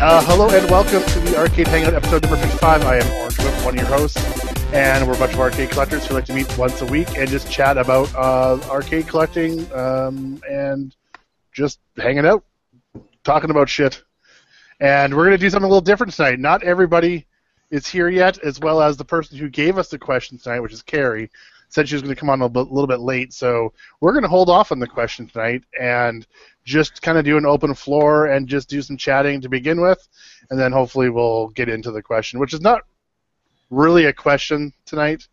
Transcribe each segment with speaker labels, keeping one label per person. Speaker 1: Uh, hello and welcome to the Arcade Hangout episode number 55. I am Orange Whip, one of your hosts, and we're a bunch of arcade collectors who like to meet once a week and just chat about uh, arcade collecting um, and just hanging out, talking about shit. And we're going to do something a little different tonight. Not everybody is here yet, as well as the person who gave us the question tonight, which is Carrie, said she was going to come on a bit- little bit late. So we're going to hold off on the question tonight and just kind of do an open floor and just do some chatting to begin with, and then hopefully we'll get into the question, which is not really a question tonight.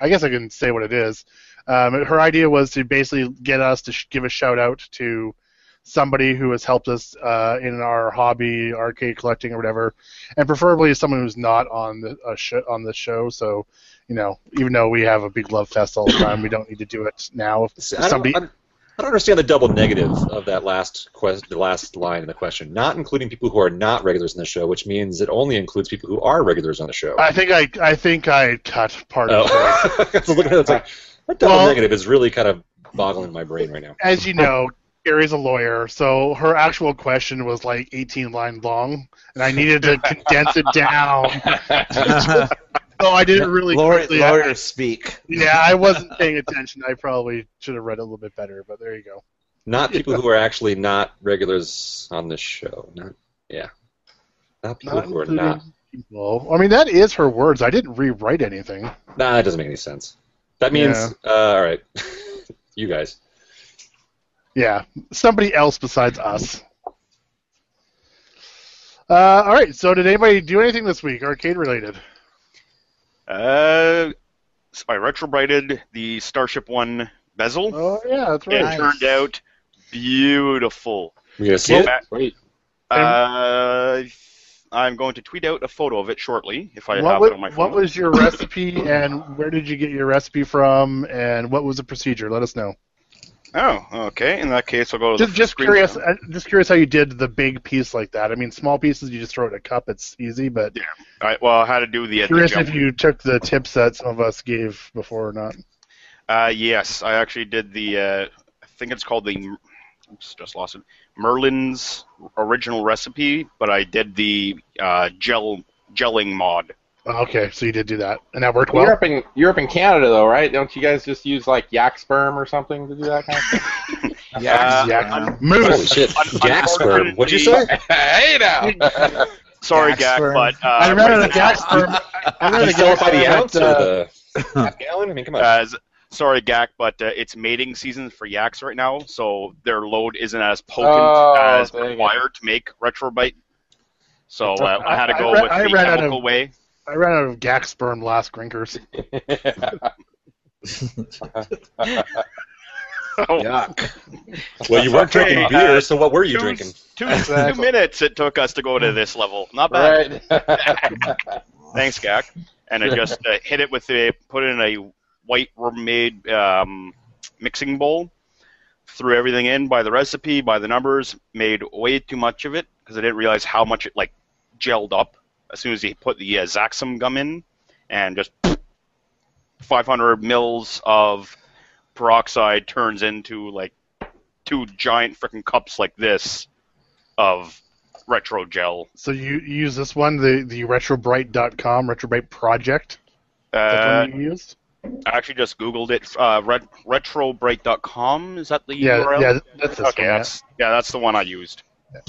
Speaker 1: I guess I can say what it is. Um, her idea was to basically get us to sh- give a shout out to somebody who has helped us uh, in our hobby, arcade collecting, or whatever, and preferably someone who's not on the uh, sh- on the show. So, you know, even though we have a big love fest all the time, we don't need to do it now. If
Speaker 2: See, I don't,
Speaker 1: somebody,
Speaker 2: I, don't- I don't understand the double negative of that last quest, the last line in the question. Not including people who are not regulars in the show, which means it only includes people who are regulars on the show.
Speaker 1: I think I I think I cut part of it.
Speaker 2: oh. so looking at it, it's like that double
Speaker 1: Well-
Speaker 2: negative is really kind of boggling my brain right now.
Speaker 1: as you know, Carrie's a lawyer, so her actual question was like 18 lines long, and I needed to condense it down. So Oh, I did it really
Speaker 3: Lawyer-
Speaker 1: quickly. I-
Speaker 3: lawyers speak.
Speaker 1: yeah, I wasn't paying attention. I probably should have read a little bit better, but there you go.
Speaker 2: not people who are actually not regulars on the show. Not, yeah, not people who are
Speaker 1: including
Speaker 2: not.
Speaker 1: people. I mean, that is her words. I didn't rewrite anything.
Speaker 2: Nah, that doesn't make any sense. That means uh, all right, you guys.
Speaker 1: Yeah, somebody else besides us. Uh, all right. So, did anybody do anything this week, arcade related?
Speaker 4: Uh, so I retrobrated the Starship One bezel.
Speaker 1: Oh yeah, that's
Speaker 4: It
Speaker 1: right.
Speaker 3: Nice.
Speaker 4: turned out beautiful.
Speaker 2: We gonna see
Speaker 4: Well,
Speaker 2: it?
Speaker 4: that-
Speaker 2: Wait.
Speaker 4: Uh, I'm going to tweet out a photo of it shortly if I have
Speaker 1: wa-
Speaker 4: it on my
Speaker 1: what
Speaker 4: phone.
Speaker 1: was your recipe and where did you get your recipe from and what was the procedure? Let us know.
Speaker 4: oh, okay. In that case, I'll go to
Speaker 1: Just,
Speaker 4: the
Speaker 1: just
Speaker 4: screen
Speaker 1: curious.
Speaker 4: now.
Speaker 1: uh, Just curious how you did the big piece like that. I mean, small pieces you just throw it in a cup. It's easy, but
Speaker 4: Yeah, All right, well, I had to do the, the
Speaker 1: curious if
Speaker 4: jump.
Speaker 1: you took the tips that some of us gave before or not.
Speaker 4: Uh, yes, I actually did the. Uh, I think it's called the. Oops, just lost it. Merlin's original recipe, but I did the uh, gel gelling mod.
Speaker 1: Oh, Okay, so you did do that, and that worked
Speaker 5: Well,
Speaker 1: well.
Speaker 5: Europe and Europe and Canada though, right? Don't you guys just use like yak sperm or something to do that kind of thing?
Speaker 4: Uh,
Speaker 1: Yeah.
Speaker 4: un-
Speaker 2: Holy
Speaker 1: Moose.
Speaker 2: shit! Jacksburg. What'd you say?
Speaker 5: hey now.
Speaker 4: Sorry, Gak,
Speaker 3: Gax worm.
Speaker 4: but uh,
Speaker 1: I remember the
Speaker 4: right now-
Speaker 1: gas. I remember
Speaker 2: You
Speaker 1: the
Speaker 2: sell it by the
Speaker 1: gas.
Speaker 2: ounce or
Speaker 1: uh,
Speaker 2: the half gallon? I mean, come on.
Speaker 4: uh, z- sorry, Gak, but uh, it's mating season for yaks right now, so their load isn't as potent
Speaker 5: Oh,
Speaker 4: as
Speaker 5: dang it.
Speaker 4: required to make retrobite. So uh, I had to
Speaker 1: I- I
Speaker 4: go
Speaker 1: ran-
Speaker 4: with
Speaker 1: I
Speaker 4: the
Speaker 1: ran out of-
Speaker 4: chemical way.
Speaker 1: I ran out of Gax sperm last grinkers.
Speaker 4: So
Speaker 3: Yuck.
Speaker 2: well, you weren't
Speaker 4: okay,
Speaker 2: drinking
Speaker 4: uh,
Speaker 2: beer, so what were you
Speaker 4: two-
Speaker 2: drinking?
Speaker 4: Two,
Speaker 5: Exactly.
Speaker 4: two minutes it took us to go to this level. Not bad.
Speaker 5: right.
Speaker 4: Thanks, Gak. And I just uh, hit it with a put it in a white made um, mixing bowl. Threw everything in by the recipe, by the numbers. Made way too much of it because I didn't realize how much it like gelled up as soon as he put the uh, Zaxxum gum in, and just 500 mils of peroxide turns into like two giant freaking cups like this of retro gel.
Speaker 1: So you, you use this one, the the retrobrite.com, retrobrite project. That's
Speaker 4: Uh,
Speaker 1: one you used.
Speaker 4: I actually just googled it. Uh, ret- retrobreak.com is that the
Speaker 1: Yeah,
Speaker 4: URL?
Speaker 1: yeah, that's this
Speaker 4: okay,
Speaker 1: one, yeah.
Speaker 4: that's yeah, that's the one I used. Yeah.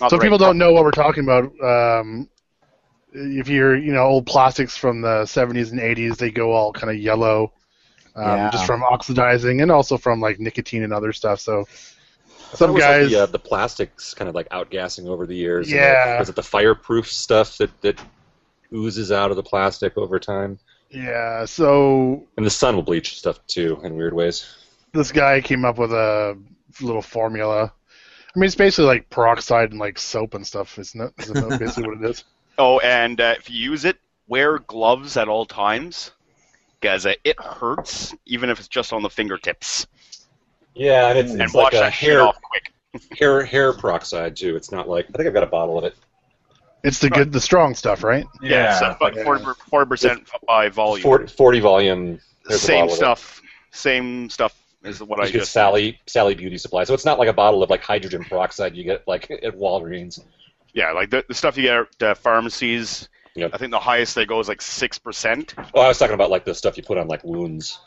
Speaker 4: Not
Speaker 1: so
Speaker 4: the
Speaker 1: people
Speaker 4: right-
Speaker 1: don't know what we're talking about. Um, if you're, you know, old plastics from the 70s and 80s, they go all kind of yellow, um,
Speaker 3: Yeah.
Speaker 1: just from oxidizing and also from like nicotine and other stuff. So
Speaker 2: It
Speaker 1: some
Speaker 2: was
Speaker 1: guys,
Speaker 2: like the, uh, the plastics kind of like outgassing over the years. and, like,
Speaker 1: Yeah.
Speaker 2: was it the fireproof stuff that that oozes out of the plastic over time?
Speaker 1: yeah. So
Speaker 2: And the sun will bleach stuff too in weird ways.
Speaker 1: this guy came up with a little formula. I mean, it's basically like peroxide and like soap and stuff. Isn't it? Isn't that basically what it is?
Speaker 4: Oh, and uh, if you use it, wear gloves at all times, because uh, it hurts, even if it's just on the fingertips.
Speaker 2: Yeah, and it's,
Speaker 4: and wash that shit off quick.
Speaker 2: hair hair peroxide too. It's not like I think I've got a bottle of it.
Speaker 1: It's the good, the strong stuff, right?
Speaker 4: Yeah, it's about
Speaker 1: like-
Speaker 4: 40 40% by volume.
Speaker 2: 40, 40 volume. there's a
Speaker 4: same
Speaker 2: bottle of it.
Speaker 4: stuff. Same stuff Is what I
Speaker 2: You get
Speaker 4: just
Speaker 2: Sally Sally Beauty Supply. So it's not like a bottle of like hydrogen peroxide you get like at Walgreens.
Speaker 4: yeah, like the, the stuff you get at uh, pharmacies.
Speaker 2: Yep.
Speaker 4: I think the highest they go is like six percent.
Speaker 2: Oh, I was talking about like the stuff you put on like wounds.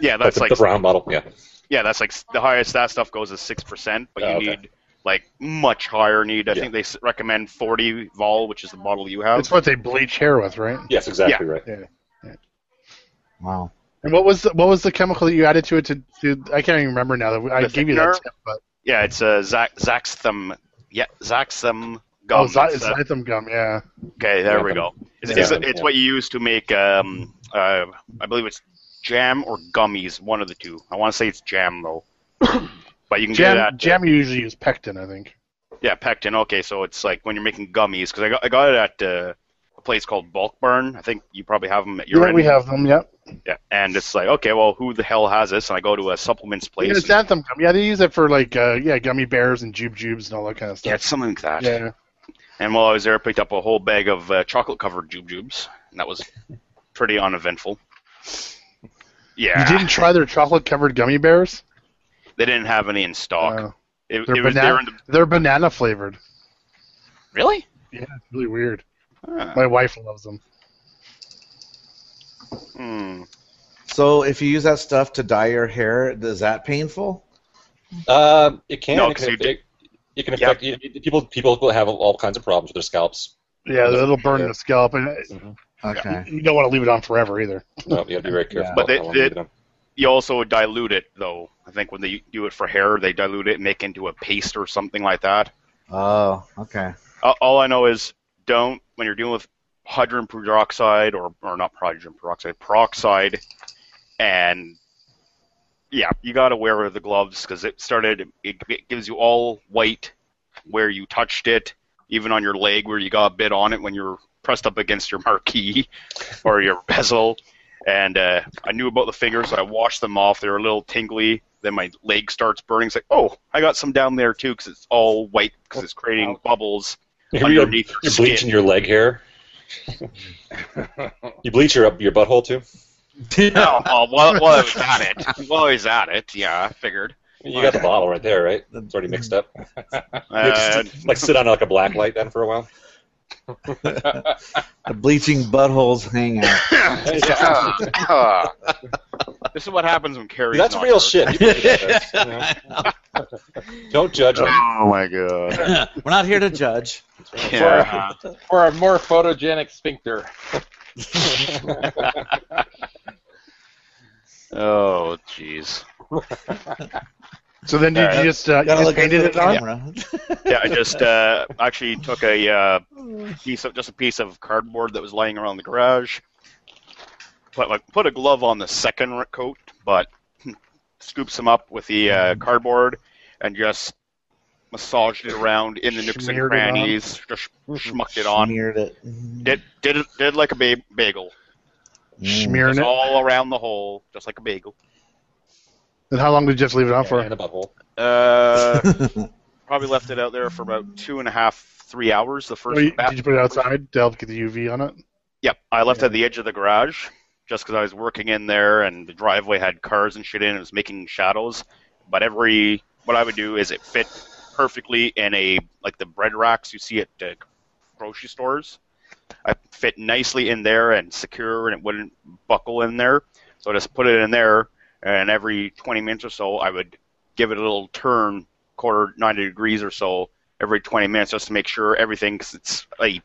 Speaker 4: Yeah, that's
Speaker 2: the,
Speaker 4: like
Speaker 2: the brown bottle. Yeah.
Speaker 4: yeah, that's like s- the highest that stuff goes is six percent, but you
Speaker 2: Oh, okay.
Speaker 4: need like much higher need. I
Speaker 2: Yeah.
Speaker 4: think they s- recommend forty vol, which is the bottle you have.
Speaker 1: It's what they bleach hair with, right?
Speaker 2: Yes, exactly right.
Speaker 3: Wow.
Speaker 1: And what was the, what was the chemical that you added to it to, to I can't even remember now. that I
Speaker 4: The
Speaker 1: gave you that
Speaker 4: thickener?
Speaker 1: tip, but
Speaker 4: yeah, it's a Zac- Zaxthum. Yeah, Zaxthum gum.
Speaker 1: oh, xy-
Speaker 4: That's, uh,
Speaker 1: xanthan gum, yeah.
Speaker 4: Okay, there we go. It's, it's,
Speaker 2: Yeah.
Speaker 4: it's what you use to make, um, uh, I believe it's jam or gummies, one of the two. I want to say it's jam though, but you can get it
Speaker 1: Jam,
Speaker 4: at
Speaker 1: jam you usually use pectin, I think.
Speaker 4: yeah pectin. Okay, so it's like when you're making gummies because I got I got it at uh, a place called Bulk Burn. I think you probably have them at your
Speaker 1: Yeah,
Speaker 4: end.
Speaker 1: we have them, yep.
Speaker 4: Yeah, and it's like okay, well, who the hell has this? And I go to a supplements place.
Speaker 1: Yeah,
Speaker 4: and-
Speaker 1: xanthan gum. Yeah, they use it for like uh, yeah, gummy bears and jube jubes and all that kind of
Speaker 4: yeah,
Speaker 1: stuff.
Speaker 4: it's something like that.
Speaker 1: Yeah.
Speaker 4: And while I was there, I picked up a whole bag of uh, chocolate covered jujubes, and that was pretty uneventful. Yeah,
Speaker 1: You didn't try their chocolate covered gummy bears?
Speaker 4: they didn't have any in stock.
Speaker 1: Wow.
Speaker 4: It,
Speaker 1: Oh. They're
Speaker 4: it was they
Speaker 1: banana-
Speaker 4: were in the-
Speaker 1: They're banana flavored.
Speaker 4: really?
Speaker 1: Yeah, it's really weird.
Speaker 4: Huh.
Speaker 1: My wife loves them.
Speaker 4: Hmm.
Speaker 3: So if you use that stuff to dye your hair, is that painful?
Speaker 2: Uh, it can.
Speaker 4: No,
Speaker 2: it
Speaker 4: 'cause
Speaker 2: can
Speaker 4: you
Speaker 2: affect, it can affect you- you- people. People have all kinds of problems with their scalps.
Speaker 1: Yeah, it'll burn the scalp, and
Speaker 3: Mm-hmm. Okay.
Speaker 1: you don't want to leave it on forever either.
Speaker 2: No, you have to be very careful.
Speaker 3: Yeah.
Speaker 2: about
Speaker 4: But they-
Speaker 2: how long
Speaker 4: they-
Speaker 2: you leave it on.
Speaker 4: You also dilute it though. I think when they do it for hair, they dilute it, and make into a paste or something like that.
Speaker 3: Oh, okay.
Speaker 4: Uh, all I know is don't when you're dealing with hydrogen peroxide or or not hydrogen peroxide peroxide, and yeah, you gotta wear the gloves because it started. It, it gives you all white where you touched it, even on your leg where you got a bit on it when you're pressed up against your marquee or your bezel. And uh, I knew about the fingers, so I washed them off. They were a little tingly. Then my leg starts burning. It's like, oh, I got some down there too, because it's all white, because it's creating bubbles
Speaker 2: You're,
Speaker 4: underneath your
Speaker 2: you're
Speaker 4: skin.
Speaker 2: bleaching your leg hair. you bleach your your butthole too.
Speaker 4: No, Oh, well, while, while I was at it, while I was at it, yeah, I figured.
Speaker 2: You got the bottle right there, right? It's already mixed up.
Speaker 4: Uh,
Speaker 2: like sit on like a black light then for a while.
Speaker 3: The bleaching buttholes hang out.
Speaker 4: this is what happens when Carrie's
Speaker 2: That's
Speaker 4: not
Speaker 2: real
Speaker 4: here.
Speaker 2: shit. You know? Don't judge me.
Speaker 4: Oh my god.
Speaker 3: We're not here to judge.
Speaker 4: Yeah.
Speaker 5: For a more photogenic sphincter.
Speaker 4: Oh jeez.
Speaker 1: So then you,
Speaker 4: Uh,
Speaker 1: you just uh, you
Speaker 3: Gotta
Speaker 1: just
Speaker 3: look into
Speaker 1: painted it
Speaker 3: the
Speaker 1: on.
Speaker 3: camera.
Speaker 4: Yeah, I just uh, actually took a uh, piece of just a piece of cardboard that was laying around the garage. Put like put a glove on the second r- coat, but scoops them up with the uh, cardboard and just massaged it around in the nooks and
Speaker 1: Smeared it on.
Speaker 4: crannies. Just schmucked it on.
Speaker 3: Smeared it.
Speaker 4: Did did it, did like a ba- bagel,
Speaker 3: Mm.
Speaker 1: Smearing
Speaker 4: just
Speaker 1: it.
Speaker 4: all around the hole, just like a bagel.
Speaker 1: And how long did you just leave it on for?
Speaker 2: And a butthole.
Speaker 4: Uh, probably left it out there for about two and a half, three hours. The first.
Speaker 1: Or you-
Speaker 4: bath-
Speaker 1: did you put it outside to help get the UV on it?
Speaker 4: Yep, I left at the edge of the garage just because I was working in there, and the driveway had cars and shit in. It was making shadows, but every what I would do is it fit perfectly in a like the bread racks you see at uh, grocery stores. I fit nicely in there and secure, and it wouldn't buckle in there. So I just put it in there, and every 20 minutes or so, I would give it a little turn, quarter 90 degrees or so, every 20 minutes, just to make sure everything, because it's like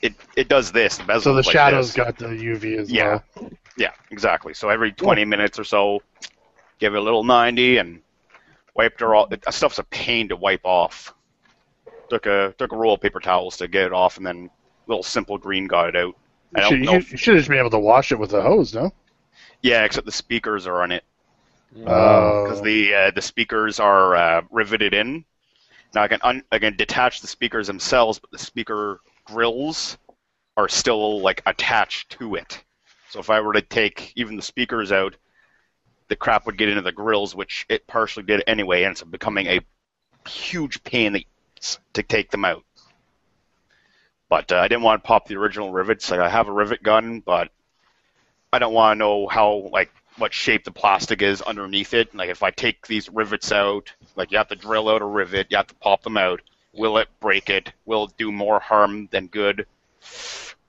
Speaker 4: it it does this. The
Speaker 1: So
Speaker 4: bezel
Speaker 1: the
Speaker 4: like
Speaker 1: shadows
Speaker 4: this.
Speaker 1: got the UV as
Speaker 4: Yeah.
Speaker 1: well.
Speaker 4: Yeah, exactly. So every 20 minutes or so, give it a little 90 and wiped her all. That stuff's a pain to wipe off. Took a took a roll of paper towels to get it off, and then little simple green got it out. I
Speaker 1: You
Speaker 4: don't
Speaker 1: should,
Speaker 4: know.
Speaker 1: you,
Speaker 4: if-
Speaker 1: you should have just been able to wash it with a hose, no?
Speaker 4: yeah, except the speakers are on it because
Speaker 1: Oh.
Speaker 4: the uh, the speakers are uh, riveted in. Now I can un- I can detach the speakers themselves, but the speaker grills are still like attached to it. So if I were to take even the speakers out, the crap would get into the grills, which it partially did anyway, and it's becoming a huge pain that- to take them out. But uh, I didn't want to pop the original rivets. Like I have a rivet gun, but I don't want to know how like what shape the plastic is underneath it. Like if I take these rivets out, like you have to drill out a rivet, you have to pop them out. Will it break it? Will it do more harm than good?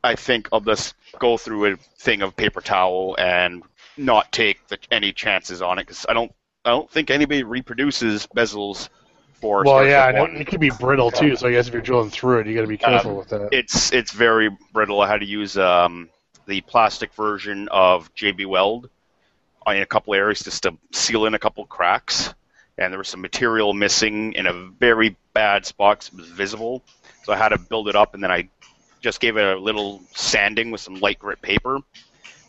Speaker 4: I think I'll just go through a thing of paper towel and not take the, any chances on it because I don't I don't think anybody reproduces bezels for.
Speaker 1: well,
Speaker 4: Starship
Speaker 1: yeah, and
Speaker 4: One.
Speaker 1: it, it can be brittle too. So I guess if you're drilling through it, you got to be careful
Speaker 4: Um,
Speaker 1: with that.
Speaker 4: it's it's very brittle. I had to use um, the plastic version of JB Weld in a couple areas just to seal in a couple cracks, and there was some material missing in a very bad spot. 'cause It was visible, so I had to build it up, and then I just gave it a little sanding with some light grit paper.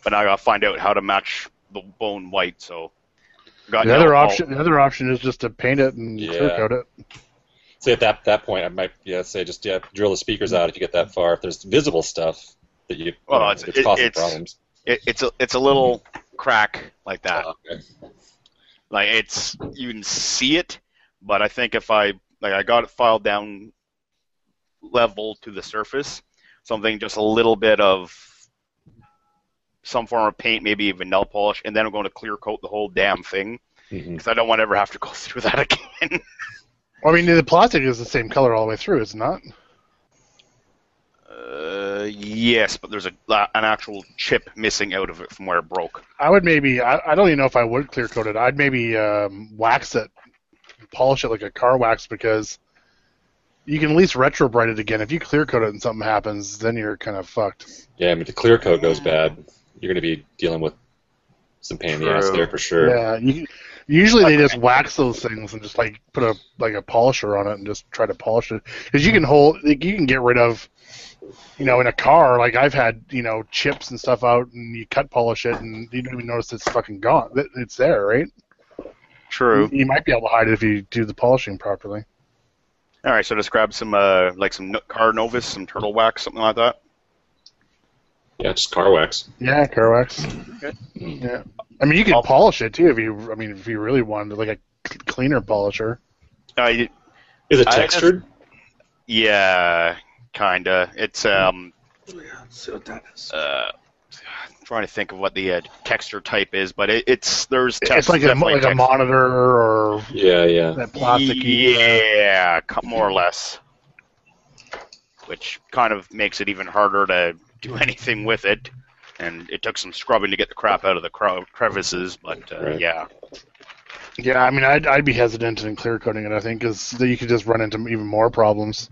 Speaker 4: But now I gotta find out how to match the bone white. So got
Speaker 1: The
Speaker 4: no
Speaker 1: other
Speaker 4: help.
Speaker 1: option, the other option is just to paint it and
Speaker 2: Yeah.
Speaker 1: clear coat it.
Speaker 2: Say at that that point, I might yeah say just yeah drill the speakers out if you get that far. If there's visible stuff that you
Speaker 4: Well,
Speaker 2: you know,
Speaker 4: it's-
Speaker 2: that's
Speaker 4: it-
Speaker 2: causing
Speaker 4: it's-
Speaker 2: problems.
Speaker 4: It, it's a it's a little crack like that.
Speaker 2: Mm-hmm. Oh, okay.
Speaker 4: Like it's you can see it, but I think if I like I got it filed down level to the surface, something just a little bit of some form of paint, maybe even nail polish, and then I'm going to clear coat the whole damn thing
Speaker 2: Mhm.
Speaker 4: because I don't want to ever have to go through that again.
Speaker 1: I mean, the plastic is the same color all the way through, is it not?
Speaker 4: uh, yes, but there's a la- an actual chip missing out of it from where it broke.
Speaker 1: I would maybe. I, I don't even know if I would clear coat it. I'd maybe um, wax it, polish it like a car wax because you can at least retro bright it again. If you clear coat it and something happens, then you're kind of fucked.
Speaker 2: Yeah, I mean, if the clear coat goes bad, you're going to be dealing with some pain in the ass
Speaker 4: True.
Speaker 2: there for sure.
Speaker 1: Yeah. You, usually they just wax those things and just like put a like a polisher on it and just try to polish it because you can hold like, you can get rid of you know in a car like I've had you know chips and stuff out and you cut polish it and you don't even notice it's fucking gone. It- It's there, right?
Speaker 4: True.
Speaker 1: You might be able to hide it if you do the polishing properly.
Speaker 4: All right, so just grab some uh, like some no- car novus, some turtle wax, something like that.
Speaker 2: Yeah, just car wax.
Speaker 1: Yeah, Carwax.
Speaker 4: Okay.
Speaker 1: Yeah. I mean, you can
Speaker 4: I'll-
Speaker 1: polish it too if you. I mean, if you really wanted, like a c- cleaner polisher.
Speaker 4: Uh,
Speaker 2: Is it
Speaker 4: I-
Speaker 2: textured?
Speaker 4: Yeah, kinda. It's um. Uh, I'm trying to think of what the uh, texture type is, but it, it's there's tex-
Speaker 1: it's like a mo-
Speaker 4: definitely
Speaker 1: like a
Speaker 4: tex-
Speaker 1: monitor or
Speaker 2: yeah, yeah.
Speaker 1: that plastic.
Speaker 4: Yeah, co- more or less. Which kind of makes it even harder to do anything with it, and it took some scrubbing to get the crap out of the cre- crevices. But uh,
Speaker 2: Right.
Speaker 4: yeah,
Speaker 1: Yeah, I mean, I'd I'd be hesitant in clear coating it. I think because you could just run into even more problems.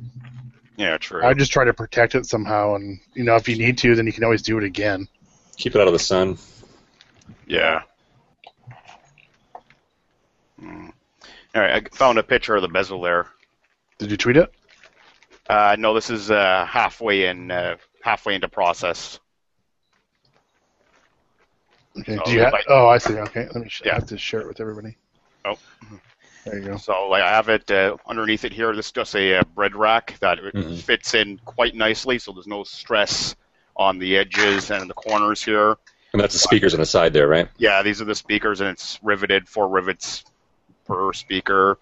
Speaker 4: yeah, true.
Speaker 1: I'd just try to protect it somehow, and you know, if you need to, then you can always do it again.
Speaker 2: Keep it out of the sun.
Speaker 4: Yeah. Mm. All right, I found a picture of the bezel there.
Speaker 1: Did you tweet it?
Speaker 4: Uh, no, this is uh, halfway in, uh, halfway into process.
Speaker 1: Okay.
Speaker 4: Oh,
Speaker 1: do you have?
Speaker 4: like-
Speaker 1: Oh, I see. Okay, let me. Sh- I
Speaker 4: Yeah.
Speaker 1: have to share it with everybody.
Speaker 4: Oh.
Speaker 1: There you go.
Speaker 4: So like, I have it uh, underneath it here. This is just a uh, bread rack that it
Speaker 2: Mhm.
Speaker 4: fits in quite nicely, so there's no stress on the edges and the corners here.
Speaker 2: And that's the speakers on the side there, right?
Speaker 4: Yeah, these are the speakers, and it's riveted four rivets per speaker.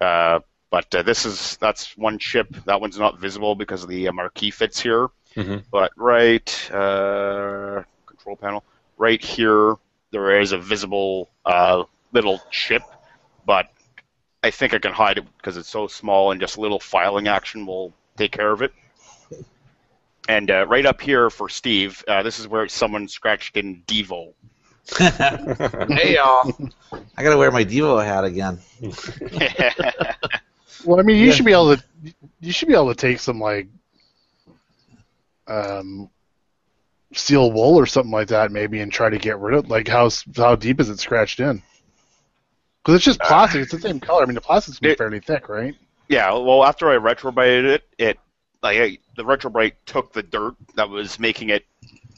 Speaker 4: Uh, but uh, this is that's one chip. That one's not visible because the uh, marquee fits here.
Speaker 2: Mhm.
Speaker 4: But right, uh, control panel, right here, there is a visible uh, little chip, but I think I can hide it because it's so small, and just a little filing action will take care of it. And uh, right up here for Steve, uh, this is where someone scratched in Devo.
Speaker 3: Hey y'all. I gotta wear my Devo hat again.
Speaker 1: Well, I mean, you
Speaker 3: Yeah.
Speaker 1: should be able to. You should be able to take some like, um, steel wool or something like that, maybe, and try to get rid of like how s- how deep is it scratched in? Because it's just plastic. It's the same color. I mean, the plastic's gonna be
Speaker 4: Uh, It-
Speaker 1: fairly thick, right?
Speaker 4: yeah, well, after I retrobrated it, it like I, the retrobrite took the dirt that was making it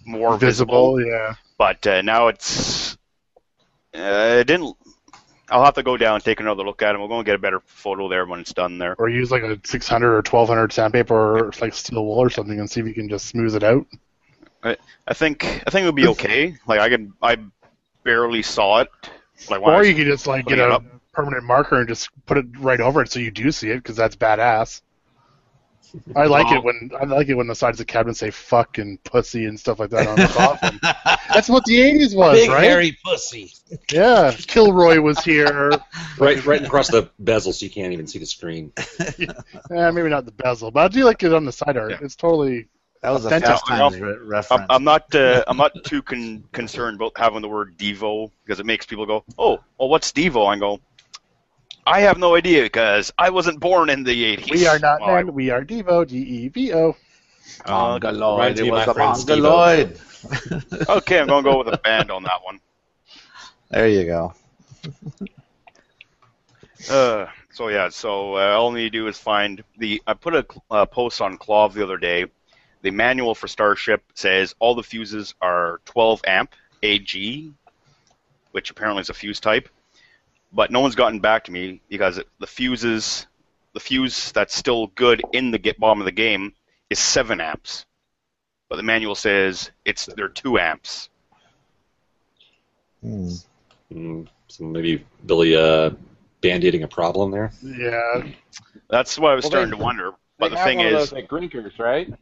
Speaker 4: more visible.
Speaker 1: yeah.
Speaker 4: but uh, now it's uh, it didn't. I'll have to go down and take another look at it. We're going to get a better photo there when it's done there.
Speaker 1: Or use like a 600 or 1200 sandpaper or like steel wool or something, and see if you can just smooth it out.
Speaker 4: I think I think it'll be okay. Like I can I barely saw it. Like when I
Speaker 1: or
Speaker 4: was-
Speaker 1: you could just like get
Speaker 4: putting it
Speaker 1: a
Speaker 4: up.
Speaker 1: permanent marker and just put it right over it so you do see it because that's badass. I like
Speaker 4: Well-
Speaker 1: it when I like it when the sides of the cabinet say "fuck" and "pussy" and stuff like that on the bottom. That's what the '80s was,
Speaker 6: Big
Speaker 1: right?
Speaker 6: hairy pussy.
Speaker 1: Yeah, Kilroy was here.
Speaker 2: Right, right across the bezel, so you can't even see the screen.
Speaker 1: Eh, maybe not the bezel, but I do like it on the side art.
Speaker 4: Yeah.
Speaker 1: It's totally
Speaker 3: That was a
Speaker 1: Authentic.
Speaker 3: Fast Times
Speaker 4: I'm-
Speaker 3: re- reference.
Speaker 4: I'm, I'm not. Uh, I'm not too con- concerned about having the word Devo because it makes people go, "Oh, well, what's Devo?" I go, "I have no idea because I wasn't born in the '80s."
Speaker 1: we are not
Speaker 4: Well, I-
Speaker 1: men. We are Devo. D E V O.
Speaker 3: Mongoloid.
Speaker 2: reminds me
Speaker 3: It
Speaker 2: of
Speaker 3: was
Speaker 2: my
Speaker 3: a
Speaker 2: friend Steve-O.
Speaker 3: Mongoloid.
Speaker 4: okay, I'm gonna go with a band on that one.
Speaker 3: There you go.
Speaker 4: Uh, so yeah, so uh, all I need to do is find the. I put a cl- uh, post on Clove the other day. The manual for Starship says all the fuses are 12 amp AG, which apparently is a fuse type. But no one's gotten back to me because it, the fuses, the fuse that's still good in the get bomb of the game is 7 amps, but the manual says it's they're 2 amps.
Speaker 3: Hmm.
Speaker 2: Mm, so maybe Billy uh, band-aiding a problem there.
Speaker 1: Yeah,
Speaker 4: That's what I was
Speaker 5: Well,
Speaker 4: starting
Speaker 5: they-
Speaker 4: to wonder. But
Speaker 5: They
Speaker 4: the
Speaker 5: have
Speaker 4: thing
Speaker 5: one of
Speaker 4: is,
Speaker 5: those at Grinkers, right?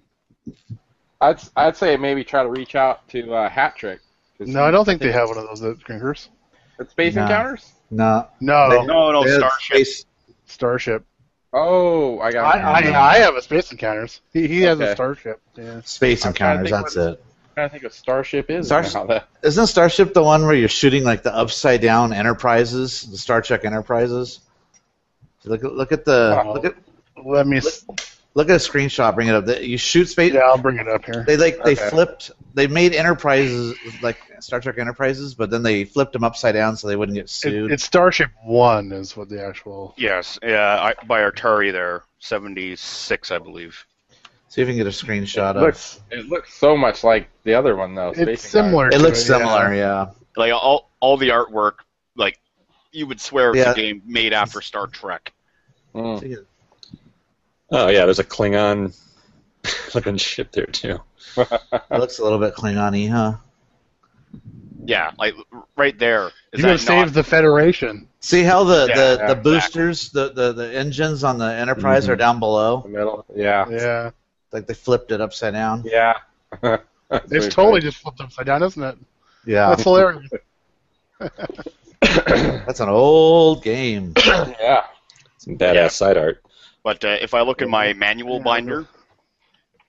Speaker 5: I'd I'd say maybe try to reach out to uh, Hat Trick. 'cause
Speaker 1: no, I don't think they have one of those at Grinkers.
Speaker 5: It's Space
Speaker 3: No.
Speaker 5: Encounters.
Speaker 3: No.
Speaker 1: No,
Speaker 4: no, no,
Speaker 3: There's
Speaker 4: Starship.
Speaker 3: space-
Speaker 1: Starship.
Speaker 5: Oh, I
Speaker 1: I,
Speaker 5: got. it.
Speaker 1: I, I have a Space Encounters. He, he has a
Speaker 5: Okay.
Speaker 1: Starship. Yeah.
Speaker 3: Space
Speaker 5: I'm trying to
Speaker 3: encounters.
Speaker 5: think
Speaker 3: That's
Speaker 5: what-
Speaker 3: it.
Speaker 5: I'm trying to think of Starship is.
Speaker 3: Starship-
Speaker 5: now that-
Speaker 3: Isn't Starship the one where you're shooting like the upside down Enterprises, the Star Trek Enterprises? Look at look at the
Speaker 1: Oh.
Speaker 3: look at
Speaker 1: Let me. s-
Speaker 3: look at a screenshot. Bring it up. The- You shoot space.
Speaker 1: Yeah, I'll bring it up here.
Speaker 3: They like they
Speaker 5: Okay.
Speaker 3: flipped. They made Enterprises like Star Trek Enterprises, but then they flipped them upside down so they wouldn't get
Speaker 1: It,
Speaker 3: sued.
Speaker 1: it's Starship One is what the actual.
Speaker 4: Yes, yeah, I, by Atari there, seventy six, I believe.
Speaker 3: See if you can get a screenshot of.
Speaker 5: looks it looks so much like the other one though.
Speaker 1: It's
Speaker 5: Space
Speaker 1: similar.
Speaker 3: It
Speaker 1: to
Speaker 3: looks
Speaker 1: yeah.
Speaker 3: similar, yeah.
Speaker 4: Like all all the artwork, like you would swear it's
Speaker 3: Yeah.
Speaker 4: a game made after Star Trek.
Speaker 5: Encounters. Mm.
Speaker 2: Oh yeah, there's a Klingon looking ship there too.
Speaker 3: It looks a little bit Klingon-y, huh?
Speaker 4: Yeah, like r- right there. Is
Speaker 1: You have
Speaker 4: that not?
Speaker 1: saved the Federation.
Speaker 3: See how the,
Speaker 4: Yeah,
Speaker 3: the, the
Speaker 5: exactly.
Speaker 3: boosters, the, the, the engines on the Enterprise
Speaker 2: Mm-hmm.
Speaker 3: are down
Speaker 5: The
Speaker 3: below?
Speaker 5: middle. Yeah.
Speaker 1: Yeah,
Speaker 3: Like they flipped it upside down?
Speaker 5: Yeah. That's
Speaker 1: it's
Speaker 5: weird.
Speaker 1: totally just flipped upside down, isn't it?
Speaker 3: Yeah.
Speaker 1: That's hilarious.
Speaker 3: That's an old game.
Speaker 5: yeah.
Speaker 2: Some badass
Speaker 4: Yeah.
Speaker 2: side art.
Speaker 4: But uh, if I look in my manual
Speaker 1: Yeah.
Speaker 4: binder,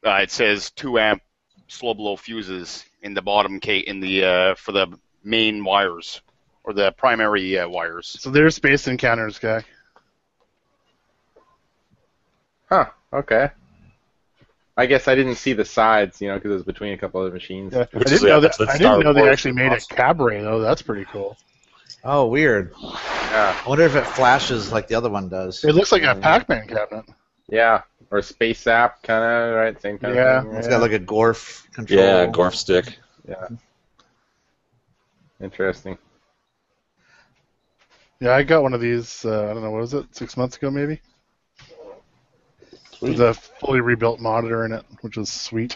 Speaker 4: uh, it says two amp slow blow fuses in the bottom Kate in the uh, for the main wires or the primary uh, wires.
Speaker 1: So there's Space Encounters guy.
Speaker 5: Huh. Okay. I guess I didn't see the sides, you know, because it was between a couple of machines.
Speaker 1: Yeah. I
Speaker 2: Which is-
Speaker 1: didn't
Speaker 2: yeah,
Speaker 1: know that.
Speaker 2: that's the
Speaker 1: I
Speaker 2: Star
Speaker 1: didn't know they
Speaker 2: Wars
Speaker 1: actually made a
Speaker 2: awesome.
Speaker 1: cabaret though. That's pretty cool.
Speaker 3: Oh, weird.
Speaker 5: Yeah.
Speaker 3: I wonder if it flashes like the other one does.
Speaker 1: It looks like a Pac-Man cabinet.
Speaker 5: Yeah. Or space app, kind of right, same kind
Speaker 1: Yeah.
Speaker 5: of thing.
Speaker 3: It's
Speaker 5: right?
Speaker 3: got like a Gorf control.
Speaker 2: Yeah, Gorf stick.
Speaker 5: Interesting.
Speaker 1: Yeah, I got one of these. Uh, I don't know what was it, six months ago maybe. With a fully rebuilt monitor in it, which was sweet.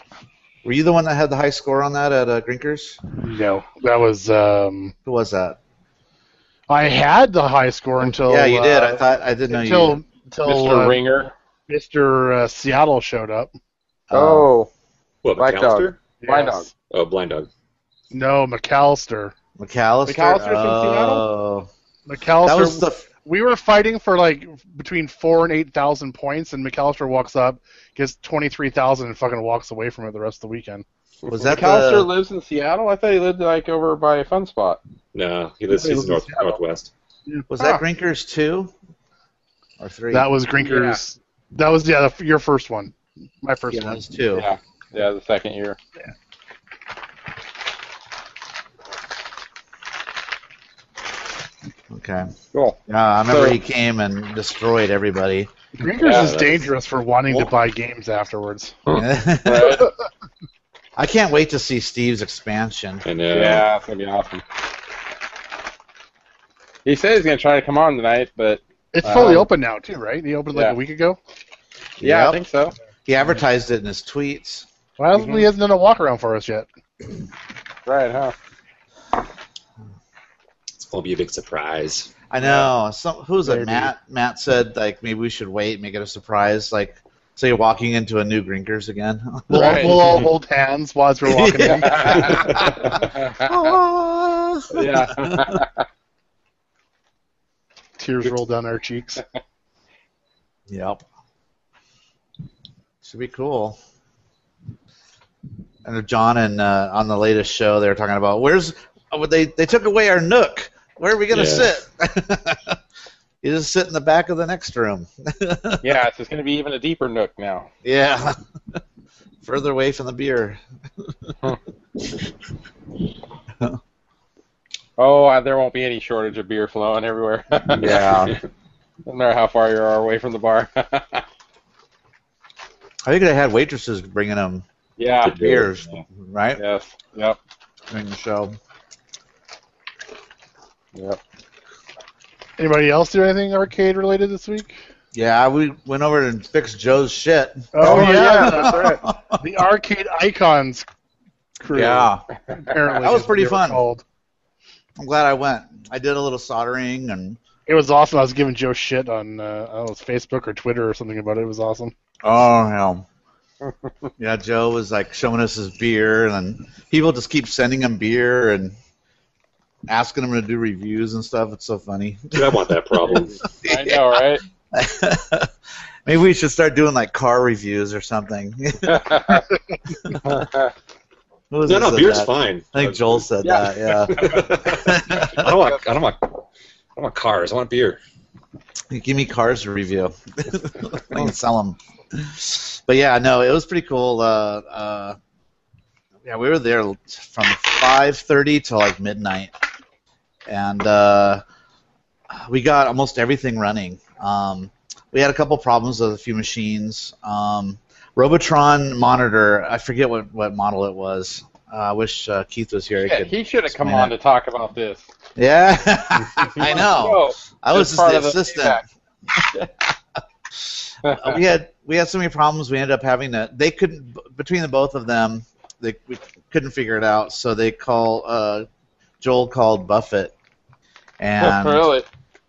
Speaker 3: Were you the one that had the high score on that at uh, Grinkers?
Speaker 1: No, that was. Um,
Speaker 3: Who was that?
Speaker 1: I had the high score until.
Speaker 3: yeah, you did.
Speaker 1: uh,
Speaker 3: I thought I didn't know
Speaker 1: until
Speaker 3: you.
Speaker 1: until
Speaker 5: Mr.
Speaker 1: uh,
Speaker 5: Ringer.
Speaker 1: Mr. Uh, Seattle showed up.
Speaker 3: Oh.
Speaker 5: Oh,
Speaker 2: What,
Speaker 5: Black Dog.
Speaker 2: McAllister?
Speaker 5: Blind Dog.
Speaker 2: Oh, Blind Dog.
Speaker 1: No, McAllister.
Speaker 3: McAllister.
Speaker 5: McAllister's from
Speaker 3: oh.
Speaker 1: McAllister.
Speaker 3: That was the f-
Speaker 1: we were fighting for like between four and eight thousand points, and McAllister walks up, gets twenty three thousand, and fucking walks away from it the rest of the weekend.
Speaker 3: Was that
Speaker 5: McAllister
Speaker 3: the?
Speaker 5: lives in Seattle? I thought he lived like over by Fun Spot.
Speaker 2: No, he lives
Speaker 1: He
Speaker 2: he's
Speaker 1: lives in
Speaker 2: north,
Speaker 1: Seattle.
Speaker 2: northwest.
Speaker 3: Was
Speaker 1: Huh.
Speaker 3: that Grinkers two or three?
Speaker 1: That was Grinker's. That was yeah, the, your first one. My first
Speaker 3: yeah, that
Speaker 1: one.
Speaker 3: was two.
Speaker 5: Yeah. Yeah, the second year.
Speaker 3: Okay.
Speaker 5: Cool.
Speaker 3: Yeah, I remember
Speaker 5: So-
Speaker 3: he came and destroyed everybody.
Speaker 1: Grinker's
Speaker 5: Yeah,
Speaker 1: is
Speaker 5: that's-
Speaker 1: dangerous for wanting
Speaker 2: Well-
Speaker 1: to buy games afterwards.
Speaker 5: Right?
Speaker 3: I can't wait to see Steve's expansion.
Speaker 2: I know.
Speaker 5: yeah, it's gonna be awesome. He said he's gonna try to come on tonight, but
Speaker 1: It's fully
Speaker 5: Um,
Speaker 1: open now too, right? He opened like
Speaker 5: yeah.
Speaker 1: a week ago.
Speaker 5: yeah, I
Speaker 3: Yep.
Speaker 5: think so.
Speaker 3: He advertised it in his tweets.
Speaker 1: Why hasn't
Speaker 5: Mm-hmm.
Speaker 1: he hasn't done a walk around for us yet?
Speaker 5: Right, huh?
Speaker 2: It's going to be a big surprise.
Speaker 3: I know. Some, who was it?
Speaker 1: Maybe.
Speaker 3: Matt. Matt said like maybe we should wait, make it a surprise. Like So you're walking into a new Grinkers again.
Speaker 1: We'll,
Speaker 5: Right.
Speaker 1: we'll all hold hands while as we're walking in.
Speaker 5: yeah.
Speaker 1: Tears roll down our cheeks.
Speaker 3: Yep. Should be cool. And John and uh, on the latest show, they were talking about where's oh, they they took away our nook. Where are we gonna
Speaker 2: Yeah.
Speaker 3: sit? you just sit in the back of the next room.
Speaker 5: yeah, so it's going to be even a deeper nook now.
Speaker 3: yeah, further away from the beer.
Speaker 5: Oh, uh, there won't be any shortage of beer flowing everywhere.
Speaker 3: Yeah.
Speaker 5: no matter how far you are away from the bar.
Speaker 3: I think they had waitresses bringing them
Speaker 5: yeah.
Speaker 2: Good beer.
Speaker 3: beers, right?
Speaker 5: Yes. Yep.
Speaker 3: During the show.
Speaker 5: Yep.
Speaker 1: Anybody else do anything arcade related this week?
Speaker 3: Yeah, we went over and fixed Joe's shit.
Speaker 1: Oh, yeah,
Speaker 5: that's right.
Speaker 1: the arcade icons crew.
Speaker 3: Yeah.
Speaker 1: apparently
Speaker 3: That
Speaker 1: is
Speaker 3: was
Speaker 1: what
Speaker 3: pretty
Speaker 1: they were
Speaker 3: fun.
Speaker 1: called.
Speaker 3: I'm glad I went. I did a little soldering and
Speaker 1: It was awesome. I was giving Joe shit on uh, I don't know, it was Facebook or Twitter or something about it. It was awesome.
Speaker 3: Oh yeah. yeah, Joe was like showing us his beer, and then people just keep sending him beer and asking him to do reviews and stuff. It's so funny.
Speaker 2: Dude, I want that problem.
Speaker 5: I know, right?
Speaker 3: Maybe we should start doing like car reviews or something. Who was
Speaker 2: no,
Speaker 3: it
Speaker 2: no,
Speaker 3: said
Speaker 2: beer's
Speaker 3: that?
Speaker 2: fine.
Speaker 3: I think Joel said
Speaker 5: Yeah.
Speaker 3: that. Yeah.
Speaker 2: I don't want. I don't want. I don't want cars. I want beer.
Speaker 3: Give me cars to review. I can sell them. But yeah, no, it was pretty cool. Uh, uh, yeah, we were there from 5:30 till like midnight, and uh, we got almost everything running. Um, we had a couple problems with a few machines. Um, Robotron monitor. I forget what, what model it was. Uh, I wish uh, Keith was here. He
Speaker 5: Shit,
Speaker 3: could-
Speaker 5: he should have come
Speaker 3: explain
Speaker 5: on to talk about this.
Speaker 3: yeah, I know.
Speaker 5: Oh,
Speaker 3: I was
Speaker 5: Just
Speaker 3: just
Speaker 5: part
Speaker 3: the
Speaker 5: of the
Speaker 3: assistant. Uh, we had we had so many problems. We ended up having to. They couldn't b- between the both of them. They we couldn't figure it out. So they call. Uh, Joel called Buffett, and
Speaker 5: really?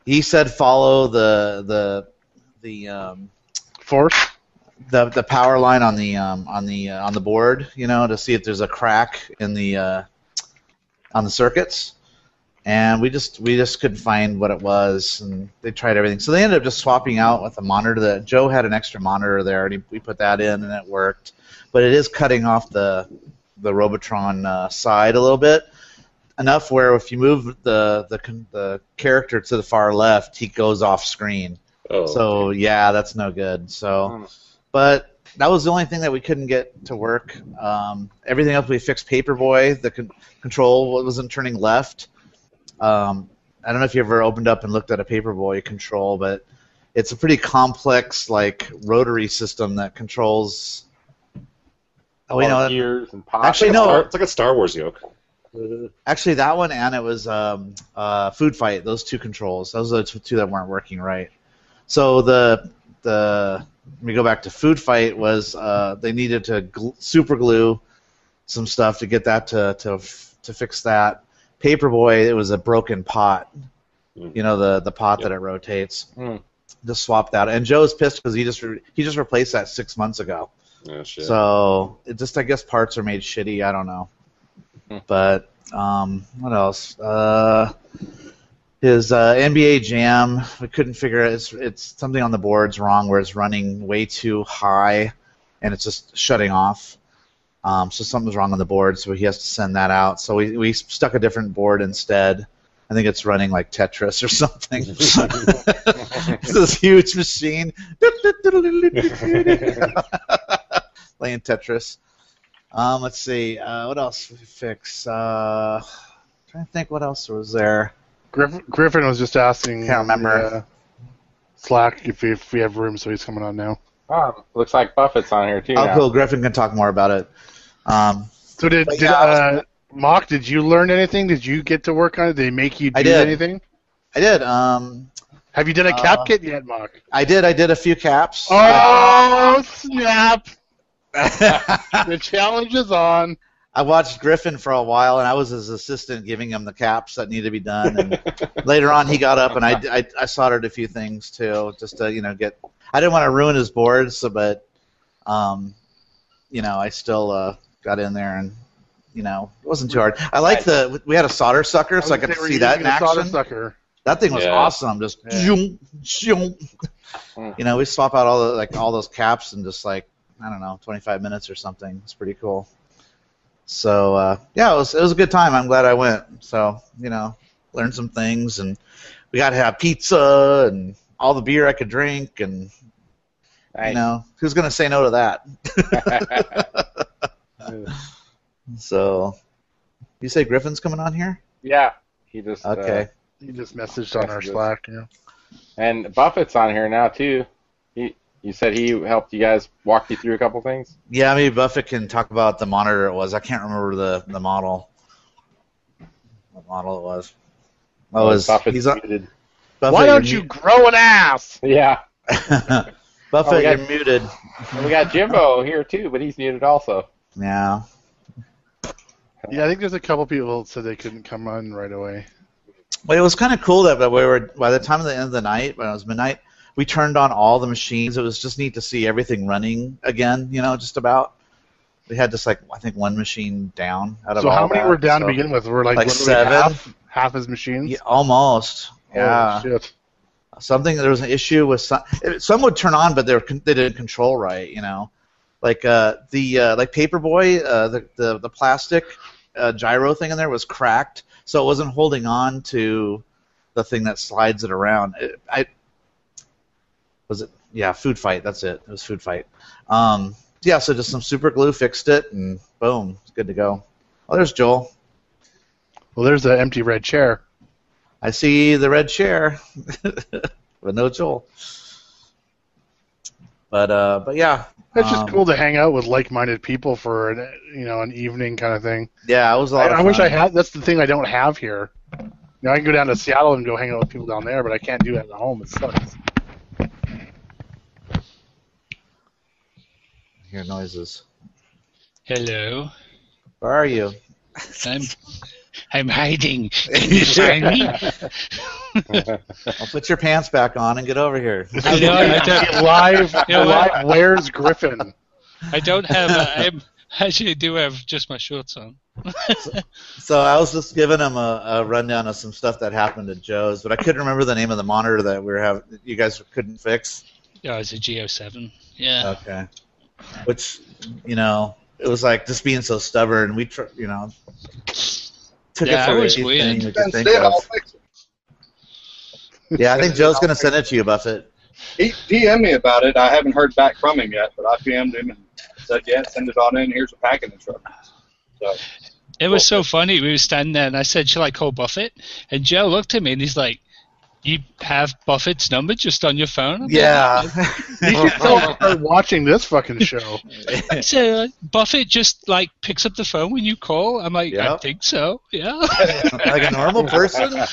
Speaker 3: he said follow the the the um,
Speaker 1: Fourth,
Speaker 3: the the power line on the um, on the uh, on the board, you know, to see if there's a crack in the uh, on the circuits. And we just we just couldn't find what it was, and they tried everything. So they ended up just swapping out with a monitor that Joe had an extra monitor there, and he, we put that in, and it worked. But it is cutting off the the Robotron uh, side a little bit, enough where if you move the the con- the character to the far left, he goes off screen.
Speaker 2: Oh,
Speaker 3: So yeah, that's no good. So,
Speaker 5: Hmm.
Speaker 3: but that was the only thing that we couldn't get to work. Um, everything else we fixed. Paperboy, the con- control wasn't turning left. Um, I don't know if you ever opened up and looked at a Paperboy control, but it's a pretty complex like rotary system that controls. Oh, you
Speaker 5: All
Speaker 3: know,
Speaker 5: the gears and pots.
Speaker 3: actually no,
Speaker 2: Star- it's like a Star Wars yoke.
Speaker 3: Actually, that one and it was um, uh, Food Fight. Those two controls. Those are the t- two that weren't working right. So the the let me go back to Food Fight was uh, they needed to gl- super glue some stuff to get that to to f- to fix that. Paperboy, it was a broken pot.
Speaker 2: Mm.
Speaker 3: You know the the pot
Speaker 2: Yep.
Speaker 3: that it rotates.
Speaker 5: Mm.
Speaker 3: Just swap that. And Joe's pissed because he just re- he just replaced that six months ago.
Speaker 2: Oh, shit.
Speaker 3: So it just I guess parts are made shitty. I don't know.
Speaker 5: Hmm.
Speaker 3: But um, what else? Uh, his uh, NBA Jam. We couldn't figure it. It's, it's something on the board's wrong where it's running way too high, and it's just shutting off. Um, so something's wrong on the board, so he has to send that out. So we, we stuck a different board instead. I think it's running like Tetris or something. it's this huge machine playing Tetris. Um, let's see. Uh, what else did we fix? Uh, trying to think what else was there.
Speaker 1: Griff- Griffin was just asking.
Speaker 3: Can't remember.
Speaker 1: uh, Slack if we, if we have room, so he's coming on now.
Speaker 5: Oh, looks like Buffett's on here too.
Speaker 3: Oh,
Speaker 5: now.
Speaker 3: cool. Griffin can talk more about it. Um,
Speaker 1: So did,
Speaker 3: But
Speaker 1: did
Speaker 3: yeah, I was-
Speaker 1: uh, Mock? Did you learn anything? Did you get to work on it? Did they make you do
Speaker 3: I did.
Speaker 1: anything?
Speaker 3: I did. Um,
Speaker 1: Have you done a
Speaker 3: Uh,
Speaker 1: cap kit yet, Mock?
Speaker 3: I did. I did a few caps.
Speaker 1: Oh snap! The challenge is on.
Speaker 3: I watched Griffin for a while, and I was his assistant, giving him the caps that needed to be done. And later on, he got up, and I, I, I soldered a few things too, just to you know get. I didn't want to ruin his board, so but um, you know, I still uh, got in there and you know, it wasn't too hard. I like the we had a solder sucker, so I got
Speaker 1: would
Speaker 3: to
Speaker 1: say we're
Speaker 3: see that in
Speaker 1: using a solder
Speaker 3: action.
Speaker 1: Sucker.
Speaker 3: That thing was
Speaker 2: Yeah.
Speaker 3: awesome. Just
Speaker 1: Yeah.
Speaker 3: zoom, zoom. you know, we swap out all the like all those caps in just like I don't know, 25 minutes or something. It's pretty cool. So uh, yeah, it was it was a good time. I'm glad I went. So you know, learned some things, and we got to have pizza and all the beer I could drink, and you know, who's gonna say no to that? so, you say Griffin's coming on here?
Speaker 5: yeah, he just uh,
Speaker 3: Okay.
Speaker 1: He just messaged on our
Speaker 5: Messages.
Speaker 1: Slack. Yeah.
Speaker 5: and Buffett's on here now too. He you said he helped you guys walk you through a couple things.
Speaker 3: Yeah, maybe Buffett can talk about the monitor it was. I can't remember the, the model. What model it was? Oh, it was
Speaker 5: Buffett's
Speaker 3: he's on,
Speaker 5: muted.
Speaker 3: Buffett,
Speaker 4: Why don't
Speaker 3: you're
Speaker 4: you grow an ass?
Speaker 5: Yeah,
Speaker 3: mu-
Speaker 5: Oh, we
Speaker 3: Buffett,
Speaker 5: got-
Speaker 3: you're muted.
Speaker 5: and we got Jimbo here too, but he's muted also.
Speaker 3: Yeah.
Speaker 1: Yeah, I think there's a couple people that said they couldn't come on right away.
Speaker 3: But it was kind of cool that we were by the time of the end of the night, when it was midnight, we turned on all the machines. It was just neat to see everything running again. You know, just about. We had just like I think one machine down out of
Speaker 1: So
Speaker 3: all
Speaker 1: how many
Speaker 3: that,
Speaker 1: were down
Speaker 3: so-
Speaker 1: to begin with? We're like,
Speaker 3: Like
Speaker 1: literally
Speaker 3: seven?
Speaker 1: half, half his machines.
Speaker 3: Yeah, almost. Yeah.
Speaker 1: Holy shit.
Speaker 3: something there was an issue with some it- some would turn on but they were, con- they didn't control right you know like uh the uh, like paperboy uh the the, the plastic uh, gyro thing in there was cracked so it wasn't holding on to the thing that slides it around it, i was it yeah food fight that's it it was food fight um yeah so just some super glue fixed it and boom it's good to go oh there's joel
Speaker 1: Well, there's an empty red chair.
Speaker 3: I see the red chair, but no Joel. But uh, but yeah,
Speaker 1: It's just
Speaker 3: um,
Speaker 1: cool to hang out with like-minded people for an, you know an evening kind of thing.
Speaker 3: Yeah, it was a
Speaker 1: I,
Speaker 3: lot. of
Speaker 1: I wish
Speaker 3: fun.
Speaker 1: I had. That's the thing I don't have here. You know, I can go down to Seattle and go hang out with people down there, but I can't do that at home. It sucks.
Speaker 3: hear noises.
Speaker 6: Hello.
Speaker 3: Where are you?
Speaker 6: I'm I'm hiding. Can you find me?
Speaker 3: Well, put your pants back on and get over here.
Speaker 6: I, know, I, don't,
Speaker 1: live,
Speaker 6: You know what?
Speaker 1: live. Where's Griffin?
Speaker 6: I don't have. uh, I'm, actually, I do have just my shorts on.
Speaker 3: so I was just giving him a, a rundown of some stuff that happened at Joe's, but I couldn't remember the name of the monitor that we were having. You guys couldn't fix.
Speaker 6: Yeah, it's a Geo Seven. Yeah.
Speaker 3: Okay. Which, you know, it was like just being so stubborn. We, tr- you know, took
Speaker 6: Yeah,
Speaker 3: it for
Speaker 6: it was
Speaker 3: anything
Speaker 6: weird.
Speaker 3: you could think of. Yeah, I think Joe's gonna send it to you, Buffett.
Speaker 7: He DM'd me about it. I haven't heard back from him yet, but I DM'd him and said, "Yeah, send it on in. Here's a packet instruction." So
Speaker 6: It was so funny. We were standing there, and I said, "Shall I call Buffett?" And Joe looked at me, and he's like, "You have Buffett's number just on your phone?" I'm
Speaker 3: Yeah.
Speaker 1: You should tell him to start watching this fucking show.
Speaker 6: like, So uh, Buffett just like picks up the phone when you call. I'm like, I
Speaker 3: Yeah.
Speaker 6: think so. Yeah.
Speaker 3: like a normal person.
Speaker 7: I,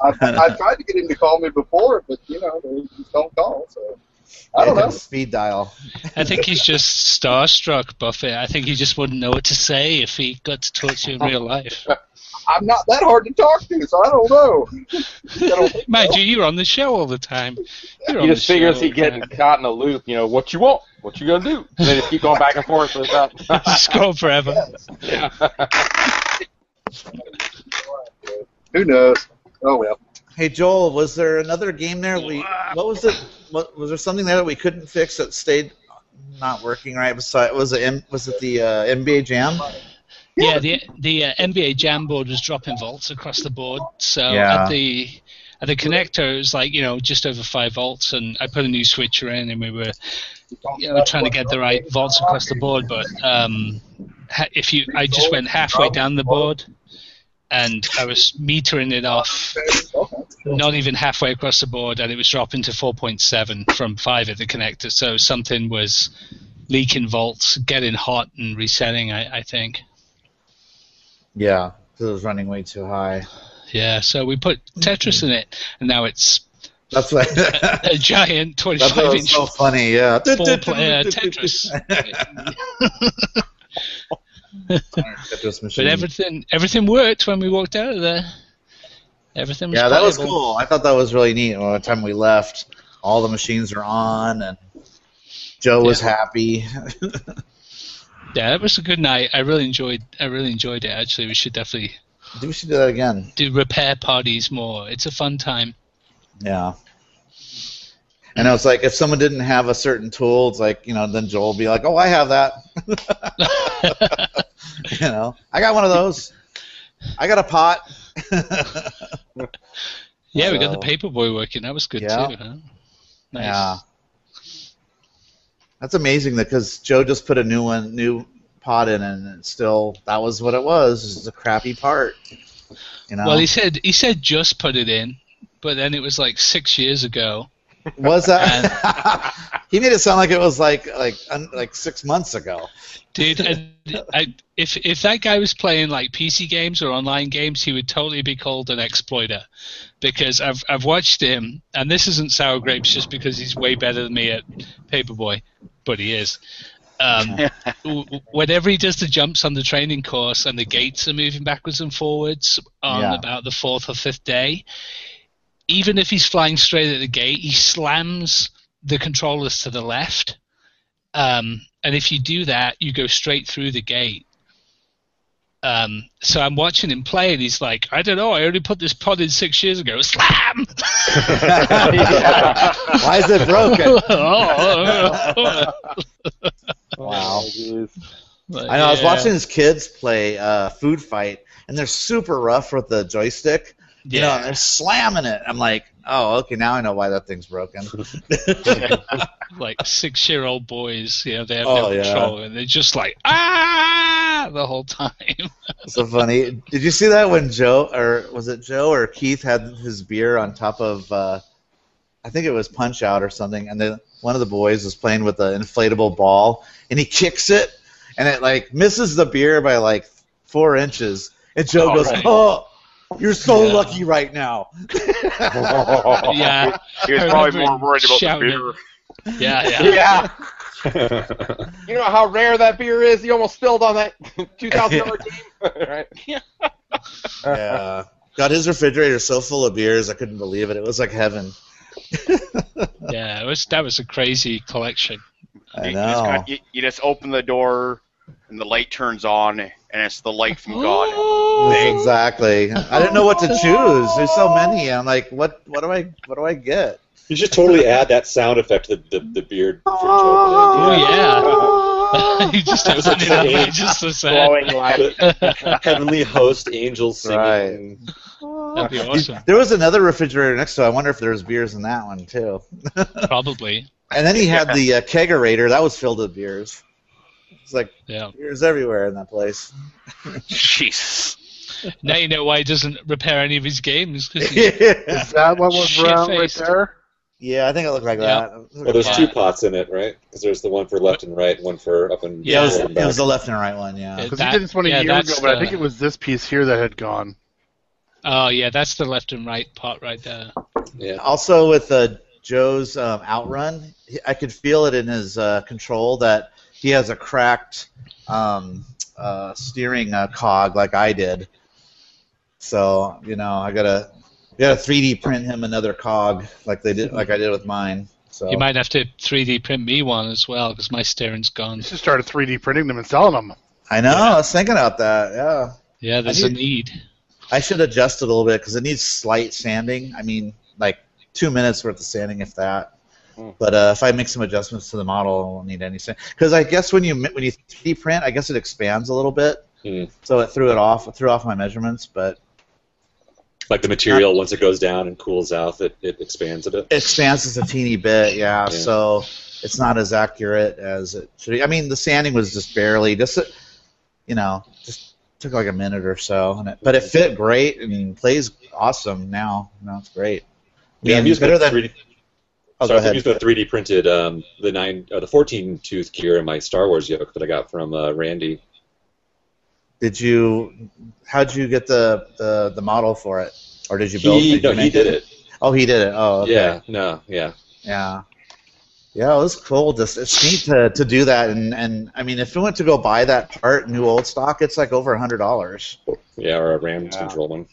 Speaker 7: I tried to get him to call me before, but you know, they just don't call. So I don't
Speaker 3: Yeah,
Speaker 7: know.
Speaker 3: Speed dial.
Speaker 6: I think he's just starstruck, Buffett. I think he just wouldn't know what to say if he got to talk to you in real life.
Speaker 7: I'm not that hard to talk to, so I don't know. I don't-
Speaker 6: Mind you, you're on the show all the time. You're on
Speaker 5: He just
Speaker 6: the
Speaker 5: figures
Speaker 6: show
Speaker 5: he
Speaker 6: all the time.
Speaker 5: gets caught in a loop. You know what you want, what you gonna do? And they just keep going back and forth with that.
Speaker 6: It's gone forever.
Speaker 7: Who knows? Oh well.
Speaker 3: Hey Joel, was there another game there? We what was it? What, was there something there that we couldn't fix that stayed not working right? Besides, was it M- was it the uh, NBA Jam?
Speaker 6: Yeah, the the uh, NBA Jam board was dropping volts across the board. So
Speaker 3: Yeah.
Speaker 6: at the at the connector, it was like you know just over five volts, and I put a new switcher in, and we were you know trying to get the right volts across the board. But um, ha- if you, I just went halfway down the board, and I was metering it off, not even halfway across the board, and it was dropping to 4.7 from five at the connector. So something was leaking volts, getting hot, and resetting. I, I think.
Speaker 3: Yeah, because it was running way too high.
Speaker 6: Yeah, Uh, so we put Tetris in it, and now it's
Speaker 3: That's why. that's
Speaker 6: a giant
Speaker 3: why it
Speaker 6: 25
Speaker 3: was
Speaker 6: inch uh,
Speaker 3: so funny. Yeah.
Speaker 6: four player Tetris.
Speaker 3: Tetris machine.
Speaker 6: But everything everything worked when we walked out of there. Everything was
Speaker 3: yeah, that was
Speaker 6: playable.
Speaker 3: cool. I thought that was really neat. By the time uh, we left, all the machines are on, and Joe was happy.
Speaker 6: Yeah, it was a good night. I really enjoyed. I really enjoyed it. Actually, we should definitely
Speaker 3: we should do that again.
Speaker 6: do repair parties more. It's a fun time.
Speaker 3: Yeah. And I was like, if someone didn't have a certain tool, it's like, you know, then Joel will be like, oh, I have that. you know, I got one of those. I got a pot.
Speaker 6: Yeah, we got the
Speaker 3: So-
Speaker 6: paperboy working. That was good
Speaker 3: Yeah.
Speaker 6: too. Huh? Nice.
Speaker 3: Yeah. That's amazing because Joe just put a new one, new pot in, and it's still, that was what it was. It was a crappy part. You know,
Speaker 6: Well, he said he said just put it in, but then it was like six years ago.
Speaker 3: was that? he made it sound like it was like like un, like six months ago.
Speaker 6: Dude, I, I, if if that guy was playing like PC games or online games, he would totally be called an exploiter, because I've I've watched him, and this isn't sour grapes just because he's way better than me at Paperboy, but he is. Um, w- w- whenever he does the jumps on the training course and the gates are moving backwards and forwards on
Speaker 3: Yeah.
Speaker 6: about the fourth or fifth day, even if he's flying straight at the gate, he slams the controllers to the left. Um, and if you do that, you go straight through the gate. Um, so I'm watching him play, and he's like, I don't know, I only put this pod in six years ago. Slam!
Speaker 3: Why is it broken?
Speaker 5: Wow.
Speaker 3: I know. I was watching his kids play uh, Food Fight, and they're super rough with the joystick. You know, and
Speaker 6: Yeah.
Speaker 3: they're slamming it. I'm like, oh, okay, now I know why that thing's broken.
Speaker 6: like six year old boys, you know, they have
Speaker 3: Oh,
Speaker 6: no
Speaker 3: yeah.
Speaker 6: control, and they're just like, ah, the whole time.
Speaker 3: so funny. Did you see that when Joe or was it Joe or Keith had his beer on top of? Uh, I think it was Punch Out or something, and then one of the boys was playing with an inflatable ball, and he kicks it, and it like misses the beer by like four inches, and Joe
Speaker 4: Oh,
Speaker 3: goes,
Speaker 4: right.
Speaker 3: "Oh, you're so
Speaker 6: Yeah.
Speaker 3: lucky right now."
Speaker 6: yeah,
Speaker 4: He was
Speaker 6: I
Speaker 4: probably
Speaker 6: remember
Speaker 4: more worried about the
Speaker 6: shouting
Speaker 4: beer.
Speaker 6: yeah, yeah.
Speaker 5: yeah.
Speaker 2: yeah.
Speaker 5: You know how rare that beer is. You almost spilled on that 2000 dollar game, right?
Speaker 3: Yeah. God, his refrigerator so full of beers, I couldn't believe it. It was like heaven.
Speaker 6: Yeah, it was, that was a crazy collection.
Speaker 3: I
Speaker 4: You, you
Speaker 6: oh.
Speaker 4: just
Speaker 3: know.
Speaker 4: got- you- you just open the door, and the light turns on, and it's the light from God.
Speaker 3: Exactly. I didn't know what to choose. There's so many. I'm like, what? What do I? What do I get?
Speaker 2: You should totally add that sound effect to the, the, the beard. For Joe.
Speaker 6: Oh, yeah. he just opened it up. He just was there.
Speaker 5: Glowing light.
Speaker 2: The heavenly host, angels singing.
Speaker 3: Right.
Speaker 6: That'd be awesome.
Speaker 3: There was another refrigerator next to. it. I wonder if there was beers in that one too.
Speaker 6: Probably.
Speaker 3: And then he had the uh, kegerator that was filled with beers. It's like
Speaker 6: Yeah.
Speaker 3: beers everywhere in that place.
Speaker 4: Jesus.
Speaker 6: Now you know why he doesn't repair any of his games. 'cause he-
Speaker 3: yeah,
Speaker 1: Is that what was brown right
Speaker 6: Shit-faced.
Speaker 1: there?
Speaker 3: I think it looked like
Speaker 6: Yeah.
Speaker 3: that.
Speaker 2: Well, there's two pots in it, right? Because there's the one for left and right, and one for up and
Speaker 3: Yeah, it
Speaker 6: Yeah.
Speaker 3: was,
Speaker 2: forward and
Speaker 3: it was
Speaker 2: back.
Speaker 3: the left and right one. Yeah.
Speaker 1: Because he
Speaker 6: That-
Speaker 1: did this one a
Speaker 6: yeah,
Speaker 1: year ago,
Speaker 6: that's
Speaker 1: but I
Speaker 6: the-
Speaker 1: think it was this piece here that had gone.
Speaker 6: oh yeah, that's the left and right part right there.
Speaker 2: Yeah.
Speaker 3: also with uh, Joe's um, outrun, he- I could feel it in his uh, control that he has a cracked um, uh, steering uh, cog like I did. So you know, I gotta I gotta 3D print him another cog like they did like I did with mine. So
Speaker 6: You might have to 3D print me one as well because my steering's gone.
Speaker 1: He should start 3D printing them and selling them.
Speaker 3: I know. I was thinking about that. Yeah,
Speaker 6: Yeah, there's
Speaker 3: I
Speaker 6: a need.
Speaker 3: I should adjust it a little bit because it needs slight sanding. I mean, like two minutes worth of sanding, if that. But uh, if I make some adjustments to the model, I won't need any sand. Because I guess when you mi- when you 3D print, I guess it expands a little bit.
Speaker 2: Hmm.
Speaker 3: So it threw it off, it threw off my measurements. But
Speaker 2: Like the material, once it goes down and cools out, it, it expands a bit.
Speaker 3: it expands just a teeny bit, yeah.
Speaker 2: Yeah.
Speaker 3: So it's not as accurate as it should. be. I mean, the sanding was just barely, just uh, you know, just took like a minute or so. And it, but it fit great and plays awesome now. Now it's great.
Speaker 2: Yeah, I'm
Speaker 3: Being
Speaker 2: using
Speaker 3: better
Speaker 2: a
Speaker 3: than-
Speaker 2: 3D,
Speaker 3: Oh,
Speaker 2: sorry,
Speaker 3: go ahead.
Speaker 2: I'm using a 3D printed um, the nine or the 14 tooth gear in my Star Wars yoke that I got from uh, Randy.
Speaker 3: Did you? How'd you get the, the, the model for it, or did you build?
Speaker 2: He,
Speaker 3: did you
Speaker 2: no, he
Speaker 3: make
Speaker 2: did it.
Speaker 3: Oh, he did it. Oh, okay.
Speaker 2: Yeah, no, yeah.
Speaker 3: yeah, yeah. It was cool. Just it's neat to, to do that, and, and I mean, if you went to go buy that part, new old stock, it's like over a hundred dollars.
Speaker 2: Yeah, or a Rams
Speaker 5: Yeah.
Speaker 2: control one.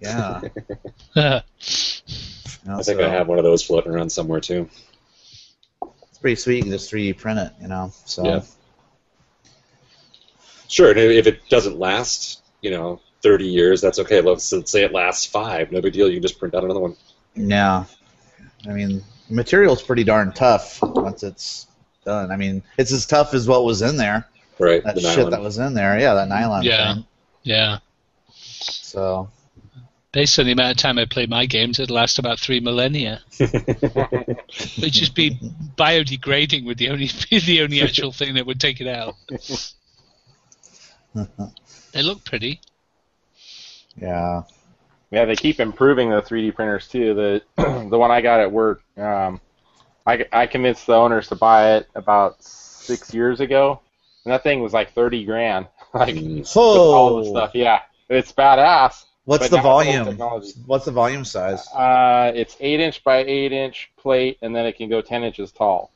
Speaker 3: Yeah, know,
Speaker 2: I think
Speaker 3: so
Speaker 2: I have one of those floating around somewhere too.
Speaker 3: It's pretty sweet. You can just 3D print it, you know. So
Speaker 2: Yeah. Sure, and if it doesn't last, you know, 30 years, that's okay. Let's, let's say it lasts five. No big deal. You can just print out another one.
Speaker 3: Yeah. I mean, the material's pretty darn tough once it's done. I mean, it's as tough as what was in there.
Speaker 2: Right.
Speaker 3: That
Speaker 2: the
Speaker 3: shit
Speaker 2: nylon.
Speaker 3: that was in there. Yeah, that nylon
Speaker 6: Yeah.
Speaker 3: thing.
Speaker 6: Yeah.
Speaker 3: So,
Speaker 6: Based on the amount of time I play my games, it lasts about three millennia. It'd just be biodegrading with the only the only actual thing that would take it out. they look pretty.
Speaker 3: yeah.
Speaker 8: Yeah, they keep improving the 3D printers too. The the one I got at work, um, I, I convinced the owners to buy it about six years ago, and that thing was like 30 grand, like with
Speaker 2: Mm.
Speaker 8: all the stuff. Yeah, it's badass.
Speaker 3: What's
Speaker 8: but
Speaker 3: the
Speaker 8: now it's all
Speaker 3: volume?
Speaker 8: technology.
Speaker 3: What's the volume size?
Speaker 8: Uh, it's eight inch by eight inch plate, and then it can go 10 inches tall.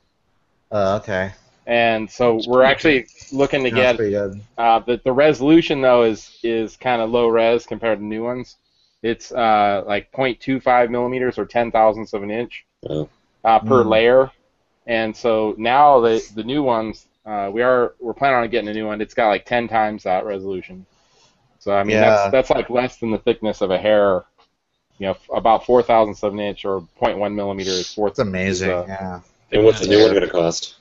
Speaker 3: Uh, okay.
Speaker 8: And so we're actually looking to
Speaker 3: Yeah, that's
Speaker 8: get
Speaker 3: pretty good.
Speaker 8: Uh, the the resolution though is is kind of low res compared to new ones. It's uh, like 0.25 millimeters or ten thousandths of an inch
Speaker 2: Oh.
Speaker 8: uh, per
Speaker 3: Mm.
Speaker 8: layer, and so now the the new ones uh, we are we're planning on getting a new one. It's got like ten times that resolution. So I mean
Speaker 3: Yeah.
Speaker 8: that's that's like less than the thickness of a hair. You know, f- about four thousandths of an inch or 0.1 millimeter is four.
Speaker 3: That's amazing.
Speaker 8: is, uh,
Speaker 3: yeah.
Speaker 2: And what's the new one going to cost?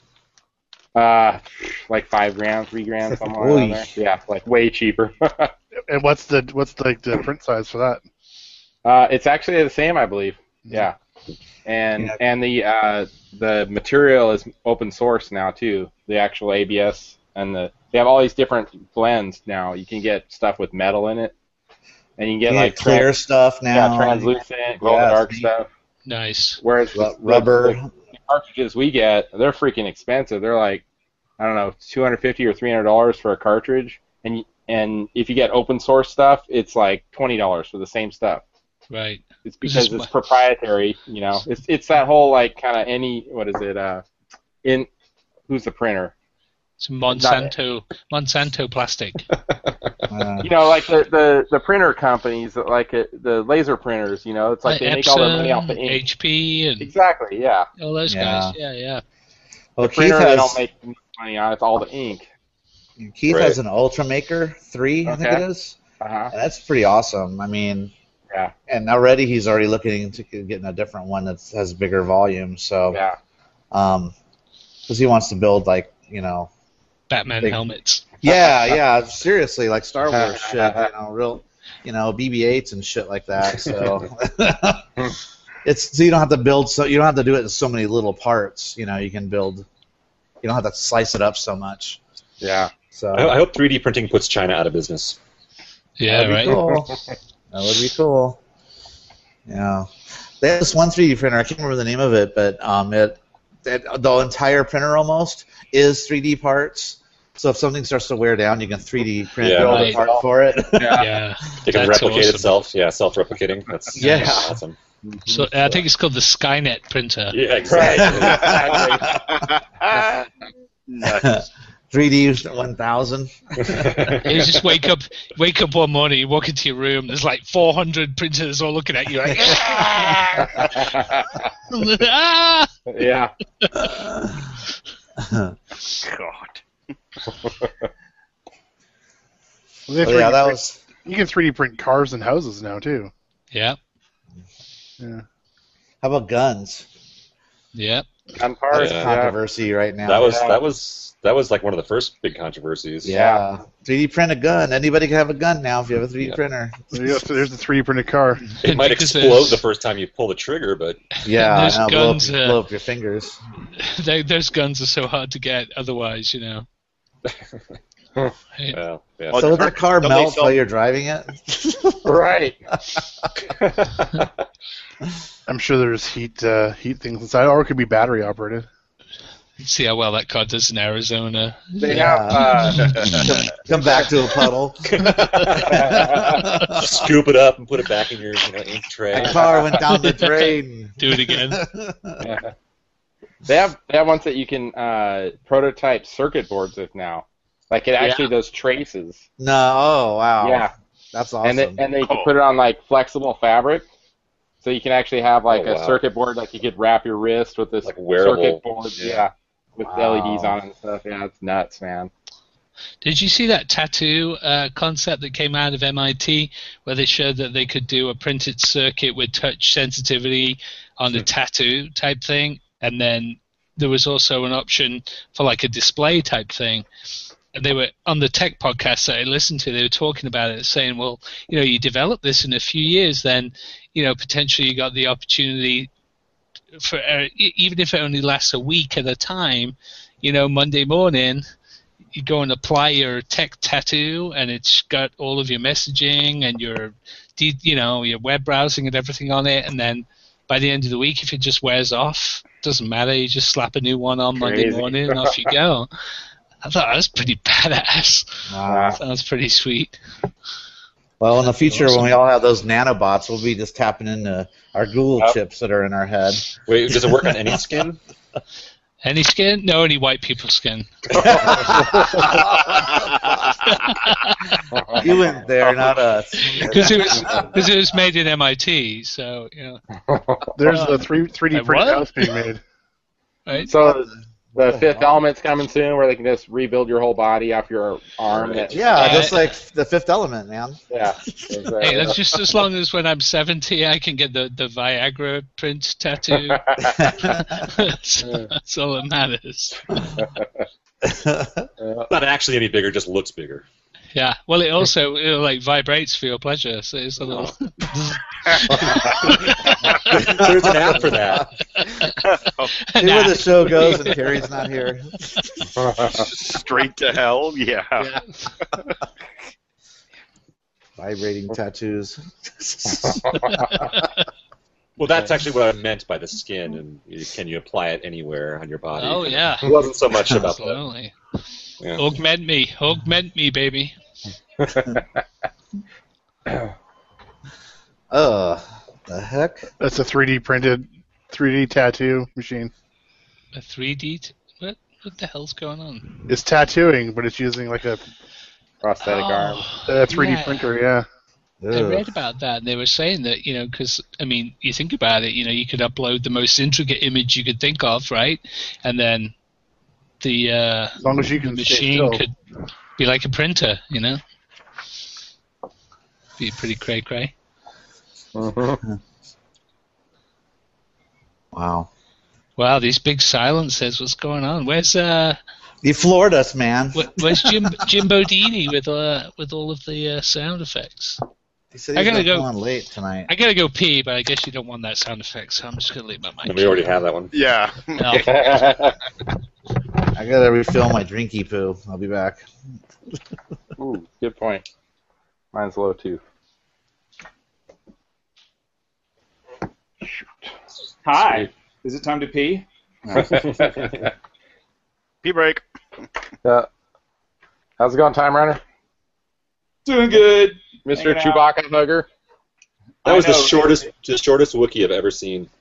Speaker 8: Uh, like five grand, three grand, somewhere around
Speaker 3: Oy.
Speaker 8: there. Yeah, like way cheaper.
Speaker 1: And what's the what's the, the print size for that?
Speaker 8: Uh, it's actually the same, I believe. Yeah, and
Speaker 3: Yeah.
Speaker 8: and the uh, the material is open source now too. The actual ABS and the they have all these different blends now. You can get stuff with metal in it, and you can get
Speaker 3: You
Speaker 8: like
Speaker 3: get clear
Speaker 8: trans-
Speaker 3: stuff now.
Speaker 8: yeah, translucent, glow in the
Speaker 3: Yeah,
Speaker 8: dark
Speaker 3: it's neat.
Speaker 8: stuff.
Speaker 6: Nice.
Speaker 8: Whereas
Speaker 3: Ru-
Speaker 8: the-
Speaker 3: rubber.
Speaker 8: the cartridges we get, they're freaking expensive. They're like I don't know, two hundred fifty or three hundred dollars for a cartridge, and y- and if you get open source stuff, it's like twenty dollars for the same stuff.
Speaker 6: Right.
Speaker 8: It's
Speaker 6: This
Speaker 8: because
Speaker 6: is
Speaker 8: it's
Speaker 6: what-
Speaker 8: proprietary, you know. It's it's that whole like kind of any what is it? Uh, in who's the printer?
Speaker 6: It's Monsanto Monsanto plastic.
Speaker 3: Uh,
Speaker 8: You know, like the the, the printer companies, that like uh the laser printers. You know, it's like they make all their money off the
Speaker 6: Epson,
Speaker 8: ink.
Speaker 6: HP and
Speaker 8: Exactly, yeah.
Speaker 6: all those guys. Yeah, yeah.
Speaker 3: well,
Speaker 8: The
Speaker 3: Keith
Speaker 8: printer they
Speaker 3: has,
Speaker 8: don't make money on. It's all the ink.
Speaker 3: Keith
Speaker 2: Right.
Speaker 3: has an Ultra Maker 3, I think
Speaker 8: Okay.
Speaker 3: it is.
Speaker 8: Uh huh.
Speaker 3: That's pretty awesome. I mean,
Speaker 8: Yeah.
Speaker 3: and already he's already looking into getting a different one that has bigger volume. So,
Speaker 8: Yeah.
Speaker 3: um, because he wants to build like you know,
Speaker 6: Batman
Speaker 3: Big-
Speaker 6: helmets.
Speaker 3: yeah, yeah, seriously, like Star Wars shit, you know, real, you know, BB-8s and shit like that. So. It's so you don't have to build so you don't have to do it in so many little parts. You know you can build, you don't have to slice it up so much.
Speaker 8: Yeah.
Speaker 3: So
Speaker 2: I, I hope 3D printing puts China out of business.
Speaker 6: Yeah,
Speaker 3: That'd
Speaker 6: right.
Speaker 3: Be cool. that would be cool. Yeah. They had this one 3D printer. I can't remember the name of it, but um, it, it the entire printer almost is 3D parts. So if something starts to wear down, you can 3D print
Speaker 2: Yeah.
Speaker 3: all the
Speaker 6: Right.
Speaker 3: part for it.
Speaker 8: Yeah.
Speaker 6: Yeah.
Speaker 2: It can
Speaker 6: That's
Speaker 2: replicate
Speaker 6: awesome.
Speaker 2: itself. Yeah, self-replicating. That's
Speaker 3: Yeah.
Speaker 2: that's awesome.
Speaker 6: So I think it's called the Skynet printer.
Speaker 2: Yeah, exactly.
Speaker 7: Nuts.
Speaker 3: 3D 1000.
Speaker 6: You just wake up, wake up one morning, you walk into your room. There's like 400 printers all looking at you, like ah!
Speaker 8: yeah.
Speaker 7: God.
Speaker 1: Well, they
Speaker 3: But Oh, yeah,
Speaker 1: 3D
Speaker 3: that
Speaker 1: print-
Speaker 3: was.
Speaker 1: you can 3D print cars and houses now too.
Speaker 6: Yeah,
Speaker 1: Yeah.
Speaker 3: How about guns?
Speaker 6: yeah,
Speaker 8: On cars.
Speaker 3: That's
Speaker 2: Yeah.
Speaker 3: controversy right now.
Speaker 2: that was that was that was like one of the first big controversies.
Speaker 3: Yeah. 3D print a gun. Anybody can have a gun now if you have a 3D
Speaker 2: Yeah.
Speaker 3: printer.
Speaker 1: There you go. So there's the 3D printed car.
Speaker 2: It might
Speaker 6: Because
Speaker 2: explode
Speaker 6: there's-
Speaker 2: the first time you pull the trigger, but
Speaker 3: Yeah,
Speaker 6: Those
Speaker 3: I know,
Speaker 6: guns,
Speaker 3: blow,
Speaker 6: uh,
Speaker 3: up, blow up your fingers.
Speaker 6: They, those guns are so hard to get. Otherwise, you know.
Speaker 2: well, yeah.
Speaker 7: Well,
Speaker 3: so would that car
Speaker 7: don't they
Speaker 3: melt
Speaker 7: sell-
Speaker 3: while you're driving it?
Speaker 8: Right.
Speaker 1: I'm sure there's heat uh, heat things inside, or it could be battery operated.
Speaker 6: See how well that car does in Arizona.
Speaker 8: They
Speaker 3: Yeah.
Speaker 8: have.
Speaker 3: Come back to a puddle.
Speaker 8: Uh,
Speaker 2: Scoop it up and put it back in your you know, ink tray.
Speaker 3: the car went down the drain.
Speaker 6: Do it again.
Speaker 8: They have they have ones that you can uh, prototype circuit boards with now. Like it actually does traces.
Speaker 3: No, oh wow.
Speaker 8: Yeah,
Speaker 3: That's awesome.
Speaker 2: Oh.
Speaker 8: and they, and they
Speaker 7: Cool.
Speaker 8: can put it on like flexible fabric,
Speaker 5: So you can actually have like
Speaker 2: Oh,
Speaker 5: a
Speaker 2: wow.
Speaker 5: circuit board, like you could wrap your wrist with this
Speaker 2: Like wearable.
Speaker 5: circuit board,
Speaker 2: Yeah.
Speaker 5: yeah, with
Speaker 3: Wow.
Speaker 8: E
Speaker 5: LEDs on it and stuff. Yeah, it's nuts, man.
Speaker 6: Did you see that tattoo uh, concept that came out of MIT, where they showed that they could do a printed circuit with touch sensitivity on the tattoo type thing, and then there was also an option for like a display type thing. And they were on the tech podcast that I listened to. They were talking about it, saying, "Well, you know, you develop this in a few years, then you know potentially you got the opportunity for uh, e- even if it only lasts a week at a time, you know, Monday morning." you go and apply your tech tattoo, and it's got all of your messaging and your, de- you know, your web browsing and everything on it. And then by the end of the week, if it just wears off, doesn't matter. You just slap a new one on Monday
Speaker 5: Crazy.
Speaker 6: morning, and off you go. I thought that was pretty badass.
Speaker 3: Ah.
Speaker 6: Sounds pretty sweet.
Speaker 3: well, in the future,
Speaker 6: awesome.
Speaker 3: when we all have those nanobots, we'll be just tapping into our Google
Speaker 5: Yep.
Speaker 3: chips that are in our head.
Speaker 2: Wait, does it work on any skin?
Speaker 6: Any skin? No, only white people skin.
Speaker 3: you went there, not us.
Speaker 6: Because it was because it was made in MIT, so you know,
Speaker 1: There's the three three D
Speaker 6: Wait,
Speaker 1: printed
Speaker 6: what?
Speaker 1: house being made.
Speaker 6: right?
Speaker 5: So the
Speaker 3: What the
Speaker 5: fifth
Speaker 3: hell?
Speaker 5: element's coming soon, where they can just rebuild your whole body off your arm. That,
Speaker 3: Yeah,
Speaker 6: Yeah,
Speaker 3: just
Speaker 6: I-
Speaker 3: like the Fifth Element, man.
Speaker 5: yeah. Exactly.
Speaker 6: Hey, that's just as long as when I'm 70, I can get the, the Viagra print tattoo. that's, that's all that matters.
Speaker 2: It's not actually any bigger, just looks bigger.
Speaker 6: Yeah. Well, it also it, like vibrates for your pleasure, so it's a little.
Speaker 1: Oh.
Speaker 2: There's an app for that.
Speaker 3: See where the show goes, and Terry's not here.
Speaker 4: Straight to hell. Yeah.
Speaker 6: Yeah.
Speaker 3: Vibrating tattoos.
Speaker 2: Well, that's actually what I meant by the skin, and you- can you apply it anywhere on your body?
Speaker 6: Oh yeah.
Speaker 2: It wasn't so much about that.
Speaker 6: Absolutely.
Speaker 2: Yeah.
Speaker 6: Augment me, augment me, baby.
Speaker 3: Ugh, the heck?
Speaker 1: That's a three D printed three D tattoo machine.
Speaker 6: A 3D. T- what? What the hell's going on?
Speaker 1: It's tattooing, but it's using like a
Speaker 5: prosthetic arm.
Speaker 6: Oh.
Speaker 1: a three D
Speaker 6: Yeah.
Speaker 1: printer. Yeah.
Speaker 6: I
Speaker 3: Ugh.
Speaker 6: read about that, and they were saying that you know, because I mean, you think about it, you know, you could upload the most intricate image you could think of, right? And then the uh,
Speaker 1: As long as you
Speaker 6: the
Speaker 1: can stay
Speaker 6: machine
Speaker 1: still.
Speaker 6: could be like a printer, you know. Be pretty cray cray.
Speaker 3: Wow.
Speaker 6: Wow, these big silences. What's going on? Where's uh,
Speaker 3: You floored us, man.
Speaker 6: wh- where's Jim Jim Bodini with uh, with all of the uh, sound effects?
Speaker 3: He said
Speaker 6: I
Speaker 3: he was
Speaker 6: gotta
Speaker 3: gonna
Speaker 6: go.
Speaker 3: come on late tonight.
Speaker 6: I gotta go pee, but I guess you don't want that sound effect, so I'm just gonna leave my mic.
Speaker 2: And we already have that one.
Speaker 4: Yeah.
Speaker 6: No.
Speaker 3: I gotta refill my drinky poo. I'll be back.
Speaker 5: Ooh, good point. Mine's low too.
Speaker 7: Hi. Is it time to pee?
Speaker 4: Pee break.
Speaker 5: Yeah. How's it going, Time Runner?
Speaker 7: Doing good.
Speaker 5: Mr.
Speaker 7: Hanging
Speaker 5: Chewbacca Hugger?
Speaker 2: That was
Speaker 7: I
Speaker 2: the
Speaker 7: know.
Speaker 2: shortest, the shortest wiki I've ever seen.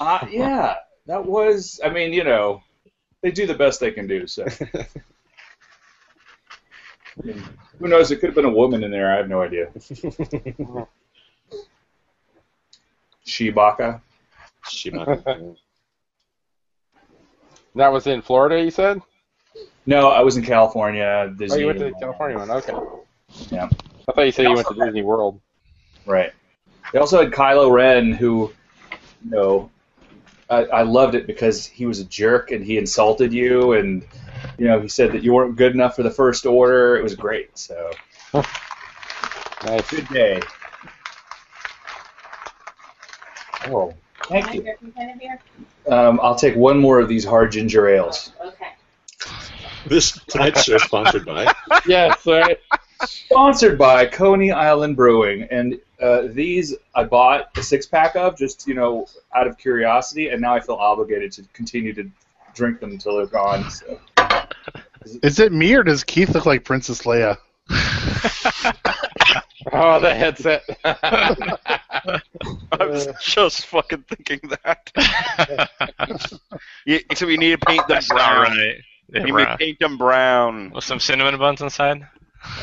Speaker 7: Uh, yeah, that was. I mean, you know, they do the best they can do. So, I mean, who knows? It could have been a woman in there. I have no idea. Shibaka.
Speaker 2: She might be-
Speaker 5: That was in Florida, you said?
Speaker 7: No, I was in California. Disney.
Speaker 5: Oh, you went to the California one. Okay.
Speaker 7: Yeah.
Speaker 5: I thought you said you went to Disney World.
Speaker 7: Right. They also had Kylo Ren, who, you know, I, I loved it because he was a jerk and he insulted you, and you know he said that you weren't good enough for the First Order. It was great. So
Speaker 5: Nice.
Speaker 7: good day. Oh, thank you. Um, I'll take one more of these hard ginger ales.
Speaker 9: Okay.
Speaker 2: This tonight's show is sponsored by.
Speaker 5: yes, right.
Speaker 7: Sponsored by Coney Island Brewing, and uh, these I bought a six pack of just you know out of curiosity, and now I feel obligated to continue to drink them until they're gone. So.
Speaker 1: Is it me or does Keith look like Princess Leia?
Speaker 5: Oh, the headset.
Speaker 4: I
Speaker 3: Uh,
Speaker 4: was just fucking thinking that. you, so we need to paint them
Speaker 10: That's not
Speaker 4: brown.
Speaker 10: right. Yeah,
Speaker 4: You need to
Speaker 10: bruh.
Speaker 4: paint them brown.
Speaker 10: With some cinnamon buns inside.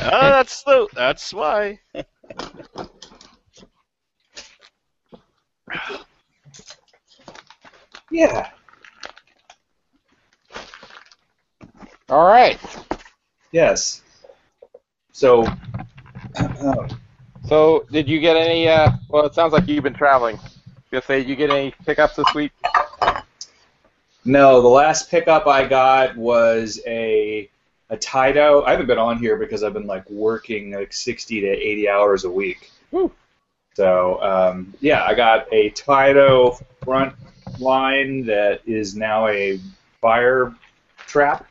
Speaker 4: Oh, that's the. That's why.
Speaker 7: Yeah.
Speaker 5: All right.
Speaker 7: Yes. So. um,
Speaker 5: So, did you get any? Uh, well, it sounds like you've been traveling. Gonna say, did you get any pickups this week?
Speaker 7: No, the last pickup I got was a a Taito. I haven't been on here because I've been like working like 60 to 80 hours a week.
Speaker 5: Woo.
Speaker 7: So um, yeah, I got a Taito front line that is now a fire trap,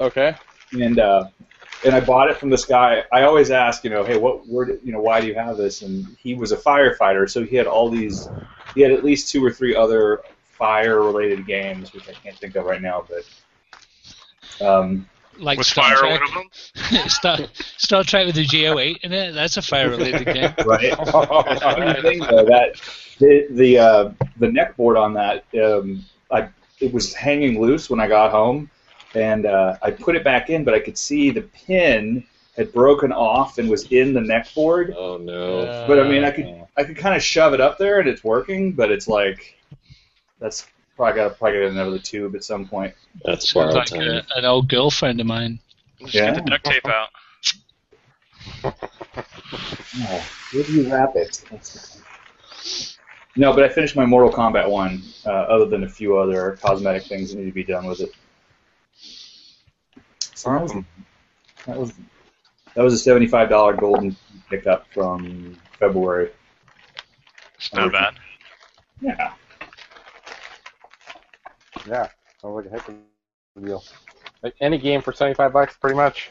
Speaker 5: Okay.
Speaker 7: and uh, and I bought it from this guy. I always ask, you know, hey, what where did- you know why do you have this? And he was a firefighter, so he had all these. He had at least two or three other fire-related games, which I can't think of right now, but. Um,
Speaker 6: Like
Speaker 9: Was
Speaker 6: Star
Speaker 9: fire
Speaker 6: Trek.
Speaker 9: one of them?
Speaker 6: Star, Star Trek with the GO8 in it. That's a fire related game.
Speaker 7: right. Funny
Speaker 5: Alright.
Speaker 7: thing, though, that the the uh, the neck board on that um, I it was hanging loose when I got home, and uh, I put it back in, but I could see the pin had broken off and was in the neck board.
Speaker 2: Oh no.
Speaker 7: But I mean, I could I could kind of shove it up there and it's working, but it's like that's probably got to probably get another tube at some point.
Speaker 2: That's
Speaker 6: Sounds
Speaker 2: borrowed
Speaker 6: like
Speaker 2: time.
Speaker 6: a, an old girlfriend of mine.
Speaker 9: Just
Speaker 7: Yeah.
Speaker 9: get the duct tape out.
Speaker 7: Where do you wrap it? No, but I finished my Mortal Kombat one. Uh, other than a few other cosmetic things that need to be done with it. So that was that was that was a seventy-five dollar golden pickup from February.
Speaker 9: It's not bad.
Speaker 7: Yeah.
Speaker 5: Yeah. Sounds like a heck of a deal. Like any game for seventy-five bucks, pretty much.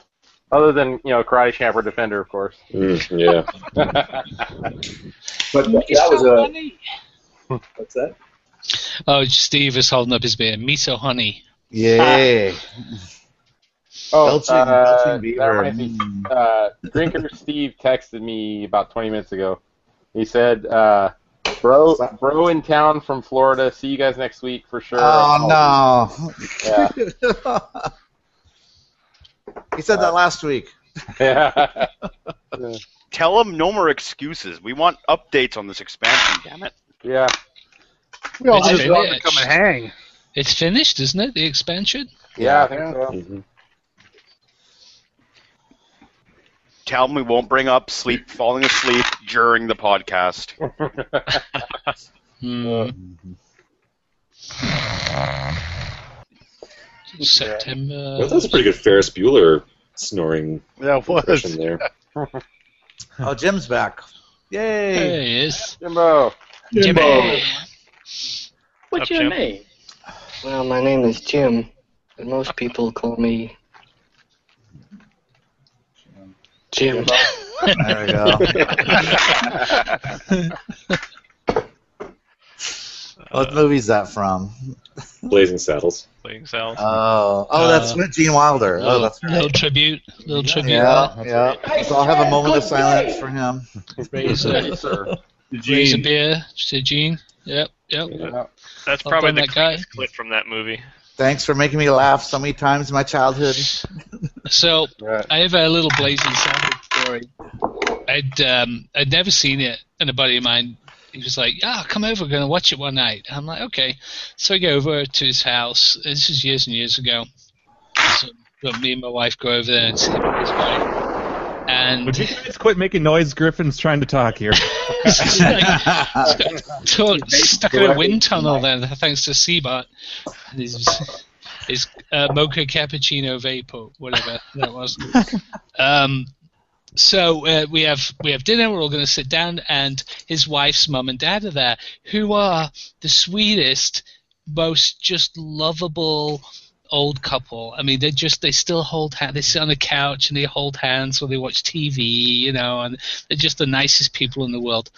Speaker 5: Other than you know, Karate Champ or Defender, of course.
Speaker 2: Mm, yeah.
Speaker 7: But that, that was a what's that?
Speaker 6: Oh, Steve is holding up his beer. Miso honey.
Speaker 3: Yay.
Speaker 5: Oh,
Speaker 3: Belching,
Speaker 5: uh,
Speaker 3: belching
Speaker 5: that
Speaker 3: beaver.
Speaker 5: reminds me.
Speaker 3: Mm.
Speaker 5: Uh, Drinker Steve texted me about 20 minutes ago. He said, uh, "Bro, bro in town from Florida. See you guys next week for sure."
Speaker 3: Oh
Speaker 5: Yeah.
Speaker 3: no. he said
Speaker 2: Uh,
Speaker 3: that last week.
Speaker 5: yeah.
Speaker 4: Tell them no more excuses. We want updates on this expansion. Damn it.
Speaker 5: Yeah.
Speaker 1: We all
Speaker 6: It's
Speaker 1: just love to
Speaker 6: finished.
Speaker 1: come and hang.
Speaker 6: It's finished, isn't it? The expansion?
Speaker 5: Yeah. I think so.
Speaker 2: Mhm.
Speaker 4: Tell them we won't bring up sleep, falling asleep during the podcast.
Speaker 6: Hmm.
Speaker 3: Uh,
Speaker 6: September. Uh,
Speaker 2: Well, that's a pretty good Ferris Bueller snoring
Speaker 1: Yeah, it
Speaker 2: impression
Speaker 1: was.
Speaker 2: there.
Speaker 3: Oh, Jim's back.
Speaker 6: There
Speaker 3: Yay.
Speaker 6: he is.
Speaker 5: Jimbo.
Speaker 6: Jimbo.
Speaker 10: What's
Speaker 9: Up,
Speaker 10: your
Speaker 9: Jim.
Speaker 10: name? Well, my name is Jim, but most people call me Jim.
Speaker 3: There we go. what movie's that from?
Speaker 2: Blazing Saddles.
Speaker 9: Playing cells.
Speaker 3: Oh, oh, that's
Speaker 6: Uh,
Speaker 3: with Gene Wilder. Oh,
Speaker 6: little,
Speaker 3: that's
Speaker 6: little
Speaker 3: right.
Speaker 6: tribute. Little tribute.
Speaker 3: Yeah, yeah. So I'll have a moment of silence for him.
Speaker 6: Raise a, raise a beer to Gene. Yep, yep.
Speaker 9: That's
Speaker 6: I'll
Speaker 9: probably
Speaker 6: find
Speaker 9: the
Speaker 6: that guy.
Speaker 9: cleanest clip from that movie.
Speaker 3: Thanks for making me laugh so many times in my childhood.
Speaker 6: So
Speaker 5: Right.
Speaker 6: I have a little blazing saddle story. I'd um, I'd never seen it, and a buddy of mine, he was like, "Ah, come over, we're gonna watch it one night." I'm like, "Okay." So I go over to his house. This is years and years ago. So, so me and my wife go over there and see his wife.
Speaker 11: Would
Speaker 6: And
Speaker 11: you guys quit making noise? Griffin's trying to talk here.
Speaker 6: she's like, Tor- stuck in a wind tunnel then, thanks to Seabot. And His, his uh, mocha cappuccino vapor, whatever that was. Um, so uh, we have we have dinner. We're all going to sit down, and his wife's mum and dad are there, who are the sweetest, most just lovable old couple. I mean, they just they still hold hands. They sit on the couch and they hold hands while they watch TV, you know, and they're just the nicest people in the world.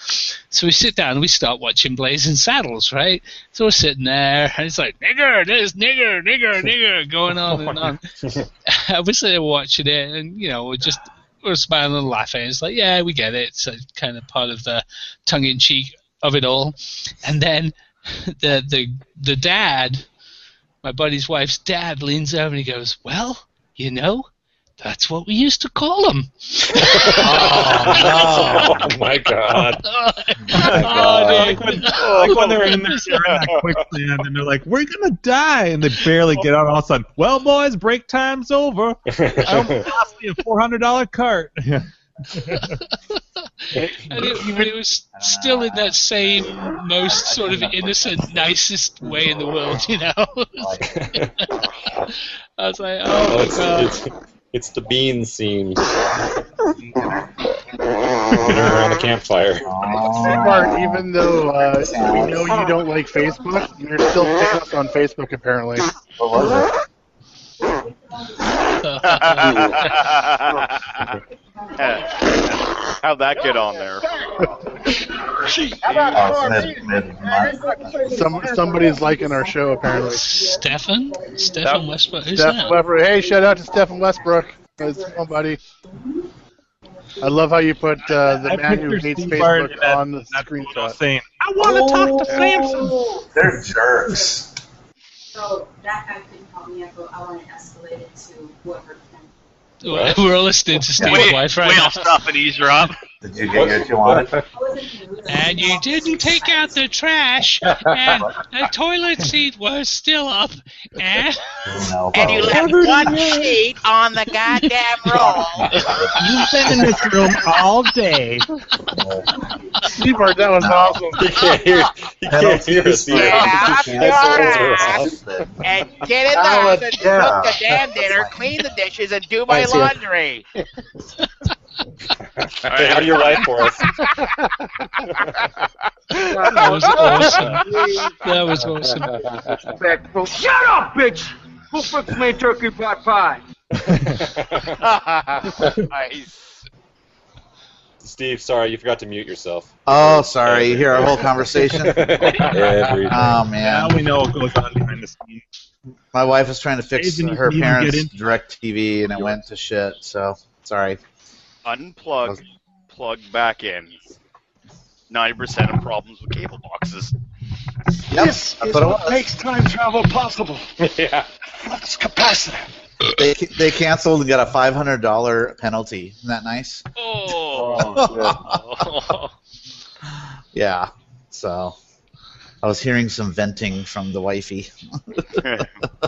Speaker 6: So we sit down and we start watching Blazing Saddles, right? So we're sitting there, and it's like, nigger, this, nigger, nigger, nigger, going on and on. I was there watching it, and, you know, we're just we're smiling and laughing. It's like, yeah, we get it. It's a, kind of part of the tongue in cheek of it all. And then the, the, the dad, my buddy's wife's dad, leans over and he goes, well, you know, That's what we used to call them.
Speaker 2: oh, my god.
Speaker 11: Oh, like when, like
Speaker 6: Oh,
Speaker 11: when they're in there staring at quicksand and they're like, "We're gonna die," and they barely get out. All of a sudden, well, boys, break time's over. Um, I'm costing a four hundred dollar cart. Yeah.
Speaker 6: And it, but it was still in that same, most sort of innocent, nicest way in the world, you know? I was like, oh,
Speaker 2: Oh,
Speaker 6: my God.
Speaker 2: it's, it's, it's the bean scene. Dinner around the campfire.
Speaker 1: Bart, even though uh, we know you don't like Facebook, you're still picking us on Facebook apparently.
Speaker 7: What was it?
Speaker 4: How'd that get on there?
Speaker 1: Some somebody's liking our show apparently.
Speaker 6: Stefan? Stefan Westbrook? Who's
Speaker 1: Steph
Speaker 6: that?
Speaker 1: Westbrook. Hey, shout out to Stephen Westbrook. That's- Come on, buddy. I love how you put uh, the
Speaker 11: I
Speaker 1: man who
Speaker 11: picture
Speaker 1: hates
Speaker 11: Steve Martin
Speaker 1: Facebook
Speaker 11: in that-
Speaker 1: on the
Speaker 11: So
Speaker 1: screenshot.
Speaker 11: saying, "I want to talk to Samson."
Speaker 7: They're jerks.
Speaker 12: So that guy couldn't help me out, but I want to escalate it to whoever can.
Speaker 6: We're all listening to Steve's
Speaker 9: Wait,
Speaker 6: wife
Speaker 9: wait,
Speaker 6: right
Speaker 9: I'll
Speaker 6: now.
Speaker 9: stop and eavesdrop.
Speaker 3: Did you get your two on it?
Speaker 12: I wasn't rude.
Speaker 6: And you didn't take out the trash, and the toilet seat was still up, and
Speaker 3: No.
Speaker 13: And you left one sheet on the goddamn roll.
Speaker 11: You've been in this room all day.
Speaker 1: Steve Martin, that was awesome.
Speaker 2: You can't hear, you can't hear us either.
Speaker 13: Yeah,
Speaker 2: That's the worst.
Speaker 13: And get in the
Speaker 3: Oh,
Speaker 13: house and
Speaker 3: yeah.
Speaker 13: cook the damn dinner, clean the dishes, and do my
Speaker 2: I see.
Speaker 13: laundry.
Speaker 2: Hey, How do your life for us?
Speaker 6: that was awesome. That was awesome.
Speaker 13: Shut up, bitch! Who fucks made turkey pot pie?
Speaker 4: nice.
Speaker 2: Steve, sorry, you forgot to mute yourself.
Speaker 3: Oh, sorry. You hear our whole conversation?
Speaker 2: Every
Speaker 3: Oh
Speaker 11: Now
Speaker 3: man,
Speaker 11: we know what goes on behind the scenes.
Speaker 3: my wife was trying to fix
Speaker 11: Agent, you
Speaker 3: her
Speaker 11: can even
Speaker 3: parents'
Speaker 11: get
Speaker 3: Direct TV, and it went to shit. So sorry.
Speaker 4: Unplug, plug back in. 90% of problems with cable boxes.
Speaker 3: Yep. That's what it was.
Speaker 14: makes time travel possible.
Speaker 2: yeah.
Speaker 14: Flux capacitor.
Speaker 3: They they canceled and got a five hundred dollar penalty. Isn't that nice?
Speaker 9: Oh.
Speaker 3: Yeah. So I was hearing some venting from the wifey.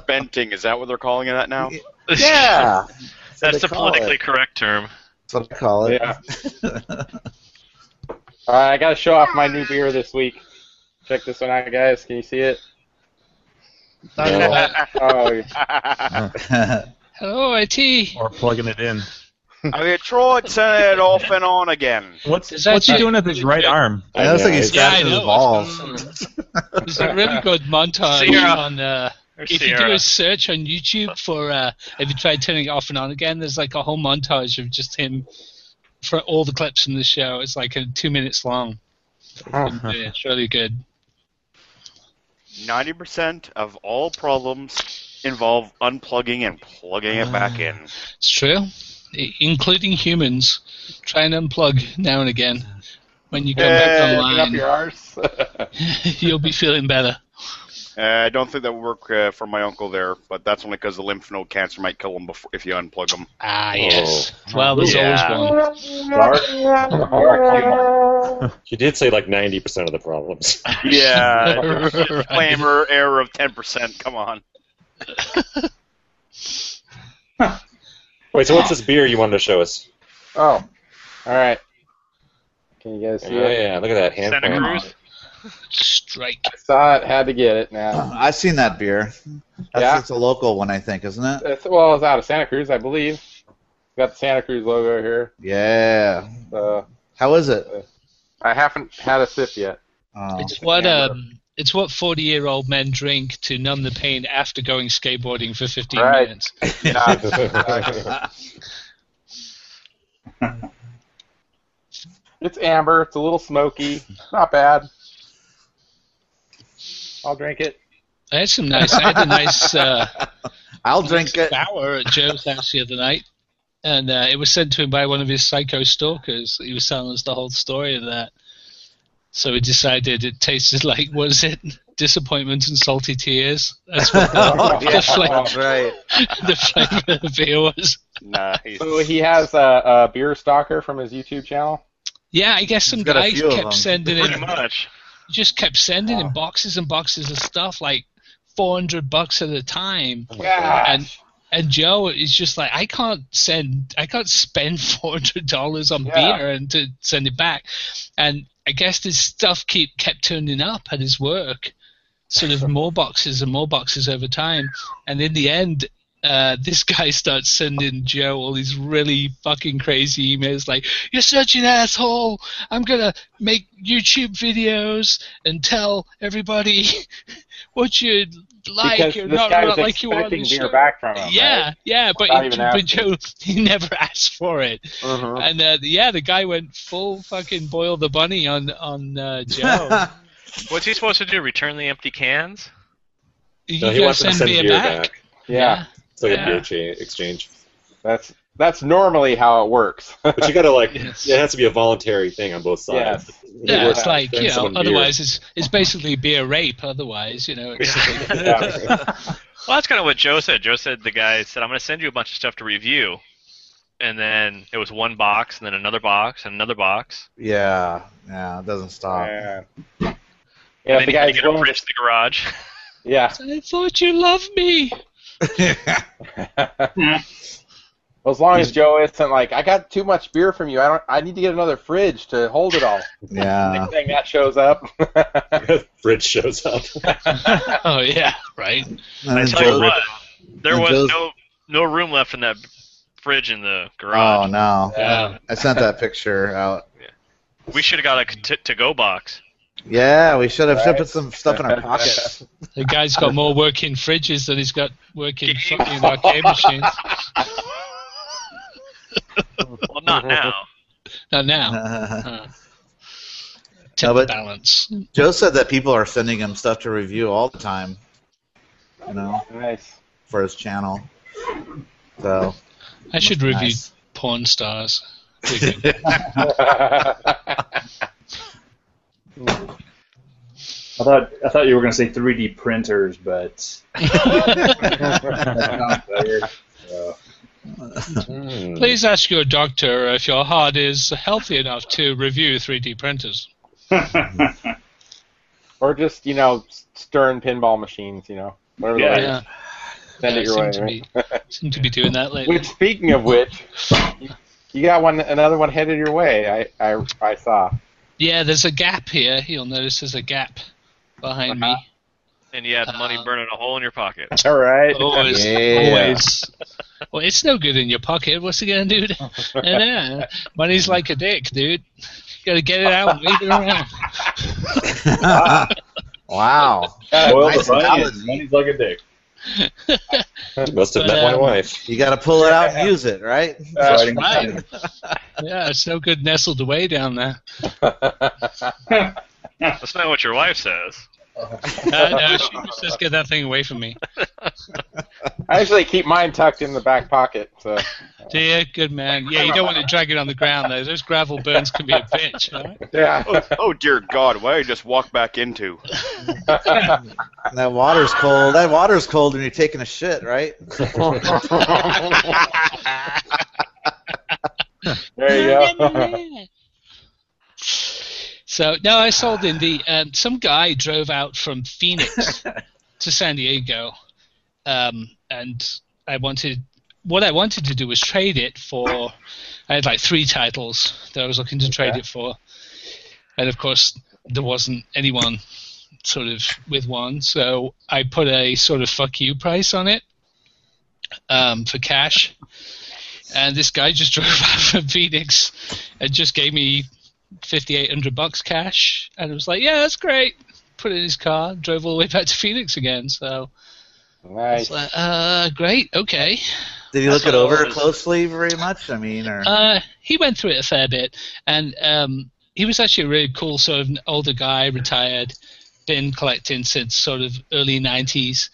Speaker 4: Benting, is that what they're calling it now?
Speaker 3: Yeah.
Speaker 9: That's
Speaker 3: they
Speaker 9: the
Speaker 3: call it.
Speaker 9: politically correct term.
Speaker 3: That's what I call it.
Speaker 5: Yeah. All right, I gotta show off my new beer this week. Check this one out, guys. Can you see it? Oh, yeah.
Speaker 6: Hello, IT.
Speaker 11: Or plugging it in.
Speaker 4: I mean, Troy turn it off and on again.
Speaker 11: What's
Speaker 6: Is that
Speaker 11: what's he
Speaker 6: you?
Speaker 11: doing with his right arm?
Speaker 3: I know something
Speaker 2: it's-
Speaker 6: Yeah, I
Speaker 3: scratching his
Speaker 6: know.
Speaker 3: balls.
Speaker 6: There's a really good montage
Speaker 9: Sierra.
Speaker 6: on. Uh,
Speaker 9: Or
Speaker 6: if you do
Speaker 9: Sierra.
Speaker 6: a search on YouTube for uh, if you try turning it off and on again, there's like a whole montage of just him for all the clips from the show. It's like uh, two minutes long. And,
Speaker 5: Uh-huh.
Speaker 6: uh, it's really good.
Speaker 4: 90% of all problems involve unplugging and plugging it back in.
Speaker 6: It's true, I- including humans. Try and unplug now and again. When you come
Speaker 4: Hey,
Speaker 6: back
Speaker 5: Open up
Speaker 6: online,
Speaker 5: your arse.
Speaker 6: you'll be feeling better.
Speaker 4: Uh, I don't think that would work uh, for my uncle there, but that's only because the lymph node cancer might kill him before, if you unplug him.
Speaker 6: Ah, yes. Well, there's
Speaker 4: Yeah.
Speaker 6: always one.
Speaker 7: Dark. Dark humor.
Speaker 2: You did say like 90% of the problems.
Speaker 4: Yeah.
Speaker 6: Right.
Speaker 4: Disclaimer, error of 10%. Come on.
Speaker 2: Wait, so what's this beer you wanted to show us?
Speaker 5: oh. All right. Can you guys
Speaker 2: Oh,
Speaker 5: see it?
Speaker 2: yeah, look at that hand.
Speaker 9: Santa
Speaker 2: crank.
Speaker 9: Cruz.
Speaker 6: Strike.
Speaker 5: I saw it. Had to get it now.
Speaker 3: I've seen that beer. That's
Speaker 5: Yeah.
Speaker 3: it's a local one, I think, isn't it?
Speaker 5: It's, well, it's out of Santa Cruz, I believe. Got the Santa Cruz logo here.
Speaker 3: Yeah.
Speaker 5: So
Speaker 3: How is it?
Speaker 5: I haven't had a sip yet.
Speaker 3: Oh.
Speaker 6: It's what
Speaker 5: Yeah.
Speaker 6: um, it's what forty-year-old men drink to numb the pain after going skateboarding for fifteen
Speaker 5: Right.
Speaker 6: minutes.
Speaker 5: It's amber. It's a little smoky. Not bad. I'll drink it.
Speaker 6: I had some nice. I had a nice uh,
Speaker 3: I'll drink it.
Speaker 6: sour at Joe's house the other night, and uh, it was sent to him by one of his psycho stalkers. He was telling us the whole story of that. So we decided it tasted like was it disappointment and salty tears. That's what the,
Speaker 5: Oh, yeah.
Speaker 6: the flavor,
Speaker 3: right.
Speaker 6: the flavor of the beer was.
Speaker 4: Nice.
Speaker 5: So he has a, a beer stalker from his YouTube channel.
Speaker 6: Yeah, I guess some
Speaker 5: got a
Speaker 6: guy
Speaker 5: few of
Speaker 6: kept
Speaker 5: them.
Speaker 6: sending
Speaker 5: Pretty
Speaker 6: in Just kept sending in boxes and boxes of stuff, like 400 bucks at a time.
Speaker 5: Oh gosh.
Speaker 6: and and Joe is just like, I can't send, I can't spend 400 dollars on
Speaker 5: Yeah.
Speaker 6: beer and to send it back. And I guess this stuff keep kept turning up at his work, sort of more boxes and more boxes over time. And in the end, uh, this guy starts sending Joe all these really fucking crazy emails like, You're such an asshole. I'm going to make YouTube videos and tell everybody what you like
Speaker 5: Because
Speaker 6: or
Speaker 5: this
Speaker 6: not,
Speaker 5: guy was
Speaker 6: not like you want.
Speaker 5: expecting
Speaker 6: and
Speaker 5: beer
Speaker 6: shit."
Speaker 5: back from him,
Speaker 6: Yeah,
Speaker 5: right?
Speaker 6: yeah, but,
Speaker 5: Without
Speaker 6: he,
Speaker 5: even
Speaker 6: but
Speaker 5: asking. Mm-hmm.
Speaker 6: Joe, he never asked for it. And uh, yeah, the guy went full fucking boil the bunny on, on uh, Joe.
Speaker 9: What's he supposed to do? Return the empty cans?
Speaker 6: You
Speaker 2: No, he
Speaker 6: gotta
Speaker 2: wants them to send
Speaker 6: beer
Speaker 2: beer
Speaker 6: back.
Speaker 2: back.
Speaker 5: Yeah.
Speaker 2: It's like
Speaker 5: Yeah.
Speaker 2: a beer cha- exchange.
Speaker 5: That's that's normally how it works.
Speaker 2: But you gotta like, it has to be a voluntary thing on both sides.
Speaker 5: Yes.
Speaker 6: Yeah,
Speaker 2: We're
Speaker 6: it's like
Speaker 2: sending
Speaker 6: you know.
Speaker 2: someone beer.
Speaker 6: Otherwise, it's it's basically beer rape. Otherwise, you know. It's
Speaker 9: Well, that's kind of what Joe said. Joe said the guy said, "I'm going to send you a bunch of stuff to review," and then it was one box, and then another box, and another box.
Speaker 3: Yeah, yeah, it doesn't stop.
Speaker 5: Yeah,
Speaker 9: and then he had to get a fridge to the garage.
Speaker 5: Yeah.
Speaker 6: I thought you loved me.
Speaker 5: Well, Mm-hmm. as
Speaker 6: Mm.
Speaker 5: long as Joe isn't like, I got too much beer from you. I don't. I need to get another fridge to hold it all.
Speaker 6: Uh.
Speaker 3: Yeah.
Speaker 5: Next thing that shows up.
Speaker 2: Fridge shows up.
Speaker 6: oh yeah, right.
Speaker 9: I tell you what, there
Speaker 3: and
Speaker 9: was
Speaker 3: Joe's-
Speaker 9: no no room left in that fridge in the
Speaker 3: Oh
Speaker 9: garage.
Speaker 3: no!
Speaker 9: Yeah.
Speaker 3: I sent that picture out. Oh.
Speaker 9: We should have got a t- to go box.
Speaker 3: Yeah, we should have should have put some stuff in our pockets.
Speaker 6: The guy's got more working fridges than he's got working fucking arcade machines.
Speaker 9: well, not now.
Speaker 6: Not now.
Speaker 3: No, but
Speaker 6: balance.
Speaker 3: Joe said that people are sending him stuff to review all the time. You know.
Speaker 5: Nice.
Speaker 3: For his channel. So.
Speaker 6: I should
Speaker 3: Nice.
Speaker 6: review porn stars.
Speaker 3: Hmm.
Speaker 7: I thought I thought you were going to say 3D printers, but That sounds better. So,
Speaker 2: Hmm.
Speaker 6: Please ask your doctor if your heart is healthy enough to review 3D printers.
Speaker 5: or just you know stern pinball machines. You know. Whatever
Speaker 6: Yeah.
Speaker 5: they are.
Speaker 6: Yeah.
Speaker 5: Send
Speaker 6: Yeah,
Speaker 5: it your way.
Speaker 6: seem to
Speaker 5: right?
Speaker 6: Seem to be doing that lately.
Speaker 5: Which, speaking of which, you- you got one another one headed your way. I I, I saw.
Speaker 6: Yeah, there's a gap here. You'll notice there's a gap behind me.
Speaker 9: And you had money burning a hole in your pocket.
Speaker 5: All right.
Speaker 6: Always,
Speaker 9: Yeah.
Speaker 6: always. Well, it's no good in your pocket. What's it gonna do? To, and, uh, money's like a dick, dude. You gotta get it out and leave it around.
Speaker 5: Ah,
Speaker 3: wow.
Speaker 7: Boil
Speaker 3: Nice
Speaker 7: the bunny.
Speaker 3: analogy.
Speaker 7: and Bunny's like a dick.
Speaker 2: Must have
Speaker 6: But,
Speaker 2: met my
Speaker 6: um,
Speaker 2: wife.
Speaker 3: You got to pull it out and use it, right?
Speaker 6: That's right. Yeah, it's no good nestled away down there.
Speaker 9: That's not what your wife says.
Speaker 6: Uh, no, she just says, get that thing away from me.
Speaker 5: I usually keep mine tucked in the back pocket. So
Speaker 6: Dear good man. Yeah, you don't want to drag it on the ground though. Those gravel burns can be a bitch. All right?
Speaker 5: yeah.
Speaker 4: Oh, oh dear God! Why did I just walk back into?
Speaker 3: That water's cold. That water's cold when you're taking a shit, right?
Speaker 5: there you
Speaker 9: Oh,
Speaker 5: go.
Speaker 6: So no, I sold in the um, some guy drove out from Phoenix to San Diego, um, and I wanted what I wanted to do was trade it for. I had like three titles that I was looking to trade it for, and of course there wasn't anyone sort of with one, so I put a sort of fuck you price on it um, for cash, and this guy just drove out from Phoenix and just gave me 5800 bucks cash and it was like yeah that's great put it in his car drove all the way back to phoenix again so
Speaker 5: nice.
Speaker 6: it's like uh great okay
Speaker 3: Did you
Speaker 6: That's
Speaker 3: look it
Speaker 6: what
Speaker 3: over
Speaker 6: was.
Speaker 3: closely very much? I mean, or
Speaker 6: uh he went through it a fair bit and um he was actually a really cool sort of an older guy retired been collecting since sort of early 90s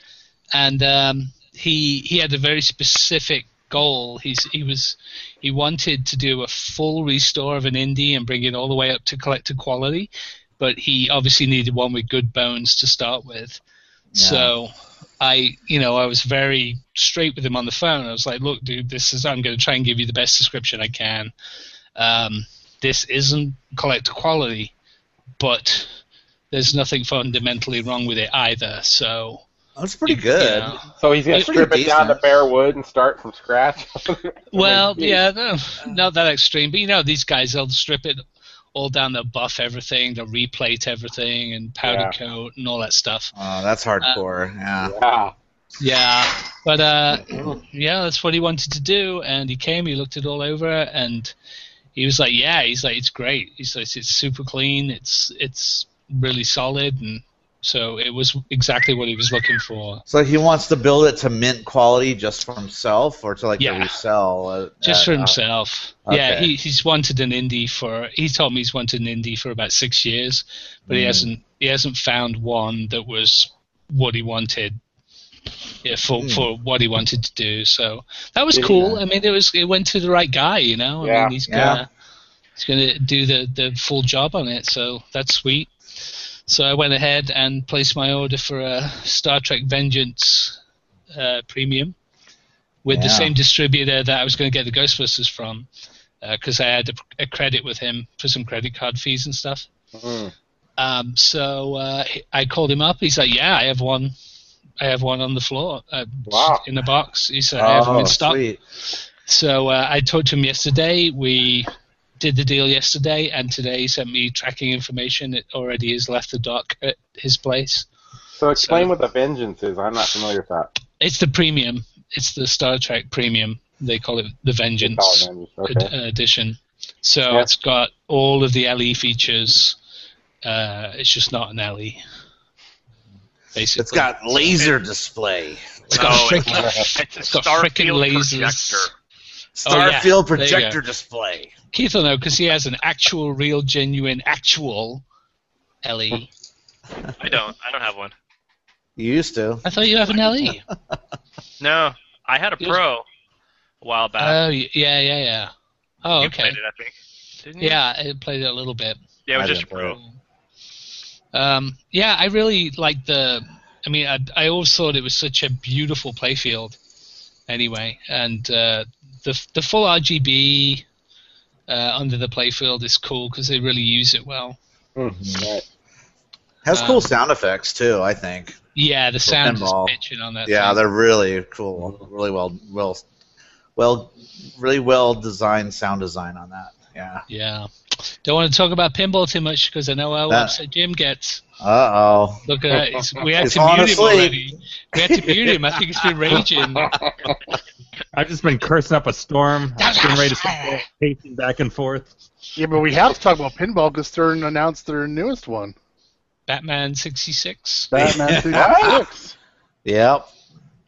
Speaker 6: and um he he had a very specific goal he's he was he wanted to do a full restore of an indie and bring it all the way up to collector quality but he obviously needed one with good bones to start with. So I, you know, I was very straight with him on the phone. I was like, "Look, dude, this is. I'm going to try and give you the best description I can. Um, this isn't collector quality, but there's nothing fundamentally wrong with it either. So
Speaker 3: that's pretty good.
Speaker 5: So he's gonna
Speaker 6: It's
Speaker 5: strip it
Speaker 6: pretty
Speaker 5: down to
Speaker 6: decent.
Speaker 5: bare wood and start from scratch.
Speaker 6: Well, yeah, no, not that extreme, but you know, these guys they'll strip it all down, they'll buff everything, they'll replate everything, and powder
Speaker 3: Yeah.
Speaker 6: coat and all that stuff.
Speaker 3: Oh, that's hardcore. yeah.
Speaker 6: Yeah, but uh, yeah, that's what he wanted to do, and he came, he looked it all over, and he was like, "Yeah," he's like, "It's great." He's like, "It's super clean, it's it's really solid," and so it was exactly what he was looking for.
Speaker 3: So he wants to build it to mint quality just for himself, or to like to resell. uh,
Speaker 6: Just
Speaker 3: at,
Speaker 6: for
Speaker 3: uh,
Speaker 6: himself. Yeah,
Speaker 3: okay.
Speaker 6: he, he's wanted an indie for. He told me he's wanted an indie for about six years, but he
Speaker 3: Mm.
Speaker 6: hasn't. He hasn't found one that was what he wanted. Yeah, for
Speaker 3: Mm.
Speaker 6: for what he wanted to do. So that was
Speaker 3: Did he,
Speaker 6: cool. I mean, it was it went to the right guy. You know, I
Speaker 3: Yeah.
Speaker 6: mean, he's
Speaker 3: Yeah.
Speaker 6: gonna he's gonna do the the full job on it. So that's sweet. So I went ahead and placed my order for a Star Trek Vengeance uh, premium with the
Speaker 15: Yeah.
Speaker 6: same distributor that I was going to get the Ghostbusters from, because I had a, a credit with him for some credit card fees and stuff. Um, so uh, he- I called him up. He's like, "Yeah, I have one. I have one on the floor, uh,
Speaker 15: Wow.
Speaker 6: in the box." He said, "I have one
Speaker 15: Oh,
Speaker 6: in stock."
Speaker 15: sweet.
Speaker 6: So uh, I talked to him yesterday. We did the deal yesterday, and today he sent me tracking information. It already has left the dock at his place.
Speaker 5: So explain what the vengeance is. I'm not familiar with that.
Speaker 6: It's the premium. It's the Star Trek premium. They call it the
Speaker 5: Call
Speaker 6: Vengeance
Speaker 5: it
Speaker 15: Oh,
Speaker 5: Vengeance, okay.
Speaker 6: ed- uh, edition. So it's got all of the LE features. Uh, it's just not an E. LE. Basically,
Speaker 3: It's got laser display.
Speaker 6: It's got No, it's- frickin- it's got frickin' lasers. Oh, yeah.
Speaker 3: Starfield
Speaker 6: There you go.
Speaker 3: projector display.
Speaker 6: Keith will know because he has an actual, real, genuine, actual E. LE.
Speaker 9: I don't. I don't have one.
Speaker 3: You used to.
Speaker 6: I thought you have an E. LE.
Speaker 9: No, I had a pro a while
Speaker 6: Oh,
Speaker 9: back.
Speaker 6: y- yeah, yeah, yeah. Oh,
Speaker 9: You
Speaker 6: okay.
Speaker 9: played it, I think. Didn't you?
Speaker 6: Yeah, I played it a little bit.
Speaker 9: Yeah, it was just a pro.
Speaker 6: Um, yeah, I really like the. I mean, I, I always thought it was such a beautiful playfield. Anyway, and uh, the the full RGB uh, under the playfield is cool because they really use it well.
Speaker 3: Has cool
Speaker 6: Um,
Speaker 3: sound effects too. I think.
Speaker 6: Yeah, the
Speaker 3: For
Speaker 6: sound is
Speaker 3: pinball.
Speaker 6: pitching on that.
Speaker 3: Yeah,
Speaker 6: thing.
Speaker 3: they're really cool. Really well, well, well, really well designed sound design on that. Yeah.
Speaker 6: yeah. Don't want to talk about pinball too much because I know how
Speaker 3: That-
Speaker 6: upset Jim gets.
Speaker 3: Uh oh.
Speaker 6: Look at that. It's- we had to mute him already. We had to mute him. I think he's been raging.
Speaker 11: I've just been cursing up a storm. I've been ready to start pacing back and forth.
Speaker 1: Yeah, but we have to talk about pinball because Stern announced their newest one.
Speaker 6: Batman 66.
Speaker 1: Batman 66.
Speaker 3: Yep.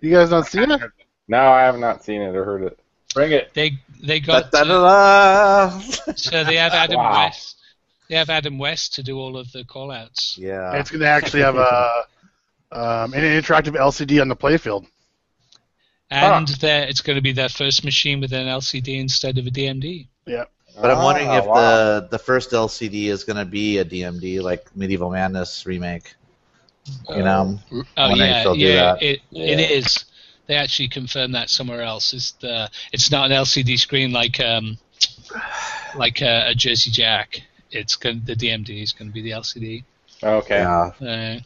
Speaker 1: You guys not seen it?
Speaker 5: No, I have not seen it or heard it. Bring it.
Speaker 6: They they got so they have Adam
Speaker 5: Wow.
Speaker 6: West. They have Adam West to do all of the callouts.
Speaker 3: Yeah.
Speaker 1: It's going to actually have a um, an interactive LCD on the playfield.
Speaker 6: And their- it's going to be their first machine with an LCD instead of a DMD.
Speaker 1: Yeah.
Speaker 3: But I'm wondering
Speaker 6: Ah,
Speaker 3: if
Speaker 6: wow.
Speaker 3: the the first LCD is going to be a DMD like Medieval Madness remake. You know,
Speaker 6: Oh
Speaker 3: I wonder if
Speaker 6: yeah,
Speaker 3: they'll do
Speaker 6: yeah,
Speaker 3: that.
Speaker 6: it, it
Speaker 3: Yeah.
Speaker 6: is. They actually confirmed that somewhere else. It's the it's not an LCD screen like um like a, a Jersey Jack. It's going the DMD is going to be the LCD.
Speaker 5: Okay.
Speaker 3: Yeah.
Speaker 6: Uh,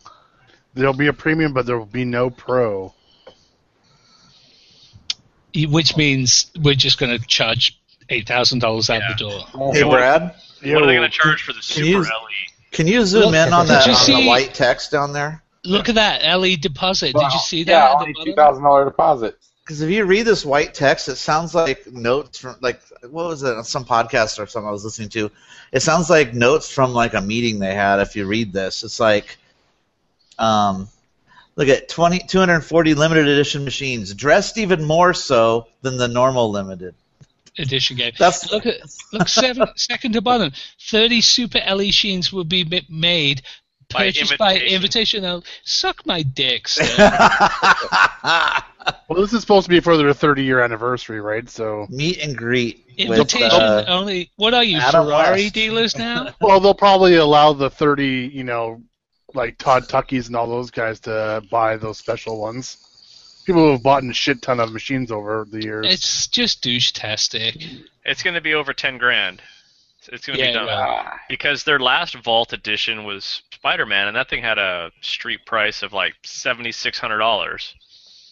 Speaker 1: There'll be a premium, but there will be no pro.
Speaker 6: which means we're just going to charge eight thousand dollars out the door.
Speaker 3: Hey, Brad?
Speaker 9: What are they going to charge for the
Speaker 3: Can
Speaker 9: Super E?
Speaker 3: you-
Speaker 9: LE?
Speaker 3: Can you zoom
Speaker 6: Look,
Speaker 3: in on
Speaker 6: did
Speaker 3: that
Speaker 6: you
Speaker 3: on
Speaker 6: see-
Speaker 3: the white text down there?
Speaker 6: Look at that LE deposit. Did you see that?
Speaker 5: Oh, Yeah,
Speaker 6: at the
Speaker 5: only two
Speaker 6: bottom?
Speaker 5: thousand dollar deposit.
Speaker 3: Because if you read this white text, it sounds like notes from like what was it? Some podcast or something I was listening to. It sounds like notes from like a meeting they had. If you read this, it's like, um, look at 20, 240 limited edition machines dressed even more so than the normal limited.
Speaker 6: edition game. look E at look seven, second to bottom. Thirty super LE sheens will be ma- made
Speaker 9: By
Speaker 6: Purchased by invitation. Now, suck my dick, sir.
Speaker 1: well, this is supposed to be for their 30 year anniversary, right? So
Speaker 3: meet and greet. uh,
Speaker 6: invitation only. What are you,
Speaker 1: Adam
Speaker 6: Ferrari
Speaker 1: West.
Speaker 6: dealers now?
Speaker 1: well, they'll probably allow the 30, you know, like Todd Tuckies and all those guys to buy those special ones. People who have bought a shit ton of machines over the years.
Speaker 6: It's just douche-tastic.
Speaker 9: It's going to be over ten grand. It's- It's going to
Speaker 6: Yeah,
Speaker 9: be
Speaker 6: it
Speaker 9: done because their last Vault edition was Spider-Man, and that thing had a street price of like seventy-six hundred dollars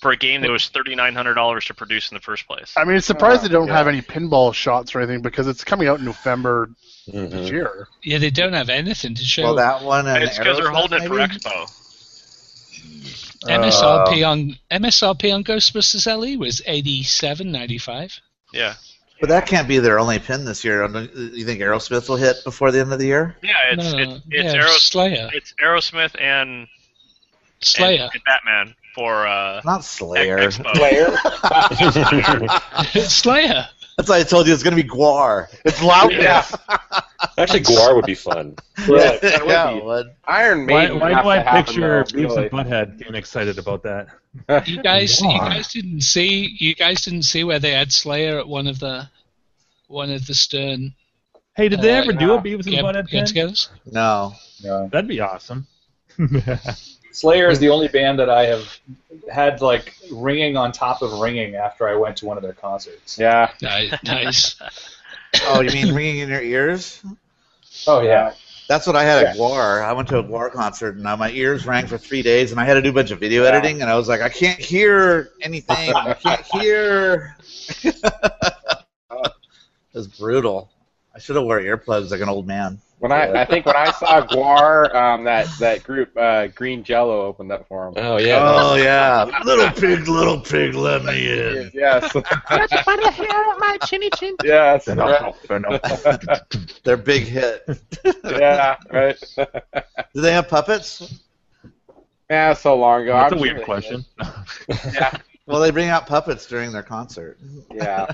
Speaker 9: for a game that was thirty-nine hundred dollars to produce in the first place.
Speaker 1: I mean, it's
Speaker 3: Oh,
Speaker 1: surprised they don't have any pinball shots or anything because it's coming out in November
Speaker 3: Mm-hmm.
Speaker 1: this year.
Speaker 6: Yeah, they don't have anything to show.
Speaker 1: Well, that one and
Speaker 9: it's because they're
Speaker 1: Aerosmith,
Speaker 9: holding it for
Speaker 1: maybe? Uh,
Speaker 9: Expo.
Speaker 6: MSRP on MSRP on Ghostbusters LE was eighty-seven ninety-five.
Speaker 9: Yeah.
Speaker 3: But that can't be their only pin this year. Don't You think Aerosmith will hit before the end of the year?
Speaker 9: Yeah, it's
Speaker 6: No,
Speaker 9: it's, it's,
Speaker 6: yeah,
Speaker 9: Aeros-
Speaker 6: Slayer.
Speaker 9: it's Aerosmith and
Speaker 6: Slayer
Speaker 9: and, and Batman for uh,
Speaker 3: Not Slayer.
Speaker 9: Expo. Slayer?
Speaker 6: Slayer.
Speaker 3: That's why I told you it's going to be Guar.
Speaker 1: It's loudness.
Speaker 2: Actually, Guar would be fun.
Speaker 3: Yeah,
Speaker 11: that would
Speaker 3: yeah,
Speaker 11: be.
Speaker 3: it would.
Speaker 11: Iron
Speaker 6: Maiden
Speaker 11: Why,
Speaker 6: have
Speaker 11: why
Speaker 6: to
Speaker 11: do I
Speaker 6: happen,
Speaker 11: picture
Speaker 6: though,
Speaker 11: Beavis
Speaker 6: really.
Speaker 11: and Butthead getting excited about that?
Speaker 6: You guys, you
Speaker 11: Why?
Speaker 6: guys didn't see. You guys didn't see where they had Slayer at one of the, one of the Stern.
Speaker 11: Hey, did they
Speaker 6: uh,
Speaker 11: ever do a Beavis and
Speaker 6: get-
Speaker 11: Butthead pin?
Speaker 6: get-togethers?
Speaker 3: No.
Speaker 11: That'd be awesome.
Speaker 7: Slayer is the only band that I have had like ringing on top of ringing after I went to one of their concerts.
Speaker 5: Yeah.
Speaker 6: Nice.
Speaker 3: Oh, you mean ringing in your ears?
Speaker 7: Oh yeah.
Speaker 3: That's what I had at Guar. I went to a Guar concert and uh, my ears rang for three days, and I had to do a bunch of video editing, and I was like, I can't hear anything. I can't hear. it was brutal. I should have wore earplugs like an old man.
Speaker 5: When I, I think when I saw Guar, um, that that group uh, Green Jello opened up for him.
Speaker 2: Oh
Speaker 3: Oh yeah. Little pig, little pig, let me in.
Speaker 5: Yes.
Speaker 13: my chinny chin.
Speaker 5: yes.
Speaker 3: Their big hit.
Speaker 5: yeah. Right.
Speaker 3: Do they have puppets?
Speaker 5: Yeah, so long ago.
Speaker 3: That's
Speaker 5: I'm
Speaker 3: a weird
Speaker 5: sure they
Speaker 3: question.
Speaker 5: did. yeah.
Speaker 3: Well, they bring out puppets during their concert.
Speaker 5: Yeah.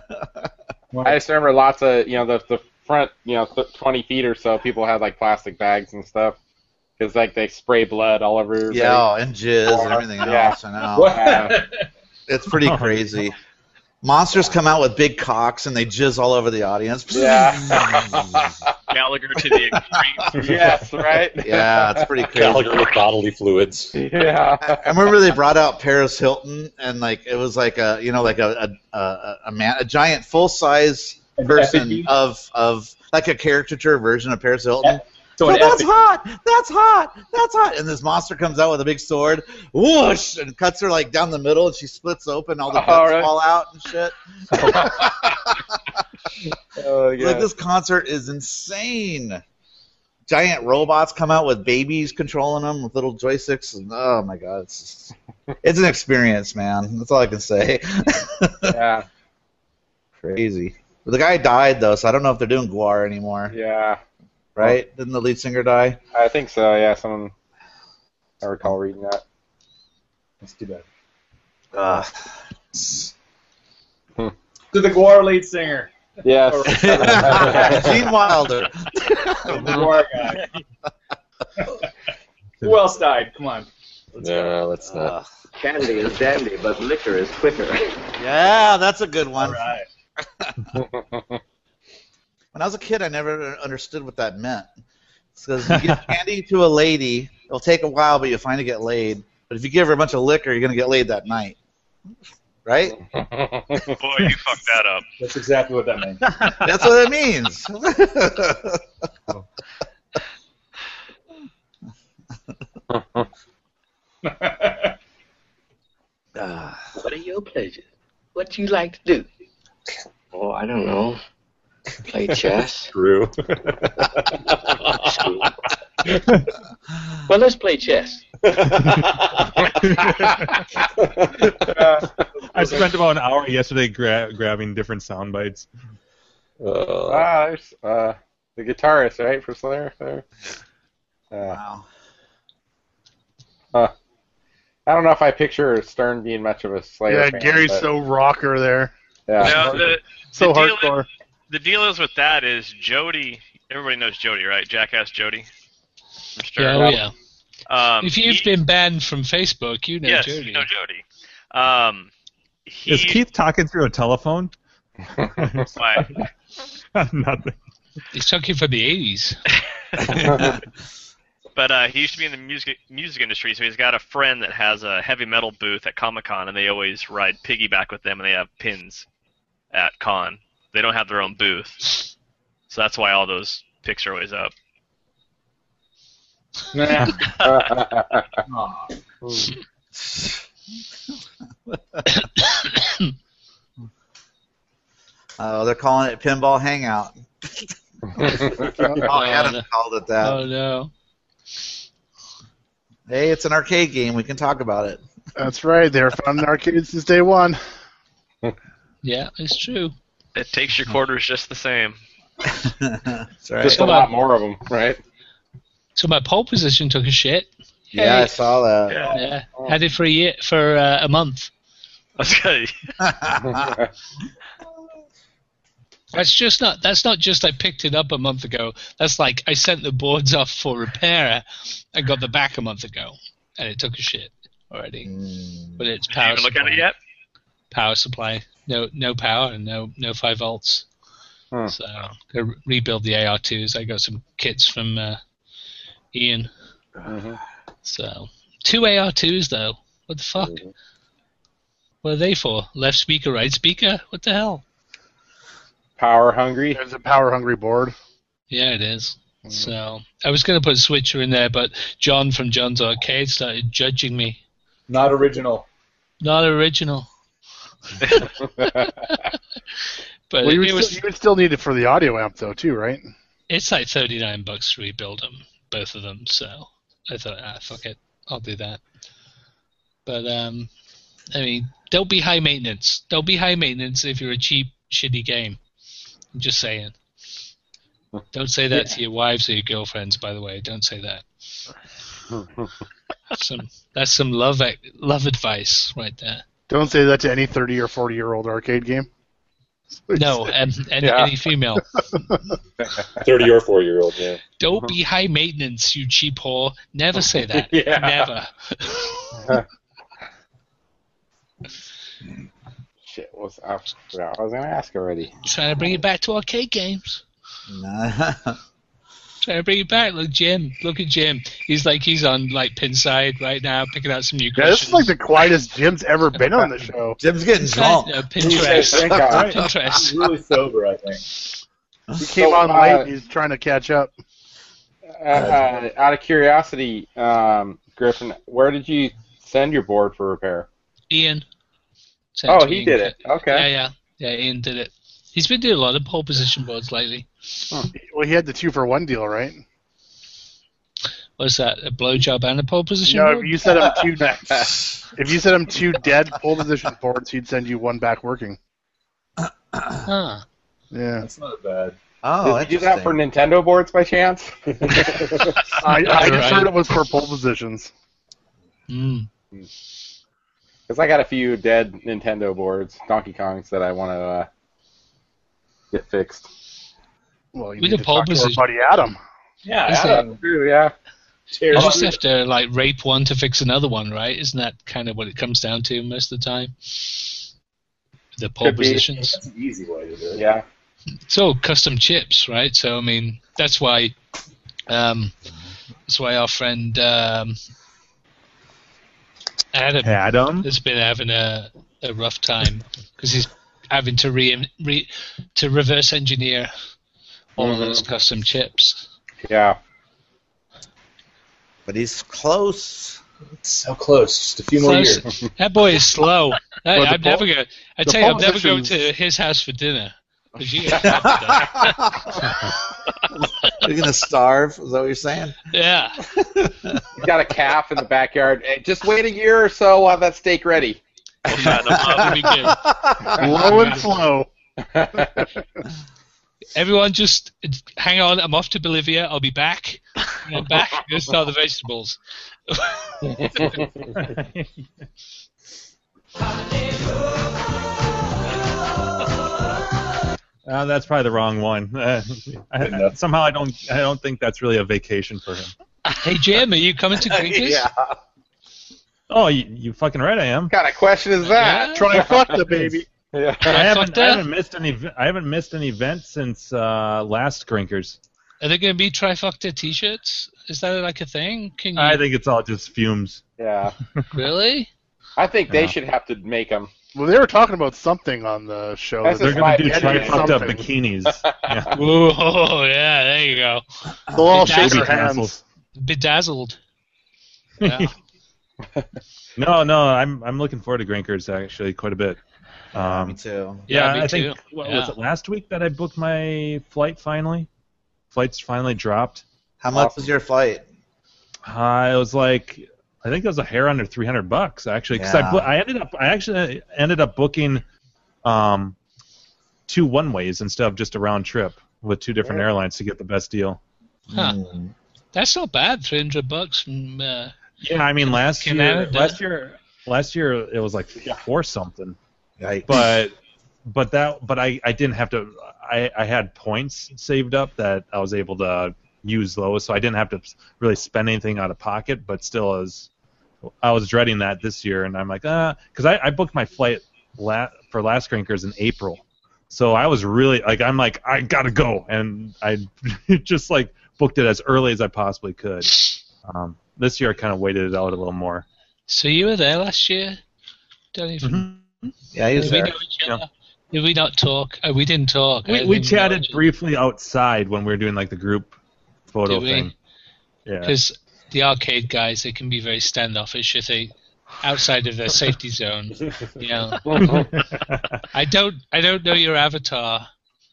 Speaker 5: I just remember lots of you know the the front you know th- twenty feet or so people had like plastic bags and stuff because like they spray blood all over.
Speaker 3: Yeah, oh, and jizz and everything
Speaker 5: Yeah.
Speaker 3: else. I know. It's pretty crazy. Monsters come out with big cocks and they jizz all over the audience.
Speaker 5: Yeah.
Speaker 9: Gallagher to the extreme.
Speaker 5: yes, right.
Speaker 3: Yeah, it's pretty crazy.
Speaker 2: Gallagher with bodily fluids.
Speaker 5: Yeah.
Speaker 3: I, I remember they brought out Paris Hilton and like it was like a you know like a a, a, a man a giant full size person of of like a caricature version of Paris Hilton.
Speaker 13: so
Speaker 3: So
Speaker 13: an
Speaker 3: that's
Speaker 13: epic-
Speaker 3: hot. That's hot. That's hot. And this monster comes out with a big sword, whoosh, and cuts her like down the middle, and she splits open. All the guts
Speaker 13: All right.
Speaker 3: fall out and shit.
Speaker 5: Oh,
Speaker 3: It's Like this concert is insane. Giant robots come out with babies controlling them with little joysticks, and oh my god, it's just, it's an experience, man. That's all I can say.
Speaker 5: yeah.
Speaker 3: Crazy. The guy died though, so I don't know if they're doing Guar anymore.
Speaker 5: Yeah.
Speaker 3: Right? Didn't the lead singer die?
Speaker 5: I think so. Yeah. Someone. I recall reading that.
Speaker 7: That's too bad.
Speaker 15: Uh,
Speaker 3: Ugh.
Speaker 7: To the Guar lead singer.
Speaker 5: Yes.
Speaker 3: Gene Wilder.
Speaker 7: the Guar guy. Who else died? Come on.
Speaker 2: No, let's not.
Speaker 15: Uh, Candy is dandy, but liquor is quicker.
Speaker 3: Yeah, that's a good one.
Speaker 7: Right.
Speaker 3: When I was a kid, I never understood what that meant. Because you give candy to a lady, it'll take a while, but you'll finally get laid. But if you give her a bunch of liquor, you're gonna get laid that night, right?
Speaker 9: Boy, you fucked that up.
Speaker 7: That's exactly what that means.
Speaker 3: That's what it means.
Speaker 10: Ah. What are your pleasures? What do you like to do? Oh, I don't know. Play chess.
Speaker 2: True.
Speaker 10: well, let's play chess.
Speaker 11: I spent about an hour yesterday gra- grabbing different sound bites.
Speaker 5: ah, there's uh, the guitarist, right, for Slayer. There. Uh,
Speaker 3: wow.
Speaker 5: Huh. I don't know if I picture Stern being much of a Slayer.
Speaker 1: yeah,
Speaker 5: fan,
Speaker 1: Gary's
Speaker 5: but-
Speaker 1: so rocker there.
Speaker 5: Yeah.
Speaker 9: Now, the,
Speaker 1: So
Speaker 9: the deal
Speaker 1: hardcore.
Speaker 9: the deal is with that is Jody. Everybody knows Jody, right? Jackass Jody.
Speaker 6: Yeah, oh yeah.
Speaker 9: Um,
Speaker 6: if you've been banned from Facebook, you know
Speaker 9: yes,
Speaker 6: Jody.
Speaker 9: you know Jody. Um, he,
Speaker 11: Is Keith talking through a telephone?
Speaker 9: Why?
Speaker 11: Nothing.
Speaker 6: He's talking from the 80s.
Speaker 9: but uh, he used to be in the music music industry, so he's got a friend that has a heavy metal booth at Comic Con, and they always ride piggyback with them, and they have pins at con. They don't have their own booth, so that's why all those pics are always up.
Speaker 3: Oh, they're calling it pinball hangout. oh, Adam called it that.
Speaker 6: Oh no.
Speaker 3: Hey, it's an arcade game. We can talk about it.
Speaker 1: That's right. They're found in arcades since day one.
Speaker 6: Yeah, it's true.
Speaker 9: It takes your quarters just the same.
Speaker 3: That's
Speaker 5: Just a lot more of them, right?
Speaker 6: So my pole position took a shit.
Speaker 3: Yeah, I
Speaker 6: Hey.
Speaker 3: saw that.
Speaker 6: Yeah. Had it for a year, for uh, a month.
Speaker 9: That's good.
Speaker 6: That's just not. That's not just I picked it up a month ago. That's like I sent the boards off for repair. I got the back a month ago, and it took a shit already.
Speaker 3: Mm.
Speaker 7: Mm.
Speaker 6: But it's
Speaker 9: Did you
Speaker 6: power.
Speaker 9: even look
Speaker 6: supply.
Speaker 9: at it yet?
Speaker 6: Power supply. No, no power and no no five volts. So gonna re- rebuild the AR2s. I got some kits from uh, Ian. So two AR2s though. What the fuck? What are they for? Left speaker, right speaker? What the hell?
Speaker 5: Power hungry.
Speaker 1: There's a power hungry board.
Speaker 6: Yeah, it is. So I was going to put Switcher in there, but John from John's Arcade started judging me.
Speaker 7: Not original.
Speaker 6: Not original. But
Speaker 1: well, you,
Speaker 6: it
Speaker 1: would
Speaker 6: was-
Speaker 1: still, you would still need it for the audio amp though, too, right?
Speaker 6: It's like thirty nine bucks to rebuild them, both of them. So I thought, ah, fuck it, I'll do that. But um, I mean, don't be high maintenance. Don't be high maintenance if you're a cheap, shitty game. I'm just saying. Don't say that to your wives or your girlfriends. By the way, don't say that. some that's some love ac- love advice right there.
Speaker 1: Don't say that to any 30 or 40 year old arcade game.
Speaker 6: No, um, any,
Speaker 1: Yeah.
Speaker 6: any female.
Speaker 2: Thirty or four year old. Yeah.
Speaker 6: Don't be high maintenance, you cheap whore. Never say that.
Speaker 2: Yeah.
Speaker 6: Never.
Speaker 5: Shit, what's I forgot what I was gonna ask already.
Speaker 6: Trying to bring it back to arcade games.
Speaker 3: Nah.
Speaker 6: Trying to bring it back. Look, Jim. Look at Jim. He's like he's on like Pinside right now, picking out some new
Speaker 1: Yeah,
Speaker 6: questions.
Speaker 1: this is like the quietest Jim's ever been on the show.
Speaker 3: Jim's getting
Speaker 6: drunk. Yeah, Uh, Pinterest.
Speaker 7: Thank God.
Speaker 6: Pinterest.
Speaker 7: I'm really sober, I think.
Speaker 1: He came
Speaker 5: So,
Speaker 1: on
Speaker 5: uh,
Speaker 1: late. He's trying to catch up.
Speaker 5: Uh, uh, out of curiosity, um, Griffin, where did you send your board for repair?
Speaker 6: Ian. sent
Speaker 5: Oh,
Speaker 6: to
Speaker 5: he
Speaker 6: Ian.
Speaker 5: did it. Okay.
Speaker 6: Yeah, yeah, yeah. Ian did it. He's been doing a lot of pole position boards lately.
Speaker 1: Well, he had the two for one deal, right?
Speaker 6: What's that? A blowjob and a pole position
Speaker 1: No, if
Speaker 6: board?
Speaker 1: you set him two, if you set him two dead pole position boards, he'd send you one back working.
Speaker 6: Huh.
Speaker 1: Yeah,
Speaker 7: That's not bad.
Speaker 3: Oh,
Speaker 5: did you do that for Nintendo boards by chance?
Speaker 1: I, I just
Speaker 5: Right.
Speaker 1: heard it was for pole positions.
Speaker 6: Mm.
Speaker 5: Because I got a few dead Nintendo boards, Donkey Kongs that I want to uh, get fixed.
Speaker 1: Well, you
Speaker 6: We did
Speaker 1: need to
Speaker 6: pole
Speaker 1: talk to our
Speaker 6: position.
Speaker 1: buddy Adam.
Speaker 7: Yeah,
Speaker 6: Is
Speaker 5: Adam, too, yeah.
Speaker 6: You
Speaker 7: Cheers.
Speaker 6: just have to like rape one to fix another one, right? Isn't that kind of what it comes down to most of the time? The pole
Speaker 5: Could be.
Speaker 6: positions.
Speaker 7: That's an easy way to do it.
Speaker 5: Yeah.
Speaker 6: it's all custom chips, right? So I mean, that's why, um, that's why our friend um, Adam
Speaker 11: Adam?
Speaker 6: has been having a, a rough time because he's having to re, re to reverse engineer all of
Speaker 7: Mm-hmm.
Speaker 6: those custom chips.
Speaker 5: Yeah.
Speaker 3: But he's close.
Speaker 7: So close. Just a few more
Speaker 6: Close.
Speaker 7: years.
Speaker 6: That boy is slow. I,
Speaker 1: Well, the
Speaker 6: I'm
Speaker 1: pol-
Speaker 6: never going. I
Speaker 1: the
Speaker 6: tell you, I'm never going
Speaker 1: politicians-
Speaker 6: to his house for dinner. 'Cause you guys have to do
Speaker 3: You're gonna starve. Is that what you're saying?
Speaker 6: that. yeah.
Speaker 5: He's got a calf in the backyard. Hey, just wait a year or so while that steak ready.
Speaker 6: Oh,
Speaker 9: We'll fatten them up.
Speaker 6: That'd be good.
Speaker 1: Low and slow.
Speaker 6: Everyone, just hang on. I'm off to Bolivia. I'll be back. When I'm back. I'm gonna start the vegetables.
Speaker 11: Uh, that's probably the wrong one. Uh, I, I- somehow I don't I don't think that's really a vacation for him.
Speaker 6: Hey Jim, are you coming to Grinkers?
Speaker 11: Oh, you, you fucking right, I am.
Speaker 16: kind of question is that?
Speaker 1: Try fuck the baby.
Speaker 11: Yeah. I haven't, I haven't missed an ev- I haven't missed an event since uh, last Grinkers.
Speaker 6: Are there going to be trifecta T-shirts? Is that like a thing? Can you,
Speaker 11: I think it's all just fumes.
Speaker 5: Yeah.
Speaker 6: really?
Speaker 5: I think they
Speaker 11: Yeah.
Speaker 5: should have to make them.
Speaker 1: Well, they were talking about something on the show.
Speaker 5: That's
Speaker 1: that
Speaker 5: just my
Speaker 1: gonna
Speaker 5: opinion.
Speaker 1: something.
Speaker 11: Fucked up bikinis. Yeah.
Speaker 6: Oh yeah, there you go.
Speaker 1: They'll all shake their
Speaker 6: Bedazzled.
Speaker 1: hands.
Speaker 6: Bedazzled. Yeah.
Speaker 11: no, no, I'm I'm looking forward to Grinkers actually quite a bit. Um, me
Speaker 3: too.
Speaker 6: Yeah,
Speaker 11: Yeah,
Speaker 6: me
Speaker 11: I think
Speaker 6: too.
Speaker 11: what was
Speaker 6: Yeah.
Speaker 11: it last week that I booked my flight finally? Flights finally dropped.
Speaker 3: How much was your flight?
Speaker 11: Uh, it was like I think it was a hair under 300 bucks actually because I,
Speaker 3: Yeah.
Speaker 11: bu- I ended up I actually ended up booking um, two one ways instead of just a round trip with two different airlines to get the best deal.
Speaker 6: Huh.
Speaker 2: Hmm.
Speaker 6: That's not bad. Three hundred bucks from. Uh,
Speaker 11: Yeah, I mean last year
Speaker 6: Canada.
Speaker 11: last year last year it was like four something.
Speaker 3: Yikes.
Speaker 11: But but that but I, I didn't have to I, I had points saved up that I was able to use those so I didn't have to really spend anything out of pocket but still I was I was dreading that this year and I'm like ah because I, I booked my flight la- for last Grinkers in April so I was really like I'm like I gotta go and I just like booked it as early as I possibly could um, this year I kind of waited it out a little more
Speaker 6: so you were there last year, Danny?
Speaker 11: Mm-hmm.
Speaker 3: Yeah,
Speaker 11: he was
Speaker 6: Did we
Speaker 11: there.
Speaker 6: know each other? Did we not talk? Uh, we didn't talk. I
Speaker 11: we, we
Speaker 6: didn't
Speaker 11: chatted briefly outside when we were doing like the group photo
Speaker 6: Did we?
Speaker 11: thing. Yeah.
Speaker 6: because the arcade guys they can be very standoffish if they outside of their safety zone. You know, I don't I don't know your avatar.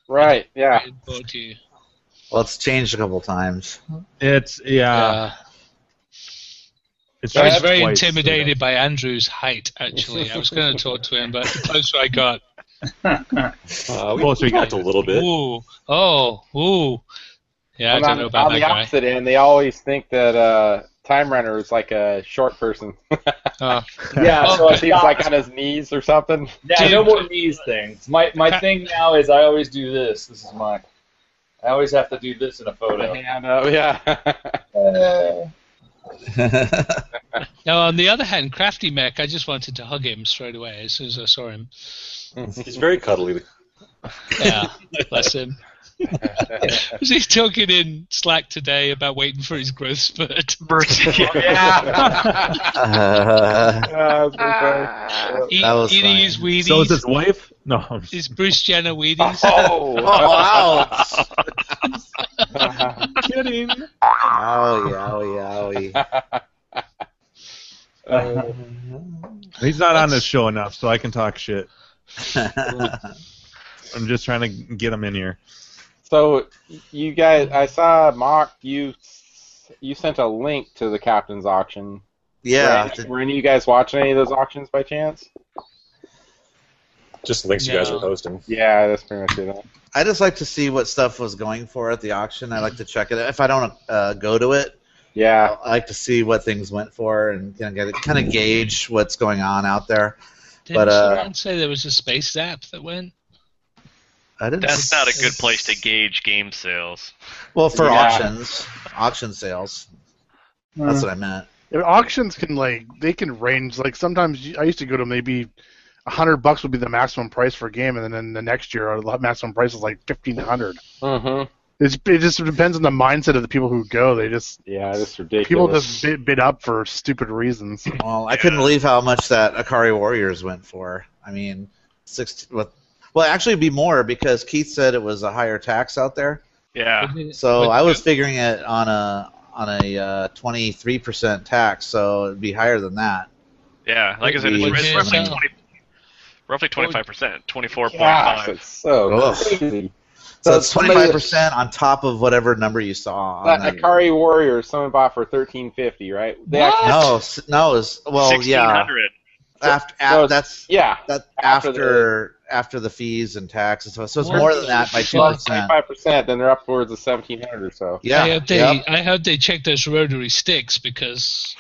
Speaker 5: Right. Yeah.
Speaker 6: Or do you?
Speaker 3: Well, it's changed a couple times.
Speaker 11: It's yeah. It's
Speaker 6: I was
Speaker 11: changed
Speaker 6: very
Speaker 11: twice, so
Speaker 6: intimidated by Andrew's height. Actually, I was going to talk to him, but the closer I got,
Speaker 2: Uh, we
Speaker 11: Closer
Speaker 2: we
Speaker 11: you
Speaker 2: got a little bit.
Speaker 6: ooh, oh, ooh, yeah,
Speaker 5: And
Speaker 6: I
Speaker 5: on,
Speaker 6: don't know about
Speaker 5: on
Speaker 6: that
Speaker 5: the
Speaker 6: guy.
Speaker 5: opposite end, they always think that uh, Time Runner is like a short person.
Speaker 6: Oh.
Speaker 7: Yeah,
Speaker 5: so
Speaker 7: so
Speaker 5: it seems like on his knees or something.
Speaker 7: Yeah, no more knees things. My my thing now is I always do this. This is mine. I always have to do this in a photo.
Speaker 5: hand up, yeah.
Speaker 6: Now, on the other hand, Crafty Mech, I just wanted to hug him straight away as soon as I saw him.
Speaker 2: He's very cuddly.
Speaker 6: Yeah, bless him. Was he talking in Slack today about waiting for his growth spurt? Eat,
Speaker 11: That was
Speaker 6: eating
Speaker 11: funny.
Speaker 6: his Wheaties.
Speaker 11: So is his wife? No. I'm just-
Speaker 6: Is Bruce Jenner Wheaties?
Speaker 11: Oh.
Speaker 3: Oh,
Speaker 11: kidding.
Speaker 3: Owie, owie, owie.
Speaker 11: He's not on this show enough, so I can talk shit.
Speaker 3: I'm
Speaker 11: just trying to get him in here.
Speaker 5: So you guys, I saw Mock. You you sent a link to the captain's auction.
Speaker 3: Yeah.
Speaker 5: Were any, were any of you guys watching any of those auctions by chance?
Speaker 2: Just links you guys
Speaker 5: No.
Speaker 2: are posting.
Speaker 5: Yeah, that's pretty much it.
Speaker 3: I just like to see what stuff was going for at the auction. I like to check it. If I don't uh, go to it,
Speaker 5: yeah,
Speaker 3: I like to see what things went for and kind of, kind of gauge what's going on out there.
Speaker 6: Didn't
Speaker 3: but uh,
Speaker 6: someone say there was a space app that went?
Speaker 3: I didn't.
Speaker 9: That's not a good place to gauge game sales.
Speaker 3: Well, for
Speaker 9: Yeah.
Speaker 3: auctions, auction sales. That's
Speaker 1: Hmm.
Speaker 7: Mm.
Speaker 3: what I meant.
Speaker 1: Yeah, but auctions can like they can range. Like sometimes you- I used to go to maybe a hundred bucks would be the maximum price for a game, and then the next year our maximum price is like fifteen hundred.
Speaker 5: Mm-hmm.
Speaker 1: It's, it just depends on the mindset of the people who go. They just
Speaker 5: yeah, that's
Speaker 1: people
Speaker 5: ridiculous.
Speaker 1: just bid, bid up for stupid reasons.
Speaker 3: Well, I couldn't believe how much that Akari Warriors went for. I mean, six. Well, well, actually, it'd be more because Keith said it was a higher tax out there.
Speaker 9: Yeah.
Speaker 3: So I was figuring it on a on a twenty three percent tax, so it'd be higher than that.
Speaker 9: Yeah, like I said, it's,
Speaker 3: Would
Speaker 9: it's
Speaker 3: you-
Speaker 9: roughly
Speaker 3: Yeah.
Speaker 9: twenty, roughly twenty five percent, twenty four point
Speaker 3: Gosh,
Speaker 9: five.
Speaker 5: So
Speaker 3: Ugh.
Speaker 5: crazy.
Speaker 3: So it's
Speaker 5: somebody-
Speaker 3: twenty five percent on top of whatever number you saw. On
Speaker 5: That
Speaker 3: that.
Speaker 5: Akari Warriors, someone bought for thirteen fifty, right? They actually-
Speaker 3: No, s- no, it's well, yeah. After,
Speaker 5: So it's-
Speaker 3: that's
Speaker 5: yeah.
Speaker 3: That
Speaker 5: after
Speaker 3: after after the, fees and tax and so. So it's more than that by two percent.
Speaker 5: Twenty-five percent, then they're upwards of seventeen hundred or so.
Speaker 6: I hope they, I hope they check those rotary sticks because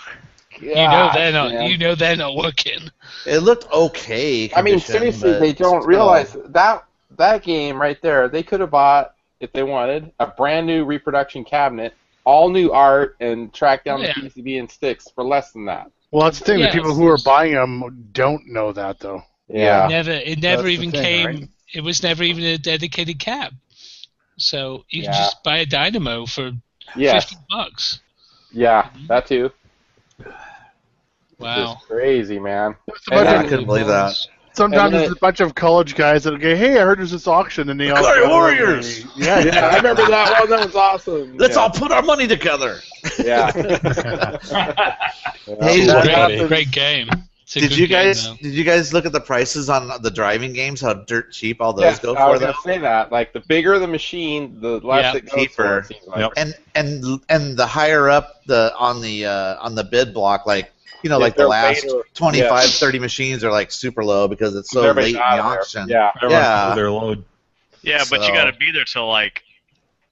Speaker 6: you know they're not.
Speaker 5: man.
Speaker 6: You know they're not working.
Speaker 3: It looked okay.
Speaker 5: I mean,
Speaker 3: condition,
Speaker 5: seriously,
Speaker 3: but
Speaker 5: they don't
Speaker 3: still.
Speaker 5: realize that that game right there. They could have bought, if they wanted, a brand new reproduction cabinet all new art and track down
Speaker 1: Yeah.
Speaker 5: the PCB and sticks for less than that.
Speaker 1: Well, that's the thing.
Speaker 5: Yeah,
Speaker 1: the people who are buying them don't know that, though.
Speaker 5: Yeah.
Speaker 1: Yeah.
Speaker 6: Never. It never
Speaker 1: That's the
Speaker 6: even
Speaker 1: thing,
Speaker 6: came.
Speaker 1: right?
Speaker 6: It was never even a dedicated cab. So you can
Speaker 5: Yeah.
Speaker 6: just buy a dynamo for
Speaker 5: Yeah.
Speaker 6: fifty bucks.
Speaker 5: Yeah, that too.
Speaker 6: Wow.
Speaker 5: It's crazy, man.
Speaker 1: a bunch of- I
Speaker 3: couldn't believe that.
Speaker 1: Sometimes
Speaker 5: And
Speaker 1: there's a bunch of college guys that go, "Hey, I heard there's this auction," and they all
Speaker 3: Clay
Speaker 1: go, "Oh,
Speaker 3: Warriors!
Speaker 1: Yeah,
Speaker 5: Yeah, I remember that one. That was awesome.
Speaker 3: Let's
Speaker 5: yeah.
Speaker 3: all put our money together.
Speaker 5: Yeah.
Speaker 3: Hey,
Speaker 6: It's a
Speaker 3: what
Speaker 6: great,
Speaker 3: happened-
Speaker 6: great game. It's a
Speaker 3: Did
Speaker 6: good
Speaker 3: you
Speaker 6: game,
Speaker 3: guys
Speaker 6: though.
Speaker 3: did you guys look at the prices on the driving games? How dirt cheap all those
Speaker 5: Yeah,
Speaker 3: go
Speaker 5: I
Speaker 3: for
Speaker 5: was
Speaker 3: though?
Speaker 5: gonna say that. Like the bigger the machine, the less
Speaker 3: Yeah.
Speaker 5: it goes for. It
Speaker 3: Cheaper.
Speaker 5: seems like.
Speaker 3: And and and the higher up the on the uh, on the bid block, like you know,
Speaker 5: Yeah,
Speaker 3: like the
Speaker 5: they're
Speaker 3: last
Speaker 5: later.
Speaker 3: 25,
Speaker 5: Yeah.
Speaker 3: 30 machines are like super low because it's so
Speaker 5: They're
Speaker 3: late in the
Speaker 5: out of there.
Speaker 3: auction.
Speaker 5: Yeah.
Speaker 3: yeah.
Speaker 16: Their load.
Speaker 9: Yeah, but you
Speaker 3: So-
Speaker 9: got to be there till like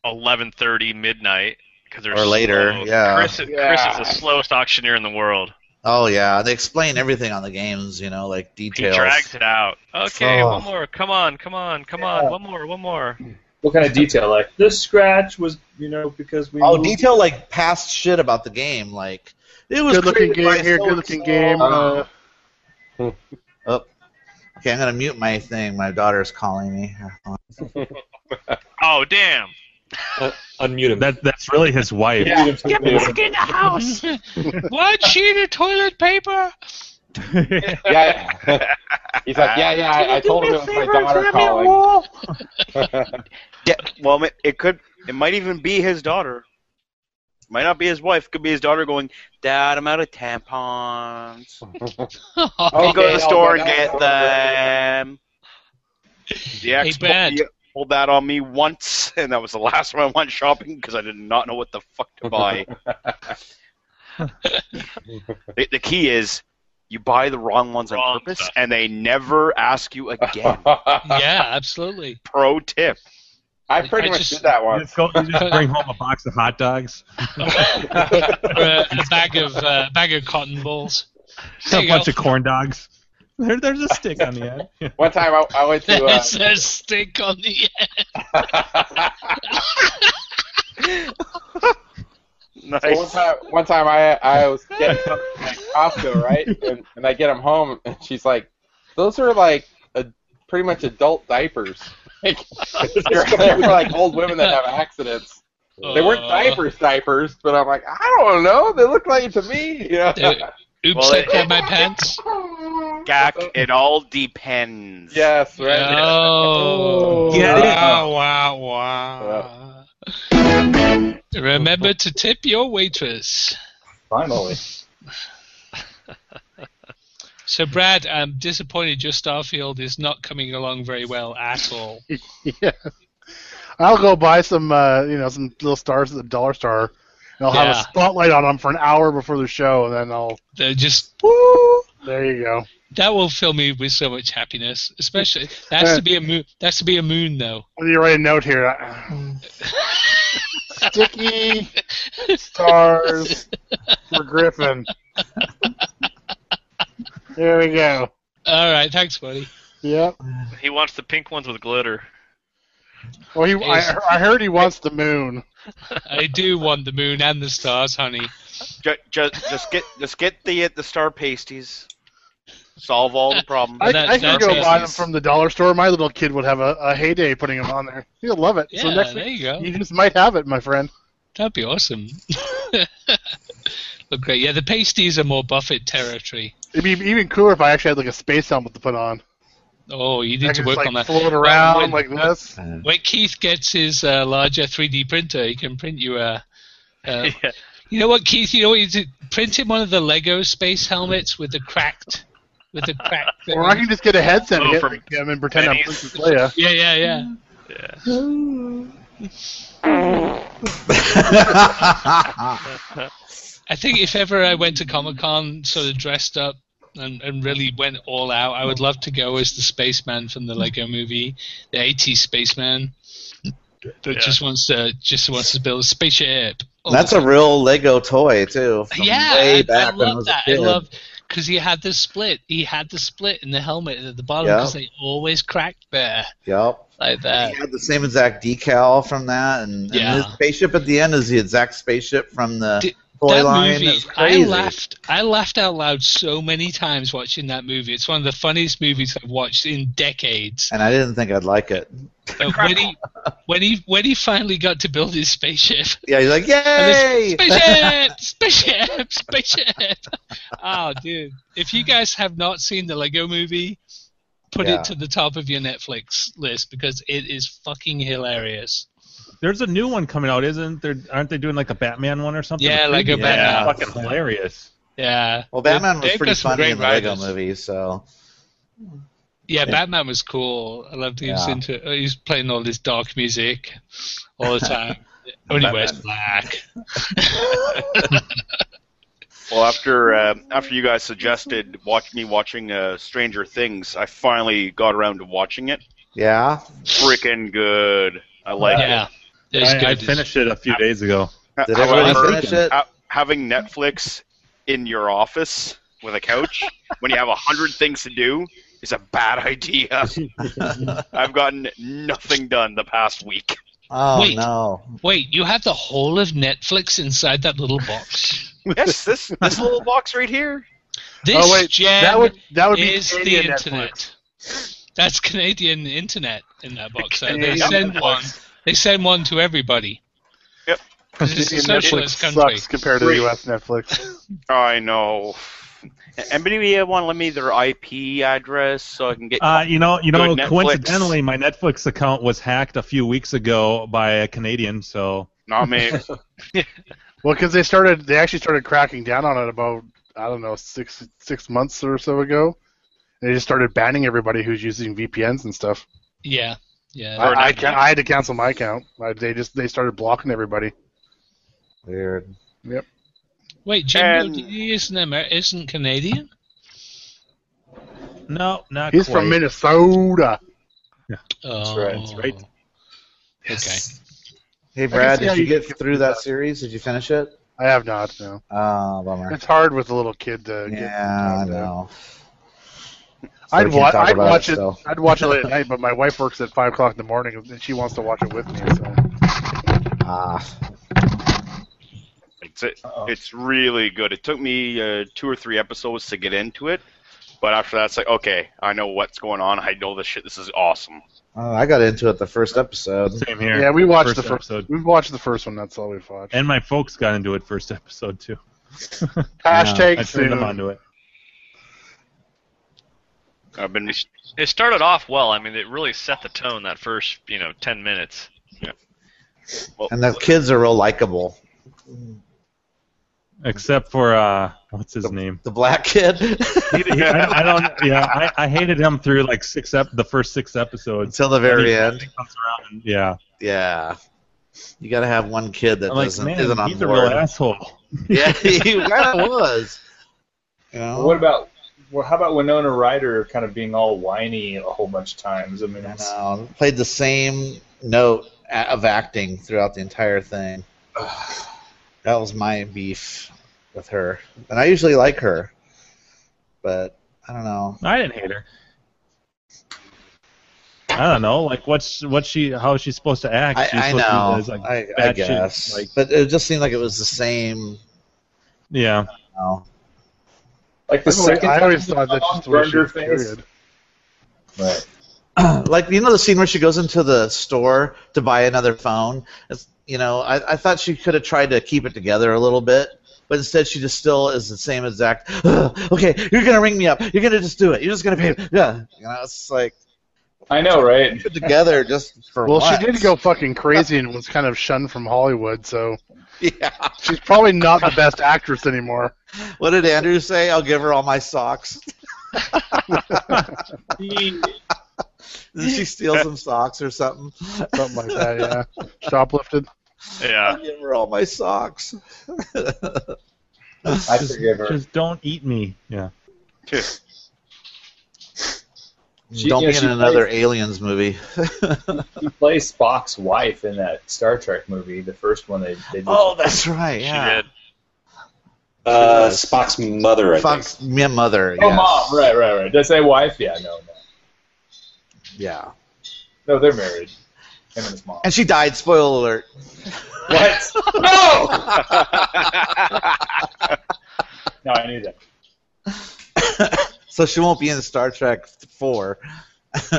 Speaker 9: eleven thirty midnight because
Speaker 3: Or later, yeah.
Speaker 9: Chris,
Speaker 3: Yeah.
Speaker 9: Chris is the slowest auctioneer in the world.
Speaker 3: Oh yeah, they explain everything on the games, you know, like
Speaker 9: He
Speaker 3: details.
Speaker 9: drags it out. Okay,
Speaker 3: Oh.
Speaker 9: one more. Come on, come on, come on. One more, one more.
Speaker 16: What kind of detail? Like this scratch was, you know, because we.
Speaker 3: Oh,
Speaker 16: moved-
Speaker 3: detail like past shit about the game, like it was
Speaker 1: Good looking
Speaker 3: created by
Speaker 1: game here. Good looking game.
Speaker 3: so-and-so.
Speaker 1: Uh,
Speaker 3: Oh, okay. I'm gonna mute my thing. My daughter's calling me.
Speaker 9: Oh damn!
Speaker 6: Uh,
Speaker 16: unmute him.
Speaker 11: That that's really his wife.
Speaker 13: Get back in the house!
Speaker 6: what? She the toilet paper?
Speaker 5: yeah. He's like, yeah, yeah. I, I told him it was my daughter calling.
Speaker 4: yeah, well, it- it could. It might even be his daughter. Might not be his wife. Could be his daughter going, "Dad, I'm out of tampons. I'll go to the store and get uh, them." The ex pulled-
Speaker 6: Ben.
Speaker 4: he pulled that on me once, and that was the last time I went shopping because I did not know what the fuck to buy. the, the key is you buy the wrong ones on purpose, and they never ask you again.
Speaker 6: Yeah, absolutely.
Speaker 4: Pro tip.
Speaker 5: I pretty
Speaker 6: I
Speaker 5: much
Speaker 6: just-
Speaker 5: did that
Speaker 11: You
Speaker 5: one.
Speaker 11: just, go, you just bring home a box of hot dogs.
Speaker 6: Or a, a bag of uh, bag of cotton balls. There
Speaker 11: a
Speaker 6: you
Speaker 11: bunch
Speaker 6: go.
Speaker 11: of corn dogs. There, there's a stick on the end.
Speaker 5: One time I, I went to. Uh,
Speaker 6: There's a stick on the end.
Speaker 5: So one time, one time I I was getting something at Costco, right? And, and I get them home, and she's like, "Those are like a, pretty much adult diapers. Like, they're, they're for like old women that have accidents. They weren't
Speaker 6: Uh.
Speaker 5: diapers, diapers, but I'm like, I don't know. They look like it to me. Yeah.
Speaker 6: Dude, Oops,
Speaker 4: Well,
Speaker 6: I
Speaker 4: it-
Speaker 6: grabbed my pants.
Speaker 4: Gak, it all depends.
Speaker 5: Yes, right.
Speaker 6: Oh.
Speaker 5: Get it?
Speaker 6: Wow, wow, wow. Remember to tip your waitress.
Speaker 16: Finally.
Speaker 6: So, Brad, I'm disappointed your Starfield is not coming along very well at all.
Speaker 1: yeah. I'll go buy some, uh, you know, some little stars at the dollar store. And I'll have
Speaker 6: Yeah.
Speaker 1: a spotlight on them for an hour before the show, and then I'll.
Speaker 6: They're just
Speaker 1: There you go.
Speaker 6: that will fill me with so much happiness. Especially that has to be a moon. That has to be a moon, though.
Speaker 1: Let me write a note here. uh, Sticky stars for Griffin. There we go.
Speaker 6: All right, thanks, buddy.
Speaker 1: Yep.
Speaker 9: He wants the pink ones with glitter.
Speaker 1: Well, he, I, I heard he wants the moon.
Speaker 6: I do want the moon and the stars, honey.
Speaker 4: Just, just, just get, just get the uh, the star pasties. Solve all the problems.
Speaker 1: I, I can go buy them from the dollar store. My little kid would have a, a heyday putting them on there. He'll love it. so
Speaker 6: Yeah,
Speaker 1: next
Speaker 6: there
Speaker 1: week,
Speaker 6: you go.
Speaker 1: just might have it, my friend.
Speaker 6: That'd be awesome. Look great. Yeah, the pasties are more Buffett territory.
Speaker 1: It'd be even cooler if I actually had like a space helmet to put on.
Speaker 6: Oh, you
Speaker 1: I
Speaker 6: need
Speaker 1: could
Speaker 6: to
Speaker 1: just,
Speaker 6: work
Speaker 1: like,
Speaker 6: on that.
Speaker 1: float
Speaker 6: When- when-
Speaker 1: around like this.
Speaker 6: When Keith gets his uh, larger 3D printer, he can print you a. Uh, You know what, Keith? You know what you do? Print him one of the Lego space helmets with the cracked, with the cracked.
Speaker 1: Or I can just get a headset and
Speaker 6: Oh,
Speaker 1: hit
Speaker 6: from
Speaker 1: like him and pretend I'm
Speaker 6: Benny's.
Speaker 1: Princess Leia.
Speaker 6: Yeah, yeah, yeah. I think if ever I went to Comic Con, sort of dressed up and, and really went all out, I would love to go as the spaceman from the Lego Movie, the 80s spaceman that just wants to just wants to build a spaceship. Oh,
Speaker 3: That's a real Lego toy too. from
Speaker 6: yeah,
Speaker 3: way
Speaker 6: I,
Speaker 3: back
Speaker 6: I
Speaker 3: when I
Speaker 6: love
Speaker 3: was a
Speaker 6: that. I
Speaker 3: kid.
Speaker 6: love because he had the split. He had the split in the helmet at the bottom
Speaker 3: Yeah.
Speaker 6: because they always cracked there.
Speaker 3: Yep.
Speaker 6: Like that.
Speaker 3: He had the same exact decal from that, and, and
Speaker 6: Yeah.
Speaker 3: his spaceship at the end is the exact spaceship from the
Speaker 6: Did-
Speaker 3: toy
Speaker 6: that
Speaker 3: line.
Speaker 6: movie,
Speaker 3: It's
Speaker 6: I
Speaker 3: crazy.
Speaker 6: laughed. I laughed out loud so many times watching that movie. It's one of the funniest movies I've watched in decades.
Speaker 3: and I didn't think I'd like it.
Speaker 6: But Uh, when he, when he, when he finally got to build his spaceship,
Speaker 3: Yeah, he's like,
Speaker 6: and
Speaker 3: yay!
Speaker 6: it's, spaceship, spaceship, spaceship. oh, dude! If you guys have not seen the Lego Movie, put
Speaker 11: Yeah.
Speaker 6: it to the top of your Netflix list because it is fucking hilarious.
Speaker 11: There's a new one coming out, isn't there? Aren't they doing like a Batman one or something?
Speaker 6: Yeah,
Speaker 11: The
Speaker 6: like a
Speaker 11: preview?
Speaker 6: Batman.
Speaker 11: It's Fucking hilarious.
Speaker 6: Yeah.
Speaker 3: Well, Batman was
Speaker 6: They've
Speaker 3: pretty
Speaker 6: got some
Speaker 3: funny
Speaker 6: great
Speaker 3: in the Lego
Speaker 6: writers.
Speaker 3: movie, so
Speaker 6: Yeah,
Speaker 3: Yeah.
Speaker 6: Batman was cool. I loved he was
Speaker 3: Yeah.
Speaker 6: into he was playing all this dark music all the time. Only wears black.
Speaker 4: Well, after uh, after you guys suggested watch me watching uh, Stranger Things, I finally got around to watching it.
Speaker 3: yeah.
Speaker 4: Freaking good. I like it.
Speaker 11: I, I finished it a few days ago.
Speaker 4: Ha-
Speaker 11: Did
Speaker 4: however,
Speaker 11: everybody finish it?
Speaker 4: ha- having Netflix in your office with a couch when you have a hundred things to do is a bad idea. I've gotten nothing done the past week.
Speaker 3: Oh
Speaker 6: Wait.
Speaker 3: no!
Speaker 6: Wait, you have the whole of Netflix inside that little box.
Speaker 4: yes, this this little box right here.
Speaker 6: This
Speaker 4: Oh, wait,
Speaker 6: gem
Speaker 4: that would- that would be
Speaker 6: is
Speaker 4: Canadian
Speaker 6: the internet. That's Canadian internet in that box. There. They
Speaker 4: Canadian
Speaker 6: send
Speaker 4: Netflix.
Speaker 6: one. They send one to everybody.
Speaker 4: Yep.
Speaker 6: 'Cause it's a socialist country.
Speaker 1: sucks compared to the U.S. Netflix.
Speaker 4: I know. Anybody want to let me their IP address so I can get?
Speaker 11: Uh, you know, you know.
Speaker 4: good Netflix?
Speaker 11: Coincidentally, my Netflix account was hacked a few weeks ago by a Canadian. So
Speaker 6: Oh,
Speaker 4: Not me.
Speaker 1: Well, because they started, they actually started cracking down on it about I don't know six six months or so ago. And they just started banning everybody who's using VPNs and stuff.
Speaker 6: Yeah. Yeah.
Speaker 1: I, I, can, I had to cancel my account. I, they just they started blocking everybody.
Speaker 3: Weird.
Speaker 1: Yep.
Speaker 6: Wait, Jim
Speaker 1: And-
Speaker 6: Bodie isn't Amer- isn't Canadian?
Speaker 11: No, not
Speaker 1: He's from Minnesota.
Speaker 6: That's
Speaker 11: right. That's right.
Speaker 6: Oh.
Speaker 3: Hey
Speaker 1: can
Speaker 3: Brad,
Speaker 1: see how
Speaker 3: did you
Speaker 1: you
Speaker 3: get
Speaker 1: can
Speaker 3: through that series? Did you finish it?
Speaker 1: I have not. No.
Speaker 3: Oh, bummer.
Speaker 1: It's hard with a little kid to get.
Speaker 3: Yeah, I know.
Speaker 1: I'd,
Speaker 3: we can't
Speaker 1: wa-
Speaker 3: talk
Speaker 1: I'd
Speaker 3: about
Speaker 1: watch
Speaker 3: it,
Speaker 1: it.
Speaker 3: so.
Speaker 1: I'd watch it late at night, but my wife works at five o'clock in the morning, and she wants to watch it with me. So.
Speaker 3: Ah.
Speaker 4: It's it. It's really good. It took me uh, two or three episodes to get into it, but after that, it's like, okay, I know what's going on. I know this shit. This is awesome.
Speaker 3: Oh, I got into it the first episode.
Speaker 11: Same here.
Speaker 1: Yeah, we watched the first.
Speaker 11: episode,
Speaker 1: We watched the first one. That's all we've watched.
Speaker 11: and my folks got into it first episode too.
Speaker 1: Hashtag
Speaker 11: I turned them
Speaker 1: soon.
Speaker 11: onto it.
Speaker 4: I've been.
Speaker 9: It started off well. I mean, it really set the tone that first, you know, ten minutes.
Speaker 3: And the kids are real likable.
Speaker 11: Except for uh, what's his name?
Speaker 3: The black kid.
Speaker 11: He- I, I don't. Yeah, I, I hated him through like six ep- the first six episodes
Speaker 3: Until the very
Speaker 11: And
Speaker 3: end.
Speaker 11: he comes around and- yeah,
Speaker 3: Yeah. You gotta have one kid that
Speaker 11: I'm like,
Speaker 3: doesn't
Speaker 11: man,
Speaker 3: isn't on
Speaker 11: he's a
Speaker 3: board.
Speaker 11: real asshole.
Speaker 3: yeah, he kinda was. You know?
Speaker 16: What about well, how about Winona Ryder kind of being all whiny a whole bunch of times? I mean, that's,
Speaker 3: No, played the same note a- of acting throughout the entire thing. that was my beef with her, and I usually like her, but I don't know.
Speaker 11: I didn't hate her. I don't know, like what's what's she? How is she supposed to act?
Speaker 3: I,
Speaker 11: She's
Speaker 3: I
Speaker 11: supposed to be this,
Speaker 3: know.
Speaker 11: like,
Speaker 3: I, I
Speaker 11: batshit,
Speaker 3: guess,
Speaker 11: like-
Speaker 3: but it just seemed like it was the same.
Speaker 11: yeah.
Speaker 3: No.
Speaker 16: like
Speaker 1: I've always- I always thought that's just the way she was, period.
Speaker 3: like you know the scene where she goes into the store to buy another phone. It's, you know, I, I thought she could have tried to keep it together a little bit, but instead she just still is the same exact. okay, you're gonna ring me up. You're gonna just do it. You're just gonna pay. Yeah, you know, it's like
Speaker 16: I know, right?
Speaker 3: put together just for
Speaker 1: well,
Speaker 3: what?
Speaker 1: she did go fucking crazy and was kind of shunned from Hollywood, so
Speaker 3: Yeah.
Speaker 1: she's probably not the best actress anymore.
Speaker 3: What did Andrew say? I'll give her all my socks. Then she steals some socks or something.
Speaker 1: Something like that, yeah. Shoplifted.
Speaker 9: Yeah.
Speaker 3: I'll give her all my socks.
Speaker 16: I forgive her.
Speaker 11: Just don't eat me. Yeah.
Speaker 16: She-
Speaker 3: Don't
Speaker 16: yeah,
Speaker 3: be
Speaker 16: she
Speaker 3: in another
Speaker 16: plays-
Speaker 3: Aliens movie.
Speaker 16: He plays Spock's wife in that Star Trek movie, the first one they, they did.
Speaker 3: oh, that's right.
Speaker 16: She
Speaker 3: Yeah.
Speaker 16: did.
Speaker 2: Uh, Spock's mother, I think.
Speaker 3: Fox, my mother.
Speaker 16: Oh,
Speaker 3: yes.
Speaker 16: mom. Right, right, right. Did I say wife? Yeah, no, no.
Speaker 3: Yeah.
Speaker 16: No, they're married. Him and his mom.
Speaker 3: And she died. Spoiler alert.
Speaker 16: What? no! no, I knew that.
Speaker 3: so she won't be in Star Trek four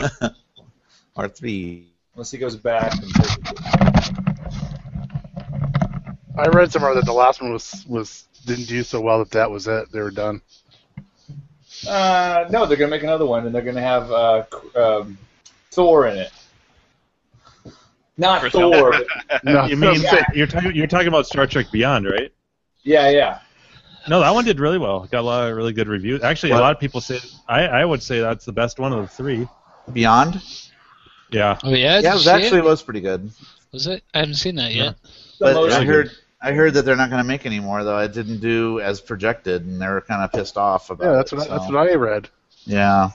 Speaker 3: or three.
Speaker 16: Unless he goes back. And
Speaker 1: I read somewhere that the last one was was didn't do so well that that was it. They were done.
Speaker 16: Uh, no, they're gonna make another one, and they're gonna have uh, Qu- um, Thor in it. Not
Speaker 11: Chris
Speaker 16: Thor.
Speaker 11: Hemsworth.
Speaker 16: but-
Speaker 11: you mean you're talking you're talking about Star Trek Beyond, right?
Speaker 16: Yeah, yeah.
Speaker 11: No, that one did really well. It got a lot of really good reviews. Actually, a
Speaker 3: What?
Speaker 11: lot of people say I, I would say that's the best one of the three.
Speaker 3: Beyond.
Speaker 11: Yeah.
Speaker 6: Oh yeah.
Speaker 3: yeah,
Speaker 6: did
Speaker 3: it
Speaker 6: you
Speaker 3: was
Speaker 6: see
Speaker 3: actually
Speaker 6: it?
Speaker 3: was pretty good.
Speaker 6: Was it? I haven't seen that yet.
Speaker 3: But I heard I heard that they're not going to make any more though. It didn't do as projected, and they were kind of pissed off about.
Speaker 1: Yeah, that's
Speaker 3: it,
Speaker 1: what I,
Speaker 3: so.
Speaker 1: that's what I read.
Speaker 3: Yeah.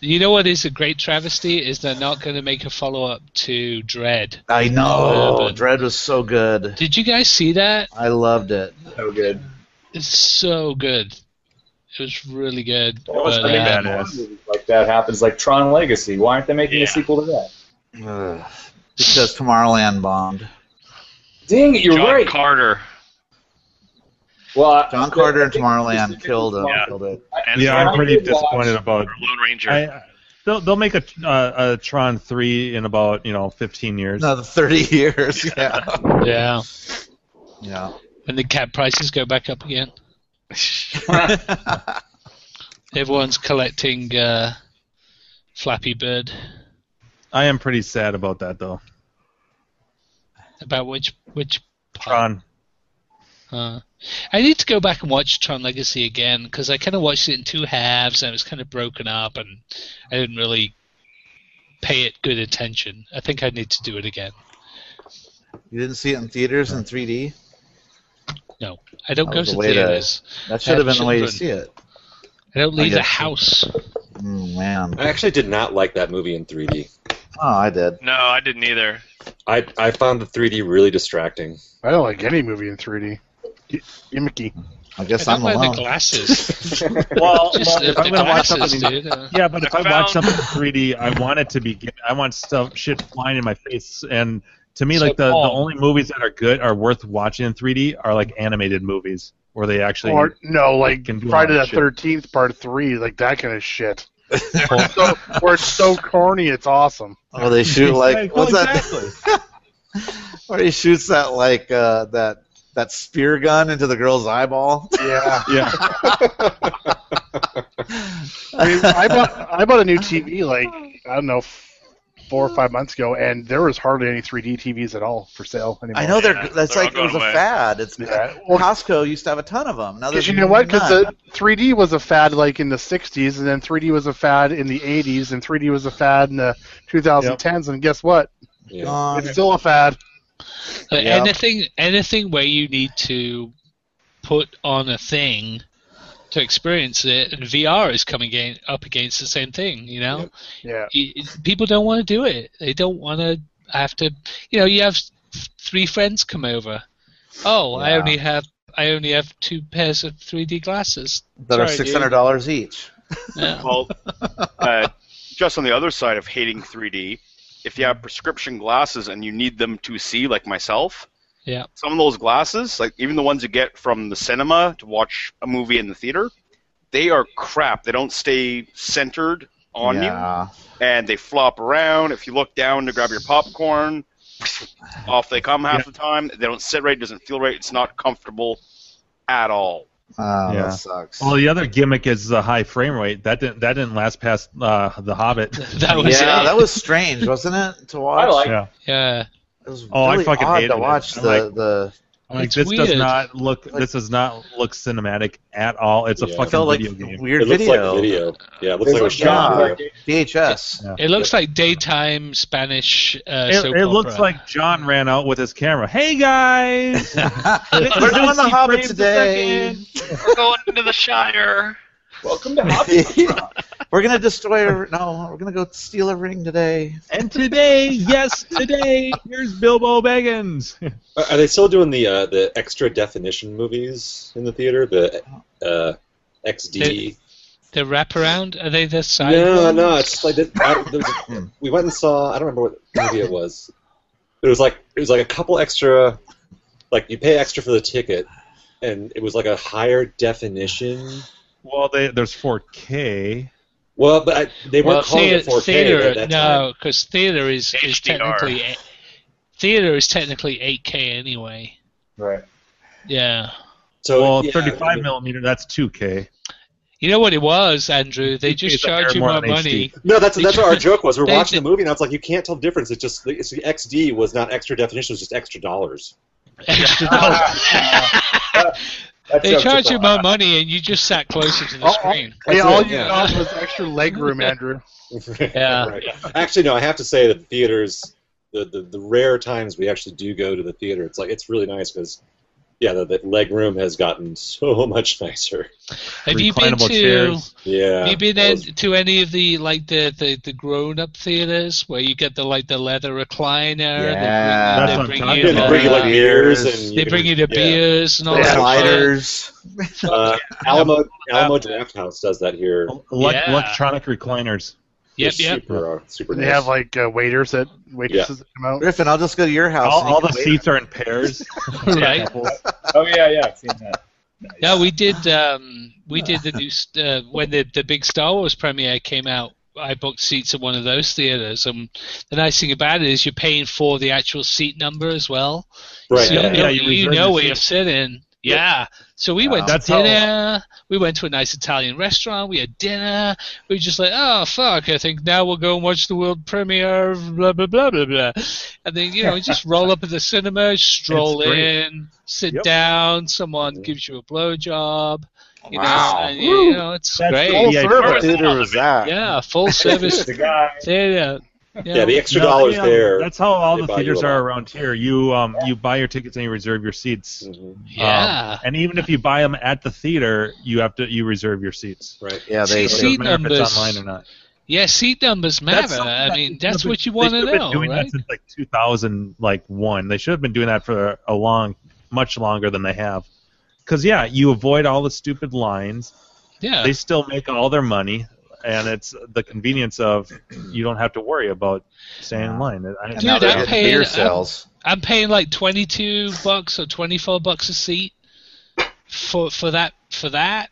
Speaker 6: You know what is a great travesty is they're not going to make a follow up to Dread.
Speaker 3: I know.
Speaker 6: Urban.
Speaker 3: Dread was so good.
Speaker 6: Did you guys see that?
Speaker 3: I loved it.
Speaker 16: So good.
Speaker 6: It's so good. It was really good.
Speaker 16: That was
Speaker 6: but,
Speaker 16: pretty
Speaker 6: uh,
Speaker 16: badass. Like that happens, like Tron Legacy. Why aren't they making a sequel to that?
Speaker 3: Ugh. Because Tomorrowland bombed.
Speaker 16: Dang it, you're
Speaker 9: John
Speaker 16: right.
Speaker 9: Carter.
Speaker 16: Well, I-
Speaker 3: John Carter and Tomorrowland killed it. Killed it.
Speaker 9: And
Speaker 11: yeah, I'm
Speaker 9: I
Speaker 11: pretty
Speaker 9: did watch
Speaker 11: disappointed about.
Speaker 9: Lone Ranger.
Speaker 11: I, I- they'll they'll make a uh, a Tron three in about you know 15 years.
Speaker 3: Another 30 years. Yeah.
Speaker 6: Yeah.
Speaker 3: Yeah.
Speaker 6: And the cab prices go back up again. Everyone's collecting uh, Flappy Bird.
Speaker 11: I am pretty sad about that though.
Speaker 6: About which which
Speaker 11: Tron.
Speaker 6: Uh, I need to go back and watch Tron Legacy again because I kind of watched it in two halves and it was kind of broken up and I didn't really pay it good attention. I think I need to do it again.
Speaker 3: You didn't see it in theaters in 3D.
Speaker 6: No, I don't
Speaker 3: That
Speaker 6: go
Speaker 3: was
Speaker 6: to
Speaker 3: the way to-
Speaker 6: theaters.
Speaker 3: That should have been the way to
Speaker 6: Children.
Speaker 3: see it.
Speaker 6: I don't
Speaker 3: I
Speaker 6: leave the
Speaker 3: guess so.
Speaker 6: house.
Speaker 3: Oh man.
Speaker 2: I actually did not like that movie in 3D.
Speaker 3: Oh, I did.
Speaker 9: No, I didn't either.
Speaker 2: I, I found the 3D really distracting.
Speaker 1: I don't like any movie in 3D. Y- Yimicky.
Speaker 3: I guess
Speaker 6: I don't wear the glasses.
Speaker 11: Well,
Speaker 6: Just
Speaker 11: well, if
Speaker 6: the
Speaker 11: I'm gonna watch
Speaker 6: glasses,
Speaker 11: something,
Speaker 6: dude, uh,
Speaker 11: yeah, but if I watch
Speaker 9: found-
Speaker 11: something in 3D, I want it to be. gi- I want stuff shit flying in my face. And to me,
Speaker 6: So
Speaker 11: like the, the
Speaker 6: Paul-
Speaker 11: only movies that are good are worth watching in 3D are like animated movies where they actually
Speaker 1: Or no, like
Speaker 11: can do
Speaker 1: Friday the
Speaker 11: all that shit.
Speaker 1: Thirteenth Part Three, like that kind of shit. so, where it's so corny, it's awesome.
Speaker 3: Oh, they shoot like
Speaker 11: Well,
Speaker 3: what's that?
Speaker 11: exactly.
Speaker 3: Where he shoots that like uh, that that spear gun into the girl's eyeball.
Speaker 1: Yeah,
Speaker 11: Yeah.
Speaker 1: I, mean, I bought I bought a new TV like I don't know f- four or five months ago, and there was hardly any 3D TVs at all for sale anymore.
Speaker 3: I know they're
Speaker 9: Yeah,
Speaker 3: that's
Speaker 9: they're all
Speaker 3: like it was
Speaker 9: going
Speaker 3: a
Speaker 9: away.
Speaker 3: fad. It's
Speaker 1: Yeah.
Speaker 3: Costco used to have a ton of them. Now
Speaker 1: Because
Speaker 3: there's
Speaker 1: you know what? Because
Speaker 3: none.
Speaker 1: the 3D was a fad like in the 60s, and then 3D was a fad in the 80s, and 3D was a fad in the 2010s, and guess what?
Speaker 2: Yeah.
Speaker 3: Gone.
Speaker 1: It's still a fad.
Speaker 6: Uh,
Speaker 3: Yeah.
Speaker 6: Anything, anything where you need to put on a thing to experience it, and VR is coming again, up against the same thing. You know,
Speaker 1: Yeah.
Speaker 6: Y- y- people don't want to do it. They don't want to have to. You know, you have th- three friends come over. Oh, I
Speaker 3: Yeah.
Speaker 6: only have I only have two pairs of 3D glasses.
Speaker 3: that are
Speaker 6: Sorry, dude.
Speaker 3: six hundred dollars each.
Speaker 6: Yeah.
Speaker 4: Well, uh, just on the other side of hating 3D, if you have prescription glasses and you need them to see, like myself,
Speaker 6: Yeah.
Speaker 4: some of those glasses, like even the ones you get from the cinema to watch a movie in the theater, they are crap. They don't stay centered on
Speaker 3: yeah.
Speaker 4: you, and they flop around. If you look down to grab your popcorn, off they come half the time. They don't sit right. It doesn't feel right. It's not comfortable at all.
Speaker 3: Oh,
Speaker 11: Yeah.
Speaker 3: that sucks.
Speaker 11: Well, the other gimmick is the high frame rate. That didn't that didn't last past uh, the Hobbit.
Speaker 6: That was
Speaker 3: yeah,
Speaker 6: it.
Speaker 3: that was strange, wasn't it? To watch.
Speaker 16: I like
Speaker 11: Yeah.
Speaker 6: yeah.
Speaker 3: It was
Speaker 11: Oh, I
Speaker 3: really
Speaker 11: fucking
Speaker 3: odd
Speaker 11: hated
Speaker 3: to
Speaker 11: it.
Speaker 3: watch
Speaker 11: I'm
Speaker 3: the,
Speaker 11: like-
Speaker 3: the
Speaker 11: Like
Speaker 6: It's
Speaker 11: this does
Speaker 6: weird.
Speaker 11: not look. This does not look cinematic at all. It's a
Speaker 2: Yeah.
Speaker 11: fucking
Speaker 3: felt like
Speaker 11: video game.
Speaker 3: weird
Speaker 2: it looks
Speaker 3: video.
Speaker 2: like video. Yeah, it looks like it was shot on
Speaker 3: yeah.
Speaker 2: video.
Speaker 3: VHS.
Speaker 6: It looks like daytime Spanish uh,
Speaker 11: It,
Speaker 6: soap
Speaker 11: it looks
Speaker 6: opera.
Speaker 11: like John ran out with his camera. Hey guys,
Speaker 3: We're doing the Hobbit today.
Speaker 9: We're going to the Shire.
Speaker 16: Welcome to Hobbit.
Speaker 3: We're gonna destroy. A, no, we're gonna go steal a ring today.
Speaker 11: And today, yes, today, here's Bilbo Baggins.
Speaker 2: Are are they still doing the uh, the extra definition movies in the theater? The uh, XD.
Speaker 6: The wraparound? Are they the side?
Speaker 2: No,
Speaker 6: ones?
Speaker 2: no, it's just like that- I- there
Speaker 11: Hmm.
Speaker 2: was- we went and saw. I don't remember what movie it was. It was like it was like a couple extra, like you pay extra for the ticket, and it was like a higher definition.
Speaker 11: Well, they, there's 4K.
Speaker 2: Well, but I, they weren't calling it 4K at that time.
Speaker 6: no, because theater is, is technically a- theater is technically 8K anyway.
Speaker 7: Right.
Speaker 6: Yeah.
Speaker 2: So
Speaker 11: well,
Speaker 6: yeah,
Speaker 11: 35
Speaker 6: we-
Speaker 11: millimeter. That's 2K.
Speaker 6: You know what it was, Andrew? They just
Speaker 11: pays a
Speaker 6: charge
Speaker 11: fair
Speaker 6: you
Speaker 11: more
Speaker 6: more
Speaker 11: than
Speaker 6: money.
Speaker 11: HD.
Speaker 2: No, that's that's what our joke was. We're
Speaker 6: They-
Speaker 2: watching the movie, and I was like, you can't tell the difference. It's just it's the XD was not extra definition; it was just extra dollars.
Speaker 6: Extra They charge you more money, and you just sat closer to the
Speaker 2: Oh,
Speaker 6: screen.
Speaker 2: That's
Speaker 1: yeah, all
Speaker 2: it,
Speaker 1: you
Speaker 2: yeah.
Speaker 1: got was extra leg room, Andrew.
Speaker 6: Yeah.
Speaker 2: Right. Actually, no. I have to say that the theaters, the, the the rare times we actually do go to the theater, it's like it's really nice because, yeah, the, the leg room has gotten so much nicer.
Speaker 6: Have you been to?
Speaker 2: Yeah.
Speaker 6: Have you been in, to any of the like the, the, the grown up theaters where you get the like the leather recliner? they
Speaker 3: Yeah. That's what I'm
Speaker 6: bring,
Speaker 3: talking
Speaker 6: you
Speaker 3: about.
Speaker 6: the,
Speaker 3: Bring you, like, beers and
Speaker 6: they
Speaker 3: you
Speaker 6: bring
Speaker 3: can-
Speaker 6: you the
Speaker 2: yeah.
Speaker 6: beers and all that.
Speaker 3: Sliders.
Speaker 2: Uh, Alamo Alamo Draft House does that here.
Speaker 11: Elec- Electronic recliners.
Speaker 1: Yep,
Speaker 2: They're
Speaker 1: yep.
Speaker 2: Super, uh, super
Speaker 1: They
Speaker 2: nice.
Speaker 1: have like uh, waiters that waitresses that come out.
Speaker 3: Griffin, I'll just go to your house.
Speaker 11: All,
Speaker 3: and you
Speaker 11: all
Speaker 3: can
Speaker 11: the
Speaker 3: wait.
Speaker 11: seats are in pairs.
Speaker 6: Right.
Speaker 7: Oh yeah, yeah, I've seen that.
Speaker 6: Yeah, we did. Um, we did the new st- uh, when the the big Star Wars premiere came out. I booked seats at one of those theaters, and the nice thing about it is you're paying for the actual seat number as well.
Speaker 2: Right,
Speaker 6: So you
Speaker 2: yeah.
Speaker 6: know,
Speaker 2: Yeah,
Speaker 6: you
Speaker 2: you reserve
Speaker 6: know
Speaker 2: the
Speaker 6: where you're
Speaker 2: seat.
Speaker 6: sitting. Yeah. So we went
Speaker 11: That's
Speaker 6: to
Speaker 11: how-
Speaker 6: dinner. We went to a nice Italian restaurant. We had dinner. We were just like, oh fuck! I think now we'll go and watch the world premiere. of Blah blah blah blah blah. And then you know, just roll up at the cinema, stroll
Speaker 11: It's great.
Speaker 6: in, sit
Speaker 11: Yep.
Speaker 6: down. Someone gives you a blowjob. You
Speaker 11: Wow.
Speaker 6: know, and, you know, it's
Speaker 11: That's
Speaker 6: great.
Speaker 11: full Yeah, service.
Speaker 3: theater was that?
Speaker 6: Yeah, full service
Speaker 7: The guy.
Speaker 6: theater.
Speaker 2: Yeah, the extra
Speaker 11: No,
Speaker 2: dollars
Speaker 11: yeah,
Speaker 2: there.
Speaker 11: That's how all
Speaker 2: they
Speaker 11: the
Speaker 2: buy you
Speaker 11: theaters
Speaker 2: a lot.
Speaker 11: are around here. You um you buy your tickets and you reserve your seats.
Speaker 2: Mm-hmm.
Speaker 11: Um,
Speaker 6: Yeah.
Speaker 11: and even if you buy them at the theater, you have to you reserve your seats.
Speaker 2: Right.
Speaker 3: Yeah, they.
Speaker 11: It
Speaker 6: Seat
Speaker 11: doesn't matter if
Speaker 6: numbers.
Speaker 11: it's online or not.
Speaker 6: Yeah, seat numbers
Speaker 11: That's
Speaker 6: matter.
Speaker 11: something
Speaker 6: I
Speaker 11: that
Speaker 6: mean,
Speaker 11: they
Speaker 6: that's
Speaker 11: should
Speaker 6: what you
Speaker 11: have
Speaker 6: want to
Speaker 11: been- they should have
Speaker 6: know,
Speaker 11: Been doing
Speaker 6: right?
Speaker 11: that since like 2000, like one. They should have been doing that for a long, much longer than they have. Because yeah, you avoid all the stupid lines.
Speaker 6: Yeah.
Speaker 11: They still make all their money, and it's the convenience of you don't have to worry about staying in line. I-
Speaker 3: And
Speaker 6: Dude,
Speaker 3: now they're
Speaker 6: I'm
Speaker 3: getting
Speaker 6: paying-
Speaker 3: beer
Speaker 6: I'm-
Speaker 3: sales.
Speaker 6: I'm paying like twenty two bucks or twenty four bucks a seat for for that for that.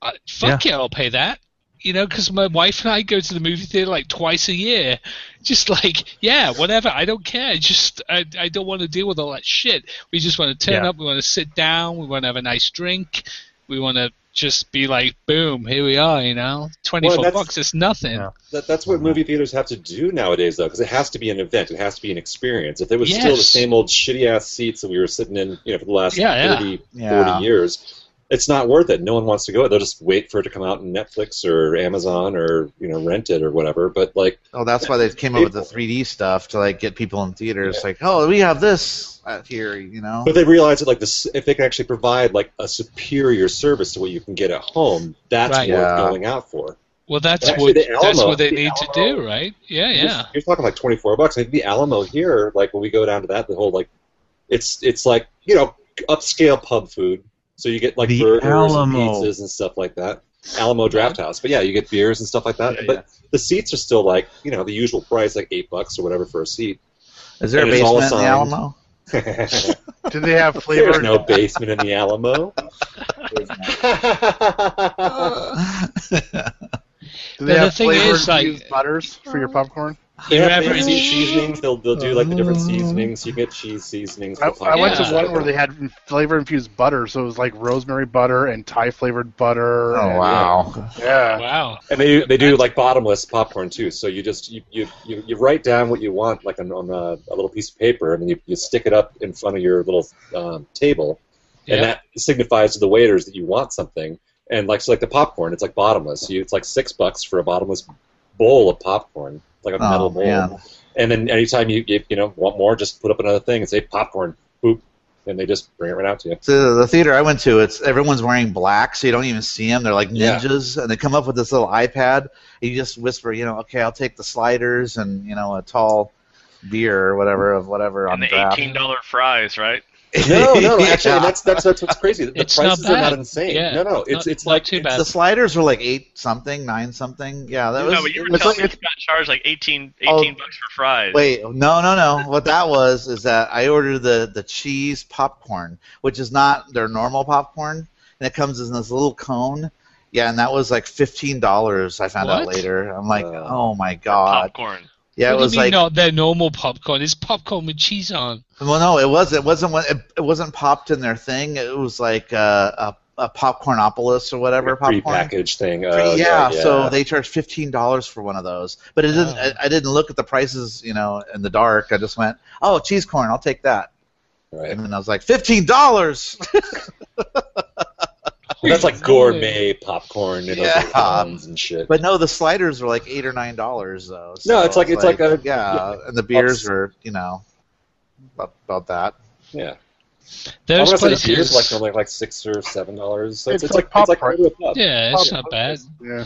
Speaker 6: I, fuck yeah. I'll pay that. You know, because my wife and I go to the movie theater like twice a year. Just like, yeah, whatever. I don't care. Just I, I don't want to deal with all that shit. We just want to turn
Speaker 11: Yeah.
Speaker 6: up. We want to sit down. We want to have a nice drink. We want to just be like, boom, here we are. You know, twenty four
Speaker 2: that's-
Speaker 6: bucks is nothing.
Speaker 2: That, that's what movie theaters have to do nowadays, though, because it has to be an event. It has to be an experience. If it was still the
Speaker 6: Yes.
Speaker 2: same old shitty ass seats that we were sitting in, you know, for the last
Speaker 6: Yeah, yeah.
Speaker 2: 30,
Speaker 3: Yeah.
Speaker 2: 40 years, it's not worth it. No one wants to go. They'll just wait for it to come out on Netflix or Amazon or you know, rent it or whatever. But like,
Speaker 3: Oh, that's why they came up with the 3D stuff to like get people in theaters. Like, oh, we have this out here, you know.
Speaker 2: but they realize that like this, if they can actually provide like a superior service to what you can get at home, that's
Speaker 6: Right.
Speaker 2: worth
Speaker 3: Yeah.
Speaker 2: going out for.
Speaker 6: Well, that's what
Speaker 2: Actually, the
Speaker 6: that's
Speaker 2: Alamo-
Speaker 6: what they
Speaker 2: the
Speaker 6: need to do, right? Yeah,
Speaker 2: You're-
Speaker 6: yeah.
Speaker 2: You're, talking like 24 bucks. I think the Alamo here, like when we go down to that, the whole like, it's it's like you know upscale pub food. So you get like
Speaker 11: The
Speaker 2: burgers and
Speaker 11: Alamo.
Speaker 2: pizzas and stuff like that. Alamo Draft House, but yeah, you get beers and stuff like that. but the seats are still like you know the usual price, like eight bucks or whatever for a seat.
Speaker 3: Is there a
Speaker 2: And it's all
Speaker 3: basement in the
Speaker 2: assigned.
Speaker 3: Alamo?
Speaker 1: Do they have flavor?
Speaker 2: There's no basement in the Alamo.
Speaker 1: Do they
Speaker 6: But the
Speaker 1: have
Speaker 6: thing
Speaker 1: flavored
Speaker 6: is, like-
Speaker 1: used butters for your popcorn?
Speaker 2: They
Speaker 6: Your
Speaker 2: have
Speaker 6: average-
Speaker 2: different seasonings. They'll, they'll do like the different seasonings. You get cheese seasonings.
Speaker 1: I, I went
Speaker 2: Yeah.
Speaker 1: to one where they had flavor infused butter, so it was like rosemary butter and Thai flavored butter.
Speaker 2: Oh,
Speaker 1: and- uh, Yeah.
Speaker 6: Wow.
Speaker 2: And they do, they do like bottomless popcorn too. So you just you, you, you, you write down what you want like on, on a, a little piece of paper, and then you, you stick it up in front of your little um, table, and
Speaker 6: Yeah.
Speaker 2: that signifies to the waiters that you want something. And like so like the popcorn, it's like bottomless. You, it's like six bucks for a bottomless bowl of popcorn, like a
Speaker 3: Oh,
Speaker 2: metal bowl.
Speaker 3: man.
Speaker 2: And then anytime you you you know want more, just put up another thing and say popcorn. Boop. and they just bring it right out to you.
Speaker 3: So the theater I went to, it's everyone's wearing black, so you don't even see them. They're like ninjas, and they come up with this little iPad. And you just whisper, you know, okay, I'll take the sliders and you know a tall beer or whatever of whatever on
Speaker 9: And
Speaker 3: the
Speaker 9: the
Speaker 3: draft.
Speaker 9: eighteen dollar fries, right?
Speaker 2: No, no, actually,
Speaker 3: Yeah.
Speaker 2: that's, that's that's what's crazy. The
Speaker 3: It's
Speaker 2: prices
Speaker 3: not
Speaker 2: are not
Speaker 3: bad.
Speaker 2: insane.
Speaker 3: Yeah.
Speaker 2: No, no,
Speaker 3: It's
Speaker 2: it's
Speaker 3: not-
Speaker 2: it's like
Speaker 9: bad.
Speaker 3: The sliders were like eight something, nine something. Yeah, that was.
Speaker 9: no, but you were
Speaker 3: it's
Speaker 9: telling
Speaker 3: like-
Speaker 9: me you got charged like 18,
Speaker 3: Oh,
Speaker 9: 18 bucks for fries.
Speaker 3: Wait, no, no, no. What that was is that I ordered the the cheese popcorn, which is not their normal popcorn, and it comes in this little cone. Yeah, and that was like fifteen dollars. I found out
Speaker 6: What?
Speaker 3: later. I'm like, oh my god.
Speaker 9: popcorn.
Speaker 3: Yeah, it
Speaker 6: What do
Speaker 3: was
Speaker 6: you mean
Speaker 3: like.
Speaker 6: not their normal popcorn. It's popcorn with cheese on.
Speaker 3: Well, no, it was. It wasn't. what- It, it wasn't popped in their thing. It was like uh, a a popcornopolis or whatever popcorn.
Speaker 2: prepackaged thing.
Speaker 3: Pre-
Speaker 2: uh,
Speaker 3: yeah, so they charge fifteen dollars for one of those. But it didn't.
Speaker 2: Ah.
Speaker 3: I, I didn't look at the prices, you know, in the dark. I just went, oh, cheese corn, I'll take that.
Speaker 2: Right.
Speaker 3: And then I was like, fifteen dollars.
Speaker 2: that's like gourmet popcorn and
Speaker 3: Yeah.
Speaker 2: yeah. pounds and shit.
Speaker 3: but no, the sliders were like eight or nine dollars though. so
Speaker 2: No, it's like- it's like a-
Speaker 3: yeah,
Speaker 2: yeah.
Speaker 3: and the beers
Speaker 2: Ups-
Speaker 3: were you know about, about that.
Speaker 2: yeah,
Speaker 6: Those
Speaker 2: I'm gonna
Speaker 6: places.
Speaker 2: say the beers are like normally like six or seven dollars. So it's,
Speaker 6: It's
Speaker 2: it's like, it's like going to a pub.
Speaker 6: Yeah, it's not
Speaker 2: Pub.
Speaker 6: bad.
Speaker 1: Yeah.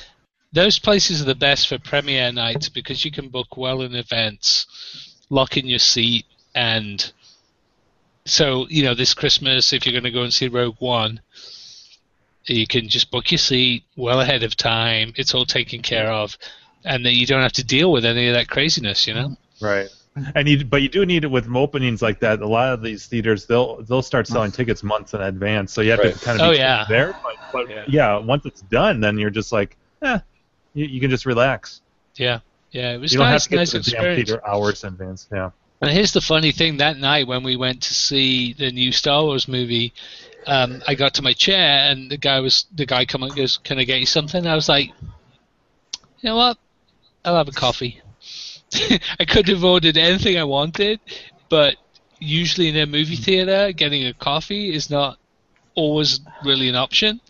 Speaker 6: Those places are the best for premiere nights because you can book well in advance, lock in your seat, and so you know this Christmas if you're going to go and see Rogue One, you can just book your seat well ahead of time. It's all taken care of, and then you don't have to deal with any of that craziness. You know.
Speaker 3: Right.
Speaker 11: And you, but you do need it with openings like that. A lot of these theaters, they'll they'll start selling tickets months in advance, so you have to kind of
Speaker 6: Oh
Speaker 11: be
Speaker 6: yeah.
Speaker 11: there. Yeah, once it's done, then you're just like, eh, you, you can just relax.
Speaker 6: Yeah. Yeah. It was
Speaker 11: you don't
Speaker 6: nice.
Speaker 11: have to get
Speaker 6: nice
Speaker 11: to the damn
Speaker 6: experience.
Speaker 11: theater hours in advance. Yeah.
Speaker 6: And here's the funny thing: that night when we went to see the new Star Wars movie, um, I got to my chair and the guy was the guy come up and goes, "Can I get you something?" I was like, "You know what? I'll have a coffee." I could have ordered anything I wanted, but usually in a movie theater, getting a coffee is not always really an option.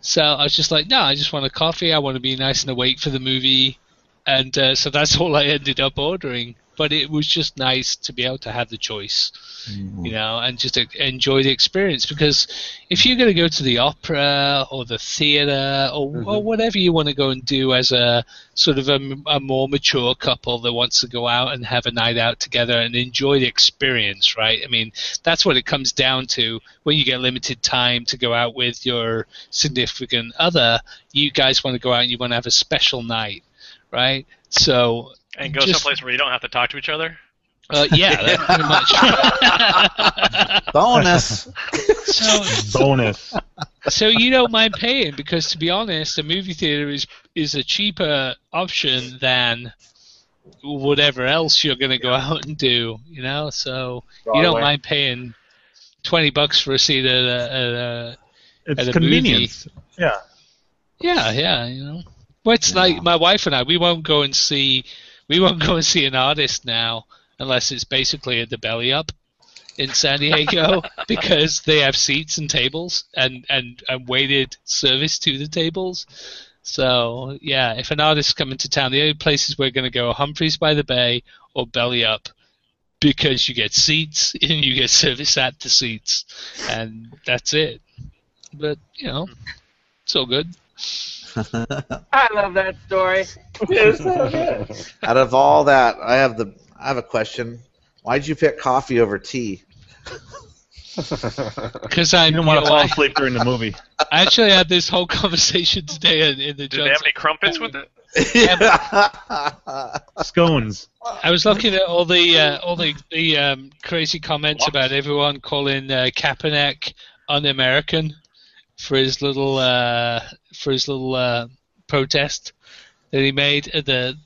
Speaker 6: So I was just like, "No, I just want a coffee. I want to be nice and awake for the movie." and uh, so that's all I ended up ordering. But it was just nice to be able to have the choice, you know, and just uh, enjoy the experience. Because if you're going to go to the opera or the theater or, or whatever you want to go and do as a sort of a, m- a more mature couple that wants to go out and have a night out together and enjoy the experience, right? I mean, that's what it comes down to. When you get limited time to go out with your significant other, you guys want to go out and you want to have a special night right? So
Speaker 9: And go
Speaker 6: just-
Speaker 9: someplace where you don't have to talk to each other.
Speaker 6: uh, yeah, that, pretty much.
Speaker 3: Bonus.
Speaker 6: So,
Speaker 11: Bonus.
Speaker 6: so you don't mind paying because, to be honest, a movie theater is is a cheaper option than whatever else you're going to go out and do. You know, so you don't
Speaker 11: Broadway.
Speaker 6: mind paying twenty bucks for a seat at a, at a
Speaker 11: It's
Speaker 6: at a
Speaker 11: convenience.
Speaker 6: Movie.
Speaker 11: Yeah.
Speaker 6: Yeah, yeah, you know. Well, it's like my wife and I. We won't go and see. We won't go and see an artist now unless it's basically at the Belly Up in San Diego because they have seats and tables and and and weighted service to the tables. So yeah, if an artist's coming to town, the only places we're going to go are Humphreys by the Bay or Belly Up because you get seats and you get service at the seats, and that's it. But you know, it's all good.
Speaker 13: I love that story.
Speaker 3: Out of all that, I have the I have a question. Why'd you pick coffee over tea?
Speaker 6: Because I
Speaker 11: You don't want to fall
Speaker 6: I-
Speaker 11: asleep during the movie.
Speaker 6: I actually had this whole conversation today in, in the.
Speaker 9: Do they have any crumpets with it?
Speaker 3: Uh,
Speaker 11: Scones.
Speaker 6: I was looking at all the uh, all the, the um, crazy comments about everyone calling uh, Kaepernick un-American for his little uh, for his little uh, protest that he made at the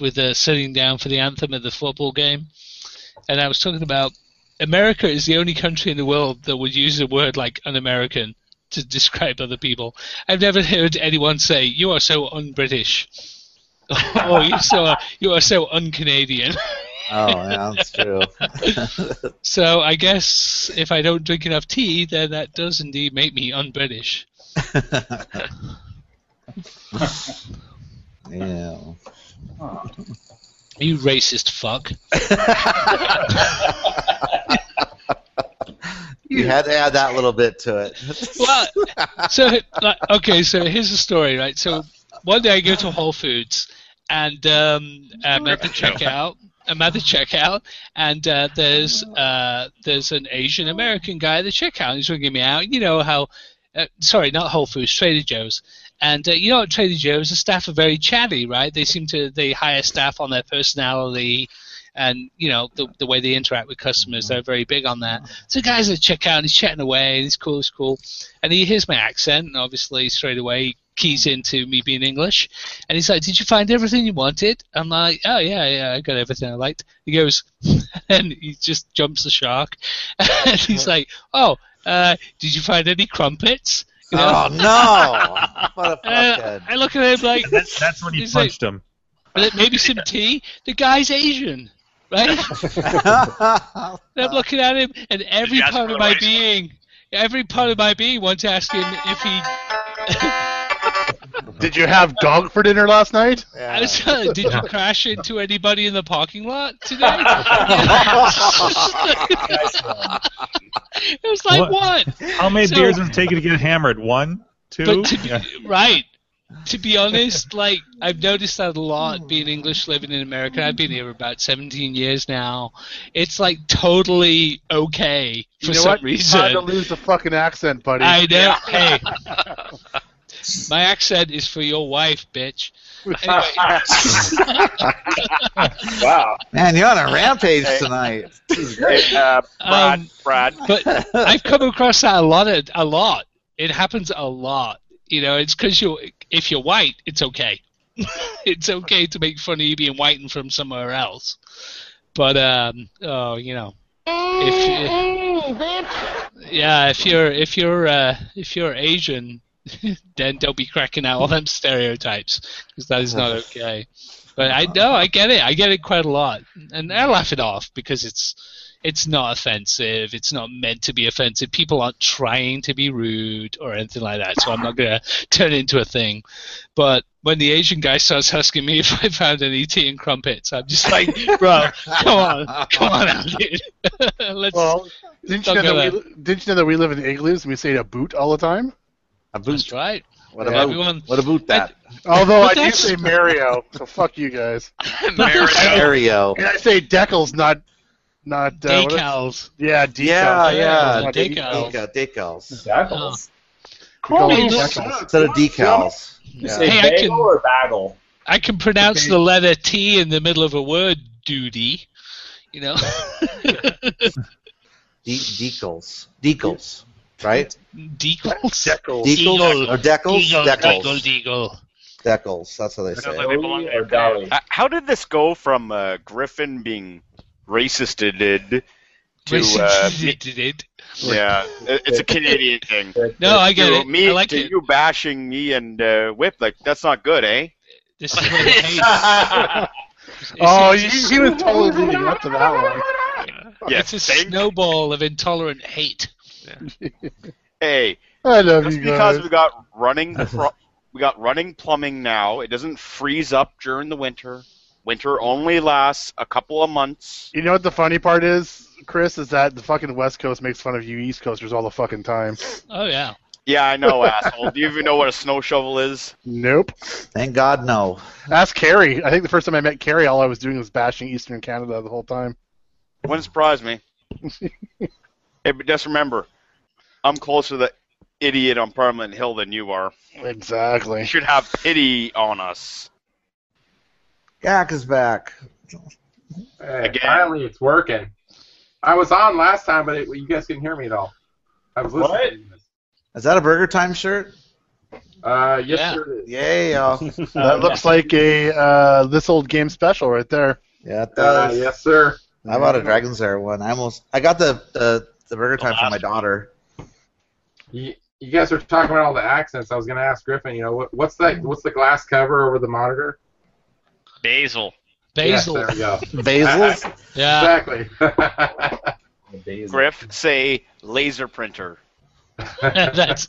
Speaker 6: with the sitting down for the anthem at the football game, and I was talking about America is the only country in the world that would use a word like un-American to describe other people. I've never heard anyone say you are so un-British. oh, you so you are so un-Canadian.
Speaker 3: Oh, yeah, that's true.
Speaker 6: so I guess if I don't drink enough tea, then that does indeed make me un-British.
Speaker 3: yeah.
Speaker 6: You racist fuck.
Speaker 3: You had to add that little bit to it.
Speaker 6: well, so like, okay, so here's the story, right? So one day I go to Whole Foods and um, I'm at the checkout. I'm at the checkout, and uh, there's uh, there's an Asian American guy at the checkout. And he's ringing me out. You know how? Uh, sorry, not Whole Foods, Trader Joe's. And uh, you know, at Trader Joe's, the staff are very chatty, right? They seem to they hire staff on their personality, and you know the, the way they interact with
Speaker 11: Mm-hmm.
Speaker 6: customers. They're very big on that. So the guys at the checkout, and he's chatting away, and he's cool, he's cool. And he hears my accent, and obviously straight away he keys into me being English. And he's like, "Did you find everything you wanted?" I'm like, "Oh yeah, yeah, I got everything I liked." He goes, and he just jumps the shark, and he's like, "Oh, uh, did you find any crumpets?" You know?
Speaker 3: Oh no!
Speaker 6: Uh, I look at him like
Speaker 11: That's, that's when you
Speaker 6: He's like-
Speaker 11: punched him.
Speaker 6: "Well, maybe some tea. The guy's Asian, right?
Speaker 3: And
Speaker 6: I'm looking at him, and every
Speaker 13: you ask
Speaker 6: part
Speaker 13: for the
Speaker 6: of my
Speaker 13: rice?
Speaker 6: being, every part of my being wants to ask him if he.
Speaker 1: Did you have gog for dinner last night?
Speaker 6: I was telling, did you crash into anybody in the parking lot today? it was like
Speaker 11: What-
Speaker 6: what?
Speaker 11: How many
Speaker 6: So-
Speaker 11: beers does it take you to get hammered? One, two.
Speaker 6: But to be,
Speaker 11: Yeah.
Speaker 6: right. To be honest, like I've noticed that a lot being English living in America. I've been here about 17 years now. It's like totally okay for
Speaker 1: you know
Speaker 6: some
Speaker 1: what? Time to
Speaker 6: reason.
Speaker 1: lose the fucking accent, buddy.
Speaker 6: I know. Hey, my accent is for your wife, bitch. Anyway.
Speaker 7: wow.
Speaker 3: Man, you're on a rampage
Speaker 6: Hey.
Speaker 3: tonight.
Speaker 6: uh, Brad, Brad. But I've come across that a lot. Of, a lot. It happens a lot. You know, it's because you if you're white, it's okay. it's okay to make fun of you being white and from somewhere else. But um, oh, you know, yeah, if you're if you're uh, if you're Asian, then don't be cracking out all them stereotypes because that is not okay. But I know I get it. I get it quite a lot, and I laugh it off because it's it's not offensive. It's not meant to be offensive. People aren't trying to be rude or anything like that. So I'm not gonna turn it into a thing. But when the Asian guy starts asking me if I found any tea and crumpets, I'm just like, bro, come on, come on out, dude. Let's.
Speaker 1: Well, Didn't you,
Speaker 6: don't
Speaker 1: know
Speaker 6: go
Speaker 1: that
Speaker 6: there.
Speaker 1: we, didn't you know that we live in igloos and we say a boot all the time?
Speaker 3: A boot.
Speaker 6: That's right.
Speaker 3: What
Speaker 1: Yeah,
Speaker 3: about
Speaker 1: everyone-
Speaker 3: what about that?
Speaker 1: Although
Speaker 6: But
Speaker 1: I do
Speaker 6: that's-
Speaker 1: say Mario, so fuck you guys.
Speaker 3: Mario.
Speaker 1: And I say decals, not not uh, what-
Speaker 6: Decals.
Speaker 1: Yeah, decals.
Speaker 3: Yeah, yeah,
Speaker 1: not
Speaker 3: decals. Decal, decals.
Speaker 7: Decals.
Speaker 1: Call me
Speaker 3: Decals. Instead of decals.
Speaker 7: You
Speaker 3: Yeah.
Speaker 7: say
Speaker 6: Hey, I
Speaker 7: bagel
Speaker 6: can-
Speaker 7: or bagel?
Speaker 6: I can pronounce the letter T in the middle of a word, duty. You know.
Speaker 3: De- decals. Decals. Right?
Speaker 6: Decals.
Speaker 3: Decals. Decals. Or decals? Decals. Decals. That's how they say it.
Speaker 4: Uh, How did this go from uh, Griffin being racisted to uh, me- yeah, it- it's a Canadian thing.
Speaker 6: No, I get
Speaker 4: to
Speaker 6: it.
Speaker 4: Me
Speaker 6: I like
Speaker 4: to
Speaker 6: it.
Speaker 4: you bashing me and uh, Whip like that's not good, eh?
Speaker 6: This is what it hates.
Speaker 1: Oh,
Speaker 6: It's
Speaker 1: he,
Speaker 6: just-
Speaker 1: he was totally leading up to that one.
Speaker 4: Yeah,
Speaker 6: It's a snowball of intolerant hate.
Speaker 4: hey,
Speaker 1: I love
Speaker 4: just
Speaker 1: you
Speaker 4: because
Speaker 1: guys.
Speaker 4: we got running pro- we got running plumbing now, it doesn't freeze up during the winter. Winter only lasts a couple of months.
Speaker 1: You know what the funny part is, Chris, is that the fucking West Coast makes fun of you East Coasters all the fucking time.
Speaker 6: Oh yeah.
Speaker 4: Yeah, I know, asshole. Do you even know what a snow shovel is?
Speaker 1: Nope.
Speaker 3: Thank God, no.
Speaker 1: Ask Carrie. I think the first time I met Carrie, all I was doing was bashing Eastern Canada the whole time.
Speaker 4: Wouldn't surprise me. hey, but just remember, I'm closer to the idiot on Parliament Hill than you are.
Speaker 1: Exactly.
Speaker 4: You should have pity on us.
Speaker 3: Gak is back.
Speaker 5: Hey, finally, it's working. I was on last time, but it, you guys couldn't hear me at all. I was listening.
Speaker 7: What?
Speaker 3: Is that a Burger Time shirt?
Speaker 5: Uh, yes,
Speaker 3: Yeah.
Speaker 5: sir. It is.
Speaker 3: Yay, y'all.
Speaker 1: That looks like a uh, this old game special right there.
Speaker 3: Yeah, it
Speaker 5: Uh,
Speaker 3: does.
Speaker 5: yes, sir.
Speaker 3: I bought a Dragon's Lair one. I almost I got the the, the Burger Time for my daughter.
Speaker 5: You, you guys were talking about all the accents. I was going to ask Griffin. You know, what, what's that? What's the glass cover over the monitor?
Speaker 9: Basil.
Speaker 5: Basil. Yes, there we go.
Speaker 3: Basil?
Speaker 6: Yeah.
Speaker 5: Exactly.
Speaker 4: Griff, say laser printer.
Speaker 6: That's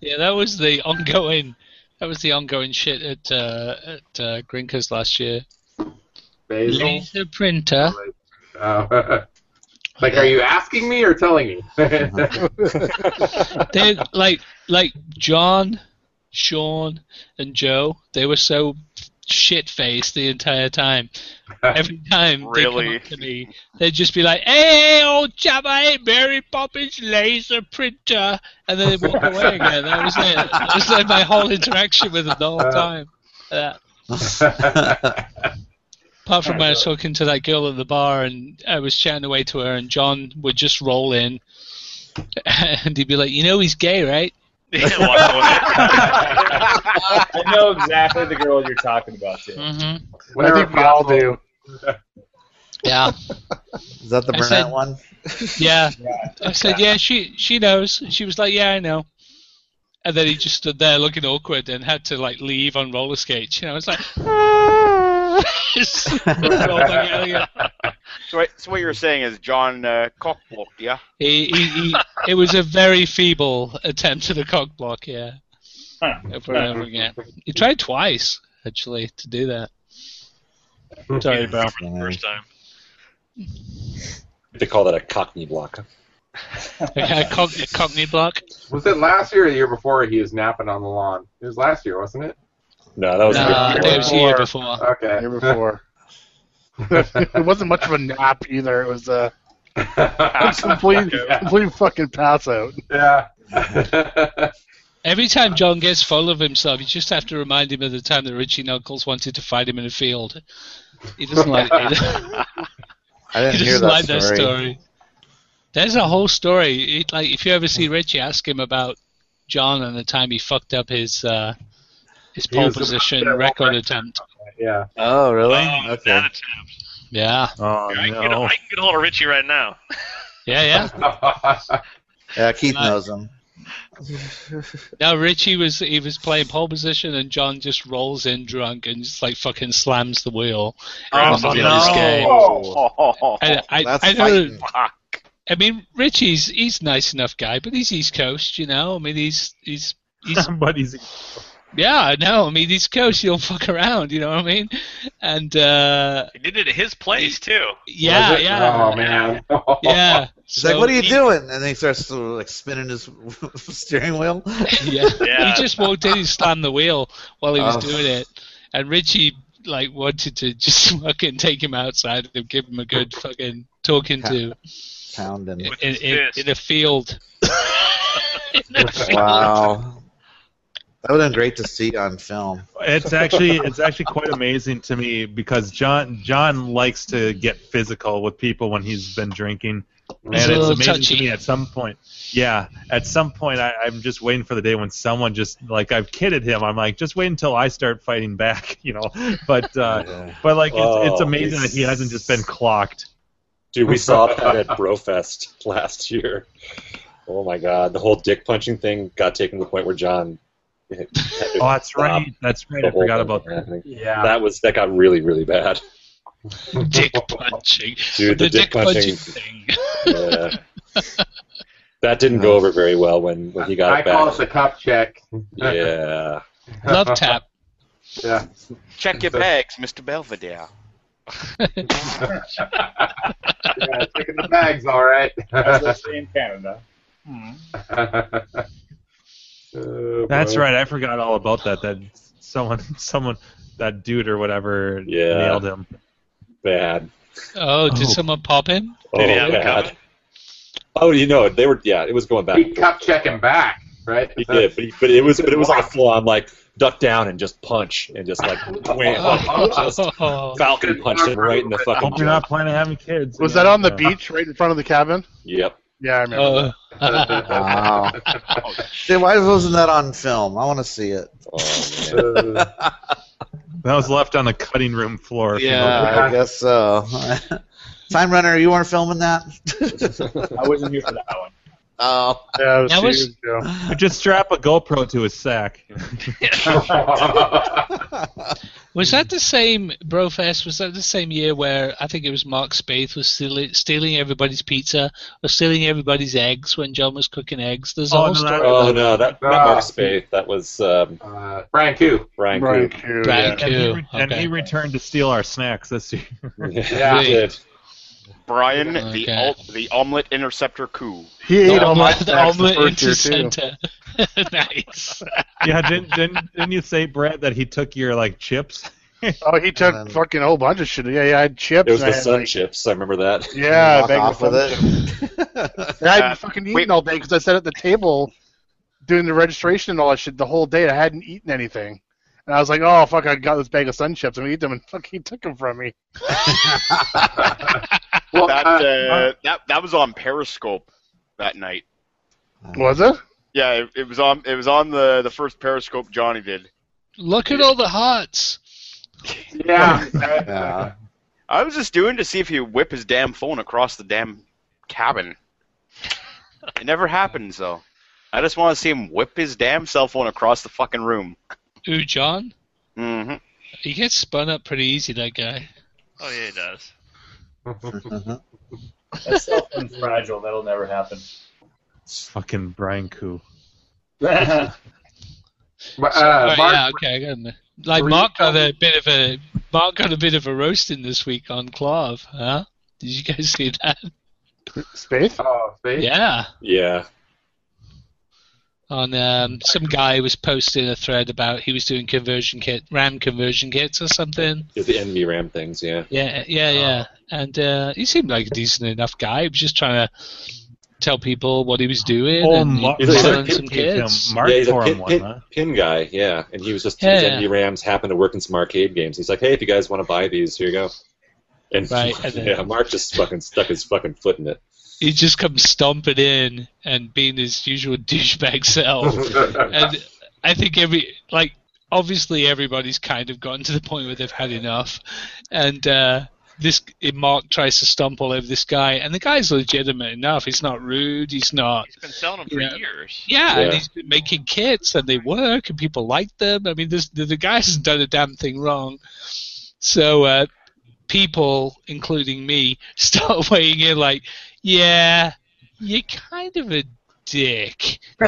Speaker 6: yeah. That was the ongoing. That was the ongoing shit at uh, at uh, Grinkers last year.
Speaker 5: Basil.
Speaker 6: Laser printer.
Speaker 5: Uh,
Speaker 8: Oh. Like, are you asking me or telling me?
Speaker 6: they like like John, Sean, and Joe. They were so shit faced the entire time. Every time they
Speaker 4: Really?
Speaker 6: come up to me, they'd just be like, "Hey, old chap, I ain't Mary Poppins laser printer," and then they walk away again. That was it. That was like my whole interaction with them the whole time. Uh, Yeah. Apart from when I was talking to that girl at the bar and I was chatting away to her, and John would just roll in and he'd be like, You know, he's gay, right?
Speaker 16: I know exactly the girl you're talking about, too.
Speaker 6: Mhm.
Speaker 8: Mm-hmm. I think we all do.
Speaker 6: Yeah.
Speaker 3: Is that the
Speaker 6: I
Speaker 3: Burnett
Speaker 6: said-
Speaker 3: one?
Speaker 6: Yeah. I said, Yeah, she, she knows. She was like, Yeah, I know. And then he just stood there looking awkward and had to like leave on roller skates. You know, it's like, "Oh,
Speaker 4: So, what- so what you're saying is John uh, Cockblock, yeah?
Speaker 6: he, he, he, it was a very feeble attempt at a cock block, yeah. Over and over again. He tried twice, actually, to do that. Sorry, bro.
Speaker 9: First time.
Speaker 2: They call that a cockney block.
Speaker 6: A cock- a cockney block?
Speaker 8: Was it last year or the year before he was napping on the lawn? It was last year, wasn't it?
Speaker 2: No, that was
Speaker 6: Nah,
Speaker 2: the
Speaker 6: it was the year before.
Speaker 8: Okay.
Speaker 1: Year before. it wasn't much of a nap either. It was a complete, complete fucking pass out.
Speaker 8: Yeah.
Speaker 6: Every time John gets full of himself, you just have to remind him of the time that Richie Knuckles wanted to fight him in a field. He doesn't like it.
Speaker 3: I didn't
Speaker 6: he
Speaker 3: hear
Speaker 6: doesn't
Speaker 3: that
Speaker 6: like
Speaker 3: story.
Speaker 6: that story. There's a whole story. It, like if you ever see Richie, ask him about John and the time he fucked up his uh, his
Speaker 8: He
Speaker 6: pole
Speaker 8: was the-
Speaker 6: position record attempt.
Speaker 8: Yeah.
Speaker 3: Oh, really? okay.
Speaker 6: Yeah.
Speaker 11: Oh
Speaker 9: I, can get, I can get a hold of Richie right now.
Speaker 6: Yeah, yeah.
Speaker 3: Yeah, Keith
Speaker 6: Nice.
Speaker 3: knows him.
Speaker 6: Now Richie was he was playing pole position and John just rolls in drunk and just like fucking slams the wheel.
Speaker 9: Oh,
Speaker 6: Everyone's in
Speaker 9: no.
Speaker 6: this game.
Speaker 8: Oh,
Speaker 6: And I,
Speaker 3: That's
Speaker 6: I
Speaker 3: fighting.
Speaker 6: know. I mean, Richie's he's a nice enough guy, but he's East Coast, you know. I mean, he's he's he's
Speaker 11: but he's
Speaker 6: yeah, I know. I mean, East Coast, you don't fuck around, you know what I mean? And uh,
Speaker 9: He did it at his place too.
Speaker 6: yeah,
Speaker 3: Was it?
Speaker 6: yeah,
Speaker 3: Oh man.
Speaker 6: yeah.
Speaker 3: She's
Speaker 6: So
Speaker 3: like, "What are you
Speaker 6: he-
Speaker 3: doing?" And then he starts to like spinning his steering wheel.
Speaker 6: Yeah.
Speaker 9: Yeah.
Speaker 6: He just walked in and slammed the wheel while he was
Speaker 3: Oh.
Speaker 6: doing it. And Richie like wanted to just fucking take him outside and give him a good fucking talking to
Speaker 3: Pounding.
Speaker 6: in, in, in a field.
Speaker 3: Wow. That would have been great to see on film.
Speaker 11: It's actually it's actually quite amazing to me because John John likes to get physical with people when he's been drinking, and
Speaker 6: He's
Speaker 11: it's
Speaker 6: a little
Speaker 11: amazing to
Speaker 6: touchy.
Speaker 11: me. At some point, yeah, at some point I, I'm just waiting for the day when someone just like I've kidded him. I'm like, just wait until I start fighting back, you know. But uh, but like it's, it's
Speaker 2: Oh,
Speaker 11: amazing that he hasn't just been clocked.
Speaker 2: Dude, we saw that at Brofest last year. Oh my god, the whole dick punching thing got taken to the point where John. Oh,
Speaker 11: Oh, that's right. That's right. I forgot about that.
Speaker 2: Yeah. That was that got really really bad.
Speaker 6: dick punching.
Speaker 2: Dude, the, dick, punching.
Speaker 6: thing.
Speaker 2: yeah. That didn't go over very well when, when he got
Speaker 8: I
Speaker 2: it back.
Speaker 8: call us a cup check.
Speaker 2: yeah.
Speaker 6: Love tap.
Speaker 8: Yeah.
Speaker 4: Check your bags, Mr. Belvedere.
Speaker 8: yeah checking the bags, all right.
Speaker 16: As they say in Canada.
Speaker 8: Hmm.
Speaker 11: That's right. I forgot all about that. That someone someone that dude or whatever
Speaker 2: Yeah.
Speaker 11: nailed him.
Speaker 2: Bad.
Speaker 6: Oh, did
Speaker 11: Oh.
Speaker 6: someone pop him?
Speaker 2: Oh, bad. Oh, you know, they were. Yeah, it was going back.
Speaker 8: He cup checking back, right?
Speaker 2: He did, but, he, but it was but it was on full on like duck down and just punch and just like wham, like, just falcon punched him right in the fucking.
Speaker 11: Hope you're
Speaker 2: jaw.
Speaker 11: not planning on having kids.
Speaker 1: Was
Speaker 11: Yeah.
Speaker 1: that on the beach right in front of the cabin?
Speaker 2: Yep.
Speaker 1: Yeah, I remember. that.
Speaker 11: Uh,
Speaker 3: Wow. Dude, why wasn't that on film? I want to see it.
Speaker 11: That was left on the cutting room floor.
Speaker 3: Yeah, I guess so. Time Runner, you weren't filming that?
Speaker 16: I wasn't here for that one.
Speaker 3: Oh.
Speaker 1: Yeah, it
Speaker 6: That was-
Speaker 1: years ago.
Speaker 11: Just strap a GoPro to his sack.
Speaker 6: Was that the same Brofest? Was that the same year where I think it was Mark Spaeth was stealing, stealing everybody's pizza or stealing everybody's eggs when John was cooking eggs? There's a
Speaker 11: Oh,
Speaker 6: whole
Speaker 11: no, that-
Speaker 6: story.
Speaker 2: Oh no, that not
Speaker 8: Ah.
Speaker 2: Mark Spade. That was um,
Speaker 8: Uh, Brian Koo.
Speaker 2: Ryan.
Speaker 1: Brian
Speaker 2: Coop.
Speaker 1: Q.
Speaker 6: Brian
Speaker 11: And he,
Speaker 6: Q.
Speaker 11: re- and
Speaker 6: Okay.
Speaker 11: he returned to steal our snacks this year.
Speaker 2: Yeah, he did.
Speaker 4: Brian, the al- the omelet interceptor coup.
Speaker 1: He ate omelet.
Speaker 6: nice.
Speaker 11: Yeah, didn't, didn't didn't you say, Brett, that he took your like chips?
Speaker 1: Oh, he took fucking a whole bunch of shit. Yeah, yeah, I had chips.
Speaker 2: It was
Speaker 1: and I
Speaker 2: the
Speaker 1: had,
Speaker 2: sun
Speaker 1: like-
Speaker 2: chips. I remember that.
Speaker 1: Yeah,
Speaker 2: Walk
Speaker 1: bag
Speaker 2: off
Speaker 1: of
Speaker 2: with it.
Speaker 1: it. and I hadn't fucking eaten all day because I sat at the table doing the registration and all that shit the whole day. and I hadn't eaten anything, and I was like, "Oh fuck, I got this bag of sun chips. I'm gonna eat them." And fuck, he took them from me.
Speaker 4: that, uh, that that was on Periscope that night.
Speaker 1: Was it?
Speaker 4: Yeah, it, it was on it was on the the first Periscope Johnny did.
Speaker 6: Look at all the hearts.
Speaker 2: Yeah.
Speaker 4: I was just doing to see if he'd whip his damn phone across the damn cabin. It never happens though. I just want to see him whip his damn cell phone across the fucking room.
Speaker 6: Ooh, John,
Speaker 4: hmm
Speaker 6: he gets spun up pretty easy. That guy.
Speaker 9: Oh yeah, he does.
Speaker 2: uh,
Speaker 7: That's so fragile. That'll never happen.
Speaker 11: Fucking Brian Koo. uh,
Speaker 8: But,
Speaker 6: So,
Speaker 8: uh,
Speaker 6: but
Speaker 8: Mark-
Speaker 6: yeah, okay, I got him. Like
Speaker 8: Were you
Speaker 6: Mark got a bit of a Mark got a bit of a roasting this week on Clav, huh? Did you guys see that?
Speaker 1: Space?
Speaker 8: Oh, space.
Speaker 6: Yeah.
Speaker 2: Yeah.
Speaker 6: On um, some guy was posting a thread about he was doing conversion kit RAM conversion kits or something.
Speaker 2: Yeah, the NV RAM things, yeah.
Speaker 6: Yeah, yeah, yeah. And uh, he seemed like a decent enough guy. He was just trying to tell people what he was doing
Speaker 11: Oh,
Speaker 6: and
Speaker 11: Mark-
Speaker 6: he's selling
Speaker 11: Mark
Speaker 6: some
Speaker 11: gave him-
Speaker 6: kids.
Speaker 11: Mark
Speaker 2: yeah, he's
Speaker 11: tore
Speaker 2: a
Speaker 11: him
Speaker 2: pin,
Speaker 11: one,
Speaker 2: pin,
Speaker 11: huh?
Speaker 2: pin guy, yeah. And he was just
Speaker 6: Yeah,
Speaker 2: his
Speaker 6: yeah.
Speaker 2: NV RAMs happened to work in some arcade games. He's like, hey, if you guys want to buy these, here you go. And
Speaker 6: Right, and then-
Speaker 2: yeah, Mark just fucking stuck his fucking foot in it.
Speaker 6: He just comes stomping in and being his usual douchebag self. and I think every like obviously everybody's kind of gotten to the point where they've had enough, and uh, this Mark tries to stomp all over this guy, and the guy's legitimate enough. He's not rude. He's not.
Speaker 9: He's been selling them for years.
Speaker 6: Yeah, and
Speaker 9: Yeah.
Speaker 6: he's been making kits, and they work, and people like them. I mean, this, the, the guy hasn't done a damn thing wrong. So uh, people, including me, start weighing in like, yeah, you're kind of a dick.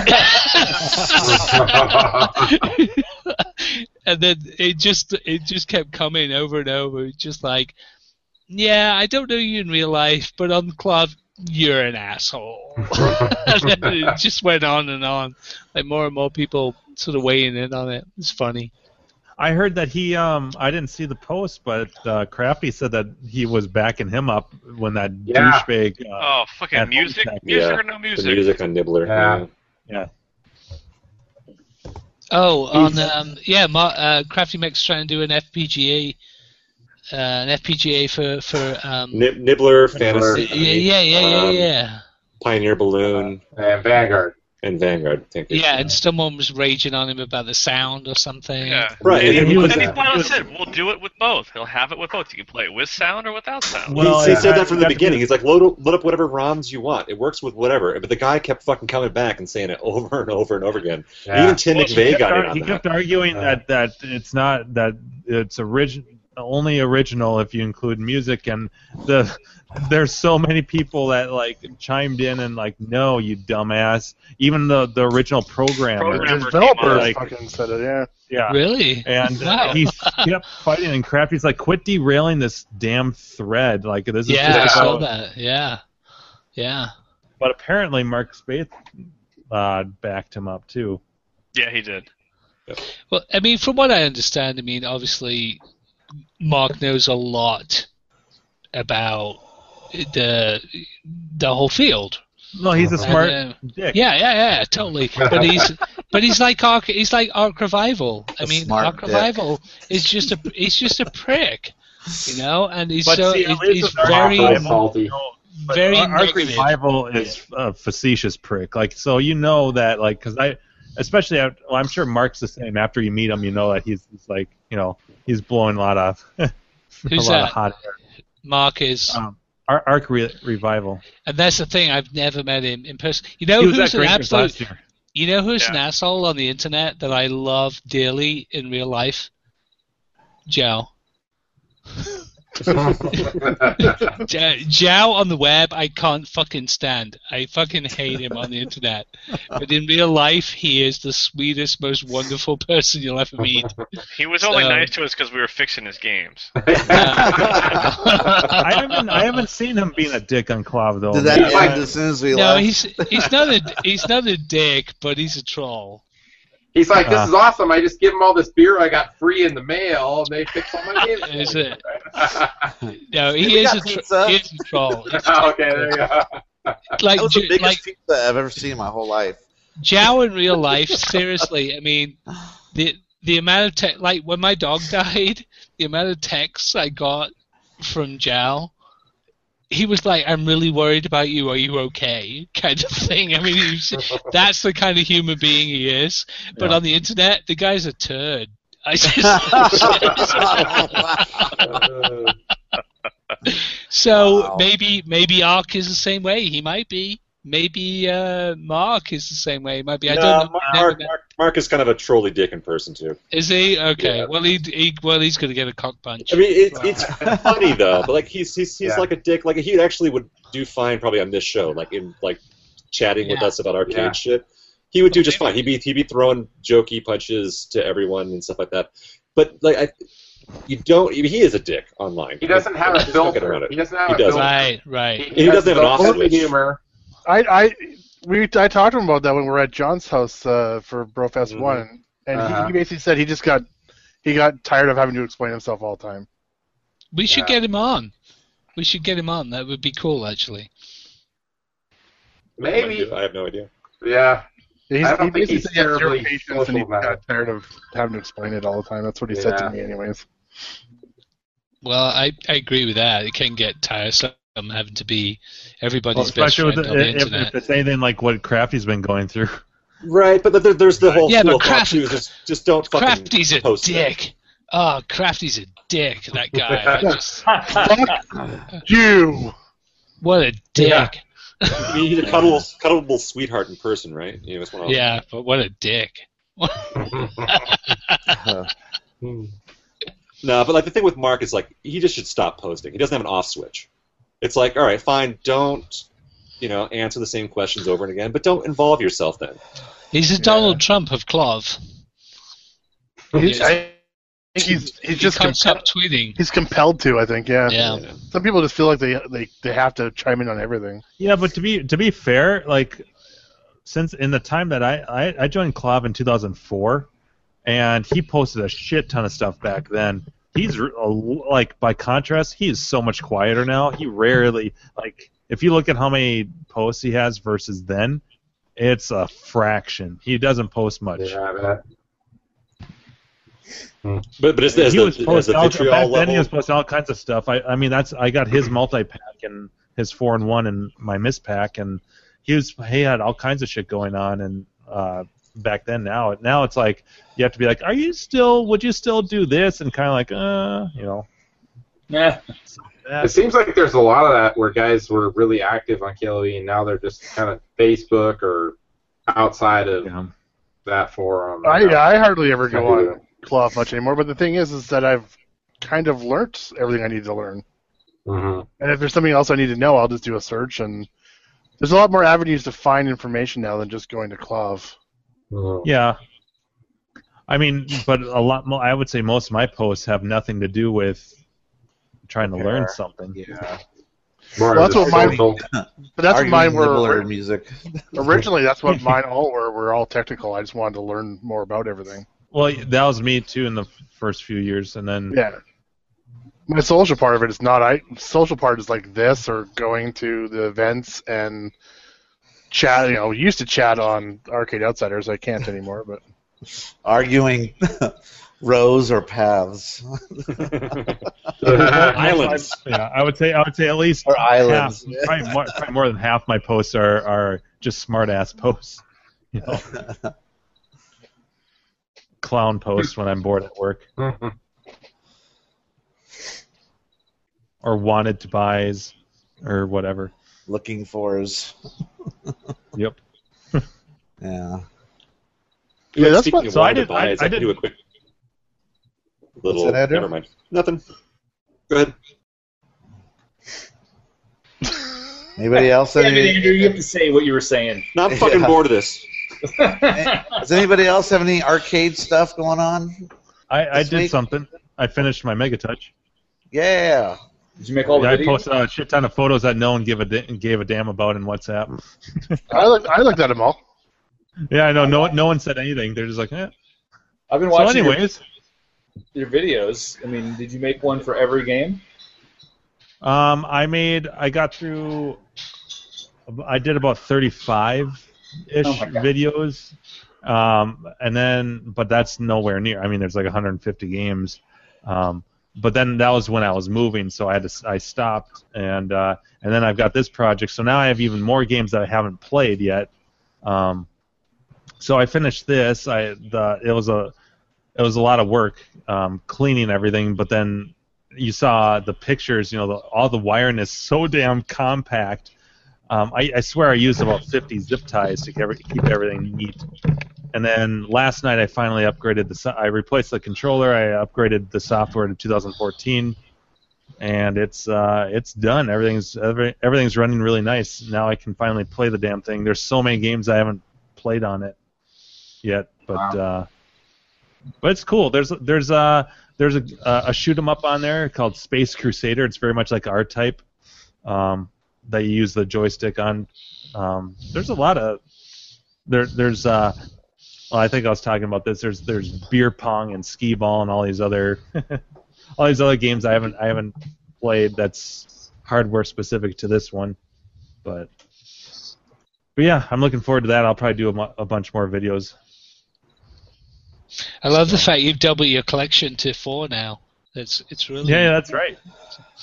Speaker 6: and then it just it just kept coming over and over, It's just like, yeah, I don't know you in real life, but on the club, you're an asshole. and then it just went on and on, like more and more people sort of weighing in on it. It's funny.
Speaker 11: I heard that he um I didn't see the post, but uh, Crafty said that he was backing him up when that
Speaker 8: Yeah.
Speaker 11: douchebag. Uh,
Speaker 9: Oh, fucking
Speaker 11: At
Speaker 9: music,
Speaker 11: home tech.
Speaker 9: music
Speaker 11: Yeah.
Speaker 9: or no music?
Speaker 2: The music on Nibbler.
Speaker 11: Yeah.
Speaker 2: yeah.
Speaker 11: yeah.
Speaker 6: Oh, on
Speaker 9: Mm-hmm.
Speaker 6: um, yeah, Mar- uh, Crafty Mech's trying to do an FPGA, uh, an FPGA for for um,
Speaker 2: Nib- Nibbler, Fantasy.
Speaker 6: yeah, yeah, yeah, yeah,
Speaker 2: um,
Speaker 6: yeah.
Speaker 2: Pioneer Balloon.
Speaker 8: and Vanguard.
Speaker 2: Uh, And Vanguard, thank you.
Speaker 6: Yeah, and someone was raging on him about the sound or something.
Speaker 9: Yeah.
Speaker 2: Right,
Speaker 9: And,
Speaker 2: and
Speaker 9: he,
Speaker 2: he was-
Speaker 9: and he flat out said, "We'll do it with both. He'll have it with both. You can play it with sound or without sound."
Speaker 11: Well,
Speaker 2: he, he
Speaker 6: uh,
Speaker 11: yeah,
Speaker 2: said
Speaker 11: I-
Speaker 2: that from the
Speaker 11: that's-
Speaker 2: beginning. He's like, load, up- load up whatever ROMs you want. It works with whatever. But the guy kept fucking coming back and saying it over and over and over again.
Speaker 11: Yeah.
Speaker 2: Even Tim
Speaker 11: Well, he
Speaker 2: McVeigh
Speaker 11: kept
Speaker 2: got
Speaker 11: ar-
Speaker 2: in on
Speaker 11: He
Speaker 2: that.
Speaker 11: kept arguing that, that it's not that it's origin only original if you include music and the there's so many people that like chimed in and like no you dumbass even the the original programmer,
Speaker 1: Programmer came on. Developer
Speaker 11: like,
Speaker 1: fucking said it yeah
Speaker 11: yeah
Speaker 6: Really?
Speaker 11: and
Speaker 6: Wow.
Speaker 11: uh, he kept fighting and crafty's like quit derailing this damn thread like this is
Speaker 6: Yeah, I
Speaker 11: just
Speaker 6: saw
Speaker 11: about-
Speaker 6: that. Yeah, yeah.
Speaker 11: but apparently mark spaeth uh, backed him up too
Speaker 9: Yeah, he did.
Speaker 6: Well, I mean, from what I understand, I mean, obviously, Mark knows a lot about the the whole field.
Speaker 11: no he's a smart
Speaker 6: And, uh,
Speaker 11: dick
Speaker 6: Yeah, yeah, yeah, totally. But he's but he's like Ark, he's like Ark Revival. I
Speaker 3: A
Speaker 6: mean,
Speaker 3: smart
Speaker 6: Ark
Speaker 3: dick.
Speaker 6: Revival is just a he's just a prick, you know, and he's
Speaker 11: But
Speaker 6: so
Speaker 11: see, at
Speaker 6: he's,
Speaker 11: least
Speaker 6: he's
Speaker 11: with Ark
Speaker 6: very
Speaker 11: Revival, you know, But
Speaker 6: very
Speaker 11: Ar- Ark
Speaker 6: negative.
Speaker 11: Revival is a facetious prick. Like so, you know that. Like because I, especially, I, well, I'm sure Mark's the same. After you meet him, you know that he's, he's like, you know, he's blowing a lot of, a
Speaker 6: Who's
Speaker 11: lot
Speaker 6: that?
Speaker 11: of hot air. Um,
Speaker 6: Mark is,
Speaker 11: Ar- Ark Re- Revival.
Speaker 6: and that's the thing. I've never met him in person. You know
Speaker 11: he was
Speaker 6: who's an
Speaker 11: at Granger's
Speaker 6: absolute
Speaker 11: last year.
Speaker 6: You know who's an asshole on the internet that I love dearly in real life? Joe. Ja- Zhao on the web, I can't fucking stand. I fucking hate him on the internet. But in real life, he is the sweetest, most wonderful person you'll ever meet.
Speaker 9: He was only
Speaker 6: So-
Speaker 9: nice to us because we were fixing his games.
Speaker 11: I haven't I haven't seen him being a dick on Clav though.
Speaker 3: Did that end as soon as we
Speaker 6: no,
Speaker 3: left?
Speaker 6: he's he's not a he's not a dick, but he's a troll.
Speaker 8: He's like,
Speaker 2: Uh-huh.
Speaker 8: this is
Speaker 6: Uh.
Speaker 8: awesome. I just give them all this beer I got free in the mail, and they fix all my games.
Speaker 6: Is it? No, he
Speaker 8: we
Speaker 6: is
Speaker 8: got
Speaker 6: a, tro-
Speaker 8: pizza.
Speaker 6: he is a troll.
Speaker 8: Oh, okay, there you go.
Speaker 6: Like,
Speaker 3: that was
Speaker 6: ju-
Speaker 3: the biggest
Speaker 6: like-
Speaker 3: pizza I've ever seen in my whole life.
Speaker 6: Jow in real life, seriously. I mean, the the amount of te- like when my dog died, the amount of texts I got from Jow, he was like, "I'm really worried about you. Are you okay?" kind of thing. I mean, he's, that's the kind of human being he is. But on the internet, the guy's a turd. I just. so
Speaker 3: Wow.
Speaker 6: maybe maybe Ark is the same way. He might be. Maybe uh, Mark is the same way. He might be. I
Speaker 2: Nah,
Speaker 6: don't know.
Speaker 2: Mark, Mark, Mark, Mark is kind of a trolly dick in person too.
Speaker 6: Is he okay?
Speaker 2: Yeah.
Speaker 6: Well, he, he well he's gonna get a cock punch.
Speaker 2: I mean, it's it's funny though, but like he's he's, he's
Speaker 6: Yeah.
Speaker 2: like a dick. Like he actually would do fine probably on this show, like in like chatting with
Speaker 6: Yeah.
Speaker 2: us about arcade
Speaker 6: Yeah.
Speaker 2: shit. He would do just fine. He'd be he'd be throwing jokey punches to everyone and stuff like that. But like I, you don't. He is a dick online.
Speaker 8: He doesn't have a
Speaker 2: There's no getting
Speaker 8: filter.
Speaker 2: around it.
Speaker 8: He doesn't have a
Speaker 2: doesn't.
Speaker 6: right, right.
Speaker 2: He doesn't have an office.
Speaker 8: Only humor.
Speaker 1: I, I, we, I talked to him about that when we were at John's house uh, for Brofest
Speaker 8: Mhm.
Speaker 1: One, and he,
Speaker 8: Uh-huh.
Speaker 1: he basically said he just got, he got tired of having to explain himself all the time.
Speaker 6: We should get him on. We should get him on. That would be cool, actually.
Speaker 8: Maybe.
Speaker 2: I have no idea.
Speaker 8: Yeah.
Speaker 1: He's,
Speaker 8: I don't
Speaker 1: he
Speaker 8: think
Speaker 1: basically
Speaker 8: he's
Speaker 1: said he had zero
Speaker 8: terribly
Speaker 1: patience and he
Speaker 8: social about
Speaker 1: got tired of having to explain it all the time. That's what he said to
Speaker 8: Yeah.
Speaker 1: me, anyways.
Speaker 6: Well, I, I agree with that. It can get tiresome having to be
Speaker 11: Well,
Speaker 6: everybody's best
Speaker 11: especially
Speaker 6: friend
Speaker 11: with
Speaker 6: on the
Speaker 11: if,
Speaker 6: internet.
Speaker 11: if it's anything like what Crafty's been going through.
Speaker 2: Right, but there, there's the whole
Speaker 6: Yeah,
Speaker 2: school
Speaker 6: but
Speaker 2: of thought,
Speaker 6: Crafty-
Speaker 2: too, is just just don't fucking
Speaker 6: Crafty's a
Speaker 2: post it.
Speaker 6: dick. Oh, Crafty's a dick. That guy. I just-
Speaker 1: you.
Speaker 6: What a
Speaker 2: Yeah.
Speaker 6: dick.
Speaker 2: I mean, he's a cuddle, cuddleable sweetheart in person, right? You know, it's one
Speaker 6: Yeah,
Speaker 2: of those-
Speaker 6: but what a dick.
Speaker 2: No, but like the thing with Mark is like he just should stop posting. He doesn't have an off switch. It's like, all right, fine, don't you know answer the same questions over and again, but don't involve yourself then.
Speaker 6: He's a Donald Trump of Clov.
Speaker 1: He's, I think he's, he's just
Speaker 6: can't stop
Speaker 1: compelled,
Speaker 6: tweeting.
Speaker 1: he's compelled to. I think, yeah.
Speaker 6: Yeah.
Speaker 1: Some people just feel like they, they, they have to chime in on everything.
Speaker 11: Yeah, but to be to be fair, like since in the time that I I, I joined Clav in 2004, and he posted a shit ton of stuff back then. He's r- a l- like by contrast, he is so much quieter now. He rarely like if you look at how many posts he has versus then, it's a fraction. He doesn't post much.
Speaker 2: But but as, as
Speaker 11: he
Speaker 2: the,
Speaker 11: was
Speaker 2: as
Speaker 11: posting
Speaker 2: the
Speaker 11: all,
Speaker 2: vitriol
Speaker 11: back then
Speaker 2: level,
Speaker 11: he was posting all kinds of stuff. I, I mean that's I got his multi pack and his four and one and my miss pack and he was he had all kinds of shit going on and uh, back then now now it's like you have to be like are you still would you still do this and kind of like uh you know
Speaker 16: Yeah.
Speaker 11: Yeah.
Speaker 8: It seems like there's a lot of that where guys were really active on KLE and now they're just kind of Facebook or outside of that forum.
Speaker 1: I yeah, I hardly ever go on Cloth much anymore. But the thing is, is that I've kind of learnt everything I need to learn.
Speaker 8: Mhm.
Speaker 1: And if there's something else I need to know, I'll just do a search. And there's a lot more avenues to find information now than just going to Clove. Mm-hmm.
Speaker 11: Yeah. I mean, but a lot more. I would say most of my posts have nothing to do with trying to learn something.
Speaker 8: Yeah.
Speaker 1: Well, that's what mine. But that's what
Speaker 3: Arguing
Speaker 1: mine
Speaker 3: nibbler
Speaker 1: were
Speaker 3: music.
Speaker 1: originally. That's what mine all were. We're all technical. I just wanted to learn more about everything.
Speaker 11: Well, that was me too in the first few years, and then
Speaker 1: Yeah. My social part of it is not. I social part is like this or going to the events and chat. You know, we used to chat on Arcade Outsiders. I can't anymore, but.
Speaker 3: Arguing rows or paths.
Speaker 11: uh, Islands. Yeah, I would say I would say at least or
Speaker 3: islands.
Speaker 11: probably, more, probably more than half my posts are, are just smart ass posts. You know? Clown posts when I'm bored at work. or wanted to buys or whatever.
Speaker 3: Looking fors.
Speaker 11: yep.
Speaker 3: yeah.
Speaker 2: Yeah,
Speaker 11: that's
Speaker 2: speaking
Speaker 11: what-
Speaker 2: of
Speaker 11: so I
Speaker 2: wanted to
Speaker 11: did-
Speaker 2: buy,
Speaker 11: I-
Speaker 2: is
Speaker 11: I
Speaker 2: I, can
Speaker 11: did-
Speaker 2: do a quick little.
Speaker 11: that, Andrew?
Speaker 2: never mind. Nothing. Go ahead.
Speaker 3: Anybody else?
Speaker 7: Damn
Speaker 3: any-
Speaker 7: it, Andrew, you have to say what you were saying.
Speaker 2: No, I'm fucking
Speaker 3: Yeah.
Speaker 2: bored of this.
Speaker 3: Does anybody else have any arcade stuff going on?
Speaker 11: I, I
Speaker 3: This
Speaker 11: did
Speaker 3: week?
Speaker 11: something. I finished my Mega Touch.
Speaker 3: Yeah.
Speaker 7: Did you make
Speaker 11: Yeah, I posted a shit ton of photos that no one give a da- gave a damn about in WhatsApp.
Speaker 1: I looked, I looked at them all.
Speaker 11: Yeah, I know. No one, no one said anything. They're just like, eh.
Speaker 7: I've been
Speaker 11: So
Speaker 7: watching. your-
Speaker 11: anyways.
Speaker 7: your, videos. I mean, did you make one for every game?
Speaker 11: Um, I made. I got through. I did about thirty-five ish
Speaker 7: Oh my God.
Speaker 11: videos, um, and then but that's nowhere near. I mean, there's like 150 games, um, but then that was when I was moving, so I had to. s- I stopped, and uh, and then I've got this project, so now I have even more games that I haven't played yet. Um, so I finished this. I the it was a it was a lot of work um, cleaning everything, but then you saw the pictures. You know, the, all the wiring is so damn compact. Um, I, I swear I used about 50 zip ties to keep, keep everything neat. And then last night I finally upgraded the. so- I replaced the controller. I upgraded the software to 2014, and it's uh, it's done. Everything's every, everything's running really nice. Now I can finally play the damn thing. There's so many games I haven't played on it yet, but uh, but it's cool. There's there's uh there's a a shoot 'em up on there called Space Crusader. It's very much like R type. Um, that you use the joystick on. Um, there's a lot of there. There's uh, well, I think I was talking about this. There's there's beer pong and skee ball and all these other all these other games I haven't I haven't played. That's hardware specific to this one, but. But yeah, I'm looking forward to that. I'll probably do a, mu- a bunch more videos.
Speaker 6: I love the fact you've doubled your collection to four now. It's it's really
Speaker 11: Yeah, yeah, that's right.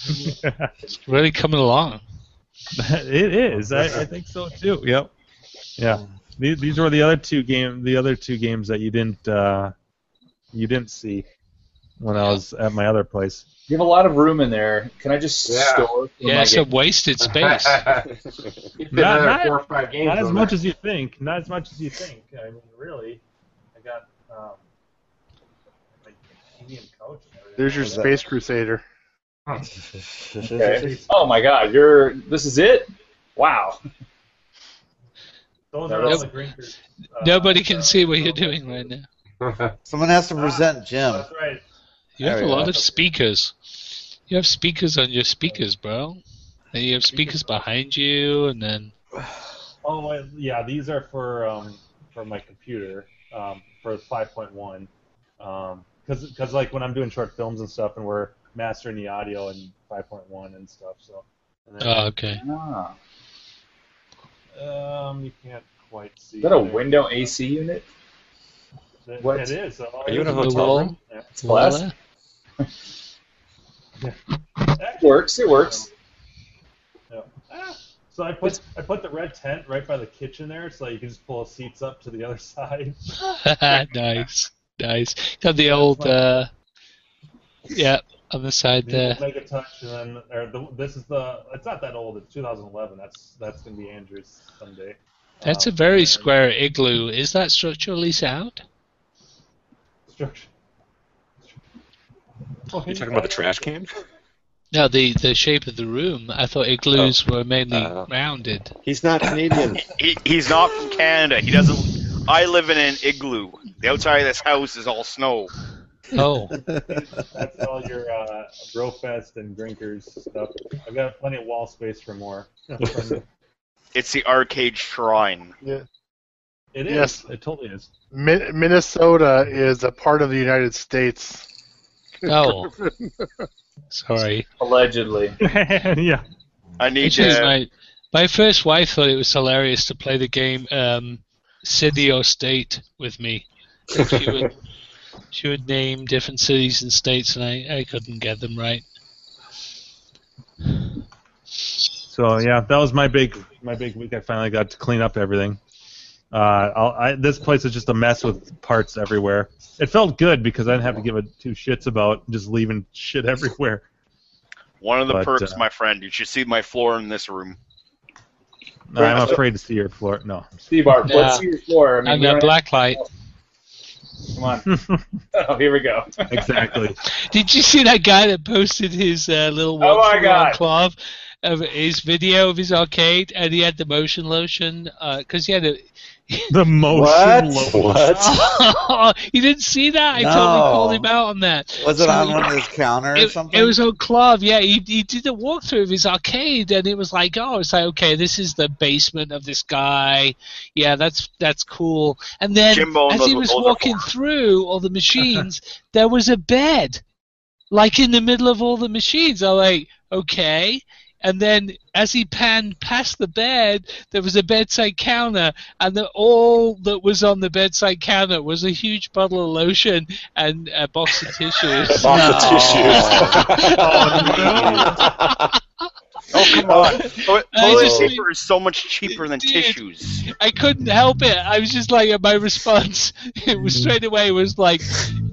Speaker 6: it's really coming along.
Speaker 11: it is. I, I think so too. Yep. Yeah. These, these were the other two game the other two games that you didn't uh, you didn't see when I was at my other place.
Speaker 7: You have a lot of room in there. Can I just
Speaker 11: Yeah.
Speaker 7: store?
Speaker 11: Yeah, it's a wasted space.
Speaker 8: You've been
Speaker 11: Not,
Speaker 8: another
Speaker 11: not-
Speaker 8: four or five games
Speaker 11: not as
Speaker 8: on
Speaker 11: much
Speaker 8: that.
Speaker 11: as you think. Not as much as you think. I mean, really, I got um, like Indian couch.
Speaker 1: There's your
Speaker 11: Was that-
Speaker 1: Space Crusader.
Speaker 7: Okay. Oh my God, you're. This is it. Wow.
Speaker 11: Those
Speaker 7: No,
Speaker 11: are all
Speaker 7: that's-
Speaker 11: the drinkers.
Speaker 6: Nobody can see what you're doing right now.
Speaker 3: Someone has to present Jim.
Speaker 11: That's right.
Speaker 6: You have
Speaker 3: There
Speaker 6: a
Speaker 3: we
Speaker 6: lot
Speaker 3: go.
Speaker 6: of speakers. You have speakers on your speakers, bro. And you have speakers behind you, and then
Speaker 11: Oh I- yeah, these are for um, for my computer um, for 5.1. Um, cause, 'cause, like when I'm doing short films and stuff, and we're mastering the audio in 5.1 and stuff. So. And ah,
Speaker 6: Oh, okay.
Speaker 7: Ah.
Speaker 11: Um, you can't quite see.
Speaker 7: Is that a
Speaker 11: there.
Speaker 7: window AC unit?
Speaker 11: Th-
Speaker 7: what?
Speaker 11: It is. uh,
Speaker 7: Are you in a
Speaker 11: it's
Speaker 7: hotel
Speaker 11: wall.
Speaker 7: room?
Speaker 11: Yeah.
Speaker 7: It's a wall there? It works. It works.
Speaker 11: Yeah. Ah, So I put I put the red tent right by the kitchen there, so you can just pull seats up to the other side.
Speaker 6: nice, nice. Got the old, uh, yeah, on the side
Speaker 11: Maybe
Speaker 6: there.
Speaker 11: we'll Make a touch, and then or the, this is the. It's not that old. It's 2011. That's that's gonna be Andrew's someday.
Speaker 6: That's a very square igloo. Is that structurally sound?
Speaker 11: Structure.
Speaker 2: You're talking about the trash can?
Speaker 6: No, the the shape of the room. I thought igloos
Speaker 3: Oh.
Speaker 6: were mainly
Speaker 3: Uh,
Speaker 6: rounded.
Speaker 2: He's not Canadian.
Speaker 4: He, he's not from Canada. He doesn't. I live in an igloo. The outside of this house is all snow.
Speaker 6: Oh.
Speaker 11: That's all your uh, Brofest and drinkers stuff. I've got plenty of wall space for more. it
Speaker 4: It's the arcade shrine.
Speaker 1: Yeah.
Speaker 11: is.
Speaker 1: Yes.
Speaker 11: It totally is.
Speaker 1: Min- Minnesota is a part of the United States.
Speaker 6: Oh. Sorry.
Speaker 7: Allegedly.
Speaker 11: yeah.
Speaker 4: I need
Speaker 6: Actually,
Speaker 4: to.
Speaker 6: my, my first wife thought it was hilarious to play the game um, City or State with me. And She would, she would name different cities and states, and I, I couldn't get them right.
Speaker 11: So yeah, that was my big my big week. I finally got to clean up everything. Uh, I'll, I, this place is just a mess with parts everywhere. It felt good because I didn't have to give a two shits about just leaving shit everywhere.
Speaker 4: One of the
Speaker 11: But,
Speaker 4: perks,
Speaker 11: uh,
Speaker 4: my friend. You should see my floor in this room.
Speaker 11: I'm afraid to see your floor. No.
Speaker 7: Steve Barb,
Speaker 11: Yeah.
Speaker 7: let's see your floor. I mean,
Speaker 6: I've
Speaker 7: we
Speaker 6: got
Speaker 7: don't-
Speaker 6: black light.
Speaker 7: Come on. oh, here we go.
Speaker 11: Exactly.
Speaker 6: Did you see that guy that posted his uh, little
Speaker 7: Oh my
Speaker 6: walkthrough on
Speaker 7: God.
Speaker 6: Clav? of his video of his arcade, and he had the motion lotion because he had a.
Speaker 11: The motion
Speaker 6: What?
Speaker 11: lotion.
Speaker 6: you didn't see that? I
Speaker 3: No.
Speaker 6: totally called him out on that.
Speaker 3: Was it
Speaker 6: So
Speaker 3: on
Speaker 6: he-
Speaker 3: one of his counter or
Speaker 6: it,
Speaker 3: something?
Speaker 6: it was on Clav, yeah. He, he did a walkthrough of his arcade, and it was like, oh, it's like, okay, this is the basement of this guy. Yeah, that's that's cool. And then
Speaker 7: Jimbo
Speaker 6: as
Speaker 7: knows
Speaker 6: he
Speaker 7: what
Speaker 6: was
Speaker 7: those are
Speaker 6: walking through all the machines, there was a bed, like in the middle of all the machines. I'm like, okay. And then as he panned past the bed, there was a bedside counter, and the, all that was on the bedside counter was a huge bottle of lotion and a box of tissues.
Speaker 7: Oh come on! Toilet
Speaker 6: I just-
Speaker 7: paper is so much cheaper than tissues.
Speaker 6: I couldn't help it. I was just like, my response, it was straight away was like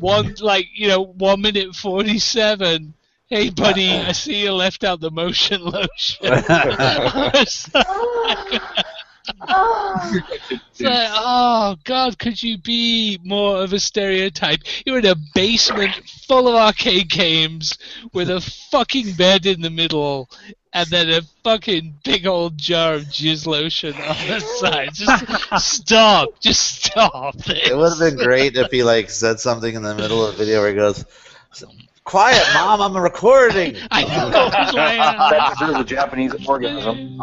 Speaker 6: one, like you know, one minute forty-seven. Hey, buddy, I see you left out the motion lotion. I was like- It's like, oh God, could you be more of a stereotype? You're in a basement full of arcade games with a fucking bed in the middle, and then a fucking big old jar of jizz lotion on the side. Just stop, just stop.
Speaker 3: It would have been great if he like said something in the middle of the video where he goes, "Quiet, mom, I'm recording."
Speaker 6: I
Speaker 17: that deserves a Japanese orgasm.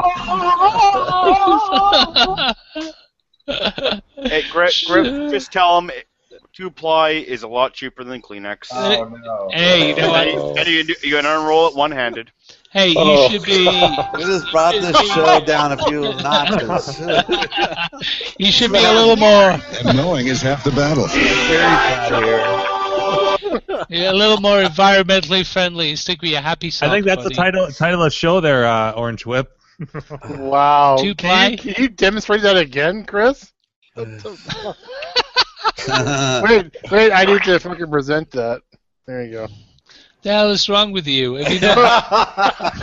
Speaker 7: Hey, Griff, Griff, just tell him two ply is a lot cheaper than Kleenex.
Speaker 6: Oh, Hey, you know what?
Speaker 7: And you, you can unroll it one-handed.
Speaker 6: Hey, you
Speaker 7: Oh.
Speaker 6: should be.
Speaker 7: We
Speaker 3: just brought this show down a few notches.
Speaker 6: you should be a little more.
Speaker 18: And knowing is half the battle.
Speaker 6: Yeah, a little more environmentally friendly. Stick with your happy
Speaker 11: I
Speaker 6: self.
Speaker 11: think that's the
Speaker 6: buddy.
Speaker 11: title title of the show there, uh, Orange Whip.
Speaker 1: Wow.
Speaker 6: Two
Speaker 1: Can you, can you demonstrate that again, Chris? What the fuck? wait, wait, I need to fucking present that. There you go.
Speaker 6: The hell is wrong with you? Have you not-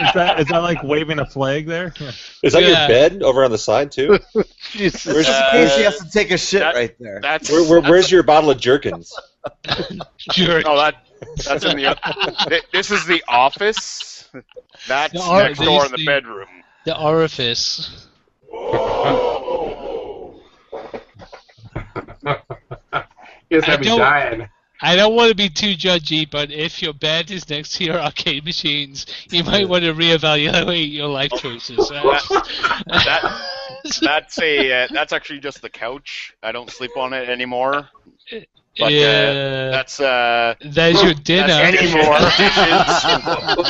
Speaker 11: Is that is that like waving a flag there?
Speaker 2: Is that
Speaker 6: Yeah.
Speaker 2: your bed over on the side too?
Speaker 1: Jesus.
Speaker 2: Where's- Just in case he has
Speaker 3: uh, to take a shit
Speaker 2: right
Speaker 3: there.
Speaker 7: That's
Speaker 2: Where, where, where's your bottle of Jerkins?
Speaker 6: Jerk.
Speaker 4: No, that that's in the. thi- this is the office. That's
Speaker 6: The or-
Speaker 4: next door
Speaker 6: these
Speaker 4: in the
Speaker 6: the-
Speaker 4: bedroom.
Speaker 6: the orifice.
Speaker 9: Yes,
Speaker 6: I
Speaker 9: I'd be
Speaker 6: don't-
Speaker 9: dying.
Speaker 6: I don't want to be too judgy, but if your bed is next to your arcade machines, you might want to reevaluate your life choices.
Speaker 4: That that's a uh, that's actually just the couch. I don't sleep on it anymore. But, uh,
Speaker 6: Yeah.
Speaker 4: that's uh.
Speaker 6: There's your dinner.
Speaker 4: That's anymore.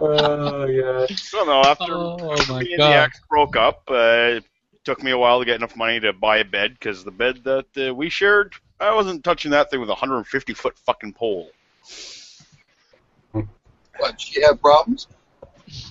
Speaker 9: oh yeah.
Speaker 4: don't know. After
Speaker 6: Oh, my
Speaker 4: me and
Speaker 6: God.
Speaker 4: the ex broke up, uh, it took me a while to get enough money to buy a bed because the bed that uh, we shared, I wasn't touching that thing with a 150 foot fucking pole.
Speaker 19: What? She had problems.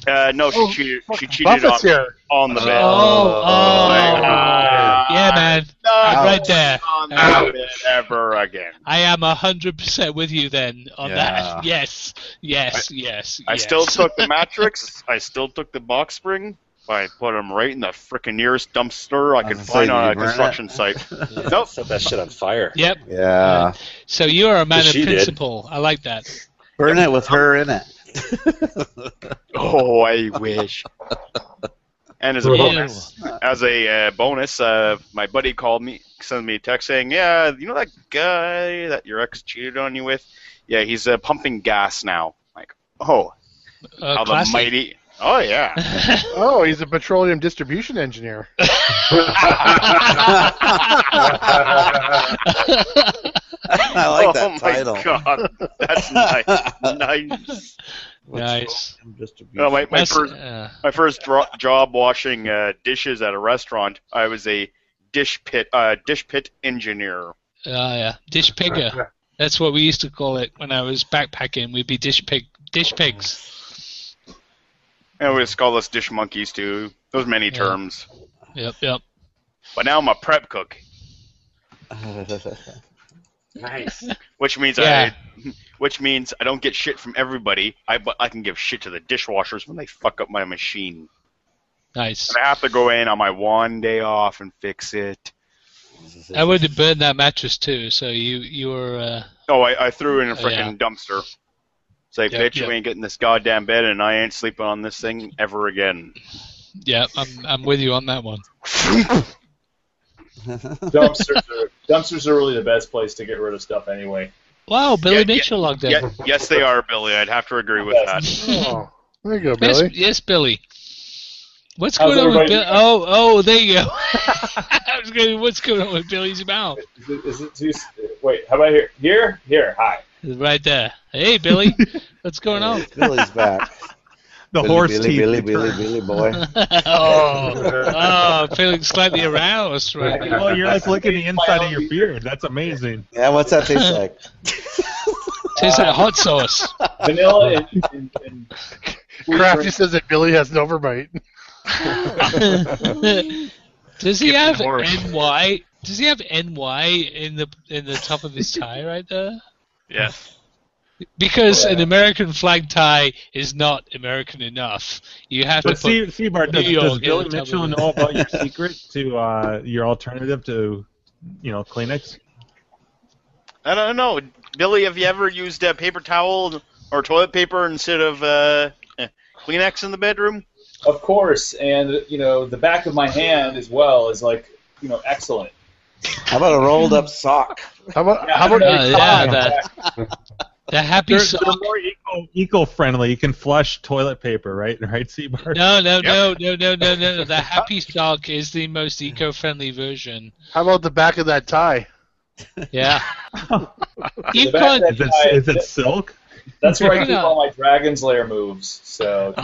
Speaker 4: Uh, no,
Speaker 19: Oh,
Speaker 4: she cheated. She cheated
Speaker 19: Buffett's
Speaker 4: on,
Speaker 19: here.
Speaker 4: on the bed.
Speaker 6: Oh, oh. yeah, man.
Speaker 4: Not
Speaker 6: right there.
Speaker 4: on that bed ever again.
Speaker 6: I am 100% with you then on
Speaker 4: Yeah.
Speaker 6: that. Yes, yes, yes.
Speaker 4: I
Speaker 6: yes.
Speaker 4: still took the matrix. I still took the box spring. I put them right in the frickin' nearest dumpster I could
Speaker 2: gonna
Speaker 4: find
Speaker 2: say,
Speaker 4: on
Speaker 2: did
Speaker 4: a
Speaker 2: you burn it?
Speaker 4: construction site. nope.
Speaker 2: Set that shit on fire.
Speaker 6: Yep.
Speaker 3: Yeah.
Speaker 6: So you are a man of
Speaker 3: She did.
Speaker 6: principle. I like that.
Speaker 3: Burn it with her in it.
Speaker 4: Oh, I wish. And as a
Speaker 3: Ew.
Speaker 4: bonus, as a uh, bonus, uh, my buddy called me, sent me a text saying, "Yeah, you know that guy that your ex cheated on you with? Yeah, he's uh, pumping gas now." Like, oh,
Speaker 6: Uh,
Speaker 4: how the
Speaker 1: classy.
Speaker 4: mighty! Oh yeah.
Speaker 1: oh, he's a petroleum distribution engineer.
Speaker 3: I like
Speaker 4: oh
Speaker 3: that
Speaker 4: my
Speaker 3: title.
Speaker 4: god, that's nice. nice.
Speaker 6: Nice.
Speaker 4: Oh, my, my
Speaker 6: That's-
Speaker 4: first,
Speaker 6: uh,
Speaker 4: my first dro- job washing uh, dishes at a restaurant. I was a dish pit uh, dish pit engineer.
Speaker 6: Ah, yeah, dish pigger. That's what we used to call it when I was backpacking. We'd be dish pig, dish pigs.
Speaker 4: I always call us dish monkeys too. Those many terms.
Speaker 6: Yep, yep.
Speaker 4: But now I'm a prep cook,
Speaker 9: nice.
Speaker 4: which means
Speaker 6: Yeah.
Speaker 4: I, which means I don't get shit from everybody. I but I can give shit to the dishwashers when they fuck up my machine.
Speaker 6: Nice.
Speaker 4: And I have to go in on my one day off and fix it.
Speaker 6: I would have burned that mattress too. So you, you were. Uh,
Speaker 4: Oh, I, I threw it in a
Speaker 6: Oh, yeah.
Speaker 4: freaking dumpster. It's like, bitch, you ain't getting this goddamn bed, and I ain't sleeping on this thing ever again.
Speaker 6: Yeah, I'm, I'm with you on that one.
Speaker 16: dumpsters are dumpsters are really the best place to get rid of stuff anyway.
Speaker 6: Wow, Billy Mitchell logged in.
Speaker 4: Yeah, yes, they are, Billy. I'd have to agree with that.
Speaker 16: Oh.
Speaker 1: There you go,
Speaker 6: Yes,
Speaker 1: Billy.
Speaker 6: yes, Billy. What's
Speaker 1: How's
Speaker 6: going on with
Speaker 1: everybody
Speaker 6: Billy? Oh, oh, there you go. I was going, what's going on with Billy's mouth?
Speaker 16: Is it, is it too? s- Wait, how about here? Here, here. Hi.
Speaker 6: Right there. Hey, Billy. what's going on?
Speaker 15: Billy's back.
Speaker 11: The
Speaker 15: Billy,
Speaker 11: horse
Speaker 15: Billy,
Speaker 11: teeth
Speaker 15: Billy,
Speaker 11: return.
Speaker 15: Billy, Billy, boy.
Speaker 6: oh, oh, feeling slightly aroused right now.
Speaker 11: Well, Oh, you're like licking the inside of your beard. That's amazing.
Speaker 15: Yeah, what's that taste like?
Speaker 6: Tastes like hot sauce.
Speaker 16: Vanilla and, and, and
Speaker 1: Crafty says that Billy has an overbite.
Speaker 6: Does he have
Speaker 1: horse.
Speaker 6: NY? Does he have NY in the in the top of his tie right there?
Speaker 9: Yeah.
Speaker 6: Because an American flag tie is not American enough. You have
Speaker 11: But
Speaker 6: to put
Speaker 11: see, Seabart, does,
Speaker 6: New York
Speaker 11: does
Speaker 6: in
Speaker 11: Billy
Speaker 6: the top
Speaker 11: Mitchell
Speaker 6: of it.
Speaker 11: know about your secret to uh, your alternative to, you know, Kleenex?
Speaker 4: I don't know. Billy, have you ever used uh, paper towel or toilet paper instead of uh, eh, Kleenex in the bedroom?
Speaker 16: of course, and you know the back of my hand as well is like you know excellent.
Speaker 15: How about a rolled up sock?
Speaker 1: How about
Speaker 16: how about
Speaker 6: Uh, yeah, the, the happy
Speaker 11: They're,
Speaker 6: sock.
Speaker 11: they're more eco, eco-friendly. You can flush toilet paper, right? Right, Seabart?
Speaker 6: No, no, no, no, no, no, no. The happy sock is the most eco-friendly version.
Speaker 1: How about the back of that tie?
Speaker 6: Yeah.
Speaker 16: The
Speaker 6: You've
Speaker 16: back
Speaker 6: got
Speaker 16: of
Speaker 11: Is
Speaker 16: that
Speaker 11: it,
Speaker 16: tie-
Speaker 11: is it silk?
Speaker 16: That's where I keep
Speaker 6: Yeah.
Speaker 16: all my dragon's lair moves. So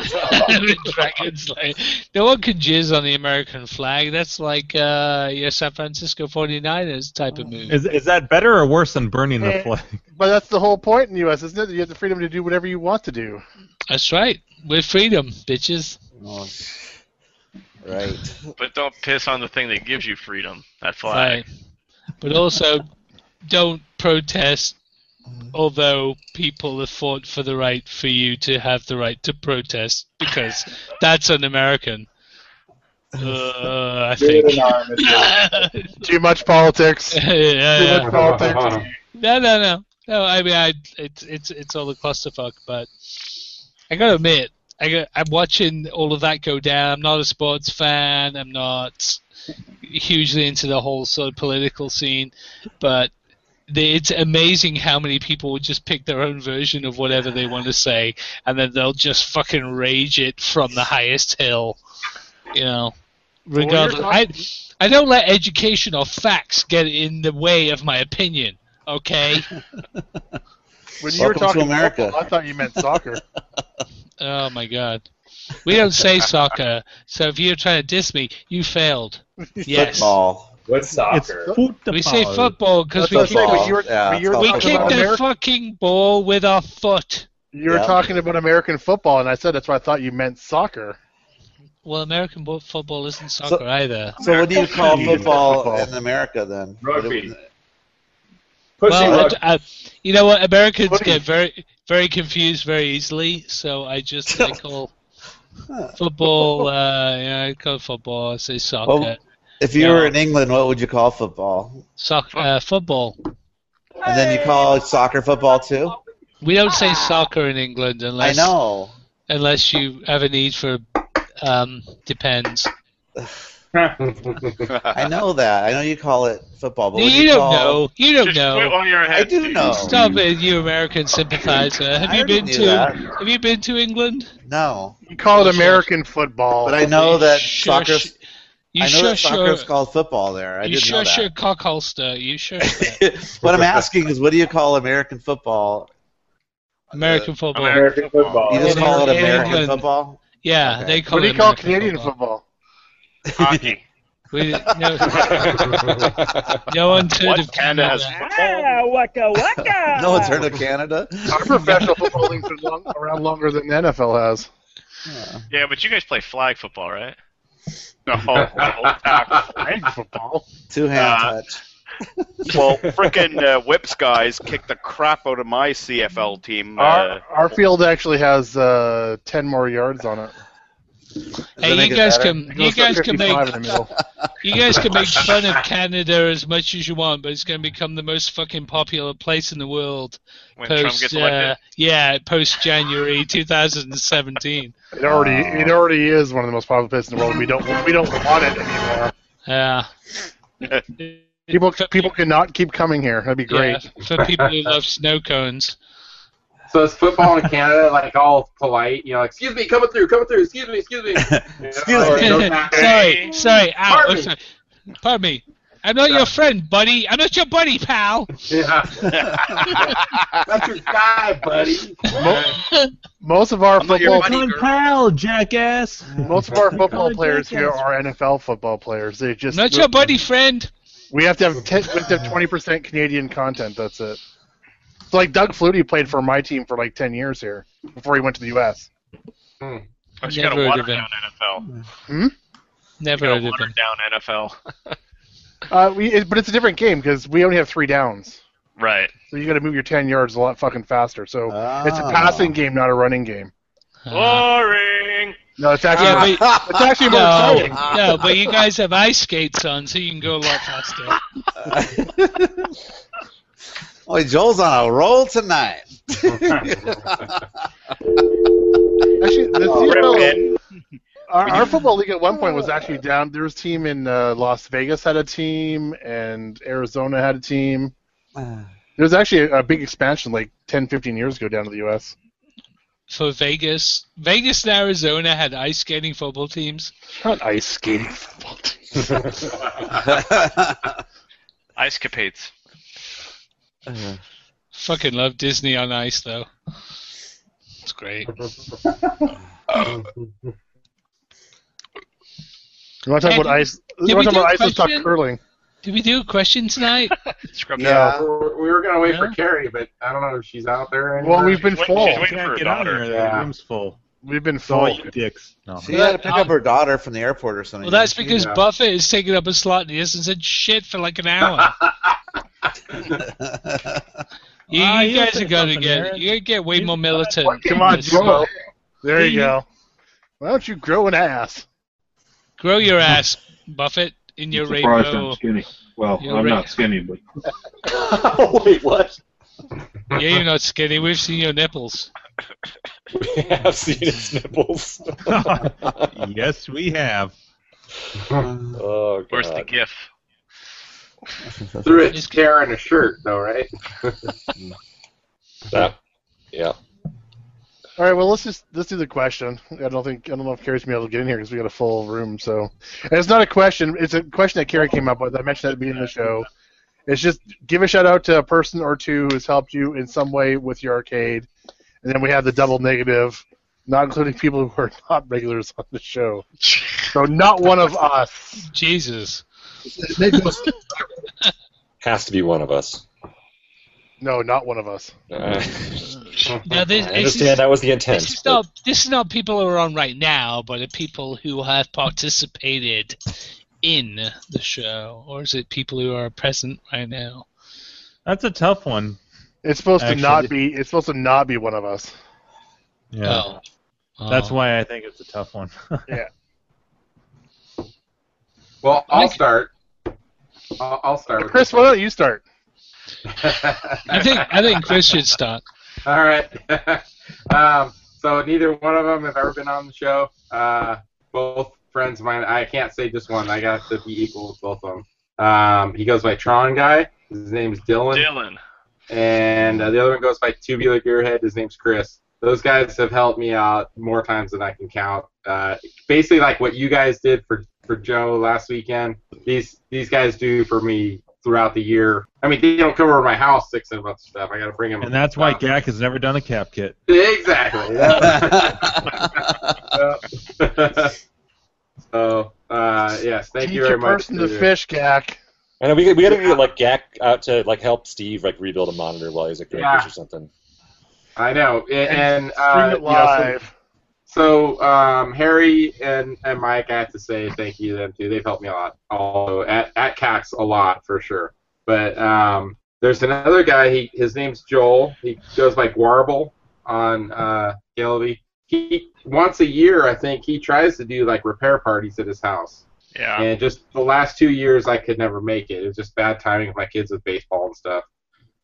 Speaker 6: Dragon Slayer. No one can jizz on the American flag. That's like uh, your San Francisco 49ers type of move.
Speaker 11: Oh. Is, is that better or worse than burning the
Speaker 1: Eh.
Speaker 11: flag?
Speaker 1: But that's the whole point in the U.S., isn't it? You have the freedom to do whatever you want to do.
Speaker 6: That's right. We're freedom, bitches.
Speaker 15: Oh, right.
Speaker 9: But don't piss on the thing that gives you freedom. That flag.
Speaker 6: Right. But also, don't protest. Although people have fought for the right for you to have the right to protest, because that's un-American. Uh, I
Speaker 16: You're
Speaker 6: think.
Speaker 16: an arm is
Speaker 1: Too much politics.
Speaker 6: Yeah,
Speaker 1: Too
Speaker 6: yeah. Uh-huh.
Speaker 1: much politics.
Speaker 6: No, no, no, no. I mean, I it's it's it's all a clusterfuck, but I gotta admit, I got, I'm watching all of that go down. I'm not a sports fan. I'm not hugely into the whole sort of political scene, but the, it's amazing how many people will just pick their own version of whatever they want to say, and then they'll just fucking rage it from the highest hill, you know.
Speaker 1: you're
Speaker 6: Regardless, I, I don't let education or facts get in the way of my opinion. Okay.
Speaker 1: When you were
Speaker 15: Welcome to
Speaker 1: talking
Speaker 15: America.
Speaker 1: football, I thought you meant soccer.
Speaker 6: oh my God. We don't say soccer, so if you're trying to diss me, you failed. Yes.
Speaker 15: Football.
Speaker 16: What's
Speaker 11: It's
Speaker 16: soccer?
Speaker 11: football.
Speaker 6: We say football because
Speaker 1: That's
Speaker 6: we
Speaker 1: what I'm
Speaker 15: football.
Speaker 6: kick,
Speaker 1: saying. But you were,
Speaker 15: Yeah,
Speaker 1: but you were
Speaker 15: it's
Speaker 6: we
Speaker 15: called
Speaker 1: talking
Speaker 6: kick
Speaker 1: about
Speaker 6: the
Speaker 1: America.
Speaker 6: fucking ball with our foot.
Speaker 1: You were
Speaker 15: Yeah.
Speaker 1: talking about American football, and I said that's why I thought you meant soccer.
Speaker 6: Well, American bo- football isn't soccer either.
Speaker 15: So what do you call
Speaker 1: Football.
Speaker 15: football in America then?
Speaker 16: Rugby. Pussy
Speaker 6: Well,
Speaker 16: rug-
Speaker 6: I, I- you know what? Americans
Speaker 1: What do you-
Speaker 6: get very, very confused very easily. So I just I call football. Uh, yeah, I call football. I say soccer.
Speaker 15: Well, if you
Speaker 6: Yeah.
Speaker 15: were in England, what would you call football?
Speaker 6: soccer. Uh, football.
Speaker 15: And then you call soccer football too?
Speaker 6: We don't say soccer in England
Speaker 15: I
Speaker 6: unless
Speaker 15: know.
Speaker 6: unless you have a need for. Um, depends.
Speaker 15: I know that. I know you call it football, but
Speaker 6: You,
Speaker 15: what do you
Speaker 6: don't
Speaker 15: call-
Speaker 6: know. You don't
Speaker 9: Just quit
Speaker 6: know.
Speaker 9: while you're
Speaker 15: I
Speaker 9: ahead.
Speaker 15: do know.
Speaker 6: Stop it, you American sympathizer. Have
Speaker 15: I
Speaker 6: you
Speaker 15: already
Speaker 6: been
Speaker 15: knew
Speaker 6: to
Speaker 15: that.
Speaker 6: Have you been to England?
Speaker 15: No,
Speaker 1: You call it American football.
Speaker 15: but I know that
Speaker 6: Sure,
Speaker 15: soccer.
Speaker 6: sh-
Speaker 15: I
Speaker 6: You
Speaker 15: know
Speaker 6: sure
Speaker 15: that soccer is
Speaker 6: sure.
Speaker 15: called football there. I
Speaker 6: You
Speaker 15: didn't
Speaker 6: sure
Speaker 15: know that.
Speaker 6: sure cock holster. You sure
Speaker 15: what I'm asking is, what do you call American football?
Speaker 6: American football.
Speaker 16: American football.
Speaker 15: You just
Speaker 6: In-
Speaker 15: call it
Speaker 6: in
Speaker 15: American
Speaker 6: England.
Speaker 15: football?
Speaker 6: Yeah,
Speaker 15: Okay.
Speaker 6: they call
Speaker 1: what do
Speaker 6: it
Speaker 1: you call
Speaker 6: American
Speaker 1: Canadian
Speaker 6: football.
Speaker 1: football?
Speaker 4: Hockey.
Speaker 6: We, no, no one's heard
Speaker 4: What?
Speaker 6: of
Speaker 4: Canada
Speaker 6: Canada.
Speaker 4: has
Speaker 15: no one's heard of Canada.
Speaker 1: Our professional football league's been long, around longer than the NFL has.
Speaker 9: Yeah, but you guys play flag football, right?
Speaker 4: No.
Speaker 1: Flag football.
Speaker 15: Two hand
Speaker 4: Uh,
Speaker 15: touch.
Speaker 4: well, freaking uh, Whips guys kicked the crap out of my CFL team. Uh,
Speaker 1: Our, our field actually has uh, ten more yards on it.
Speaker 6: Hey,
Speaker 3: make
Speaker 6: you
Speaker 3: it
Speaker 6: guys
Speaker 3: better?
Speaker 6: can
Speaker 3: It
Speaker 6: you
Speaker 3: goes from
Speaker 6: guys can
Speaker 3: 55 in
Speaker 6: make
Speaker 3: the middle.
Speaker 6: you guys can make fun of Canada as much as you want, but it's going to become the most fucking popular place in the world uh,
Speaker 9: When Trump gets elected?
Speaker 6: yeah, post January 2017.
Speaker 1: It already it already is one of the most popular places in the world. We don't we don't want it anymore.
Speaker 6: Yeah.
Speaker 1: People people cannot keep coming here. That'd be great.
Speaker 6: Yeah, for people who love snow cones.
Speaker 8: So is football in Canada like all polite? You know, like, excuse me, coming through, coming through. Excuse me, excuse me.
Speaker 6: sorry, sorry, ow, I'm sorry. Pardon me. I'm not your friend, buddy. I'm not your buddy, pal.
Speaker 8: That's your guy, buddy.
Speaker 6: Uh-huh.
Speaker 1: Mo- most of our football
Speaker 11: pal, jackass.
Speaker 1: most of our football players here are NFL football players. They just
Speaker 6: Not your buddy friend.
Speaker 1: We have to have ten, we have to have twenty percent Canadian content. That's it. It's like Doug Flutie played for my team for like ten years here before he went to the U.S.
Speaker 9: But you Oh, got to
Speaker 1: Never
Speaker 9: water
Speaker 1: would've been.
Speaker 9: down NFL.
Speaker 1: Hmm?
Speaker 6: Never
Speaker 9: you
Speaker 6: would've
Speaker 9: gotta water down NFL.
Speaker 1: Uh, we, it, but it's a different game because we only have three downs,
Speaker 9: right.
Speaker 1: so you got to move your ten yards a lot fucking faster. So it's
Speaker 11: Ah.
Speaker 1: a passing game, not a running game.
Speaker 9: Oh. Boring.
Speaker 1: No, it's actually
Speaker 6: Yeah, but-
Speaker 1: it's actually more
Speaker 6: no,
Speaker 1: exciting.
Speaker 6: no, but you guys have ice skates on, so you can go a lot faster.
Speaker 3: Boy, Joel's on a roll tonight.
Speaker 1: Actually, the
Speaker 3: Rippin'.
Speaker 1: CFL, our, our football league at one point was actually down. There was a team in uh, Las Vegas had a team, and Arizona had a team. There was actually a, a big expansion like 10, 15 years ago down to the U.S.
Speaker 6: For Vegas, Vegas and Arizona had ice skating football teams.
Speaker 1: Not ice skating football teams.
Speaker 9: Ice capades.
Speaker 6: Fucking love Disney on Ice though. It's great.
Speaker 1: You want to talk
Speaker 6: Hey,
Speaker 1: about ice?
Speaker 6: did
Speaker 1: You want
Speaker 6: we
Speaker 1: to
Speaker 6: do
Speaker 1: talk about ice?
Speaker 6: a
Speaker 1: Let's talk
Speaker 6: question?
Speaker 1: curling.
Speaker 6: Did we do a question tonight?
Speaker 9: Scrub
Speaker 1: Yeah.
Speaker 8: we were- we were gonna wait for
Speaker 6: Yeah.
Speaker 8: Carrie, but I don't know if she's out there. or
Speaker 1: Well,
Speaker 8: anywhere.
Speaker 1: we've been full.
Speaker 8: Yeah.
Speaker 11: full.
Speaker 1: We've been
Speaker 11: full.
Speaker 1: full.
Speaker 11: dicks. No.
Speaker 3: She had to pick up her daughter from the airport or something.
Speaker 6: Well, that's because
Speaker 3: Yeah.
Speaker 6: Buffett is taking up a slot and he hasn't said shit for like an hour. you,
Speaker 11: Ah,
Speaker 6: you
Speaker 11: you'll
Speaker 6: guys
Speaker 11: say
Speaker 6: are gonna
Speaker 11: something,
Speaker 6: get
Speaker 11: Aaron.
Speaker 6: you get way more militant.
Speaker 1: Come on,
Speaker 6: Just
Speaker 1: Joel. There you
Speaker 6: You-
Speaker 1: go. Why don't you grow an ass?
Speaker 6: Grow your ass, Buffett, in your
Speaker 20: surprised I'm
Speaker 6: rainbow.
Speaker 20: skinny. Well,
Speaker 6: You're
Speaker 20: I'm
Speaker 6: right.
Speaker 20: not skinny, but
Speaker 2: Wait, what?
Speaker 6: Yeah, you're not skinny. We've seen your nipples.
Speaker 2: We have seen his nipples.
Speaker 11: yes, we have.
Speaker 2: oh, God.
Speaker 9: Where's the GIF?
Speaker 8: Through it, tear in a shirt, though, right?
Speaker 2: That- yeah.
Speaker 1: All right, well let's just let's do the question. I don't think I don't know if Carrie's gonna be able to get in here because we got a full room. So, and it's not a question. It's a question that Carrie came up with. I mentioned at the beginning of the show. It's just give a shout out to a person or two who's helped you in some way with your arcade, and then we have the double negative, not including people who are not regulars on the show. So not one of us.
Speaker 6: Jesus.
Speaker 2: Has to be one of us.
Speaker 1: No, not one of us.
Speaker 2: Uh,
Speaker 6: Now this, this,
Speaker 2: I understand
Speaker 6: is,
Speaker 2: that was the intent.
Speaker 6: this is not this is not people who are on right now, but the people who have participated in the show, or is it people who are present right now?
Speaker 11: That's a tough one.
Speaker 1: It's supposed
Speaker 11: Actually-
Speaker 1: to not be. It's supposed to not be one of us.
Speaker 11: Yeah.
Speaker 6: Oh.
Speaker 11: That's why I think it's a tough one.
Speaker 1: Yeah.
Speaker 8: Well, I'll start. I'll, I'll start. With
Speaker 1: Chris, why don't you start?
Speaker 6: I think I think Chris should start.
Speaker 8: All right. um, so neither one of them have ever been on the show. Uh, both friends of mine. I can't say just one. I got to be equal with both of them. Um, he goes by Tron guy. His name's Dylan.
Speaker 9: Dylan.
Speaker 8: And uh, the other one goes by Tubular Gearhead. His name's Chris. Those guys have helped me out more times than I can count. Uh, basically, like what you guys did for, for Joe last weekend, these these guys do for me throughout the year. I mean, they don't come over to my house six and about stuff. I got to bring them.
Speaker 11: and that's why Gak has never done a cap kit.
Speaker 8: Exactly. so, uh, yes, thank
Speaker 1: Teach
Speaker 8: you very
Speaker 1: a
Speaker 8: much.
Speaker 1: person to fish, Gak.
Speaker 2: I know we we got to get like Gak out to like help Steve like rebuild a monitor while he's at Greenwich
Speaker 8: Yeah.
Speaker 2: or something.
Speaker 8: I know, a- and, uh,
Speaker 1: Stream it
Speaker 8: you know, so-
Speaker 1: live.
Speaker 8: so, um, Harry and, and Mike, I have to say thank you to them too. They've helped me a lot, although at at CAX a lot for sure. But um, there's another guy. He his name's Joel. He goes by Guarble on uh, Galvy. he once a year, I think he tries to do like repair parties at his house.
Speaker 9: Yeah.
Speaker 8: And just the last two years, I could never make it. It was just bad timing with my kids with baseball and stuff.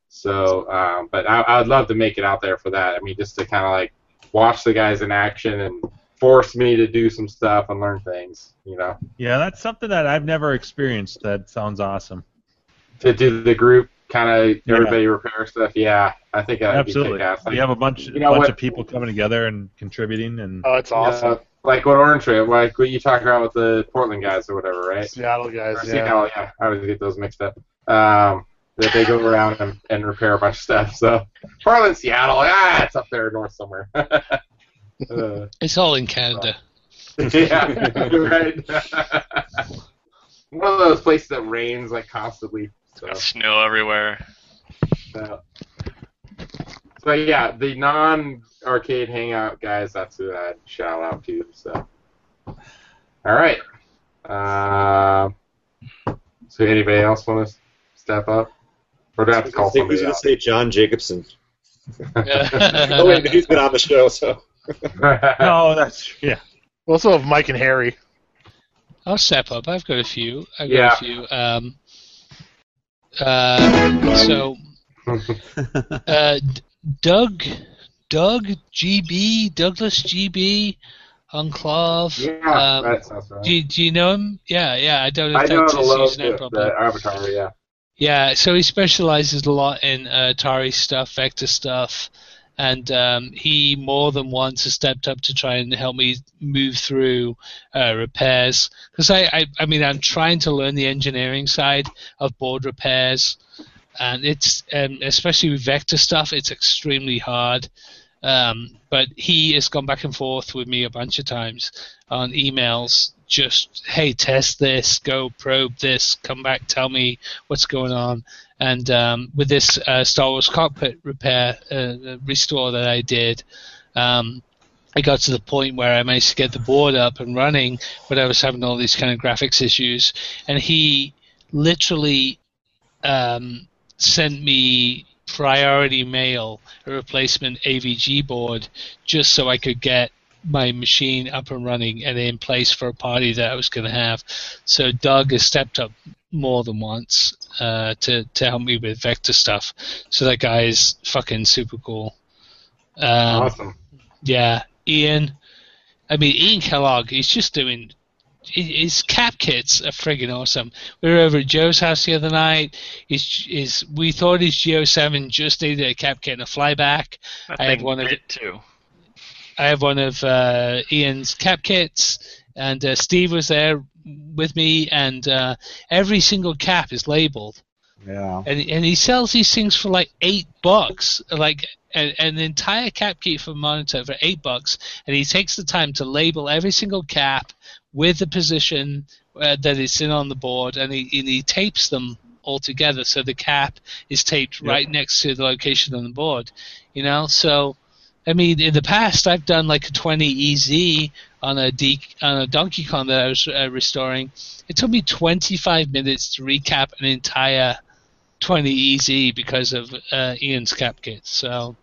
Speaker 8: So, um, but I, I would love to make it out there for that. I mean, just to kind of like watch the guys in action and force me to do some stuff and learn things. You know,
Speaker 11: Yeah, that's something that I've never experienced. That sounds awesome.
Speaker 8: to do the group kind of everybody repair stuff. Yeah, I think that'd
Speaker 11: Absolutely.
Speaker 8: be fantastic.
Speaker 11: You have a bunch,
Speaker 8: You know
Speaker 11: bunch
Speaker 8: what?
Speaker 11: of people coming together and contributing, and
Speaker 1: Oh, it's awesome.
Speaker 8: Uh, like what Orange Trail, like what you talk about with the Portland guys or whatever, right?
Speaker 1: Seattle guys,
Speaker 8: Or
Speaker 1: yeah.
Speaker 8: Seattle, yeah. I always get those mixed up. Um, that they go around and, and repair a bunch of stuff. So Portland, Seattle, ah, it's up there north somewhere. Uh,
Speaker 6: It's all in Canada.
Speaker 8: yeah, you're right. One of those places that rains like constantly. So.
Speaker 9: Snow everywhere.
Speaker 8: So, so yeah, the non-arcade hangout guys, that's who I'd shout out to. So, all right. Uh, so anybody else want to step up? Or do I have to call
Speaker 2: I think
Speaker 8: somebody
Speaker 2: who's going
Speaker 8: out?
Speaker 2: to say John Jacobson? oh wait, he's been on the show, so
Speaker 11: no, that's yeah.
Speaker 1: Well, so have Mike and Harry.
Speaker 6: I'll step up. I've got a few. I've
Speaker 1: Yeah.
Speaker 6: got a few. Um, uh, so, uh, D- Doug, Doug GB, Douglas GB, Enclave.
Speaker 8: Yeah,
Speaker 6: um,
Speaker 8: that sounds right.
Speaker 6: Do, do you know him? Yeah, yeah. I don't know if
Speaker 8: I know
Speaker 6: that's
Speaker 8: the
Speaker 6: his
Speaker 8: logo,
Speaker 6: username
Speaker 8: the,
Speaker 6: properly.
Speaker 8: avatar, yeah.
Speaker 6: Yeah, so he specializes a lot in uh, Atari stuff, Vector stuff, and um, he more than once has stepped up to try and help me move through uh, repairs. Because I, I, I mean, I'm trying to learn the engineering side of board repairs, and it's um, especially with Vector stuff, it's extremely hard. Um, but he has gone back and forth with me a bunch of times on emails. Just hey, test this, go probe this, come back, tell me what's going on. And um, with this uh, Star Wars cockpit repair uh, restore that I did, um, I got to the point where I managed to get the board up and running, but I was having all these kind of graphics issues. And he literally um, sent me priority mail a replacement AVG board just so I could get my machine up and running and in place for a party that I was going to have. So Doug has stepped up more than once uh, to to help me with vector stuff. So that guy is fucking super cool. Um,
Speaker 8: Awesome.
Speaker 6: Yeah, Ian. I mean, Ian Kellogg. He's just doing his cap kits are friggin' awesome. We were over at Joe's house the other night. His, his, we thought his Geo 7 just needed a cap kit and a flyback.
Speaker 9: That
Speaker 6: I have
Speaker 9: thing
Speaker 6: one of
Speaker 9: did too.
Speaker 6: I have one of uh, Ian's cap kits, and uh, Steve was there with me, and uh, every single cap is labeled.
Speaker 3: Yeah.
Speaker 6: And and he sells these things for like eight bucks, like an, an entire cap kit for monitor for eight bucks, and he takes the time to label every single cap with the position uh, that it's in on the board, and he and he tapes them all together, so the cap is taped right next to the location on the board. You know, so I mean, in the past, I've done like a 20 EZ on a D, on a Donkey Kong that I was uh, restoring. It took me 25 minutes to recap an entire 20 EZ because of uh, Ian's cap kit. So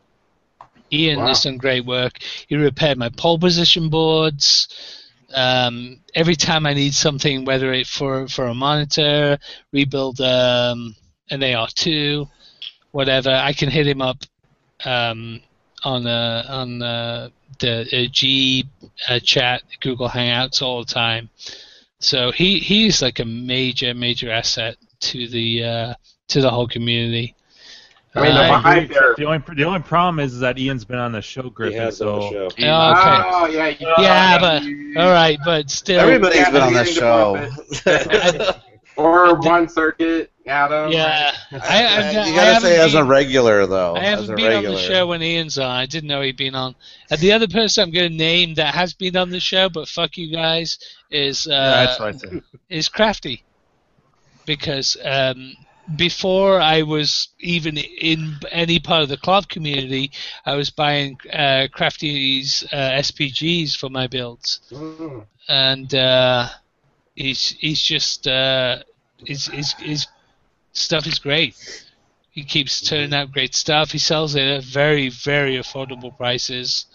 Speaker 6: Ian
Speaker 13: Wow.
Speaker 6: has done great work. He repaired my pole position boards. Um, every time I need something, whether it for for a monitor, rebuild um, an AR2, whatever, I can hit him up um, on uh, on uh, the uh, G uh, chat, Google Hangouts all the time. So he he's like a major major asset to the uh, to the whole community.
Speaker 11: I mean,
Speaker 6: Uh,
Speaker 11: the, the only the only problem is that Ian's been on the show, Griffin.
Speaker 6: has been
Speaker 11: so
Speaker 6: on the show. Oh,
Speaker 8: Ah, yeah,
Speaker 6: yeah, but all right, but still,
Speaker 3: Everybody's been on the
Speaker 8: Everything
Speaker 3: show.
Speaker 8: department. or one circuit, Adam.
Speaker 6: Yeah, I, I've got-
Speaker 3: you
Speaker 6: I
Speaker 3: gotta
Speaker 6: haven't
Speaker 3: say as a
Speaker 6: been-
Speaker 3: regular though.
Speaker 6: I
Speaker 3: as
Speaker 6: haven't
Speaker 3: a
Speaker 6: been
Speaker 3: regular.
Speaker 6: on the show when Ian's on. I didn't know he'd been on. And the other person I'm going to name that has been on the show, but fuck you guys, is uh,
Speaker 11: Yeah, that's right, sir.
Speaker 6: is Crafty, because um, before I was even in any part of the club community, I was buying uh, Crafty's uh, SPGs for my builds and uh, he's he's just uh, his, his his stuff is great. He keeps turning out great stuff. He sells it at very very affordable prices,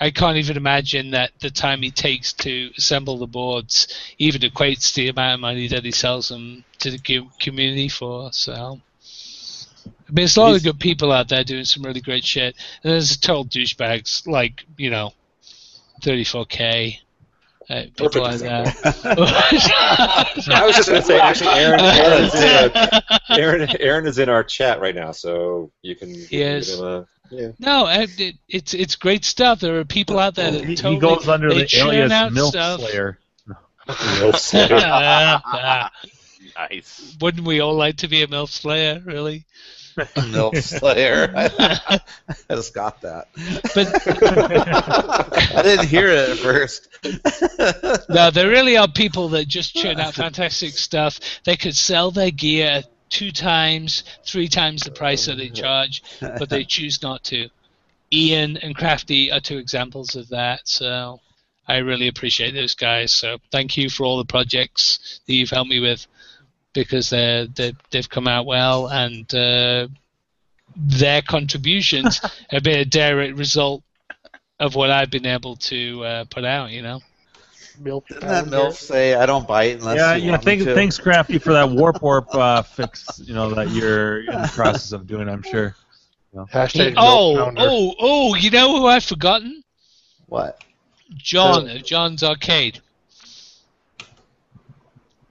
Speaker 6: I can't even imagine that the time he takes to assemble the boards even equates to the amount of money that he sells them to the cu- community for. So, I mean, there's a lot of good people out there doing some really great shit, and there's total douchebags like you know, 34k. Uh, people like that.
Speaker 2: I was just going to say, actually, Aaron, Aaron, is in our, Aaron, Aaron is in our chat right now, so you can.
Speaker 6: He is.
Speaker 2: you can, uh, yeah.
Speaker 6: No, and it, it's it's great stuff. There are people out there that
Speaker 11: He,
Speaker 6: totally
Speaker 11: he goes under
Speaker 6: they
Speaker 11: the
Speaker 6: churn
Speaker 11: alias
Speaker 6: out
Speaker 11: Milf
Speaker 6: stuff.
Speaker 11: Slayer.
Speaker 2: Milf
Speaker 6: nice. Wouldn't we all like to be a milf slayer? Really?
Speaker 3: Milf Slayer. I just got that.
Speaker 6: But
Speaker 3: I didn't hear it at first.
Speaker 6: no, there really are people that just churn out fantastic stuff. They could sell their gear two times, three times the price that they charge, but they choose not to. Ian and Crafty are two examples of that. So I really appreciate those guys. So thank you for all the projects that you've helped me with because they're, they they've come out well and uh, their contributions have been a direct result of what I've been able to uh, put out, you know.
Speaker 1: Milk.
Speaker 3: Didn't that MILF say, I don't bite unless
Speaker 11: yeah,
Speaker 3: you
Speaker 11: yeah.
Speaker 3: want me
Speaker 11: Thanks,
Speaker 3: to?
Speaker 11: thanks, Crafty, for that warp warp uh, fix. You know that you're in the process of doing. I'm sure. You know.
Speaker 1: Hashtag
Speaker 6: oh, oh, oh, you know who I've forgotten?
Speaker 3: What?
Speaker 6: John of John's Arcade.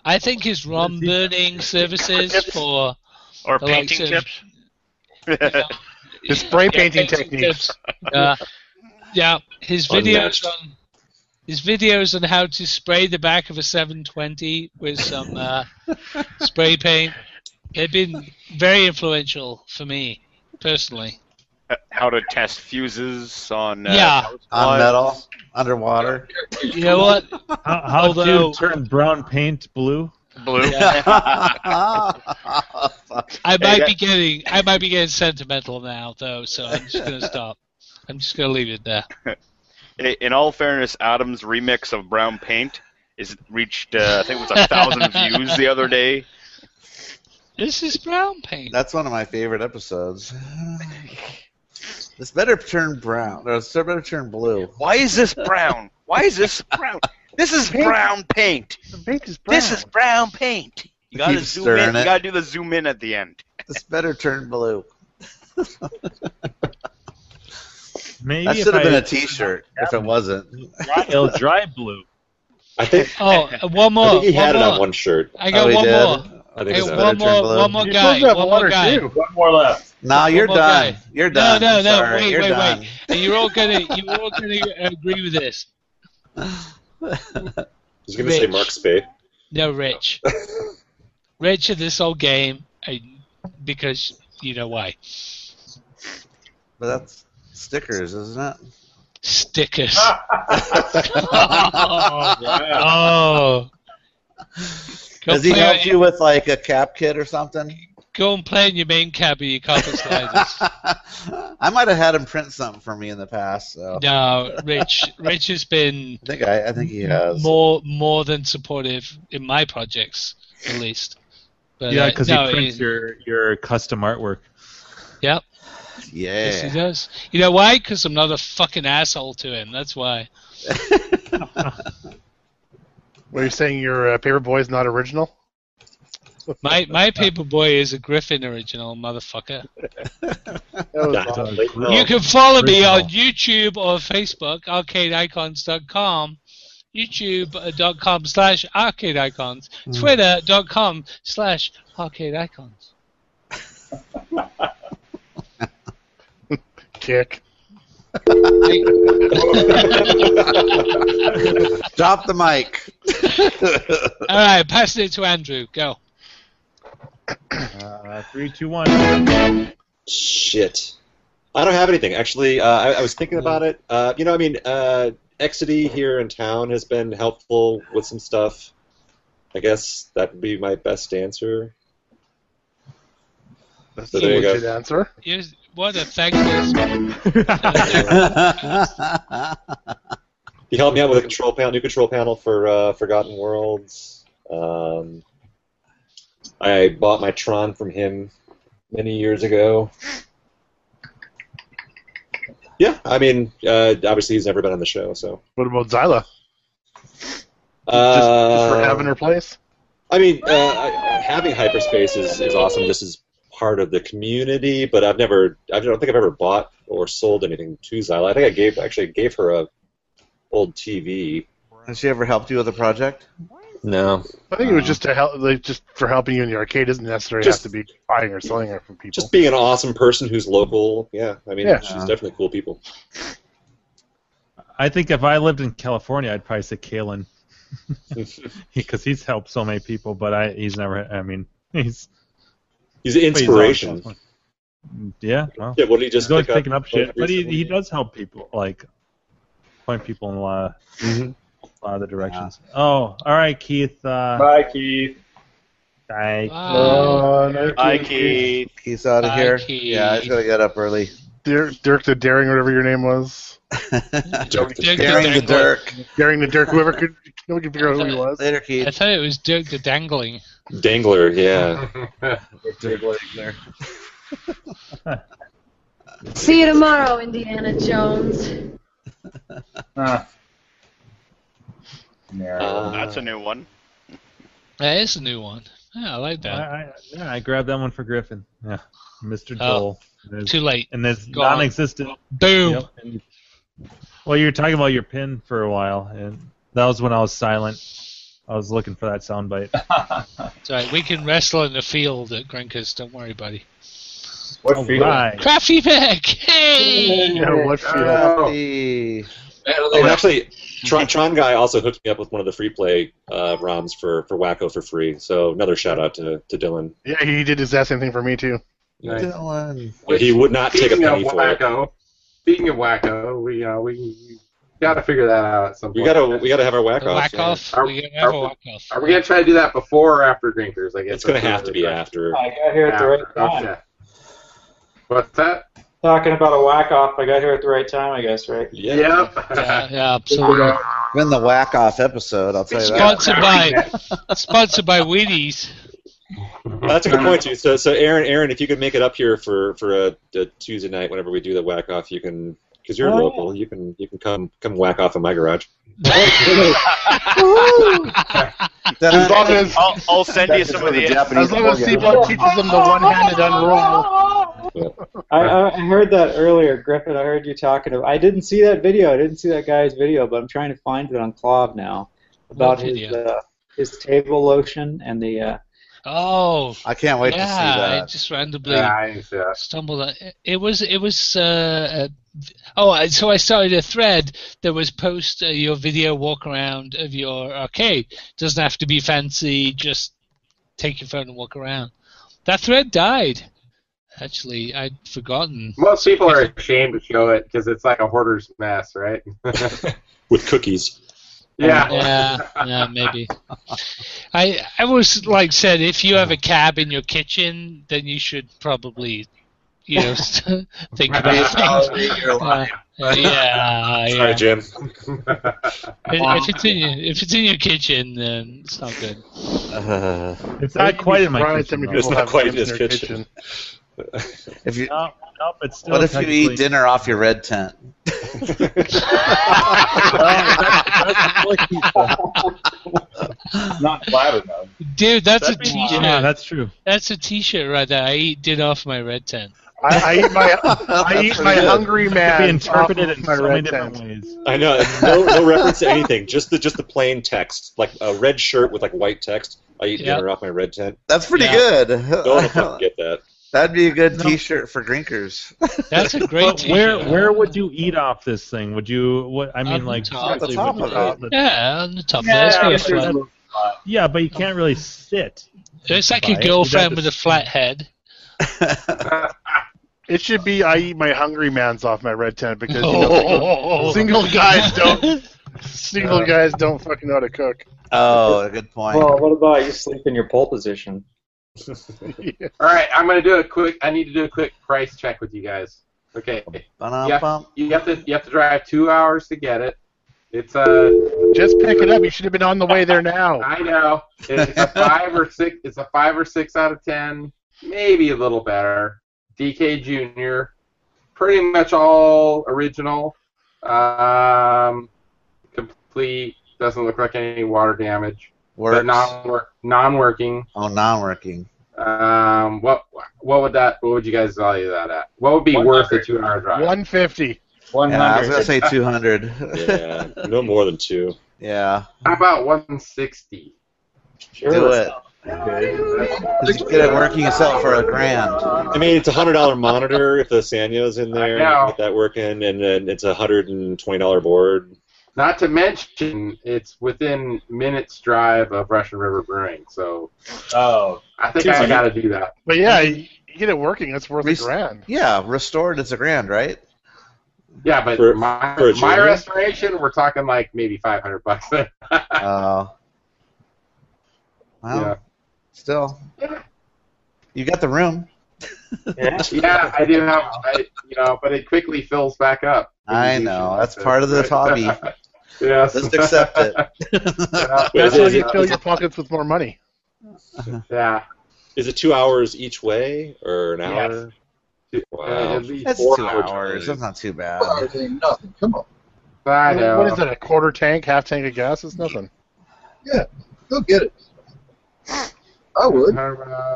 Speaker 6: I think his ROM burning services for
Speaker 9: Or
Speaker 6: the likes
Speaker 9: painting
Speaker 6: of-
Speaker 9: tips?
Speaker 1: His spray
Speaker 6: Yeah, painting
Speaker 1: painting techniques.
Speaker 6: Uh, yeah, his videos
Speaker 1: Unmatched.
Speaker 6: on his videos on how to spray the back of a 720 with some uh, spray paint. They've been very influential for me personally.
Speaker 21: How to test fuses on uh,
Speaker 6: Yeah.
Speaker 3: On metal, underwater.
Speaker 6: You know what?
Speaker 11: How, how do
Speaker 6: Although-
Speaker 11: you turn brown paint blue?
Speaker 21: Blue.
Speaker 6: I
Speaker 11: I
Speaker 6: might be getting I might be getting sentimental now though, so I'm just gonna stop. I'm just gonna leave it there.
Speaker 21: I- In all fairness, Adam's remix of Brown Paint is reached. Uh, I think it was a thousand views the other day.
Speaker 6: This is brown paint.
Speaker 3: That's one of my favorite episodes. This better turn brown. Or this better turn blue.
Speaker 21: Why is this brown? Why is this brown? This is brown paint.
Speaker 1: paint is
Speaker 21: This is brown paint. You gotta
Speaker 3: Keep
Speaker 21: zoom
Speaker 3: stirring
Speaker 21: in.
Speaker 3: it.
Speaker 21: You gotta do the zoom in at the end.
Speaker 3: This better turn blue.
Speaker 11: Maybe
Speaker 3: That
Speaker 11: if
Speaker 3: should have
Speaker 11: I-
Speaker 3: been a T-shirt if it wasn't.
Speaker 11: Dry, it'll dry blue.
Speaker 2: I think
Speaker 6: Oh, one more.
Speaker 2: I think he
Speaker 6: one
Speaker 2: had
Speaker 6: more.
Speaker 2: it on one shirt. Oh,
Speaker 6: I got one more.
Speaker 2: I
Speaker 6: I
Speaker 2: think it's
Speaker 6: got one
Speaker 2: on another
Speaker 6: more.
Speaker 2: turn blue.
Speaker 6: One more guy. One more guy.
Speaker 7: One more left.
Speaker 3: Nah, you're
Speaker 6: One more
Speaker 3: done.
Speaker 6: guy.
Speaker 3: You're done.
Speaker 6: No, no,
Speaker 3: I'm
Speaker 6: no.
Speaker 3: sorry.
Speaker 6: Wait,
Speaker 3: You're
Speaker 6: wait,
Speaker 3: done.
Speaker 6: wait. And you're all gonna you're all gonna agree with this.
Speaker 2: I was going to say
Speaker 6: Rich.
Speaker 2: Mark Spade.
Speaker 6: No, Rich. Rich in this whole game, I, because you know why.
Speaker 3: But that's stickers, isn't it?
Speaker 6: Stickers. oh. Go
Speaker 3: Does he
Speaker 6: play
Speaker 3: help
Speaker 6: on-
Speaker 3: you with like a cap kit or something?
Speaker 6: Go and play in your main cab with your carpet sliders.
Speaker 3: I might have had him print something for me in the past. So
Speaker 6: no, Rich. Rich has been
Speaker 3: I think I, I think he has.
Speaker 6: more more than supportive in my projects, at least. But,
Speaker 11: yeah,
Speaker 6: uh,
Speaker 11: because
Speaker 6: no,
Speaker 11: he prints
Speaker 6: it-
Speaker 11: your your custom artwork.
Speaker 6: Yep. Yes, he
Speaker 3: Yeah.
Speaker 6: does. You know why? Because I'm not a fucking asshole to him. That's why.
Speaker 1: What are you saying? Your uh, paper boy is not original.
Speaker 6: My my paper boy is a Griffin original, motherfucker.
Speaker 1: That was
Speaker 2: That's
Speaker 1: awesome.
Speaker 2: like,
Speaker 6: you
Speaker 2: no.
Speaker 6: can follow me on
Speaker 11: original.
Speaker 6: YouTube or Facebook, arcadeicons.com, youtube.com slash arcadeicons,
Speaker 1: Hmm.
Speaker 11: Mm.
Speaker 6: twitter.com slash arcadeicons.
Speaker 1: Kick.
Speaker 3: Drop the mic.
Speaker 6: All right, pass it to Andrew. Go.
Speaker 11: Uh, three, two, one.
Speaker 2: Shit. I don't have anything. Actually, uh, I, I was thinking about it. Uh, you know, I mean, uh, Exidy here in town has been helpful with some stuff. I guess that would be my best answer.
Speaker 1: That's
Speaker 2: So
Speaker 1: a
Speaker 2: there you go.
Speaker 1: legit answer.
Speaker 6: Here's- What a thankless.
Speaker 2: He helped me out with a control panel, new control panel for uh, Forgotten Worlds. Um, I bought my Tron from him many years ago. Yeah, I mean, uh, obviously he's never been on the show, so.
Speaker 1: What about Zyla?
Speaker 2: Uh,
Speaker 1: Just for having her place?
Speaker 2: I mean, uh, I- having hyperspace is, is awesome. This is part of the community, but I've never, I don't think I've ever bought or sold anything to Xyla. I think I gave, actually gave her a old TV.
Speaker 3: Has she ever helped you with a project?
Speaker 2: No.
Speaker 1: I think it was just to help, like, just for helping you in the arcade. Doesn't necessarily
Speaker 2: Um, Just-
Speaker 1: have to be buying or selling it from people.
Speaker 2: Just being an awesome person who's local. Yeah, I mean,
Speaker 1: Yeah.
Speaker 2: she's definitely cool people.
Speaker 11: I think if I lived in California, I'd probably say Kalen, because he's helped so many people. But I, he's never. I mean, he's
Speaker 2: He's an
Speaker 3: uh,
Speaker 11: but always
Speaker 2: inspiration.
Speaker 11: helped someone. Yeah. Well,
Speaker 2: Yeah, what did he just
Speaker 11: he's always
Speaker 2: pick up
Speaker 11: picking up shit, but he,
Speaker 2: recently?
Speaker 11: he does help people, like point people in a lot of,
Speaker 2: Mm-hmm.
Speaker 11: a lot of the directions. Oh, all right, Keith. Uh,
Speaker 16: Bye, Keith.
Speaker 11: Bye.
Speaker 4: Bye, Keith.
Speaker 3: Keith's out of
Speaker 1: Bye,
Speaker 3: here.
Speaker 1: Keith.
Speaker 3: Yeah, I should have got up early.
Speaker 1: Dirk, Dirk the Daring, whatever your name was.
Speaker 3: Dirk the Daring the Dirk.
Speaker 1: Daring the Dirk. Whoever could, no one could figure out who he was.
Speaker 3: Later, Keith.
Speaker 6: I thought it was Dirk the Dangling.
Speaker 2: Dangler, yeah.
Speaker 12: See you tomorrow, Indiana Jones.
Speaker 1: Ah.
Speaker 21: Uh,
Speaker 4: That's a new one.
Speaker 6: That is a new one. Yeah, I like that.
Speaker 11: I- I- yeah, I grabbed that one for Griffin. Yeah, Mr.
Speaker 6: Oh,
Speaker 11: Dole. There's-
Speaker 6: too late.
Speaker 11: And there's
Speaker 6: Gone.
Speaker 11: non-existent.
Speaker 6: Boom.
Speaker 11: Yep, and- Well, you were talking about your pin for a while, and that was when I was silent. I was looking for that soundbite.
Speaker 6: It's all right. We can wrestle in the field at Grinkus. Don't worry, buddy.
Speaker 11: What All field? right.
Speaker 6: Crafty Vic! Hey!
Speaker 3: Crafty.
Speaker 2: Oh, And actually, Tron, Tron guy also hooked me up with one of the free play uh, ROMs for, for Wacko for free. So another shout out to, to Dylan.
Speaker 1: Yeah, he did his that same thing for me too.
Speaker 3: Dylan.
Speaker 2: He would not take a
Speaker 8: Speaking of
Speaker 2: penny for it.
Speaker 8: wacko, speaking of wacko, we uh, we, we gotta figure that out at some
Speaker 2: We
Speaker 8: point.
Speaker 2: gotta we gotta have our whack
Speaker 6: The
Speaker 2: off.
Speaker 6: whack
Speaker 2: yeah.
Speaker 6: off. We can have a whack off.
Speaker 8: Are we gonna try to do that before or after drinkers? Ah, I guess
Speaker 2: It's gonna
Speaker 8: that's
Speaker 2: have to be
Speaker 8: another
Speaker 2: after.
Speaker 16: I got here at the right
Speaker 8: question.
Speaker 16: time.
Speaker 8: Okay. What's that?
Speaker 16: Talking about a whack off, I got here at the right time, I guess, right?
Speaker 8: Yep.
Speaker 6: Yeah, yeah, absolutely.
Speaker 3: It's been the whack off episode, I'll tell you that.
Speaker 6: Sponsored by, sponsored by Wheaties.
Speaker 2: That's a good point too. So so Aaron Aaron, if you could make it up here for for a, a Tuesday night whenever we do the whack off, you can because you're
Speaker 16: Oh, yeah.
Speaker 2: local, you can you can come come whack off in my garage.
Speaker 4: As long as I'll, I'll send you some of the.
Speaker 1: As long as Seabolt teaches them the one-handed unroll.
Speaker 16: I, I I heard that earlier, Griffin. I heard you talking about. I didn't see that video. I didn't see that guy's video, but I'm trying to find it on Clov now about
Speaker 6: What
Speaker 16: his
Speaker 6: video?
Speaker 16: uh, his table lotion and the. Uh,
Speaker 6: Oh,
Speaker 3: I can't wait
Speaker 6: yeah,
Speaker 3: to see that.
Speaker 6: I just randomly
Speaker 8: Yeah, I didn't see that.
Speaker 6: stumbled. On, it was it was. Uh, uh, oh, I- so I started a thread that was post uh, your video walk around of your arcade. Doesn't have to be fancy. Just take your phone and walk around. That thread died. Actually, I'd forgotten.
Speaker 8: Most people are ashamed to show it because it's like a hoarder's mess, right?
Speaker 2: With cookies.
Speaker 8: yeah.
Speaker 6: yeah, yeah, maybe. I I was like said, if you have a cab in your kitchen, then you should probably, you know, think about things. Uh, yeah,
Speaker 2: Sorry,
Speaker 6: yeah.
Speaker 2: Jim.
Speaker 6: If if it's in your, if it's in your kitchen, then it's not good.
Speaker 11: It's not quite in my kitchen. though.
Speaker 2: It's not quite in his kitchen.
Speaker 3: If you,
Speaker 11: No, no, but still
Speaker 3: what if you
Speaker 11: technically-
Speaker 3: eat dinner off your red tent?
Speaker 16: not flatter though.
Speaker 6: Dude, that's a
Speaker 16: That'd be-
Speaker 6: t-shirt.
Speaker 11: Yeah, that's true.
Speaker 6: That's a t-shirt right there. I eat dinner off my red tent.
Speaker 1: I, I eat my I eat my hungry
Speaker 11: It
Speaker 1: man.
Speaker 11: could be interpreted
Speaker 1: off
Speaker 11: in
Speaker 1: my
Speaker 11: so many
Speaker 1: red
Speaker 11: different
Speaker 1: tent.
Speaker 11: ways.
Speaker 2: I know. it's No, no reference to anything. Just the just the plain text, like a red shirt with like white text. I eat
Speaker 6: Yeah.
Speaker 2: dinner off my red tent.
Speaker 3: That's pretty
Speaker 6: Yeah.
Speaker 2: No one will fucking
Speaker 3: good.
Speaker 2: get that.
Speaker 3: That'd be a good T-shirt for drinkers.
Speaker 6: That's a great
Speaker 11: But
Speaker 6: t-shirt.
Speaker 11: where where would you eat off this thing? Would you? What I
Speaker 6: On
Speaker 11: mean,
Speaker 6: the
Speaker 11: like
Speaker 6: top.
Speaker 11: seriously,
Speaker 3: At the
Speaker 11: would you
Speaker 3: top of
Speaker 11: eat the-
Speaker 6: Yeah, on the top.
Speaker 16: Yeah,
Speaker 6: there. That's
Speaker 16: I
Speaker 6: not
Speaker 16: guess there's
Speaker 6: flat.
Speaker 16: a-
Speaker 11: Yeah, but you can't really sit.
Speaker 6: It's like
Speaker 11: Right,
Speaker 6: your
Speaker 11: you'd have
Speaker 6: girlfriend
Speaker 11: to
Speaker 6: with a flat head.
Speaker 1: It should be I eat my hungry man's off my red tent because you know,
Speaker 6: Oh,
Speaker 1: single guys don't single guys don't fucking know how to cook.
Speaker 3: Oh, good point.
Speaker 16: Well, what about you sleep in your pole position?
Speaker 1: Yeah.
Speaker 8: All right, I'm gonna do a quick. I need to do a quick price check with you guys. Okay.
Speaker 3: Ba-dum-bum.
Speaker 8: You have to you have to drive two hours to get it. It's uh, a
Speaker 1: Just pick it up. You should have been on the way there now.
Speaker 8: I know it's a five or six. It's a five or six out of ten, maybe a little better. DK Junior, pretty much all original. Um, complete. Doesn't look like any water damage.
Speaker 3: Works.
Speaker 8: But non-work, non-working.
Speaker 3: Oh, non-working.
Speaker 8: Um, what what would that? What would you guys value that at? What would be
Speaker 1: 100.
Speaker 8: worth a two-hour drive?
Speaker 1: 150.
Speaker 3: Yeah, I was gonna say 200.
Speaker 2: yeah, no more than two.
Speaker 3: yeah.
Speaker 8: How about 160?
Speaker 3: Do it. Just get it working yourself for a grand.
Speaker 2: I mean, it's a hundred dollar monitor if the Sanyo's in there.
Speaker 8: I know.
Speaker 2: Get that working, and then it's a hundred and twenty dollar board.
Speaker 8: Not to mention, it's within minutes drive of Russian River Brewing, so
Speaker 7: oh,
Speaker 8: I think I got to do that.
Speaker 1: But yeah, you you get it working. That's worth
Speaker 3: Rest-
Speaker 1: a grand.
Speaker 3: Yeah, restored it's a grand, right?
Speaker 8: Yeah, but
Speaker 2: For-
Speaker 8: my
Speaker 2: for a
Speaker 8: my
Speaker 2: junior?
Speaker 8: restoration, we're talking like maybe five hundred bucks.
Speaker 3: Oh. wow.
Speaker 8: Yeah.
Speaker 3: Still. You got the room.
Speaker 8: yeah, I do have, I, you know, but it quickly fills back up.
Speaker 3: I know. That's part of the hobby.
Speaker 8: yes.
Speaker 3: Just accept it.
Speaker 8: Yeah.
Speaker 1: That's how you fill your pockets with more money.
Speaker 8: Yeah.
Speaker 2: Is it two hours each way or an
Speaker 8: Yes.
Speaker 2: hour?
Speaker 8: Uh,
Speaker 2: Wow.
Speaker 8: at least
Speaker 3: That's
Speaker 8: four
Speaker 3: two
Speaker 8: hours.
Speaker 3: hours. That's not too bad.
Speaker 8: I know.
Speaker 1: What is that? A quarter tank, half tank of gas? It's nothing.
Speaker 14: Go get it. I would.
Speaker 3: uh,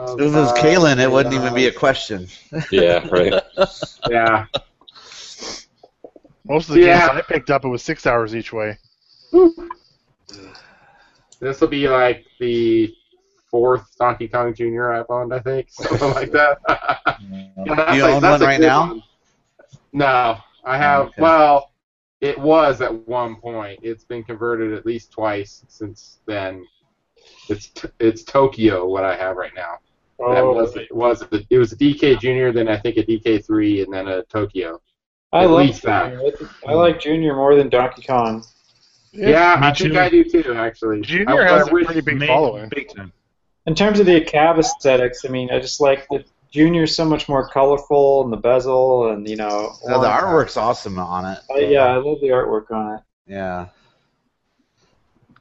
Speaker 8: Oh,
Speaker 3: If it was Kalen, it wouldn't even be a question.
Speaker 2: Yeah, right.
Speaker 8: Yeah.
Speaker 1: Most of the
Speaker 8: Yeah.
Speaker 1: games I picked up, it was six hours each way.
Speaker 8: This will be like the fourth Donkey Kong Jr. I've owned, I think, something like that. Yeah, that's
Speaker 3: Do you
Speaker 8: a-
Speaker 3: own
Speaker 8: that's
Speaker 3: one
Speaker 8: a
Speaker 3: right
Speaker 8: good
Speaker 3: now?
Speaker 8: one. No, I have.
Speaker 3: Okay.
Speaker 8: Well, it was at one point. It's been converted at least twice since then. It's t- it's Tokyo what I have right now. that
Speaker 2: Oh.
Speaker 8: was it was a, it was a DK Junior, then I think a DK three, and then a Tokyo.
Speaker 16: I
Speaker 8: at
Speaker 16: love
Speaker 8: least that.
Speaker 16: Junior. I like Junior more than Donkey Kong.
Speaker 8: Yeah, I think I do too. Actually,
Speaker 1: Junior
Speaker 8: I,
Speaker 1: has
Speaker 8: I
Speaker 1: a
Speaker 8: wish-
Speaker 1: pretty big following.
Speaker 11: Big time.
Speaker 16: In terms of the cab aesthetics, I mean, I just like the Junior's so much more colorful and the bezel and you know.
Speaker 3: No, the
Speaker 16: orange.
Speaker 3: artwork's awesome on it.
Speaker 16: Uh, yeah, I love the artwork on it.
Speaker 3: Yeah.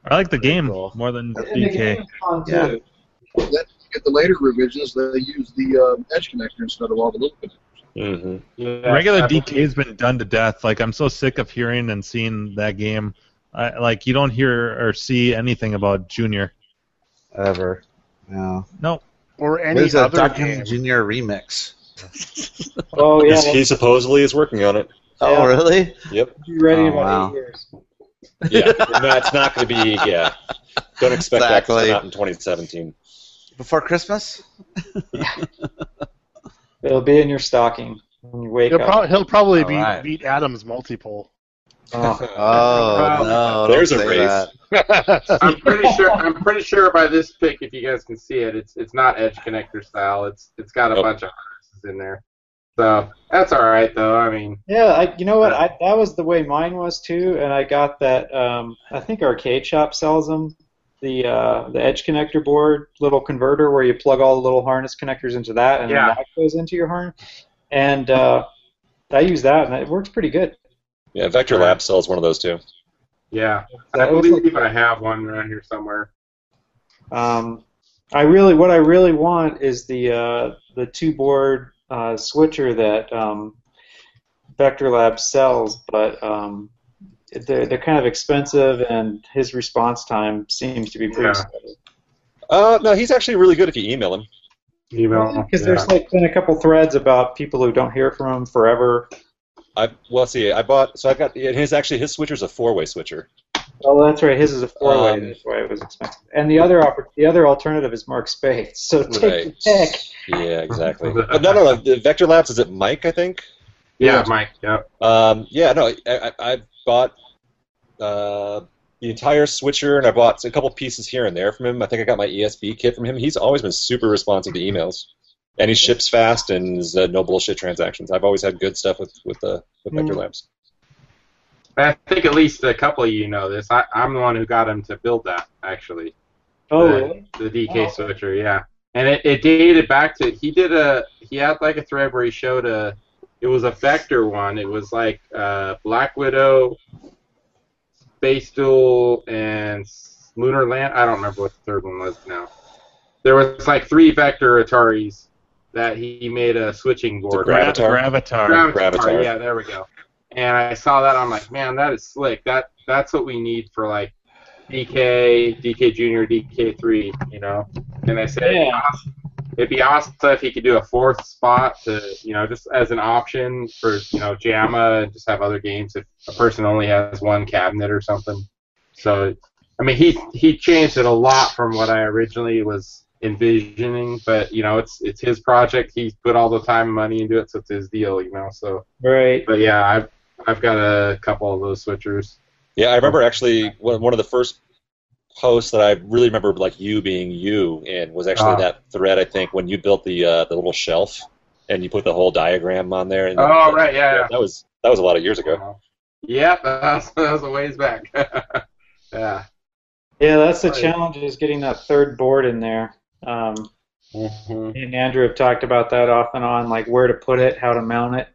Speaker 11: I like the game more than
Speaker 16: And the
Speaker 11: DK.
Speaker 16: game is fun too.
Speaker 3: Yeah.
Speaker 14: That, get the later revisions, they use the
Speaker 22: uh,
Speaker 14: um, edge connector instead of all the little connectors.
Speaker 3: Mm-hmm.
Speaker 2: hmm
Speaker 8: yeah,
Speaker 11: Regular
Speaker 8: I-
Speaker 11: DK's been done to death. Like I'm so sick of hearing and seeing that game. I, like you don't hear or see anything about Junior.
Speaker 3: Ever. Yeah.
Speaker 11: No.
Speaker 1: Or any
Speaker 3: There's a
Speaker 1: other
Speaker 3: Donkey
Speaker 1: game.
Speaker 3: Kong Junior remix.
Speaker 16: Oh yeah,
Speaker 2: He's-
Speaker 16: that's
Speaker 2: He supposedly is working on it.
Speaker 3: Oh, really?
Speaker 2: Yep.
Speaker 16: be ready in
Speaker 3: Oh,
Speaker 16: about
Speaker 3: wow.
Speaker 16: eight years.
Speaker 2: Yeah. no, it's not going to be. Yeah. Don't expect that
Speaker 3: Exactly.
Speaker 2: to come out in 2017.
Speaker 3: Before Christmas?
Speaker 16: It'll be in your stocking when you wake
Speaker 1: He'll,
Speaker 16: up.
Speaker 1: prob- he'll probably be,
Speaker 3: Alright.
Speaker 1: beat Adam's multiple.
Speaker 16: Oh.
Speaker 3: Oh, no. don't
Speaker 2: There's a
Speaker 3: say
Speaker 2: race.
Speaker 3: that.
Speaker 8: I'm pretty sure. I'm pretty sure by this pick, if you guys can see it, it's it's not edge connector style. It's it's got a
Speaker 2: Nope.
Speaker 8: bunch of horses in there, so that's all right though. I mean,
Speaker 16: Yeah, I, you know what? I, that was the way mine was too, and I got that. Um, I think Arcade Shop sells them. The uh, the edge connector board, little converter where you plug all the little harness connectors into that, and
Speaker 8: Yeah.
Speaker 16: then that goes into your harness. And uh, I use that, and it works pretty good.
Speaker 2: Yeah, Vector Lab sells one of those too.
Speaker 8: yeah, I
Speaker 16: That was a-
Speaker 8: believe I have one around here somewhere.
Speaker 16: Um, I really, what I really want is the uh, the two board uh, switcher that um, Vector Lab sells, but um, they're they're kind of expensive, and his response time seems to be pretty
Speaker 8: Yeah.
Speaker 16: slow.
Speaker 2: Uh, no, he's actually really good if you email him.
Speaker 8: Email.
Speaker 16: Because there's like been a couple threads about people who don't hear from him forever.
Speaker 2: I well, see, I bought. So I got and his actually his switcher's a four way switcher.
Speaker 16: Oh, that's right. His is a four way.
Speaker 2: Um,
Speaker 8: Uh,
Speaker 16: that's why it was expensive. And the other oppor- the other alternative is Mark Spade. So take
Speaker 2: Right.
Speaker 16: the pick.
Speaker 2: Yeah, exactly. but no, no, no. The Vector Labs is it Mike? I think.
Speaker 8: yeah, Mike. Yeah.
Speaker 2: Um, yeah, no, I, I, I bought uh, the entire switcher, and I bought a couple pieces here and there from him. I think I got my ESB kit from him. He's always been super responsive to emails, and he ships fast and is uh, no bullshit transactions. I've always had good stuff with with uh, with
Speaker 16: Mm.
Speaker 2: Vector Labs.
Speaker 8: I think at least a couple of you know this. I, I'm the one who got him to build that actually.
Speaker 16: Oh,
Speaker 8: the,
Speaker 16: really?
Speaker 8: the DK switcher, yeah. And it, it dated back to he did a he had like a thread where he showed a it was a vector one. It was like uh, Black Widow, Space Duel, and Lunar Land. I don't remember what the third one was now. There was like three vector Ataris that he made a switching board.
Speaker 11: Gravatar.
Speaker 8: Gravatar. Yeah, there we go. And I saw that. I'm like, man, that is slick. That that's what we need for like DK, DK Junior, DK three. You know. And I said,
Speaker 5: Yeah.
Speaker 8: it'd be awesome if he could do a fourth spot to you know just as an option for you know JAMA and just have other games if a person only has one cabinet or something. So I mean he he changed it a lot from what I originally was envisioning, but you know it's it's his project. He put all the time and money into it, so it's his deal, you know. So
Speaker 16: right.
Speaker 8: But yeah, I've I've got a couple of those switchers.
Speaker 2: Yeah, I remember actually one one of the first posts that I really remember like you being you in was actually
Speaker 8: Ah.
Speaker 2: that thread I think when you built the uh, the little shelf and you put the whole diagram on there. And
Speaker 8: Oh, right, yeah, Uh-huh. yeah.
Speaker 2: That was that was a lot of years ago.
Speaker 8: Yep, that's that was a ways back. yeah.
Speaker 16: Yeah, that's the
Speaker 8: Right.
Speaker 16: challenge is getting that third board in there. Um,
Speaker 8: Mm-hmm.
Speaker 16: me And Andrew have talked about that off and on, like where to put it, how to mount it.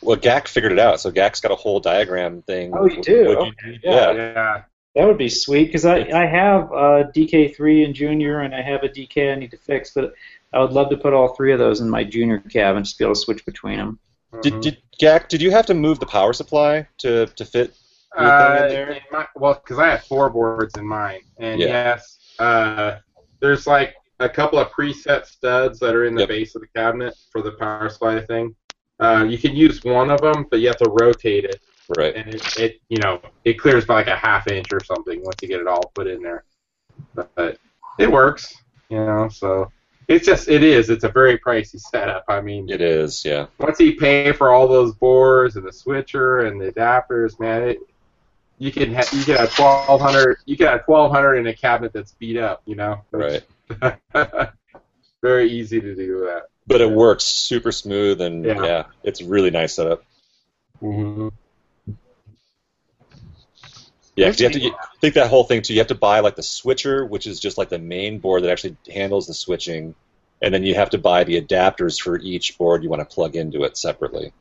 Speaker 2: Well, Gak figured it out, so Gak's got a whole diagram thing.
Speaker 16: Oh, you
Speaker 2: Would-
Speaker 16: do?
Speaker 2: would you-
Speaker 16: Okay,
Speaker 2: yeah.
Speaker 8: yeah.
Speaker 16: That would be sweet because I, I have a DK3 in junior and I have a DK I need to fix, but I would love to put all three of those in my junior cab and just be able to switch between them.
Speaker 8: Mm-hmm.
Speaker 2: Did, did Gak? Did you have to move the power supply to to fit? your thing
Speaker 8: Uh,
Speaker 2: in there?
Speaker 8: in my- well, because I have four boards in mine, and
Speaker 2: Yeah.
Speaker 8: yes, uh, there's like a couple of preset studs that are in the base of the cabinet for the power supply thing. Uh, you can use one of them, but you have to rotate it,
Speaker 2: Right.
Speaker 8: and it, it you know it clears by like a half inch or something once you get it all put in there. But it works, you know. So it's just it is. It's a very pricey setup. I mean,
Speaker 2: It is, yeah.
Speaker 8: once you pay for all those boards and the switcher and the adapters, man, it you can ha- you can have twelve hundred you can have twelve hundred in a cabinet that's beat up, you know.
Speaker 2: Right.
Speaker 8: Very easy to do that.
Speaker 2: But it works super smooth, and
Speaker 8: Yeah.
Speaker 2: yeah, it's really nice setup.
Speaker 8: Mm-hmm.
Speaker 2: Yeah, 'cause you have to you think that whole thing too. You have to buy like the switcher, which is just like the main board that actually handles the switching, and then you have to buy the adapters for each board you want to plug into it separately.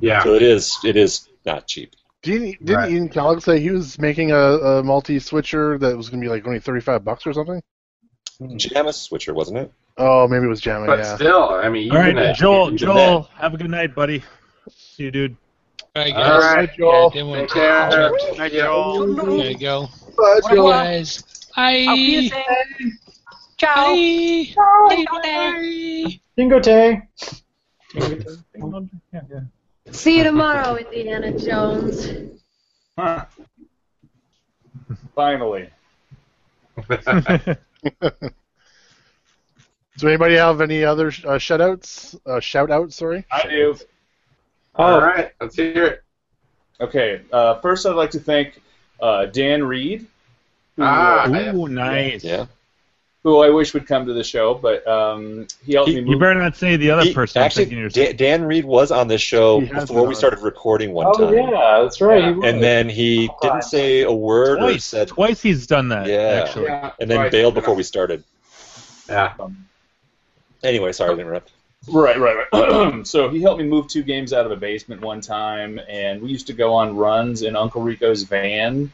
Speaker 8: Yeah.
Speaker 2: So it is it is not cheap.
Speaker 1: Didn't didn't Ian Kellogg say he was making a, a multi switcher that was going to be like only thirty five bucks or something?
Speaker 11: Hmm.
Speaker 2: Jamma switcher, wasn't it?
Speaker 1: Oh, maybe it was Jamma.
Speaker 8: But
Speaker 1: yeah.
Speaker 8: still, I mean, uh,
Speaker 11: All right,
Speaker 8: even that-
Speaker 11: Joel.
Speaker 8: even
Speaker 11: Joel, have a good night, buddy. See you, dude.
Speaker 6: All right,
Speaker 11: All right, Joel.
Speaker 6: Take
Speaker 11: care.
Speaker 6: Night, Joel. There you go.
Speaker 14: Bye,
Speaker 6: Joel.
Speaker 14: Joel.
Speaker 6: Guys. Bye.
Speaker 13: Ciao.
Speaker 6: Bye.
Speaker 16: Dingo Tay.
Speaker 20: See you tomorrow, Indiana Jones.
Speaker 7: Finally.
Speaker 8: that.
Speaker 1: So anybody have any other uh, shout outs? Uh, shout out, sorry.
Speaker 7: I do.
Speaker 1: All
Speaker 11: Oh.
Speaker 2: Uh,
Speaker 7: All
Speaker 1: right,
Speaker 7: right,
Speaker 8: let's hear it.
Speaker 7: Okay, uh, first I'd like to thank uh, Dan Reed. who,
Speaker 11: Ah,
Speaker 7: uh,
Speaker 11: Ooh, nice.
Speaker 2: Yeah.
Speaker 7: Who I wish would come to the show, but um, he helped me move.
Speaker 11: You better not say the other
Speaker 2: He-
Speaker 11: person. I'm
Speaker 2: actually,
Speaker 11: thinking you're-
Speaker 2: Da- Dan Reed was on this show
Speaker 11: He has
Speaker 2: before
Speaker 11: been
Speaker 2: we
Speaker 11: on.
Speaker 2: started recording one
Speaker 7: Oh,
Speaker 2: time.
Speaker 7: yeah, that's right. he was.
Speaker 2: And then he didn't say a word or
Speaker 11: Twice.
Speaker 2: said
Speaker 11: Twice he's done that.
Speaker 2: yeah,
Speaker 11: Actually.
Speaker 2: and then
Speaker 7: Right.
Speaker 2: bailed before we started.
Speaker 8: Yeah.
Speaker 2: Anyway, sorry to interrupt.
Speaker 7: Right, right, right. so he helped me move two games out of the basement one time, and we used to go on runs in Uncle Rico's van,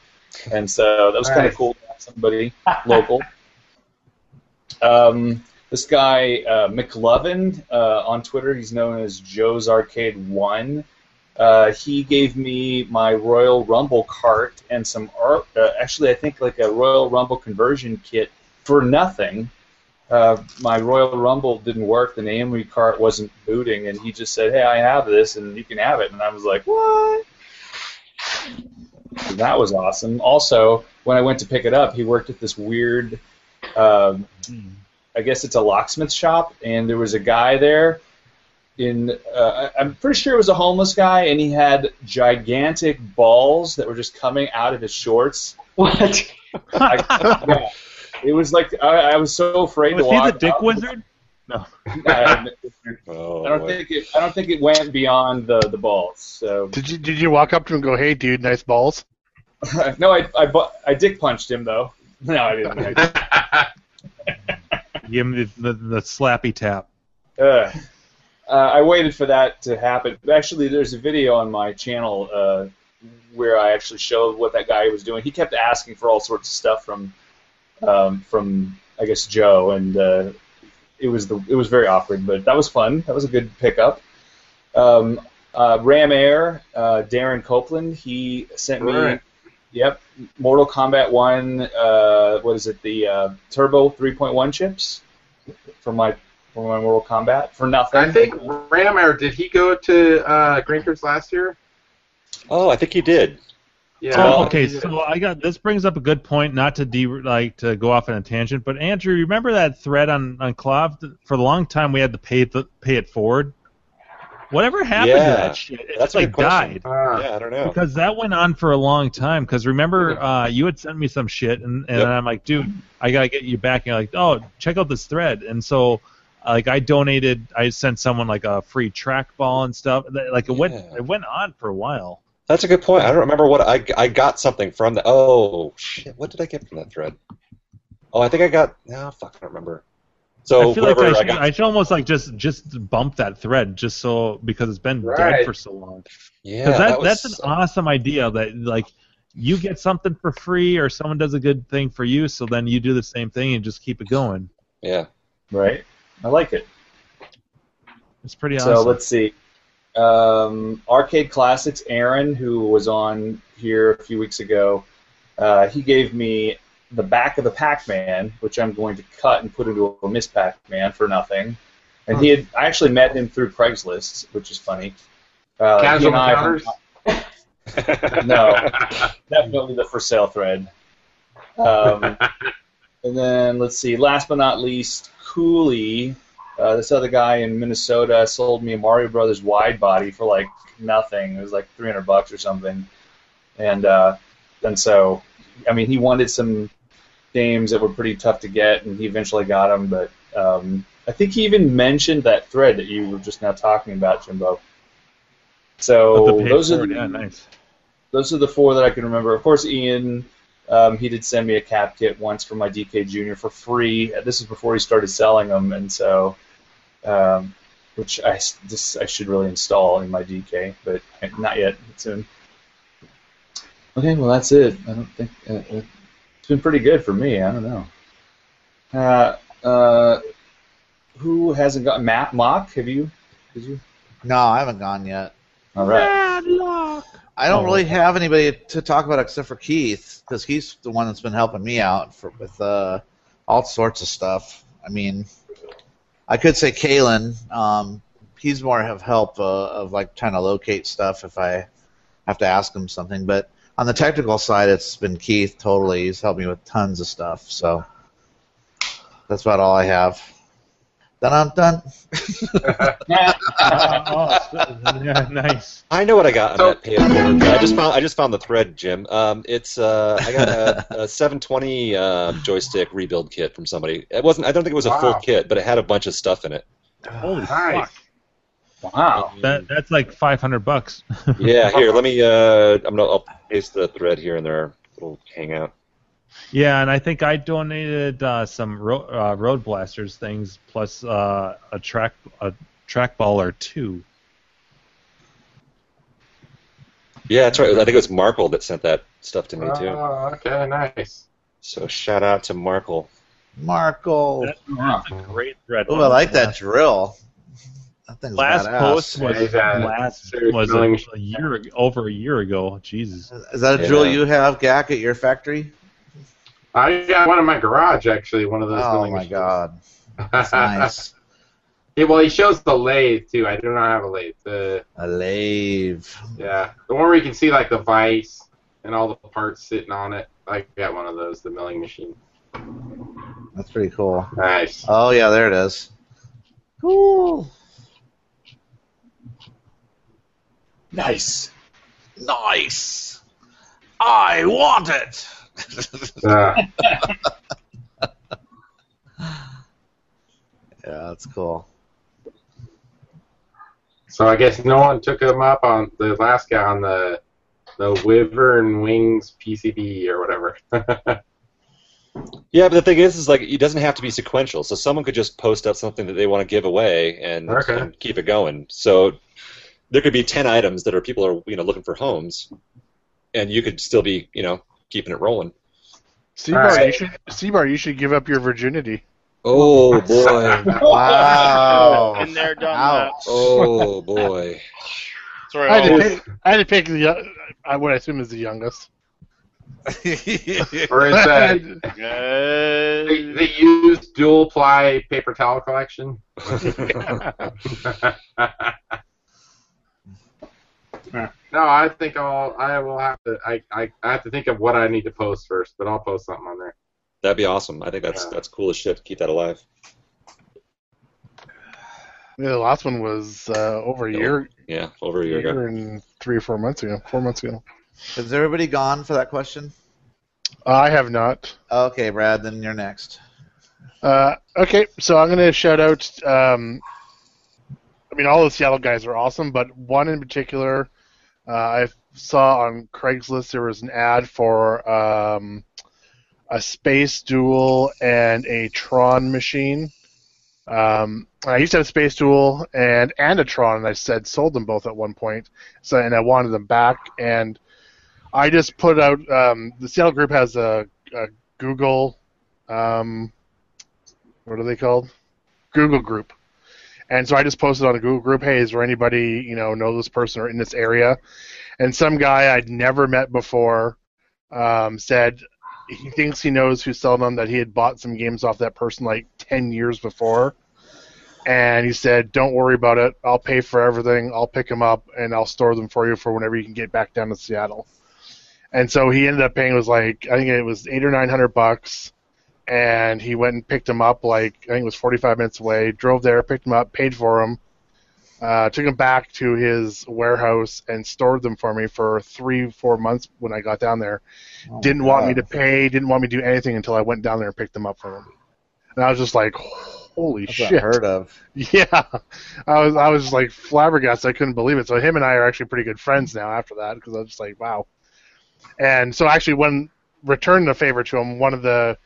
Speaker 7: and so that was kind
Speaker 16: Nice.
Speaker 7: of cool to have somebody local. Um, this guy uh, McLovin uh, on Twitter, he's known as Joe's Arcade One. Uh, he gave me my Royal Rumble cart and some art. Uh, actually, I think like a Royal Rumble conversion kit for nothing. Uh, my Royal Rumble didn't work. The memory cart wasn't booting, and he just said, "Hey, I have this, and you can have it." And I was like, "What?" That was awesome. Also, when I went to pick it up, he worked at this weird. Um, I guess it's a locksmith shop, and there was a guy there. In uh, I- I'm pretty sure it was a homeless guy, and he had gigantic balls that were just coming out of his shorts.
Speaker 16: What?
Speaker 7: I, yeah. It was like I, I was so afraid
Speaker 11: Was
Speaker 7: to
Speaker 11: he
Speaker 7: walk.
Speaker 11: the dick
Speaker 7: up.
Speaker 11: wizard? No.
Speaker 7: I
Speaker 2: Oh,
Speaker 7: don't think it. I don't think it went beyond the the balls. So
Speaker 1: Did you did you walk up to him and go, "Hey, dude, nice balls"?
Speaker 7: no, I I, bu- I dick punched him though. No, I didn't.
Speaker 11: Give him the, the, the slappy tap.
Speaker 7: Ugh. Uh, I waited for that to happen. Actually, there's a video on my channel uh, where I actually showed what that guy was doing. He kept asking for all sorts of stuff from um, from I guess Joe, and uh, it was the it was very awkward, but that was fun. That was a good pickup. Um, uh, Ram Air, uh, Darren Copeland, he sent me.
Speaker 8: Right.
Speaker 7: Yep, Mortal Kombat One. Uh, what is it? The uh, Turbo 3.1 chips for my for my Mortal Kombat for nothing.
Speaker 8: I think Ram Air, did he go to uh, Grinkers last year?
Speaker 2: Oh, I think he did.
Speaker 8: Yeah.
Speaker 11: Oh, okay, so I got this brings up a good point. Not to de like to go off on a tangent, but Andrew, you remember that thread on on Clove? For a long time, we had to pay it pay it forward. Whatever happened to that shit? It
Speaker 2: That's
Speaker 11: just, like died.
Speaker 8: Uh,
Speaker 2: yeah, Uh, I don't know.
Speaker 11: Because that went on for a long time. Because remember, uh, you had sent me some shit, and, and
Speaker 2: Yep.
Speaker 11: I'm like, dude, I gotta get you back. And you're like, oh, check out this thread. And so, uh, like, I donated. I sent someone like a free trackball and stuff. Th- Like it went, it went on for a while.
Speaker 2: That's a good point. I don't remember what I, I got something from that. Oh shit! What did I get from that thread? Oh, I think I got. No, fuck, I don't remember. So
Speaker 11: I feel like
Speaker 2: whatever I
Speaker 11: I should,
Speaker 2: got.
Speaker 11: I should almost like just just bump that thread just so because it's been dead
Speaker 2: Right.
Speaker 11: for so long.
Speaker 2: yeah,
Speaker 11: 'Cause that,
Speaker 2: that was-
Speaker 11: that's an awesome idea that like you get something for free or someone does a good thing for you, so then you do the same thing and just keep it going.
Speaker 2: Yeah.
Speaker 7: Right. I like it.
Speaker 11: It's pretty
Speaker 7: so
Speaker 11: awesome.
Speaker 7: let's see. Um, Arcade Classics, Aaron, who was on here a few weeks ago, uh, he gave me the back of the Pac-Man, which I'm going to cut and put into a Miss Pac-Man for nothing. And he had I actually met him through Craigslist, which is funny. Uh, he
Speaker 8: Casual
Speaker 7: and I-
Speaker 8: encounters?
Speaker 7: no, definitely the for sale thread. Um, and then let's see. Last but not least, Cooley, uh, this other guy in Minnesota, sold me a Mario Brothers wide body for like nothing. It was like 300 bucks or something. And uh, and so, I mean, he wanted some games that were pretty tough to get, and he eventually got them. But um, I think he even mentioned that thread that you were just now talking about, Jimbo.
Speaker 11: But
Speaker 7: So
Speaker 11: the pay
Speaker 7: those are
Speaker 11: forward,
Speaker 7: the,
Speaker 11: yeah, nice.
Speaker 7: those are the four that I can remember. Of course, Ian, um, he did send me a cap kit once for my DK Junior for free. Uh, This is before he started selling them, and so, um, which I s- this I should really install in my DK, but not yet. Soon. Okay, well that's it. I don't think uh, uh, it's been pretty good for me. I don't know. Uh, uh, who hasn't got Matt Mock? Have you? Did you?
Speaker 3: No, I haven't gone yet.
Speaker 7: All right.
Speaker 3: I don't
Speaker 7: Oh.
Speaker 3: really have anybody to talk about except for Keith because he's the one that's been helping me out for, with uh, all sorts of stuff. I mean, I could say Kalen. Um, he's more of help uh, of like trying to locate stuff if I have to ask him something. But on the technical side, it's been Keith totally. He's helped me with tons of stuff. So that's about all I have. Dun dun dun.
Speaker 11: Oh, yeah, nice.
Speaker 2: I know what I got on that page. I just found I just found the thread, Jim. Um, it's uh, I got a, a 720 uh, joystick rebuild kit from somebody. It wasn't. I don't think it was a full
Speaker 11: Wow.
Speaker 2: kit, but it had a bunch of stuff in it.
Speaker 11: Holy
Speaker 8: Nice.
Speaker 11: fuck!
Speaker 7: Wow,
Speaker 11: that that's like 500 bucks.
Speaker 2: Yeah, here. Let me. Uh, I'm gonna. I'll paste the thread here in their little hangout.
Speaker 11: Yeah, and I think I donated uh, some ro- uh, road blasters things plus uh, a track a trackball or two.
Speaker 2: Yeah, that's right. I think it was Markle that sent that stuff to me too.
Speaker 8: Oh, okay, nice.
Speaker 2: So shout out to Markle.
Speaker 3: Markle.
Speaker 11: That's a great thread.
Speaker 3: Oh, I like that drill. That thing's
Speaker 11: Last
Speaker 3: badass.
Speaker 11: post was
Speaker 8: Yeah.
Speaker 11: last
Speaker 8: Serious
Speaker 11: was
Speaker 8: milling.
Speaker 11: a, a year ag- over a year ago. Jesus,
Speaker 3: Is that a drill you have, Gak, at your factory?
Speaker 8: I got one in my garage actually. One of those.
Speaker 3: Oh
Speaker 8: milling
Speaker 3: my
Speaker 8: machines.
Speaker 3: god, that's nice.
Speaker 8: Yeah, well, he shows the lathe too. I do not have a lathe. The
Speaker 3: A lathe.
Speaker 8: yeah, the one where you can see like the vise and all the parts sitting on it. I got one of those, the milling machine.
Speaker 3: That's pretty cool.
Speaker 8: Nice.
Speaker 3: Oh yeah, there it is. Cool.
Speaker 7: Nice.
Speaker 3: Nice. I want it.
Speaker 8: Yeah.
Speaker 3: yeah, that's cool.
Speaker 8: So I guess no one took him up on the last guy on the the Wyvern Wings PCB or whatever.
Speaker 2: Yeah, but the thing is, is like it doesn't have to be sequential. So someone could just post up something that they want to give away and,
Speaker 8: Okay.
Speaker 2: and keep it going. So there could be ten items that are people are you know looking for homes, and you could still be you know keeping it rolling.
Speaker 1: Seabar,
Speaker 2: Alright.
Speaker 1: you should Seabar, you should give up your virginity.
Speaker 2: Oh boy!
Speaker 3: Wow.
Speaker 21: Been there, done that.
Speaker 2: Ouch. Oh boy!
Speaker 21: Sorry,
Speaker 1: I, had
Speaker 21: I'll-
Speaker 1: to pick, I had to pick the. Uh, I would assume is the youngest.
Speaker 8: Or is that
Speaker 21: they,
Speaker 8: they use dual ply paper towel collection? no, I think I'll I will have to I, I, I have to think of what I need to post first, but I'll post something on there.
Speaker 2: That'd be awesome. I think that's that's cool as shit. Keep that alive.
Speaker 1: Yeah, the last one was uh, over a year,
Speaker 2: Yeah, over a year ago.
Speaker 1: year and three or four months ago. Four months ago.
Speaker 3: Has everybody gone for that question?
Speaker 1: Uh, I have not.
Speaker 3: Okay, Brad, then you're next.
Speaker 1: Uh, okay, so I'm going to shout out. Um, I mean, all the Seattle guys are awesome, but one in particular, uh, I saw on Craigslist there was an ad for um, a space duel and a Tron machine. Um, I used to have a space duel and and a Tron, and I said sold them both at one point, so and I wanted them back. And I just put out um, the Seattle group has a, a Google. Um, what are they called? Google group. And so I just posted on the Google group, hey, is there anybody, you know, know this person or in this area? And some guy I'd never met before um, said he thinks he knows who sold them, that he had bought some games off that person like 10 years before. And he said, don't worry about it. I'll pay for everything. I'll pick them up and I'll store them for you for whenever you can get back down to Seattle. And so he ended up paying, it was like, I think it was eight or 900 bucks and he went and picked him up like I think it was 45 minutes away. Drove there, picked him up, paid for him, uh, took him back to his warehouse and stored them for me for three, four months when I got down there. didn't want me to pay, didn't want me to do anything until I went down there and picked them up for him. And I was just like, holy
Speaker 3: That's
Speaker 1: shit!
Speaker 3: unheard of.
Speaker 1: Yeah, I was I was just like flabbergasted. I couldn't believe it. So him and I are actually pretty good friends now after that because I was just like, wow. And so actually, when returning the favor to him, one of the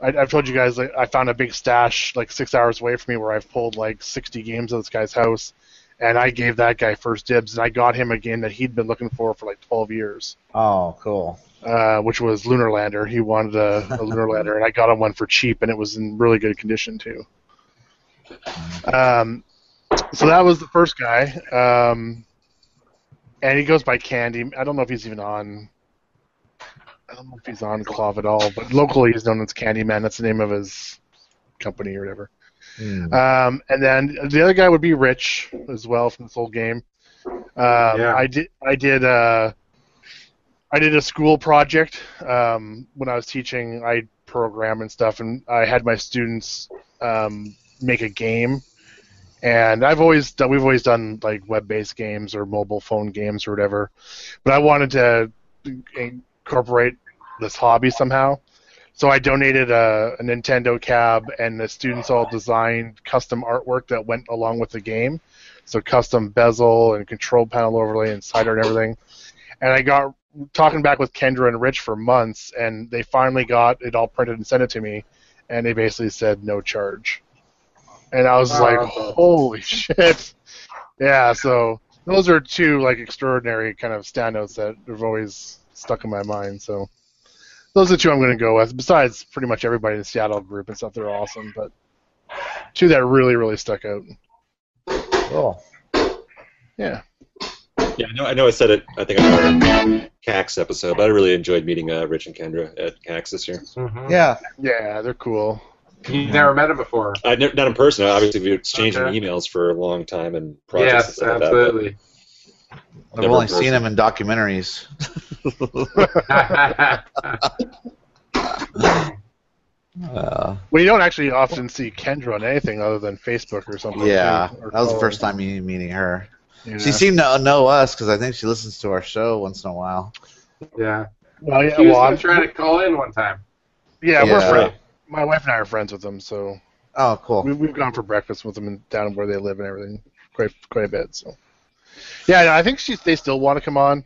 Speaker 1: I, I've told you guys like, I found a big stash like six hours away from me where I've pulled like 60 games of this guy's house, and I gave that guy first dibs, and I got him a game that he'd been looking for for like 12 years,
Speaker 3: Oh, cool.
Speaker 1: uh, which was Lunar Lander. He wanted a, a Lunar Lander, and I got him one for cheap, and it was in really good condition too. Um, so that was the first guy, um, and he goes by Candy. I don't know if he's even on. I don't know if he's on Clav at all, but locally he's known as Candyman. That's the name of his company or whatever. Um, and then the other guy would be Rich as well from this old game. Um, I did I did uh, I did a school project um, when I was teaching. I program and stuff, and I had my students um, make a game. And I've always done, we've always done like web-based games or mobile phone games or whatever, but I wanted to incorporate this hobby somehow. So I donated a, a Nintendo cab, and the students all designed custom artwork that went along with the game. So custom bezel and control panel overlay and slider and everything. And I got talking back with Kendra and Rich for months, and they finally got it all printed and sent it to me, and they basically said no charge. And I was
Speaker 3: Oh,
Speaker 1: like, holy shit. Yeah, so those are two like extraordinary kind of standouts that have always stuck in my mind. So those are the two I'm going to go with. Besides, pretty much everybody in the Seattle group and stuff, they're awesome. But two that really, really stuck out.
Speaker 3: Cool.
Speaker 1: Yeah.
Speaker 2: Yeah, I know. I know. I said it. I think I know it CAX episode, but I really enjoyed meeting uh, Rich and Kendra at CAX this year.
Speaker 3: Yeah.
Speaker 1: Yeah, they're cool.
Speaker 8: You've never met him before.
Speaker 2: I've never, not in person. Obviously, we were exchanging
Speaker 8: Okay.
Speaker 2: emails for a long time and projects and
Speaker 8: Yes,
Speaker 2: stuff like that. but
Speaker 8: absolutely.
Speaker 3: I've
Speaker 2: never
Speaker 3: only
Speaker 2: in person.
Speaker 3: seen him in documentaries. Uh,
Speaker 1: Well, you don't actually often see Kendra on anything other than Facebook or something.
Speaker 3: yeah,
Speaker 1: too, or
Speaker 3: that was the
Speaker 1: phone.
Speaker 3: first time me meeting her.
Speaker 1: Yeah.
Speaker 3: She seemed to know us because I think she listens to our show once in a while.
Speaker 8: Yeah.
Speaker 1: Well, yeah,
Speaker 8: He was
Speaker 1: well,
Speaker 8: gonna
Speaker 1: I'm-
Speaker 8: try to call in one time.
Speaker 1: Yeah, we're
Speaker 3: Yeah.
Speaker 1: friends. My wife and I are friends with them, so
Speaker 3: Oh, cool.
Speaker 1: we, we've gone for breakfast with them and down where they live and everything quite quite a bit. So, yeah, no, I think she, they still want to come on.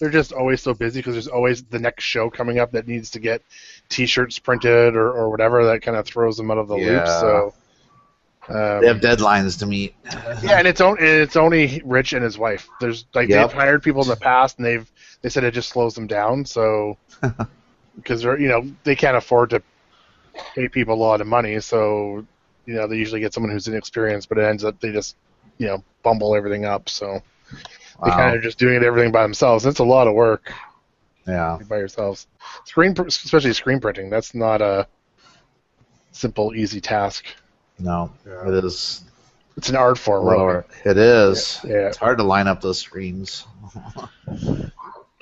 Speaker 1: They're just always so busy because there's always the next show coming up that needs to get T-shirts printed or, or whatever that kind of throws them out of the loop.
Speaker 3: Yeah.
Speaker 1: So, um,
Speaker 3: They have deadlines to meet.
Speaker 1: yeah, and it's on, and it's only Rich and his wife. There's like
Speaker 3: Yep.
Speaker 1: they've hired people in the past, and they've they said it just slows them down. So because they're you know they can't afford to pay people a lot of money, so you know they usually get someone who's inexperienced, but it ends up they just you know bumble everything up. So they
Speaker 3: Wow.
Speaker 1: kind of just doing everything by themselves. It's a lot of work
Speaker 3: Yeah.
Speaker 1: by yourselves. Screen, pr- especially screen printing, that's not a simple, easy task.
Speaker 3: No, it is.
Speaker 1: It's an art form, really.
Speaker 3: Lower. It is.
Speaker 1: Yeah.
Speaker 3: It's hard to line up those screens.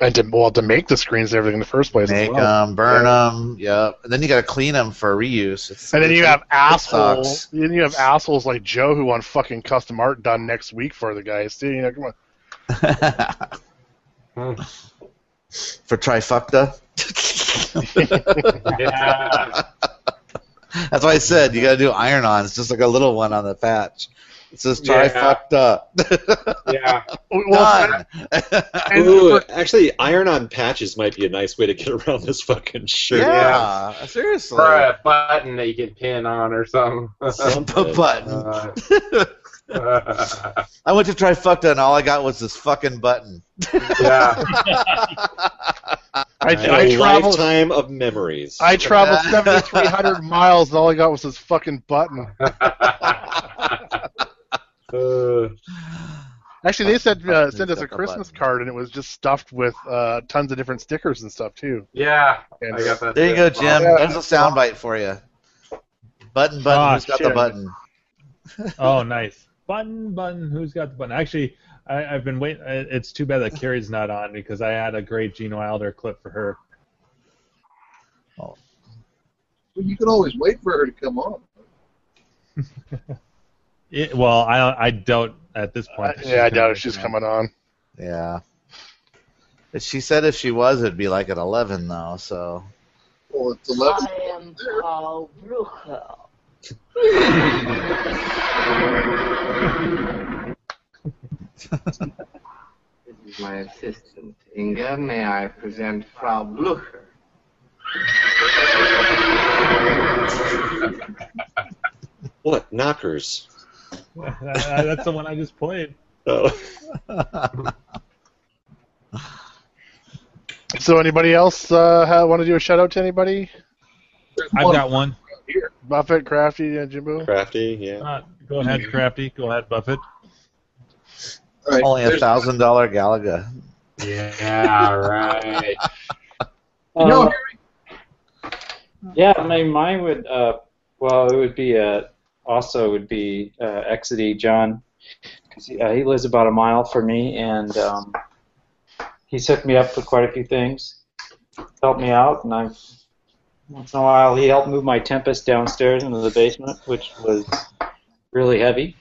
Speaker 1: And to, well, to make the screens and everything in the first place. as
Speaker 3: Make
Speaker 1: well.
Speaker 3: them, burn
Speaker 1: Yeah.
Speaker 3: them. Yep. And then you got to clean them for reuse. It's,
Speaker 1: And then you
Speaker 3: it's-
Speaker 1: have
Speaker 3: it
Speaker 1: assholes.
Speaker 3: sucks.
Speaker 1: Then you have assholes like Joe who want fucking custom art done next week for the guys. Dude, you know, come on.
Speaker 3: For trifecta.
Speaker 8: Yeah.
Speaker 3: That's why I said you got to do iron ons, just like a little one on the patch. It says try
Speaker 2: Yeah.
Speaker 3: fucked up.
Speaker 8: yeah.
Speaker 3: Done.
Speaker 2: Ooh, actually, iron-on patches might be a nice way to get around this fucking shit.
Speaker 3: Yeah, seriously.
Speaker 8: Or a button that you can pin on or something.
Speaker 3: Some button.
Speaker 8: Uh,
Speaker 3: I went to trifecta and all I got was this fucking button.
Speaker 8: yeah.
Speaker 1: I,
Speaker 2: And
Speaker 1: I
Speaker 2: a
Speaker 1: traveled.
Speaker 2: lifetime of memories.
Speaker 1: I traveled 7,300 miles, and all I got was this fucking button. Actually, they sent uh, sent us a Christmas card, and it was just stuffed with uh, tons of different stickers and stuff too.
Speaker 8: Yeah.
Speaker 1: And-
Speaker 8: I got that.
Speaker 3: There you go,
Speaker 8: too.
Speaker 3: Jim. There's a soundbite for you. Button, button.
Speaker 11: Ah,
Speaker 3: who's got
Speaker 11: shit.
Speaker 3: the button?
Speaker 11: oh, nice. Button, button. Who's got the button? Actually, I, I've been waiting. It's too bad that Carrie's not on because I had a great Gene Wilder clip for her.
Speaker 3: Oh.
Speaker 14: Well, you can always wait for her to come on.
Speaker 11: It, well, I I doubt at this point. that
Speaker 1: yeah, I doubt
Speaker 11: she's gonna
Speaker 1: if she's
Speaker 11: make it.
Speaker 1: coming on.
Speaker 3: Yeah. But She said if she was, it'd be like at 11, though, so.
Speaker 14: Well, it's eleven. I am Paul Brucker.
Speaker 10: This is my assistant, Inga. May I present Frau Blucher?
Speaker 2: What knockers?
Speaker 11: Uh, That's the one I just played.
Speaker 2: Oh.
Speaker 1: So, anybody else uh, want to do a shout out to anybody?
Speaker 11: I've got one.
Speaker 1: Buffett, Crafty, and Jimbo.
Speaker 2: Crafty, yeah.
Speaker 11: Uh, go ahead, Crafty. Go ahead, Buffett.
Speaker 3: Only a thousand dollar Galaga.
Speaker 8: Yeah, right. Um,
Speaker 16: Uh, yeah, I mean, mine would. Uh, well, it would be uh, also would be uh, Exidy John, 'cause he, uh, he lives about a mile from me, and um, he's hooked me up with quite a few things. Helped me out, and I've once in a while he helped move my Tempest downstairs into the basement, which was really heavy.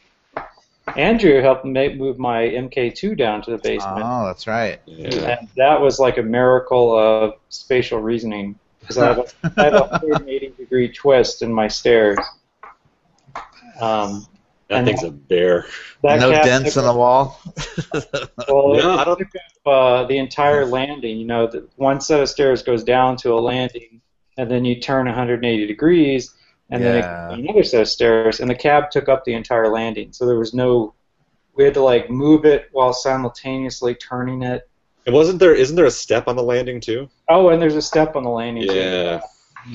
Speaker 16: Andrew helped ma- move my MK2 down to the basement.
Speaker 3: Oh, that's right.
Speaker 16: And that was like a miracle of spatial reasoning. Because I have a, I have a 180 degree twist in my stairs. Um,
Speaker 2: That
Speaker 16: and
Speaker 2: thing's a bear.
Speaker 16: that
Speaker 3: no
Speaker 16: cat
Speaker 3: dents
Speaker 16: took
Speaker 3: in the wall.
Speaker 16: up- well,
Speaker 2: No,
Speaker 16: it
Speaker 2: I don't-
Speaker 16: took up, uh, the entire
Speaker 2: Hmm.
Speaker 16: landing. You know, the, one set of stairs goes down to a landing, and then you turn 180 degrees, and
Speaker 3: Yeah.
Speaker 16: then it, another set of stairs, and the cab took up the entire landing. So there was no. We had to like move it while simultaneously turning it.
Speaker 2: And wasn't there? Isn't there a step on the landing too?
Speaker 16: Oh, and there's a step on the landing. too.
Speaker 2: Yeah.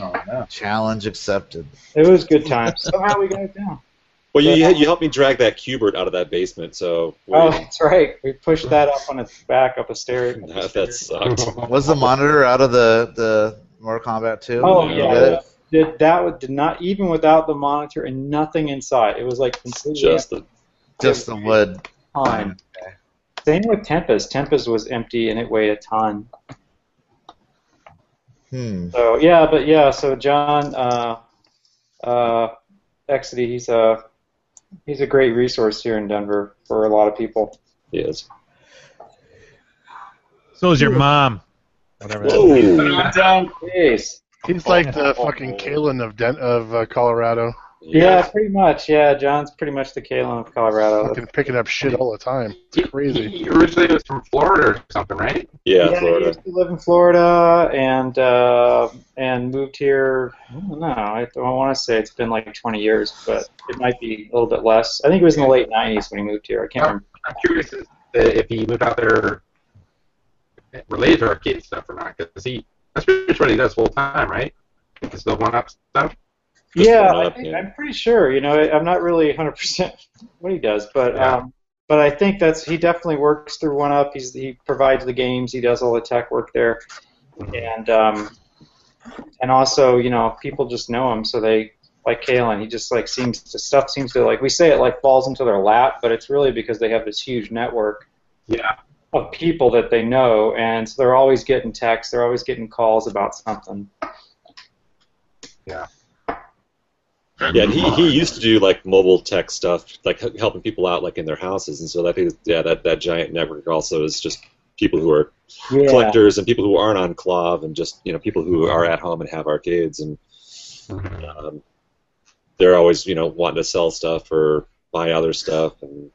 Speaker 3: Oh, Challenge accepted.
Speaker 16: It was good times. Somehow we got it down.
Speaker 2: Well, you you helped me drag that Cubert out of that basement, so we,
Speaker 16: Oh, that's right. We pushed that up on its back up a stair.
Speaker 2: that, that sucked.
Speaker 3: Was the monitor out of the the Mortal Kombat 2?
Speaker 16: Oh
Speaker 3: You
Speaker 16: yeah,
Speaker 3: did it?
Speaker 16: Did that would- did not even without the monitor and nothing inside. It was like completely
Speaker 3: Just the- Just the wood.
Speaker 16: time. Same with Tempest. Tempest was empty and it weighed a ton.
Speaker 3: Hmm.
Speaker 16: So yeah, but yeah, so John uh, uh, Exidy, he's a he's a great resource here in Denver for a lot of people.
Speaker 2: He is.
Speaker 11: So is your mom. Whatever. that
Speaker 2: Whoa.
Speaker 16: Jeez.
Speaker 11: is.
Speaker 1: He's like the
Speaker 2: Oh,
Speaker 1: fucking Kalen of Den- of uh, Colorado,
Speaker 16: Yeah, pretty much. Yeah, John's pretty much the Kalen of Colorado.
Speaker 1: fucking picking up shit all the time. It's crazy.
Speaker 8: He originally was from Florida or something, right?
Speaker 2: Yeah,
Speaker 16: I used to live in Florida and uh, and moved here. I don't know. I, I want to say it's been like 20 years, but it might be a little bit less. I think it was in the late 90s when he moved here. I can't remember.
Speaker 8: I'm curious as to Uh, if he moved out there uh, related to arcade stuff or not, because he that's pretty much what he does full time, right? It's the one up stuff.
Speaker 16: Yeah, I think, I'm pretty sure. You know, I, I'm not really 100% what he does, but um, but I think that's he definitely works through One Up. He's he provides the games. He does all the tech work there, and um, and also you know people just know him, so they like Kalen. He just like seems to stuff seems to like we say it like falls into their lap, but it's really because they have this huge network.
Speaker 8: Yeah.
Speaker 16: Of people that they know, and so they're always getting texts. They're always getting calls about something.
Speaker 8: Yeah.
Speaker 2: Yeah, and he, he used to do like mobile tech stuff, like h- helping people out like in their houses, and so that is yeah that, that giant network also is just people who are
Speaker 16: Yeah.
Speaker 2: collectors and people who aren't on Clav and just you know people who are at home and have arcades and um, they're always you know wanting to sell stuff or buy other stuff and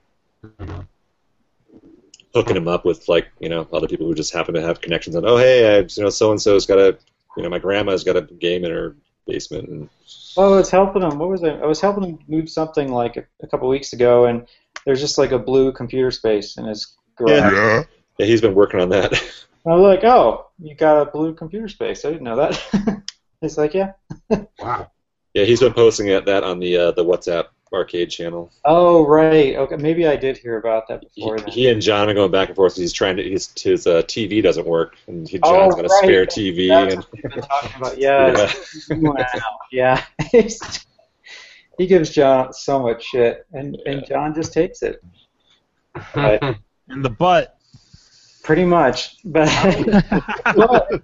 Speaker 2: hooking them up with like you know other people who just happen to have connections and oh hey I, you know so and so's got a you know my grandma's got a game in her basement and
Speaker 16: Well, I was helping him. What was I? I was helping him move something like a, a couple weeks ago, and there's just like a blue computer space in his garage.
Speaker 2: Yeah. yeah, he's been working on that.
Speaker 16: And I was like, "Oh, you got a blue computer space? I didn't know that." He's like, "Yeah."
Speaker 8: Wow.
Speaker 2: Yeah, he's been posting at that on the uh, the WhatsApp arcade channel.
Speaker 16: Oh, right. Okay, maybe I did hear about that before. Then.
Speaker 2: He and John are going back and forth. He's trying to his his uh, TV doesn't work, and he, John's got a
Speaker 16: Oh, right.
Speaker 2: spare TV.
Speaker 16: That's
Speaker 2: and,
Speaker 16: But yeah, wow, yeah. he gives John so much shit, and and John just takes it.
Speaker 11: In the butt.
Speaker 16: Pretty much, but but at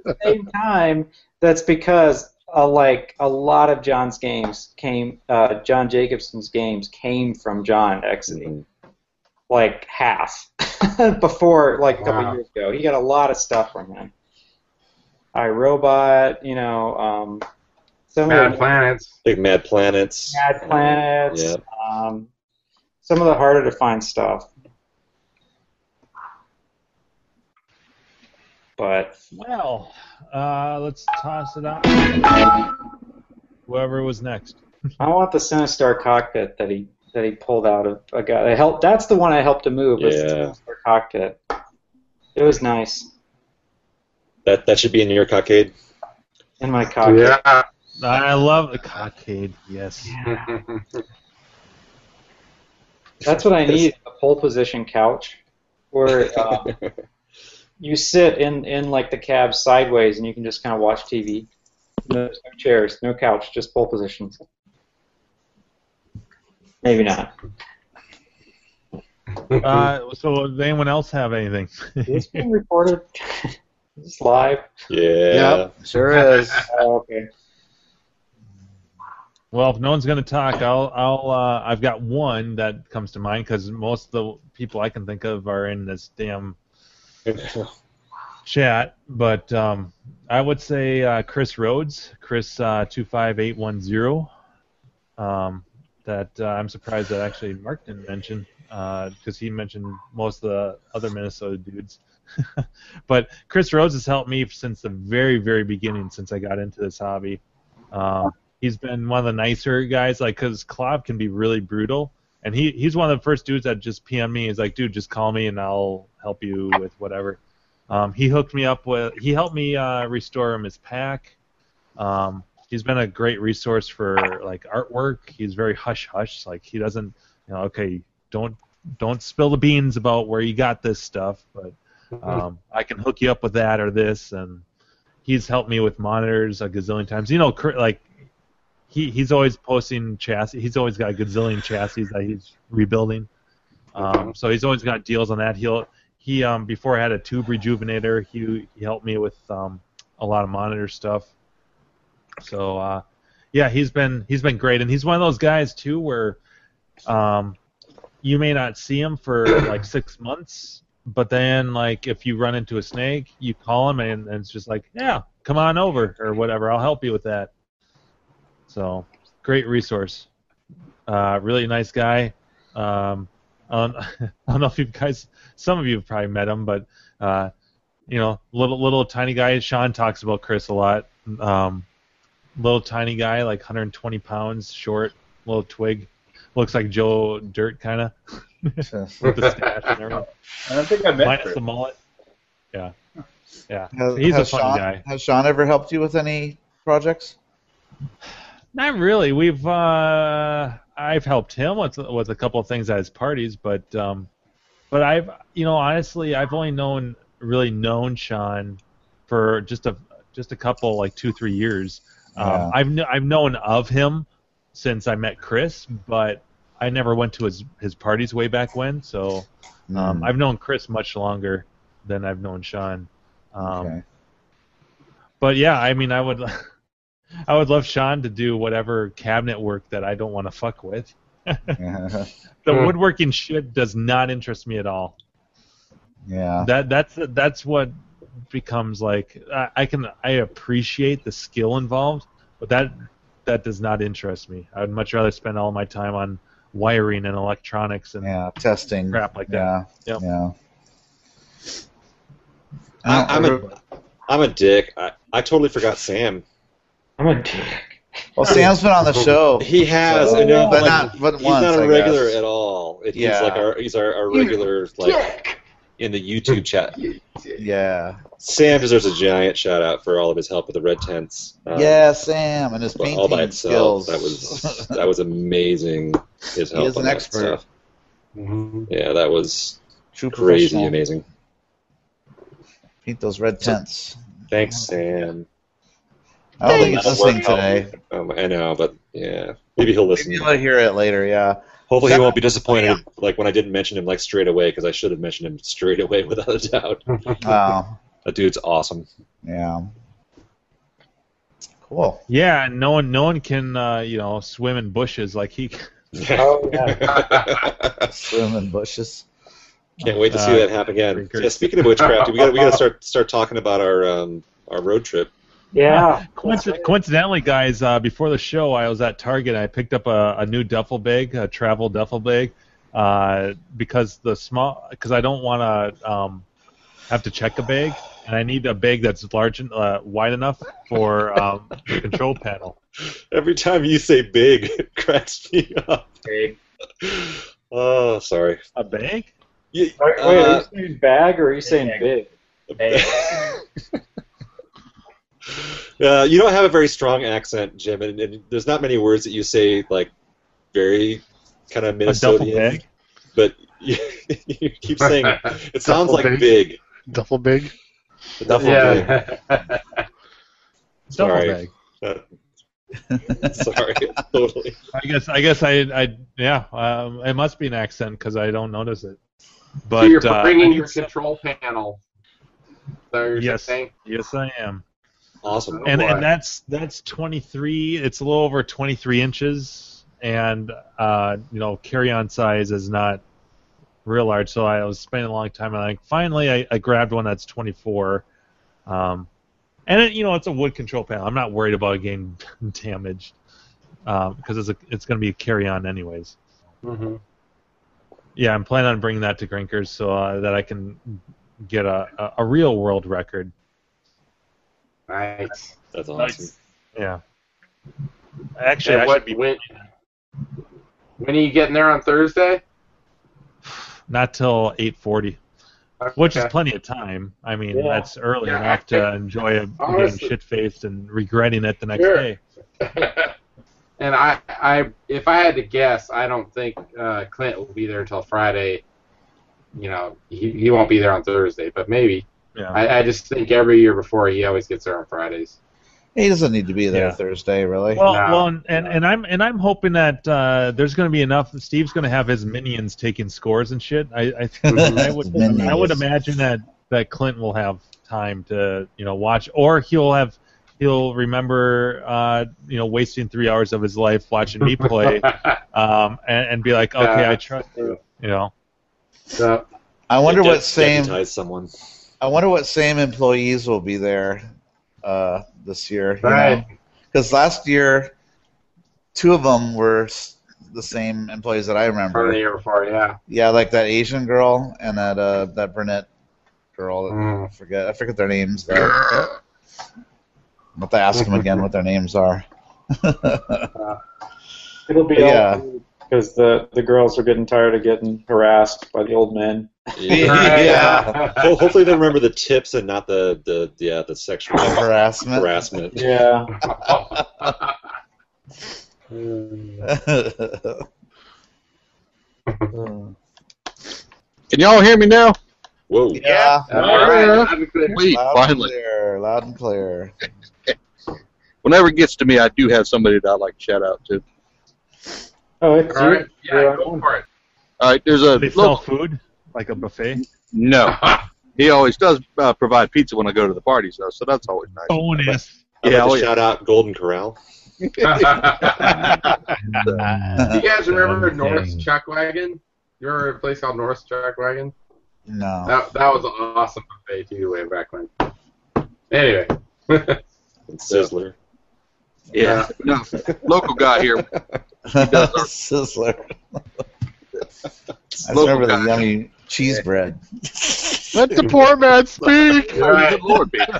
Speaker 16: the same time, that's because uh, like a lot of John's games came, uh, John Jacobson's games came from John exiting, like half before like a couple
Speaker 13: Wow.
Speaker 16: years ago. He got a lot of stuff from him. iRobot, you know, um, some of
Speaker 8: Mad
Speaker 16: the-
Speaker 8: Planets.
Speaker 2: Like Mad Planets.
Speaker 16: Mad Planets,
Speaker 2: Yeah.
Speaker 16: um, some of the harder to find stuff. But
Speaker 11: Well, uh, let's toss it out. Whoever was next.
Speaker 16: I want the Sinistar cockpit that he that he pulled out of a guy. I helped. That's the one I helped to move. Was the
Speaker 2: Yeah.
Speaker 16: Sinistar cockpit. It was nice
Speaker 2: That that should be in your cockade.
Speaker 16: in my cockpit.
Speaker 11: I love the cockade. Yes.
Speaker 16: That's what I need a pole position couch where um, you sit in, in like the cab sideways and you can just kind of watch TV. No, there's no chairs, no couch, just pole positions. Maybe not.
Speaker 11: Uh, so, does anyone else have anything?
Speaker 16: Is this being recorded? is this live?
Speaker 2: Yeah.
Speaker 3: sure is.
Speaker 16: Oh, okay.
Speaker 11: Well, if no one's going to talk, I'll, I'll, uh, I've got one that comes to mind because most of the people I can think of are in this damn chat. But um, I would say uh, Chris Rhodes, Chris uh, two five eight one zero. Um, that uh, I'm surprised that actually Mark didn't mention because he mentioned most of the other Minnesota dudes. but Chris Rhodes has helped me since the very very beginning since I got into this hobby. Um, he's been one of the nicer guys, like because Klopp can be really brutal, and he he's one of the first dudes that just PM me. He's like, dude, just call me and I'll help you with whatever. Um, he hooked me up with. He helped me uh, restore him his pack. Um, he's been a great resource for like artwork. He's very hush hush. Like he doesn't, you know, okay, don't don't spill the beans about where you got this stuff, but um, I can hook you up with that or this, and he's helped me with monitors a gazillion times. You know, cr- like he he's always posting chassis. He's always got a gazillion chassis that he's rebuilding. Um, so he's always got deals on that. He'll he um, before I had a tube rejuvenator, he he helped me with um, a lot of monitor stuff. So uh, yeah, he's been he's been great, and he's one of those guys too where um, you may not see him for like six months, but then like if you run into a snake, you call him and, and it's just like yeah, come on over or whatever. I'll help you with that. So great resource. Uh, really nice guy. Um, I, don't, I don't know if you guys, some of you have probably met him, but uh, you know, little little tiny guy. Sean talks about Chris a lot. Um, little tiny guy, like 120 pounds, short, little twig. Looks like Joe Dirt kind of. With the stash and everything.
Speaker 7: I don't think I met
Speaker 11: Minus
Speaker 7: Chris.
Speaker 11: the mullet. Yeah. Yeah.
Speaker 3: Has,
Speaker 11: He's a
Speaker 3: has
Speaker 11: fun
Speaker 3: Sean,
Speaker 11: guy.
Speaker 3: Has Sean ever helped you with any projects?
Speaker 11: Not really. We've uh, I've helped him with with a couple of things at his parties, but um, but I've you know honestly I've only known really known Sean for just a just a couple like two three years. Um,
Speaker 3: Yeah.
Speaker 11: I've kn- I've known of him since I met Chris, but I never went to his his parties way back when. So um,
Speaker 3: Mm.
Speaker 11: I've known Chris much longer than I've known Sean. Um, But yeah, I mean, I would, I would love Sean to do whatever cabinet work that I don't want to fuck with.
Speaker 3: yeah.
Speaker 11: The woodworking shit does not interest me at all.
Speaker 3: Yeah.
Speaker 11: That that's that's what becomes like I, I can I appreciate the skill involved, but that that does not interest me. I'd much rather spend all my time on wiring and electronics and
Speaker 3: yeah, testing
Speaker 11: crap like that.
Speaker 3: Yeah.
Speaker 11: Yep.
Speaker 3: Yeah. Uh,
Speaker 2: I, I'm a I'm a dick. I, I totally forgot Sam.
Speaker 16: I'm a dick.
Speaker 3: Well, Sam's been on the show.
Speaker 2: He has,
Speaker 3: so-
Speaker 2: I know,
Speaker 3: but
Speaker 2: like,
Speaker 3: not but
Speaker 2: he's
Speaker 3: once.
Speaker 2: not a
Speaker 3: I
Speaker 2: regular
Speaker 3: guess.
Speaker 2: at all. It,
Speaker 3: Yeah.
Speaker 2: He's like our he's our, our regular like in the YouTube chat.
Speaker 3: Yeah.
Speaker 2: Sam deserves a giant shout out for all of his help with the red tents. Um,
Speaker 3: Uh, yeah, Sam and his
Speaker 2: but
Speaker 3: painting
Speaker 2: all by itself,
Speaker 3: skills.
Speaker 2: that was that was amazing. His
Speaker 3: He
Speaker 2: help
Speaker 3: is
Speaker 2: on
Speaker 3: an
Speaker 2: that
Speaker 3: expert.
Speaker 2: stuff.
Speaker 8: Mhm.
Speaker 2: Yeah, that was
Speaker 3: True
Speaker 2: Mm-hmm. crazy
Speaker 3: professional.
Speaker 2: amazing.
Speaker 3: Paint those red tents.
Speaker 2: Thanks, Sam.
Speaker 3: I don't think he's
Speaker 2: That'll
Speaker 3: listening
Speaker 2: work
Speaker 3: today.
Speaker 2: out. Um, I know, but yeah, maybe he'll listen.
Speaker 3: Maybe he'll hear it later. Yeah.
Speaker 2: Hopefully, he won't be disappointed. Like when I didn't mention him like straight away because I should have mentioned him straight away without a doubt.
Speaker 3: Oh.
Speaker 2: That dude's awesome.
Speaker 3: Yeah. Cool.
Speaker 11: Yeah, and no one no one can uh, you know swim in bushes like he. can.
Speaker 16: Oh,
Speaker 2: yeah.
Speaker 3: Swim in bushes.
Speaker 2: Can't wait to see
Speaker 11: Uh,
Speaker 2: that happen again. Yeah, speaking of witchcraft, we got we got to start start talking about our um, our road trip.
Speaker 16: Yeah.
Speaker 11: Coinci- coincidentally, guys, uh, before the show, I was at Target. and I picked up a, a new duffel bag, a travel duffel bag, uh, because the small, because I don't want to um, have to check a bag, and I need a bag that's large, and, uh, wide enough for um, the control panel.
Speaker 2: Every time you say big, it cracks me up.
Speaker 7: Big.
Speaker 2: Oh, sorry.
Speaker 11: A bag?
Speaker 2: Yeah,
Speaker 16: Wait, wait, are
Speaker 2: uh,
Speaker 16: you saying bag or are you saying big?
Speaker 2: uh, you don't have a very strong accent, Jim, and, and there's not many words that you say like very kind of
Speaker 11: A duffel
Speaker 2: Minnesotan.
Speaker 11: bag.
Speaker 2: But you, you keep saying it sounds
Speaker 1: Duffel
Speaker 2: like
Speaker 1: bag.
Speaker 2: big.
Speaker 1: Duffel big.
Speaker 2: The duffel bag.
Speaker 8: yeah.
Speaker 11: Duffel
Speaker 2: Sorry.
Speaker 11: bag.
Speaker 2: Uh, sorry, totally.
Speaker 11: I guess I guess I I yeah. Um, it must be an accent because I don't notice it. But
Speaker 8: so you're
Speaker 11: uh, I
Speaker 8: bringing
Speaker 11: need
Speaker 8: your
Speaker 11: some-
Speaker 8: control panel. So you're
Speaker 11: Yes.
Speaker 8: saying
Speaker 11: yes, I am.
Speaker 2: Awesome.
Speaker 11: and
Speaker 8: Why?
Speaker 11: and that's that's 23. It's a little over 23 inches, and uh, you know carry-on size is not real large. So I was spending a long time, and like finally I, I grabbed one that's 24. Um, and it, you know it's a wood control panel. I'm not worried about it getting damaged because it's a, it's going to be a carry-on anyways.
Speaker 8: Mhm.
Speaker 11: Yeah, I'm planning on bringing that to Grinkers so uh, that I can get a, a, a real world record.
Speaker 8: Nice.
Speaker 2: That's awesome.
Speaker 8: Nice.
Speaker 11: Yeah. Actually,
Speaker 8: And
Speaker 11: I
Speaker 8: what,
Speaker 11: should be
Speaker 8: when, when are you getting there on Thursday?
Speaker 11: not till 8:40, which is
Speaker 8: Okay.
Speaker 11: plenty of time. I mean,
Speaker 8: Yeah.
Speaker 11: that's early
Speaker 8: Yeah,
Speaker 11: enough
Speaker 8: I-
Speaker 11: to enjoy a, getting
Speaker 8: Honestly.
Speaker 11: shit faced and regretting it the next
Speaker 8: Sure.
Speaker 11: day.
Speaker 8: and I, I, if I had to guess, I don't think uh, Clint will be there until Friday. You know, he, he won't be there on Thursday, but maybe.
Speaker 11: Yeah.
Speaker 8: I, I just think every year before he always gets there on Fridays.
Speaker 3: He doesn't need to be there
Speaker 11: Yeah.
Speaker 3: Thursday, really.
Speaker 11: well,
Speaker 8: no,
Speaker 11: well, and, and, and I'm and I'm hoping that uh, there's going to be enough. Steve's going to have his minions taking scores and shit. I I, I would I would
Speaker 3: Minions.
Speaker 11: imagine that that Clint will have time to you know watch, or he'll have he'll remember uh, you know wasting three hours of his life watching me play, um, and, and be like, okay, I trust you, you know.
Speaker 8: So,
Speaker 3: I wonder
Speaker 2: De-
Speaker 3: what same
Speaker 2: deputize someone.
Speaker 3: I wonder what same employees will be there uh, this year.
Speaker 8: Right.
Speaker 3: Because last year, two of them were s- the same employees that I
Speaker 8: from the
Speaker 3: remember.
Speaker 8: year before, yeah.
Speaker 3: Yeah, like that Asian girl and that uh, that brunette girl. That,
Speaker 8: Mm.
Speaker 3: I forget. I forget their names. Though. i have to ask them again what their names are.
Speaker 16: It'll be
Speaker 3: But yeah.
Speaker 16: all because the, the girls are getting tired of getting harassed by the old men.
Speaker 2: Ho- hopefully they remember the tips and not the the yeah the sexual
Speaker 3: Harassment.
Speaker 2: harassment.
Speaker 16: Yeah.
Speaker 22: Can y'all hear me now?
Speaker 2: Whoa.
Speaker 22: Yeah.
Speaker 2: Alright.
Speaker 22: Sweet,
Speaker 3: loud and
Speaker 22: finally.
Speaker 3: clear, loud and clear.
Speaker 22: Whenever it gets to me, I do have somebody that I like to shout out to.
Speaker 16: Oh, it's
Speaker 22: All right.
Speaker 16: Yeah,
Speaker 8: go for it.
Speaker 22: All right, there's a
Speaker 11: They sell
Speaker 22: local-
Speaker 11: food like a buffet.
Speaker 22: No. he always does uh, provide pizza when I go to the parties, though, so that's always nice.
Speaker 11: Bonus.
Speaker 22: Yeah,
Speaker 2: I'd like
Speaker 22: oh,
Speaker 2: to
Speaker 22: yeah.
Speaker 2: shout out Golden Corral.
Speaker 8: Do you guys remember Norris Chuck Wagon? You remember a place called Norris Chuck Wagon?
Speaker 3: No.
Speaker 8: That, that was an awesome buffet too way back when. Anyway.
Speaker 2: Sizzler.
Speaker 22: Yeah. No, local guy here.
Speaker 3: Sizzler. I remember the yummy cheese bread.
Speaker 22: Let
Speaker 13: the poor man speak.
Speaker 22: Good Lord, Peter.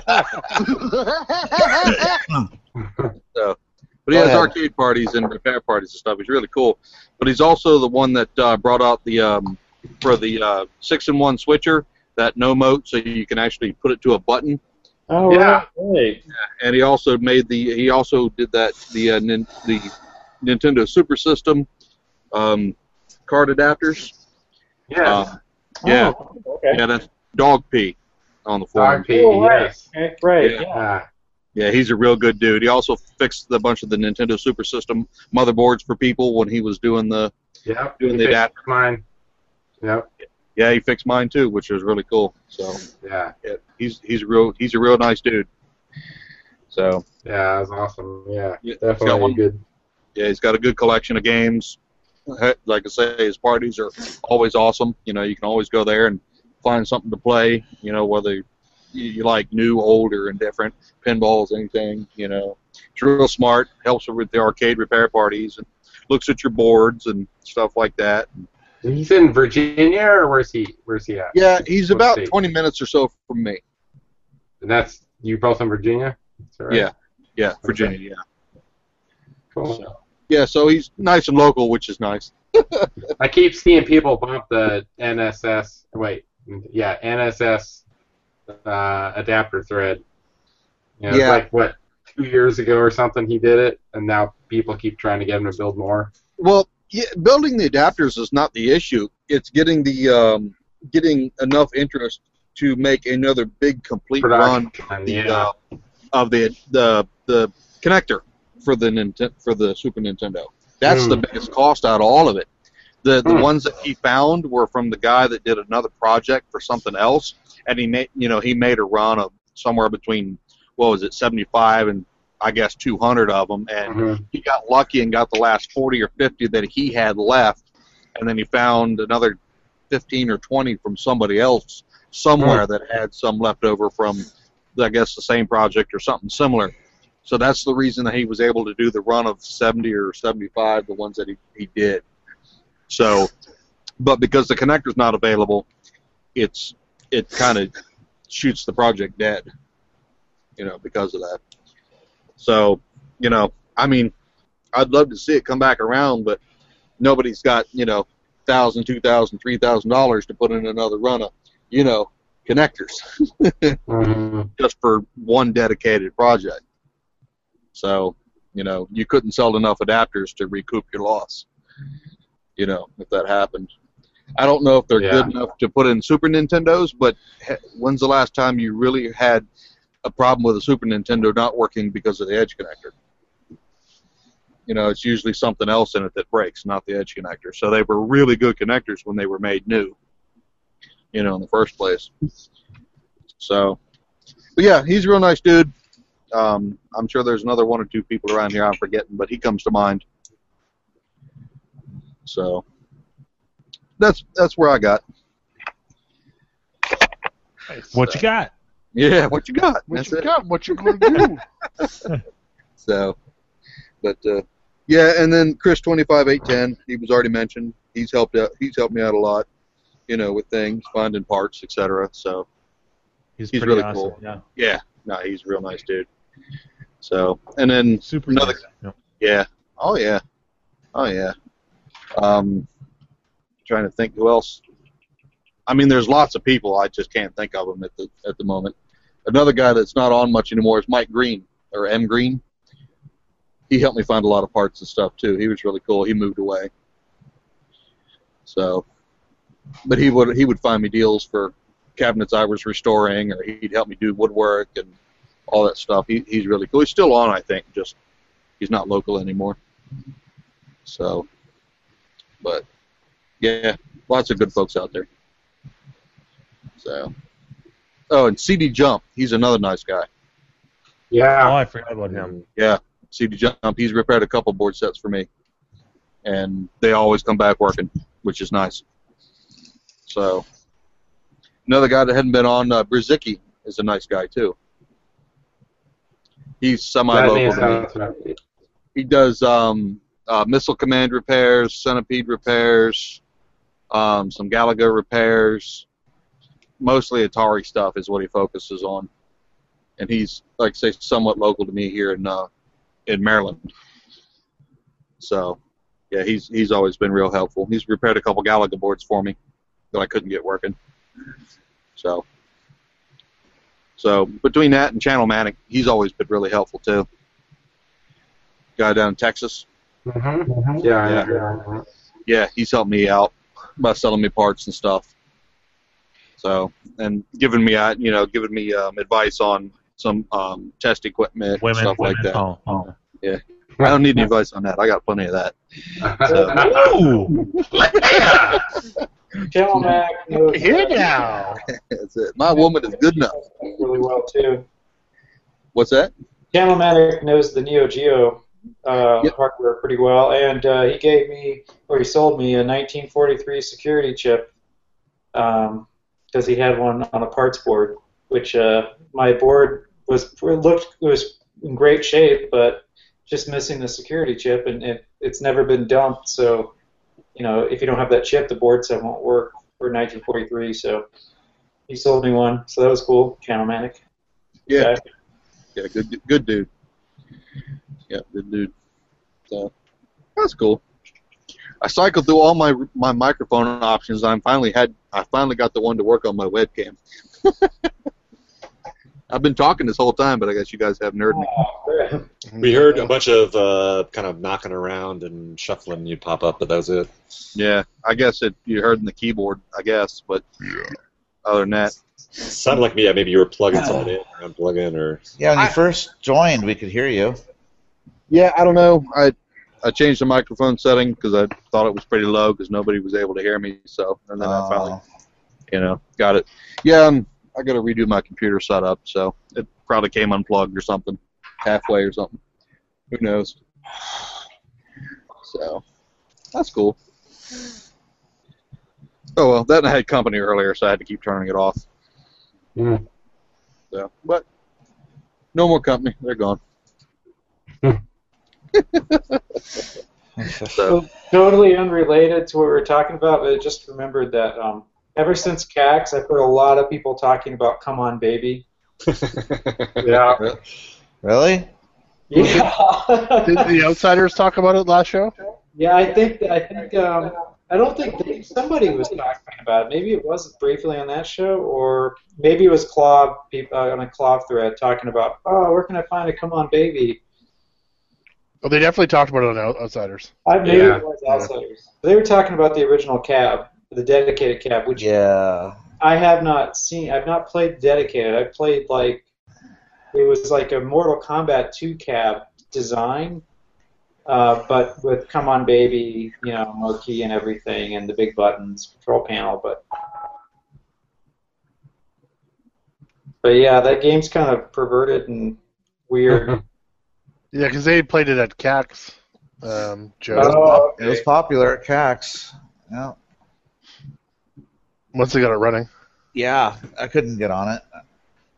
Speaker 22: So, but he
Speaker 13: Go
Speaker 22: has
Speaker 13: ahead.
Speaker 22: arcade parties and repair parties and stuff. He's really cool. But he's also the one that uh, brought out the um, for the uh, six in one switcher that no mote, so you can actually put it to a button.
Speaker 16: Oh,
Speaker 22: Yeah.
Speaker 16: right.
Speaker 22: And he also made the he also did that the uh, nin, the Nintendo Super System um, card adapters.
Speaker 8: Yeah.
Speaker 22: Uh, yeah.
Speaker 16: Oh, okay.
Speaker 22: Yeah, that's dog pee on the floor.
Speaker 8: Dog pee, Oh, right. yes.
Speaker 16: Okay, right.
Speaker 22: Yeah.
Speaker 8: Yeah.
Speaker 22: Yeah, he's a real good dude. He also fixed a bunch of the Nintendo Super System motherboards for people when he was doing the.
Speaker 8: Yep.
Speaker 22: Doing the
Speaker 8: Fixed
Speaker 22: adapter.
Speaker 8: Mine. Yep.
Speaker 22: Yeah, he fixed mine too, which was really cool. So
Speaker 8: Yeah.
Speaker 22: yeah, he's he's a real he's a real nice dude. So
Speaker 8: Yeah, that was awesome. Yeah.
Speaker 22: Yeah, he's got
Speaker 8: definitely
Speaker 22: one-
Speaker 8: good.
Speaker 22: yeah, he's got a good collection of games. Heck, Like I say, his parties are always awesome. You know, you can always go there and find something to play. You know, whether you, you like new, old, or indifferent, pinballs, anything. You know, it's real smart. Helps with the arcade repair parties and looks at your boards and stuff like that.
Speaker 8: He's in Virginia or where's he where's he at?
Speaker 22: Yeah, he's
Speaker 8: What
Speaker 22: about
Speaker 8: state?
Speaker 22: 20 minutes or so from me.
Speaker 8: And that's you both in Virginia? Is that right?
Speaker 22: Yeah, yeah, Virginia. Yeah,
Speaker 8: Cool.
Speaker 22: yeah. So he's nice and local, which is nice.
Speaker 8: I keep seeing people bump the NSS. Wait, yeah, NSS uh, adapter thread. You know, it's
Speaker 22: Yeah.
Speaker 8: Like what, two years ago or something, he did it, and now people keep trying to get him to build more.
Speaker 22: Well, yeah, building the adapters is not the issue. It's getting the um, getting enough interest to make another big complete
Speaker 8: Production,
Speaker 22: run of the,
Speaker 8: yeah.
Speaker 22: uh, of the the the connector for the Nintendo for the Super Nintendo. That's the
Speaker 8: Hmm.
Speaker 22: biggest cost out of all of it. The the
Speaker 8: Hmm.
Speaker 22: ones that he found were from the guy that did another project for something else, and he made you know he made a run of somewhere between what was it seventy five and I guess two hundred of them, and
Speaker 8: Mm-hmm.
Speaker 22: he got lucky and got the last 40 or 50 that he had left, and then he found another 15 or 20 from somebody else somewhere
Speaker 8: Hmm.
Speaker 22: that had some left over from, I guess, the same project or something similar. So that's the reason that he was able to do the run of 70 or 75, the ones that he, he did. So, but because the connector's not available, it's it kind of shoots the project dead, you know, because of that. So, you know, I mean, I'd love to see it come back around, but nobody's got you know thousand, two thousand, three thousand dollars to put in another run of you know connectors
Speaker 2: Mm-hmm.
Speaker 22: just for one dedicated project. So, you know, you couldn't sell enough adapters to recoup your loss. You know, if that happened. I don't know if they're
Speaker 8: Yeah.
Speaker 22: good enough to put in Super Nintendos, but he- when's the last time you really had a problem with a Super Nintendo not working because of the edge connector? You know, it's usually something else in it that breaks, not the edge connector. So they were really good connectors when they were made new, you know, in the first place. So, but yeah, he's a real nice dude. Um, I'm sure there's another one or two people around here I'm forgetting, but he comes to mind. So that's that's where I got.
Speaker 11: What you got?
Speaker 22: Yeah, what you got?
Speaker 1: What
Speaker 22: That's
Speaker 1: you
Speaker 22: it.
Speaker 1: got? What you gonna do?
Speaker 22: So, but uh, yeah, and then Chris twenty five eight ten. He was already mentioned. He's helped out. He's helped me out a lot, you know, with things, finding parts, etc. So
Speaker 11: He's,
Speaker 22: He's
Speaker 11: pretty
Speaker 22: really
Speaker 11: awesome.
Speaker 22: cool.
Speaker 11: Yeah.
Speaker 22: yeah, no, he's a real nice dude. So and then
Speaker 11: Super
Speaker 22: another
Speaker 11: nice. Yeah.
Speaker 22: Yeah. Oh yeah. Oh yeah. Um, trying to think who else. I mean, there's lots of people. I just can't think of them at the at the moment. Another guy that's not on much anymore is Mike Green or M Green. he helped me find a lot of parts and stuff too. He was really cool. He moved away, so but he would he would find me deals for cabinets I was restoring, or he'd help me do woodwork and all that stuff. He, he's really cool. He's still on, I think. Just he's not local anymore. So, but yeah, lots of good folks out there. So, oh, and CD Jump, he's another nice guy.
Speaker 8: Yeah.
Speaker 11: Oh, I forgot about him.
Speaker 22: Yeah, CD Jump, he's repaired a couple board sets for me, and they always come back working, which is nice. So, another guy that hadn't been on, uh, Brzezicki, is a nice guy too. He's
Speaker 8: name
Speaker 22: semi-local.
Speaker 8: sounds familiar.
Speaker 22: He does um, uh, missile command repairs, centipede repairs, um, some Galaga repairs. Mostly Atari stuff is what he focuses on, and he's like I say somewhat local to me here in uh, in Maryland. So, yeah, he's he's always been real helpful. He's repaired a couple Galaga boards for me that I couldn't get working. So, so between that and Channel Matic, he's always been really helpful too. Guy down in Texas,
Speaker 8: Yeah,
Speaker 22: Yeah.
Speaker 8: Mm-hmm. yeah, yeah.
Speaker 22: yeah, he's helped me out by selling me parts and stuff. So, and giving me, uh, you know, giving me um, advice on some um, test equipment
Speaker 11: Women,
Speaker 22: and stuff
Speaker 11: women.
Speaker 22: like that.
Speaker 11: Oh, oh.
Speaker 22: Yeah, I don't need any advice on that. I got plenty of that.
Speaker 11: Ooh.
Speaker 16: Channel Mac knows
Speaker 1: Here
Speaker 16: that
Speaker 1: now.
Speaker 22: That's it. My woman is good enough.
Speaker 16: really well too.
Speaker 22: What's that?
Speaker 16: Channel Matic knows the Neo Geo uh, hardware pretty well, and uh, he gave me or he sold me a 1943 security chip because he had one on a parts board, which uh, my board was it looked it was in great shape, but just missing the security chip, and it, it's never been dumped. So, you know, if you don't have that chip, the board set won't work for 1943. So, he sold me one, so that was cool. Channel Matic.
Speaker 22: Yeah. Yeah, good good dude. Yeah, good dude. So that's cool. I cycled through all my my microphone options. And I finally had I finally got the one to work on my webcam. I've been talking this whole time, but I guess you guys have nerd me.
Speaker 2: We heard a bunch of uh, kind of knocking around and shuffling you pop up, but that was it.
Speaker 22: Yeah, I guess it you heard in the keyboard. I guess, but other than that,
Speaker 2: Sounded like yeah, maybe you were plugging something in or unplugging or
Speaker 3: Yeah, when you first joined, we could hear you.
Speaker 22: Yeah, I don't know. I I changed the microphone setting because I thought it was pretty low because nobody was able to hear me. So and then I finally, you know, got it. Yeah, um, I got to redo my computer setup. So it probably came unplugged or something, halfway or something. Who knows? So that's cool. Oh well, that and I had company earlier, so I had to keep turning it off.
Speaker 8: Yeah.
Speaker 22: So, but no more company. They're gone. so,
Speaker 16: Totally unrelated to what we were talking about, but I just remembered that um, ever since CAX, I've heard a lot of people talking about "Come on, baby."
Speaker 8: yeah.
Speaker 3: Really?
Speaker 16: Yeah,
Speaker 1: Did the Outsiders talk about it last show?
Speaker 16: yeah. I think I think um, I don't think they, somebody was talking about it. Maybe it was briefly on that show, or maybe it was Claw people uh, on a Claw thread talking about, "Oh, where can I find a Come on, baby?"
Speaker 1: Well, Oh, they definitely talked about it on Out- Outsiders.
Speaker 16: I maybe
Speaker 8: Yeah.
Speaker 16: it was Outsiders. They were talking about the original cab, the dedicated cab, which
Speaker 3: Yeah.
Speaker 16: I have not seen. I've not played Dedicated. I played like it was like a Mortal Kombat 2 cab design, uh, but with Come On Baby, you know, marquee and everything, and the big buttons, control panel. But but yeah, that game's kind of perverted and weird.
Speaker 1: Yeah, because they played it at CAX. Um, Joe.
Speaker 16: Oh,
Speaker 3: It was popular at CAX. Yeah.
Speaker 1: Once they got it running.
Speaker 3: Yeah, I couldn't get on it.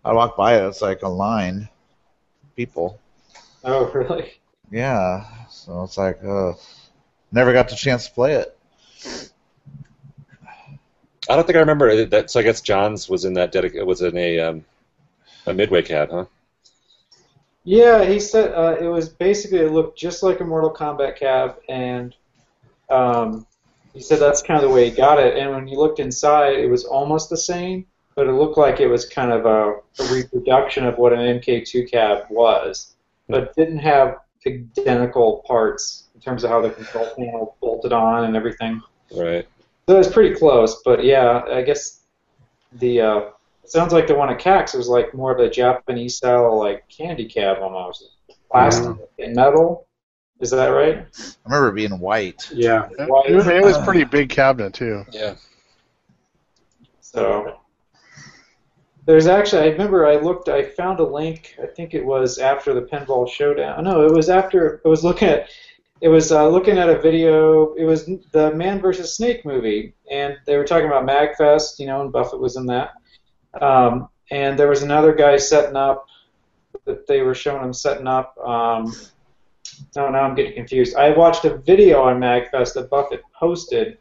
Speaker 3: I walked by it. It's like a line, people.
Speaker 16: oh, really?
Speaker 3: Yeah, so it's like, uh, never got the chance to play it.
Speaker 2: I don't think I remember that. So I guess John's was in that dedica- was in a um, a midway cab, huh?
Speaker 16: Yeah, he said uh, it was basically it looked just like a Mortal Kombat cab, and um, he said that's kind of the way he got it. And when you looked inside, it was almost the same, but it looked like it was kind of a, a reproduction of what an MK2 cab was, but didn't have identical parts in terms of how the control panel bolted on and everything.
Speaker 2: Right.
Speaker 16: So it's pretty close, but yeah, I guess the uh, it sounds like the one at CAX was like more of a Japanese style like candy cab almost, plastic and metal. Is that right?
Speaker 3: I remember it being white.
Speaker 8: Yeah.
Speaker 1: It, was- it was a pretty big cabinet too.
Speaker 2: Yeah.
Speaker 16: So there's actually, I remember I looked, I found a link. I think it was after the pinball showdown. No, it was after. I was looking at, it was uh, looking at a video. It was the Man versus Snake movie, and they were talking about Magfest, you know, and Buffett was in that. Um, and there was another guy setting up that they were showing him setting up. Um, no, now I'm getting confused. I watched a video on Magfest that Buffett posted.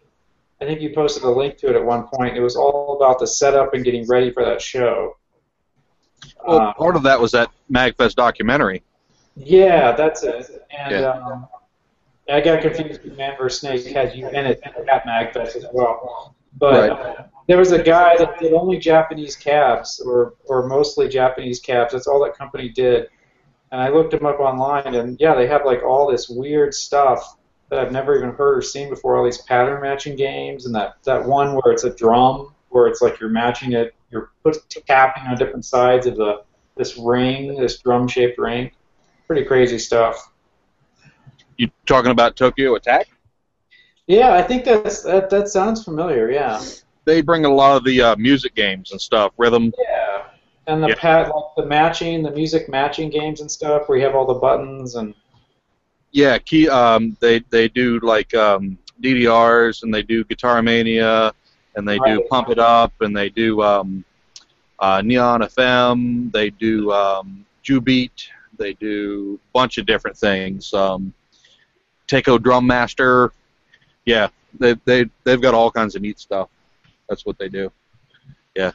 Speaker 16: I think you posted a link to it at one point. It was all about the setup and getting ready for that show.
Speaker 22: Well,
Speaker 16: Uh,
Speaker 22: part of that was that Magfest documentary.
Speaker 16: yeah, that's it. And
Speaker 22: Yeah.
Speaker 16: um, I got confused with Man vs. Snake had you in it at Magfest as well. But uh, there was a guy that did only Japanese cabs, or or mostly Japanese cabs. That's all that company did. And I looked him up online, and yeah, they have like all this weird stuff that I've never even heard or seen before. All these pattern matching games, and that that one where it's a drum, where it's like you're matching it, you're put tapping on different sides of the this ring, this drum shaped ring. Pretty crazy stuff.
Speaker 22: You talking about Tokyo Attack?
Speaker 16: Yeah, I think that's that. That sounds familiar. Yeah.
Speaker 22: They bring a lot of the uh, music games and stuff, rhythm.
Speaker 16: Yeah. And the
Speaker 22: Yeah.
Speaker 16: pat like the matching, the music matching games and stuff, where you have all the buttons and
Speaker 22: Yeah, key. Um, they they do like um, DDRs and they do Guitar Mania and they do
Speaker 16: Right.
Speaker 22: Pump It Up and they do um, uh, Neon FM. They do um, Jubeat. They do a bunch of different things. Um, Takeo Drum Master. Yeah, they they they've got all kinds of neat stuff. That's what they do. Yeah.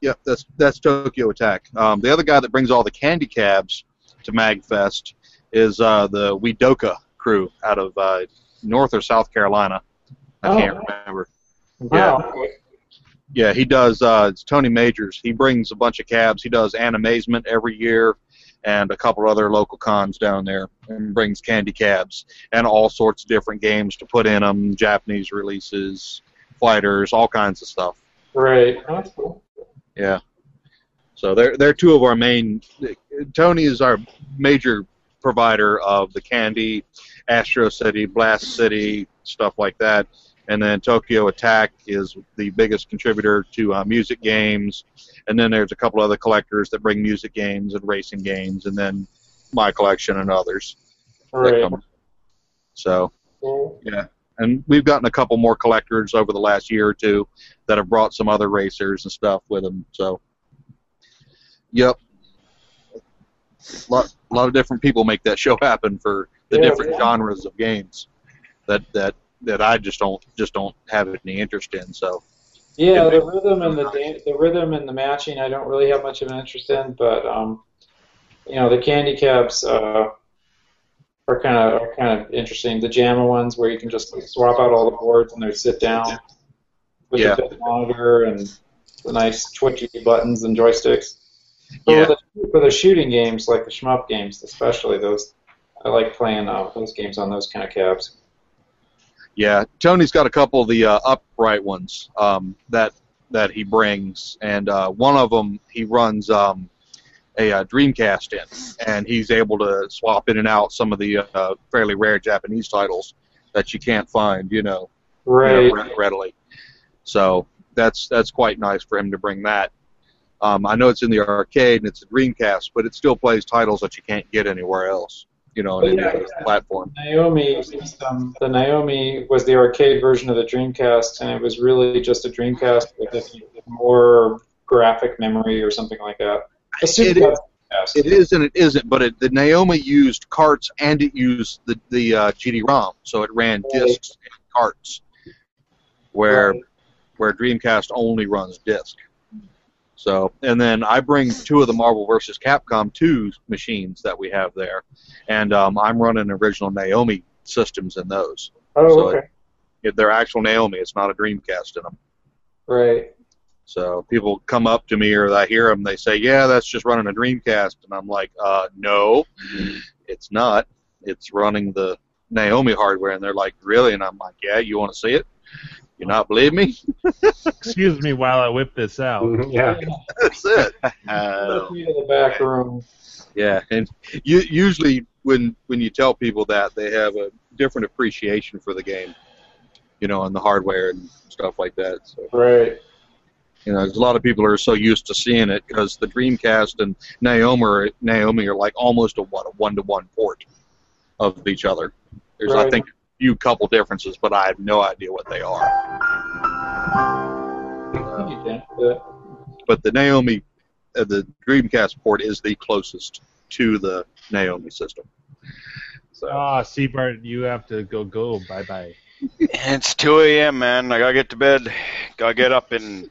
Speaker 22: Yep, that's that's Tokyo Attack. Um, the other guy that brings all the candy cabs to Magfest is uh, the Wedoka crew out of uh, North or South Carolina. I
Speaker 16: Oh.
Speaker 22: can't remember.
Speaker 16: wow.
Speaker 22: Yeah, he does. Uh, it's Tony Majors. He brings a bunch of cabs. He does Animazement every year and a couple other local cons down there and brings candy cabs and all sorts of different games to put in them Japanese releases, fighters, all kinds of stuff.
Speaker 16: Right. Oh, that's cool.
Speaker 22: Yeah. So they're they're two of our main. Tony is our major provider of the candy, Astro City, Blast City, stuff like that, and then Tokyo Attack is the biggest contributor to uh, music games, and then there's a couple other collectors that bring music games and racing games, and then my collection and others. that
Speaker 16: Right.
Speaker 22: come. So
Speaker 16: Cool.
Speaker 22: yeah, and we've gotten a couple more collectors over the last year or two that have brought some other racers and stuff with them. So, yep, a lot, a lot of different people make that show happen for the
Speaker 16: Yeah,
Speaker 22: different
Speaker 16: yeah.
Speaker 22: genres of games that that that I just don't just don't have any interest in. So,
Speaker 16: Yeah, the rhythm and the dan- the rhythm and the matching, I don't really have much of an interest in, but um, you know, the candy caps uh, are kind of are kind of interesting. The JAMA ones where you can just swap out all the boards and they sit down with
Speaker 22: Yeah.
Speaker 16: the big monitor and the nice twitchy buttons and joysticks. But
Speaker 22: Yeah.
Speaker 16: for, the, for the shooting games, like the shmup games, especially those, I like playing uh, those games on those kind of caps.
Speaker 22: Yeah, Tony's got a couple of the uh, upright ones um, that that he brings, and uh, one of them he runs um, a uh, Dreamcast in, and he's able to swap in and out some of the uh, fairly rare Japanese titles that you can't find, you know, you know,
Speaker 16: Right.
Speaker 22: re- readily. So that's that's quite nice for him to bring that. Um, I know it's in the arcade and it's a Dreamcast, but it still plays titles that you can't get anywhere else, you know, on
Speaker 16: Oh,
Speaker 22: any
Speaker 16: yeah,
Speaker 22: other
Speaker 16: yeah.
Speaker 22: platform.
Speaker 16: Naomi system, the Naomi was the arcade version of the Dreamcast, and it was really just a Dreamcast with more graphic memory or something like that. A
Speaker 22: It
Speaker 16: Super
Speaker 22: is-
Speaker 16: Dreamcast.
Speaker 22: It is and it isn't, but it, the Naomi used carts and it used the the uh, GD-ROM, so it ran discs and carts, where where Dreamcast only runs disc. So, and then I bring two of the Marvel vs. Capcom 2 machines that we have there, and um, I'm running original Naomi systems in those.
Speaker 16: Oh,
Speaker 22: so
Speaker 16: okay.
Speaker 22: It, they're actual Naomi. It's not a Dreamcast in them.
Speaker 16: Right.
Speaker 22: So people come up to me or I hear them, they say, "Yeah, that's just running a Dreamcast," and I'm like, uh, "No, it's not. It's running the Naomi hardware." And they're like, "Really?" And I'm like, "Yeah, you want to see it? You not believe me?
Speaker 11: Excuse me while I whip this out.
Speaker 16: Mm-hmm.
Speaker 22: Yeah. that's it."
Speaker 16: in the back room.
Speaker 22: Yeah, and you, usually when when you tell people that, they have a different appreciation for the game, you know, and the hardware and stuff like that. So.
Speaker 16: Right.
Speaker 22: You know, 'cause a lot of people are so used to seeing it because the Dreamcast and Naomi are, Naomi are like almost a what a one to one port of each other. There's I
Speaker 16: Right.
Speaker 22: think a few couple differences, but I have no idea what they are. But the Naomi, uh, the Dreamcast port is the closest to the Naomi system.
Speaker 11: Ah, Seabart, you have to go. Go. Bye bye.
Speaker 21: It's 2 a.m., man. I gotta get to bed. Gotta get up in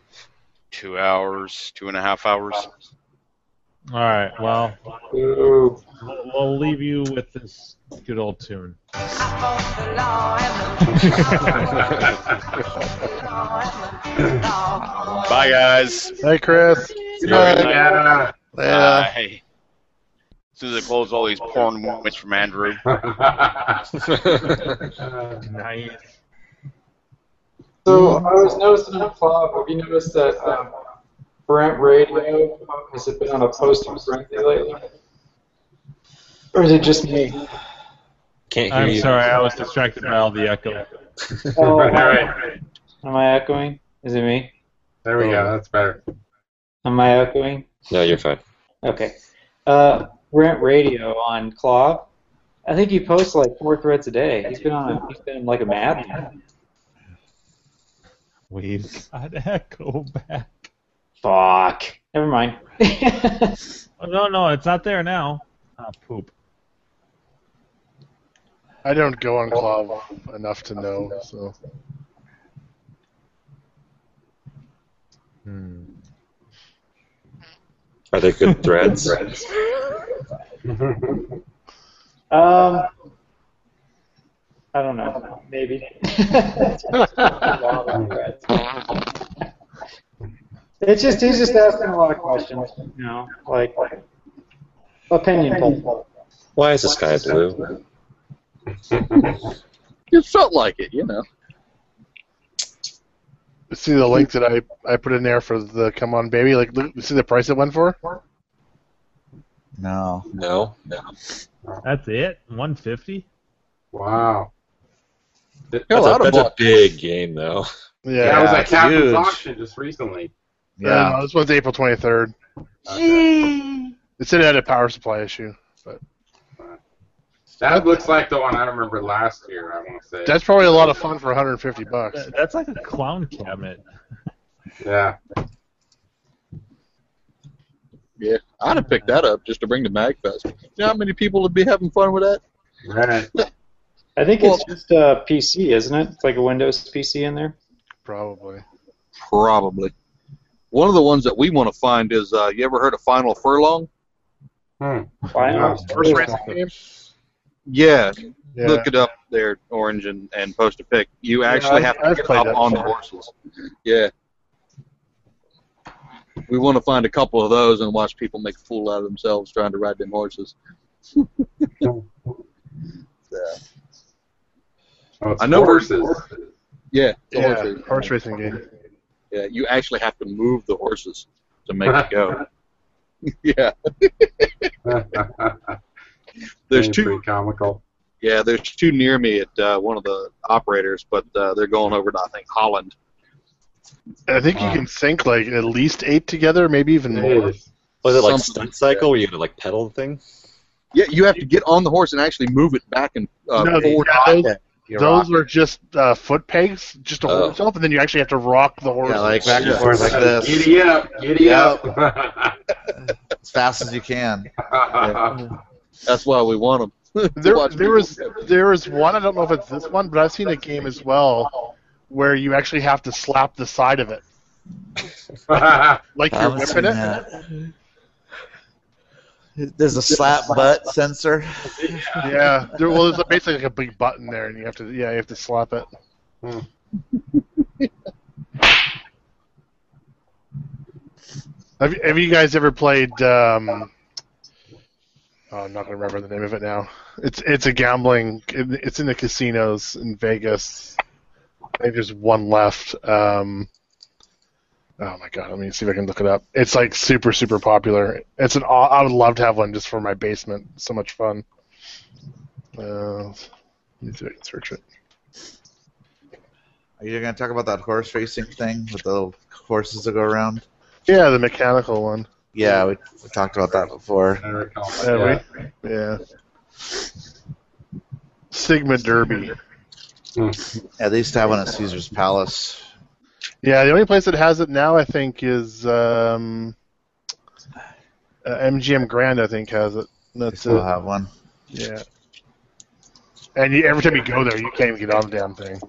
Speaker 21: two hours, two and a half hours.
Speaker 11: All right. Well, we'll, we'll leave you with this good old tune.
Speaker 21: Bye, guys.
Speaker 1: Hey, Chris.
Speaker 21: Good night.
Speaker 8: Yeah.
Speaker 21: Bye. As soon as I close all these porn moments from Andrew.
Speaker 11: nice.
Speaker 16: So I was noticing on Plop, have you noticed that um, Brent Radio has it been on a posting Brently lately? Or is it just me?
Speaker 2: Can't
Speaker 11: I'm sorry, I was distracted by all the echo.
Speaker 16: Oh,
Speaker 8: All right.
Speaker 16: Am I echoing? Is it me?
Speaker 8: There we go. That's better.
Speaker 16: Am I echoing?
Speaker 2: No, you're fine.
Speaker 16: Okay. Uh, Brent Radio on Clop. I think he posts like four threads a day. He's been on. A, he's been like a mad.
Speaker 11: We've got echo back.
Speaker 16: Fuck. Never mind.
Speaker 11: Oh, no, no, it's not there now. Ah, poop.
Speaker 1: I don't go on Clav enough to know. So
Speaker 2: Are they good threads?
Speaker 16: Um, I don't know. Maybe. it's just he's just asking a lot of questions. You know, like opinion poll.
Speaker 2: Why is the sky blue?
Speaker 22: It felt like it, you know.
Speaker 1: see the link that I, I put in there for the Come On Baby. Like, look, see the price it went for.
Speaker 3: No.
Speaker 2: No. No.
Speaker 11: That's it. 150.
Speaker 8: Wow.
Speaker 2: That's,
Speaker 8: a lot
Speaker 2: a,
Speaker 8: of
Speaker 2: that's a
Speaker 8: block-
Speaker 2: big game, though.
Speaker 1: Yeah,
Speaker 8: that was at
Speaker 1: it's
Speaker 8: Captain's
Speaker 1: huge.
Speaker 8: auction just recently.
Speaker 1: Yeah, no, this one's April twenty third. It said it had a power supply issue.
Speaker 8: That looks like the one I remember last year. I want to say.
Speaker 1: That's probably a lot of fun for 150 bucks.
Speaker 11: That- That's like a clown cabinet.
Speaker 8: Yeah.
Speaker 22: Yeah, I'd have picked that up just to bring to Magfest. You know how many people would be having fun with that?
Speaker 8: Right.
Speaker 16: I think it's just a PC, isn't it? It's like a Windows PC in there.
Speaker 1: Probably.
Speaker 22: Probably. One of the ones that we want to find is uh, you ever heard of Final Furlong?
Speaker 16: Why?
Speaker 1: First racing game.
Speaker 22: Yeah.
Speaker 1: Yeah.
Speaker 22: Look it up there, Orange, and, and post a pic. You actually
Speaker 1: I've-
Speaker 22: have to
Speaker 1: I've
Speaker 22: get
Speaker 1: played
Speaker 22: up
Speaker 1: that
Speaker 22: on the
Speaker 1: before.
Speaker 22: horses. Yeah. We want to find a couple of those and watch people make a fool out of themselves trying to ride them horses. Yeah.
Speaker 8: Oh, it's
Speaker 22: I know we're-
Speaker 8: horses.
Speaker 22: Yeah, the
Speaker 1: Yeah,
Speaker 22: horses.
Speaker 1: horse racing game.
Speaker 22: Yeah, you actually have to move the horses to make it go. yeah, there's
Speaker 8: It's
Speaker 22: two.
Speaker 8: Pretty comical.
Speaker 22: Yeah, there's two near me at uh, one of the operators, but uh, they're going over to I think Holland.
Speaker 1: I think you can sync like at least eight together, maybe even more.
Speaker 2: Was it like
Speaker 22: Something
Speaker 2: stunt cycle where you had to like pedal the thing?
Speaker 22: Yeah, you have to get on the horse and actually move it back and uh,
Speaker 1: No,
Speaker 22: forward.
Speaker 1: yeah, those-
Speaker 2: You're
Speaker 1: Those were just uh, foot pegs, just to hold
Speaker 2: Oh.
Speaker 1: yourself, and then you actually have to rock the horse.
Speaker 3: Yeah, like back and
Speaker 22: Yeah.
Speaker 3: forth like this,
Speaker 8: Giddy up! Giddy
Speaker 3: Yep.
Speaker 8: up!
Speaker 3: as fast as you can.
Speaker 22: That's why we want them.
Speaker 1: There, there was there is one. I don't know if it's this one, but I've seen a game as well where you actually have to slap the side of it, like you're
Speaker 3: I've seen
Speaker 1: whipping it.
Speaker 3: that. There's a slap butt sensor.
Speaker 1: Yeah, there, well, there's basically like a big button there, and you have to Hmm. yeah, you have to slap it. Have, have you guys ever played? Um, oh, I'm not gonna remember the name of it now. It's it's a gambling. It's in the casinos in Vegas. I think there's one left. Um, oh my god, let me see if I can look it up. It's like super super popular. It's an. aw- I would love to have one just for my basement. So much fun. Uh, let me see if I can search it.
Speaker 3: Are you going to talk about that horse racing thing with the little horses that go around?
Speaker 1: Yeah, the mechanical one.
Speaker 3: Yeah, we, we talked about that before.
Speaker 1: Yeah. we- yeah. Sigma Derby.
Speaker 3: Hmm. At least have one at Caesar's Palace.
Speaker 1: Yeah, the only place that has it now, I think, is um, uh, MGM Grand. I think has it. That's
Speaker 3: still
Speaker 1: it.
Speaker 3: have one.
Speaker 1: Yeah. And you, every time you go there, you can't even get on the damn thing.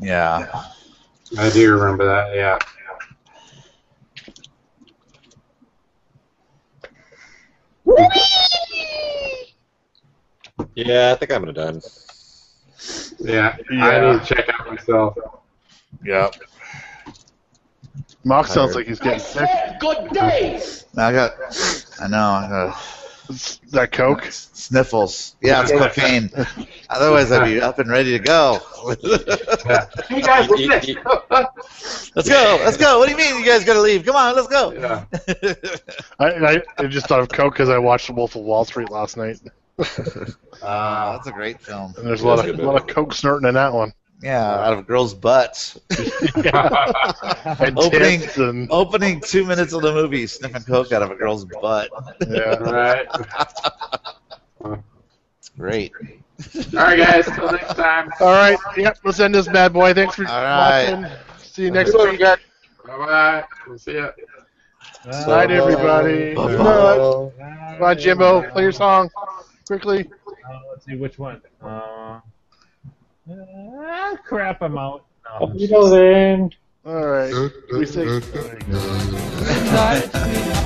Speaker 3: Yeah.
Speaker 8: I do remember that. Yeah.
Speaker 2: Yeah, I think I'm gonna done.
Speaker 8: Yeah. I need to check out myself.
Speaker 3: Yeah.
Speaker 1: Mock
Speaker 3: Tired.
Speaker 1: sounds like he's getting sick.
Speaker 13: Good day!
Speaker 3: I got. I know. I got.
Speaker 1: That coke.
Speaker 3: Sniffles. Yeah, it's cocaine. Otherwise, I'd be up and ready to go.
Speaker 13: Hey guys, what's this?
Speaker 3: Let's go. Let's go. What do you mean you guys got to leave? Come on, let's go.
Speaker 1: I, and I, I just thought of coke because I watched Wolf of Wall Street last night.
Speaker 3: Uh, that's a great film.
Speaker 1: And there's a lot of a lot of coke snorting in that one.
Speaker 3: Yeah, out of girls' butts.
Speaker 1: And
Speaker 3: opening,
Speaker 1: tits and-
Speaker 3: opening two minutes of the movie, sniffing coke out of a girl's butt.
Speaker 1: Yeah.
Speaker 8: Right.
Speaker 3: It's great.
Speaker 8: All right, guys. Till next time.
Speaker 1: All right. Yep. Let's end this bad boy. Thanks for
Speaker 3: right.
Speaker 1: watching. See you next week.
Speaker 8: Bye bye. We'll see ya.
Speaker 1: Good night, everybody. Good night. Come on, Jimbo. Play your song quickly.
Speaker 11: Uh, let's see which one. Uh, ah, crap, I'm out. No.
Speaker 1: Oh, Uh, All right. We say.
Speaker 11: Night, sweetheart.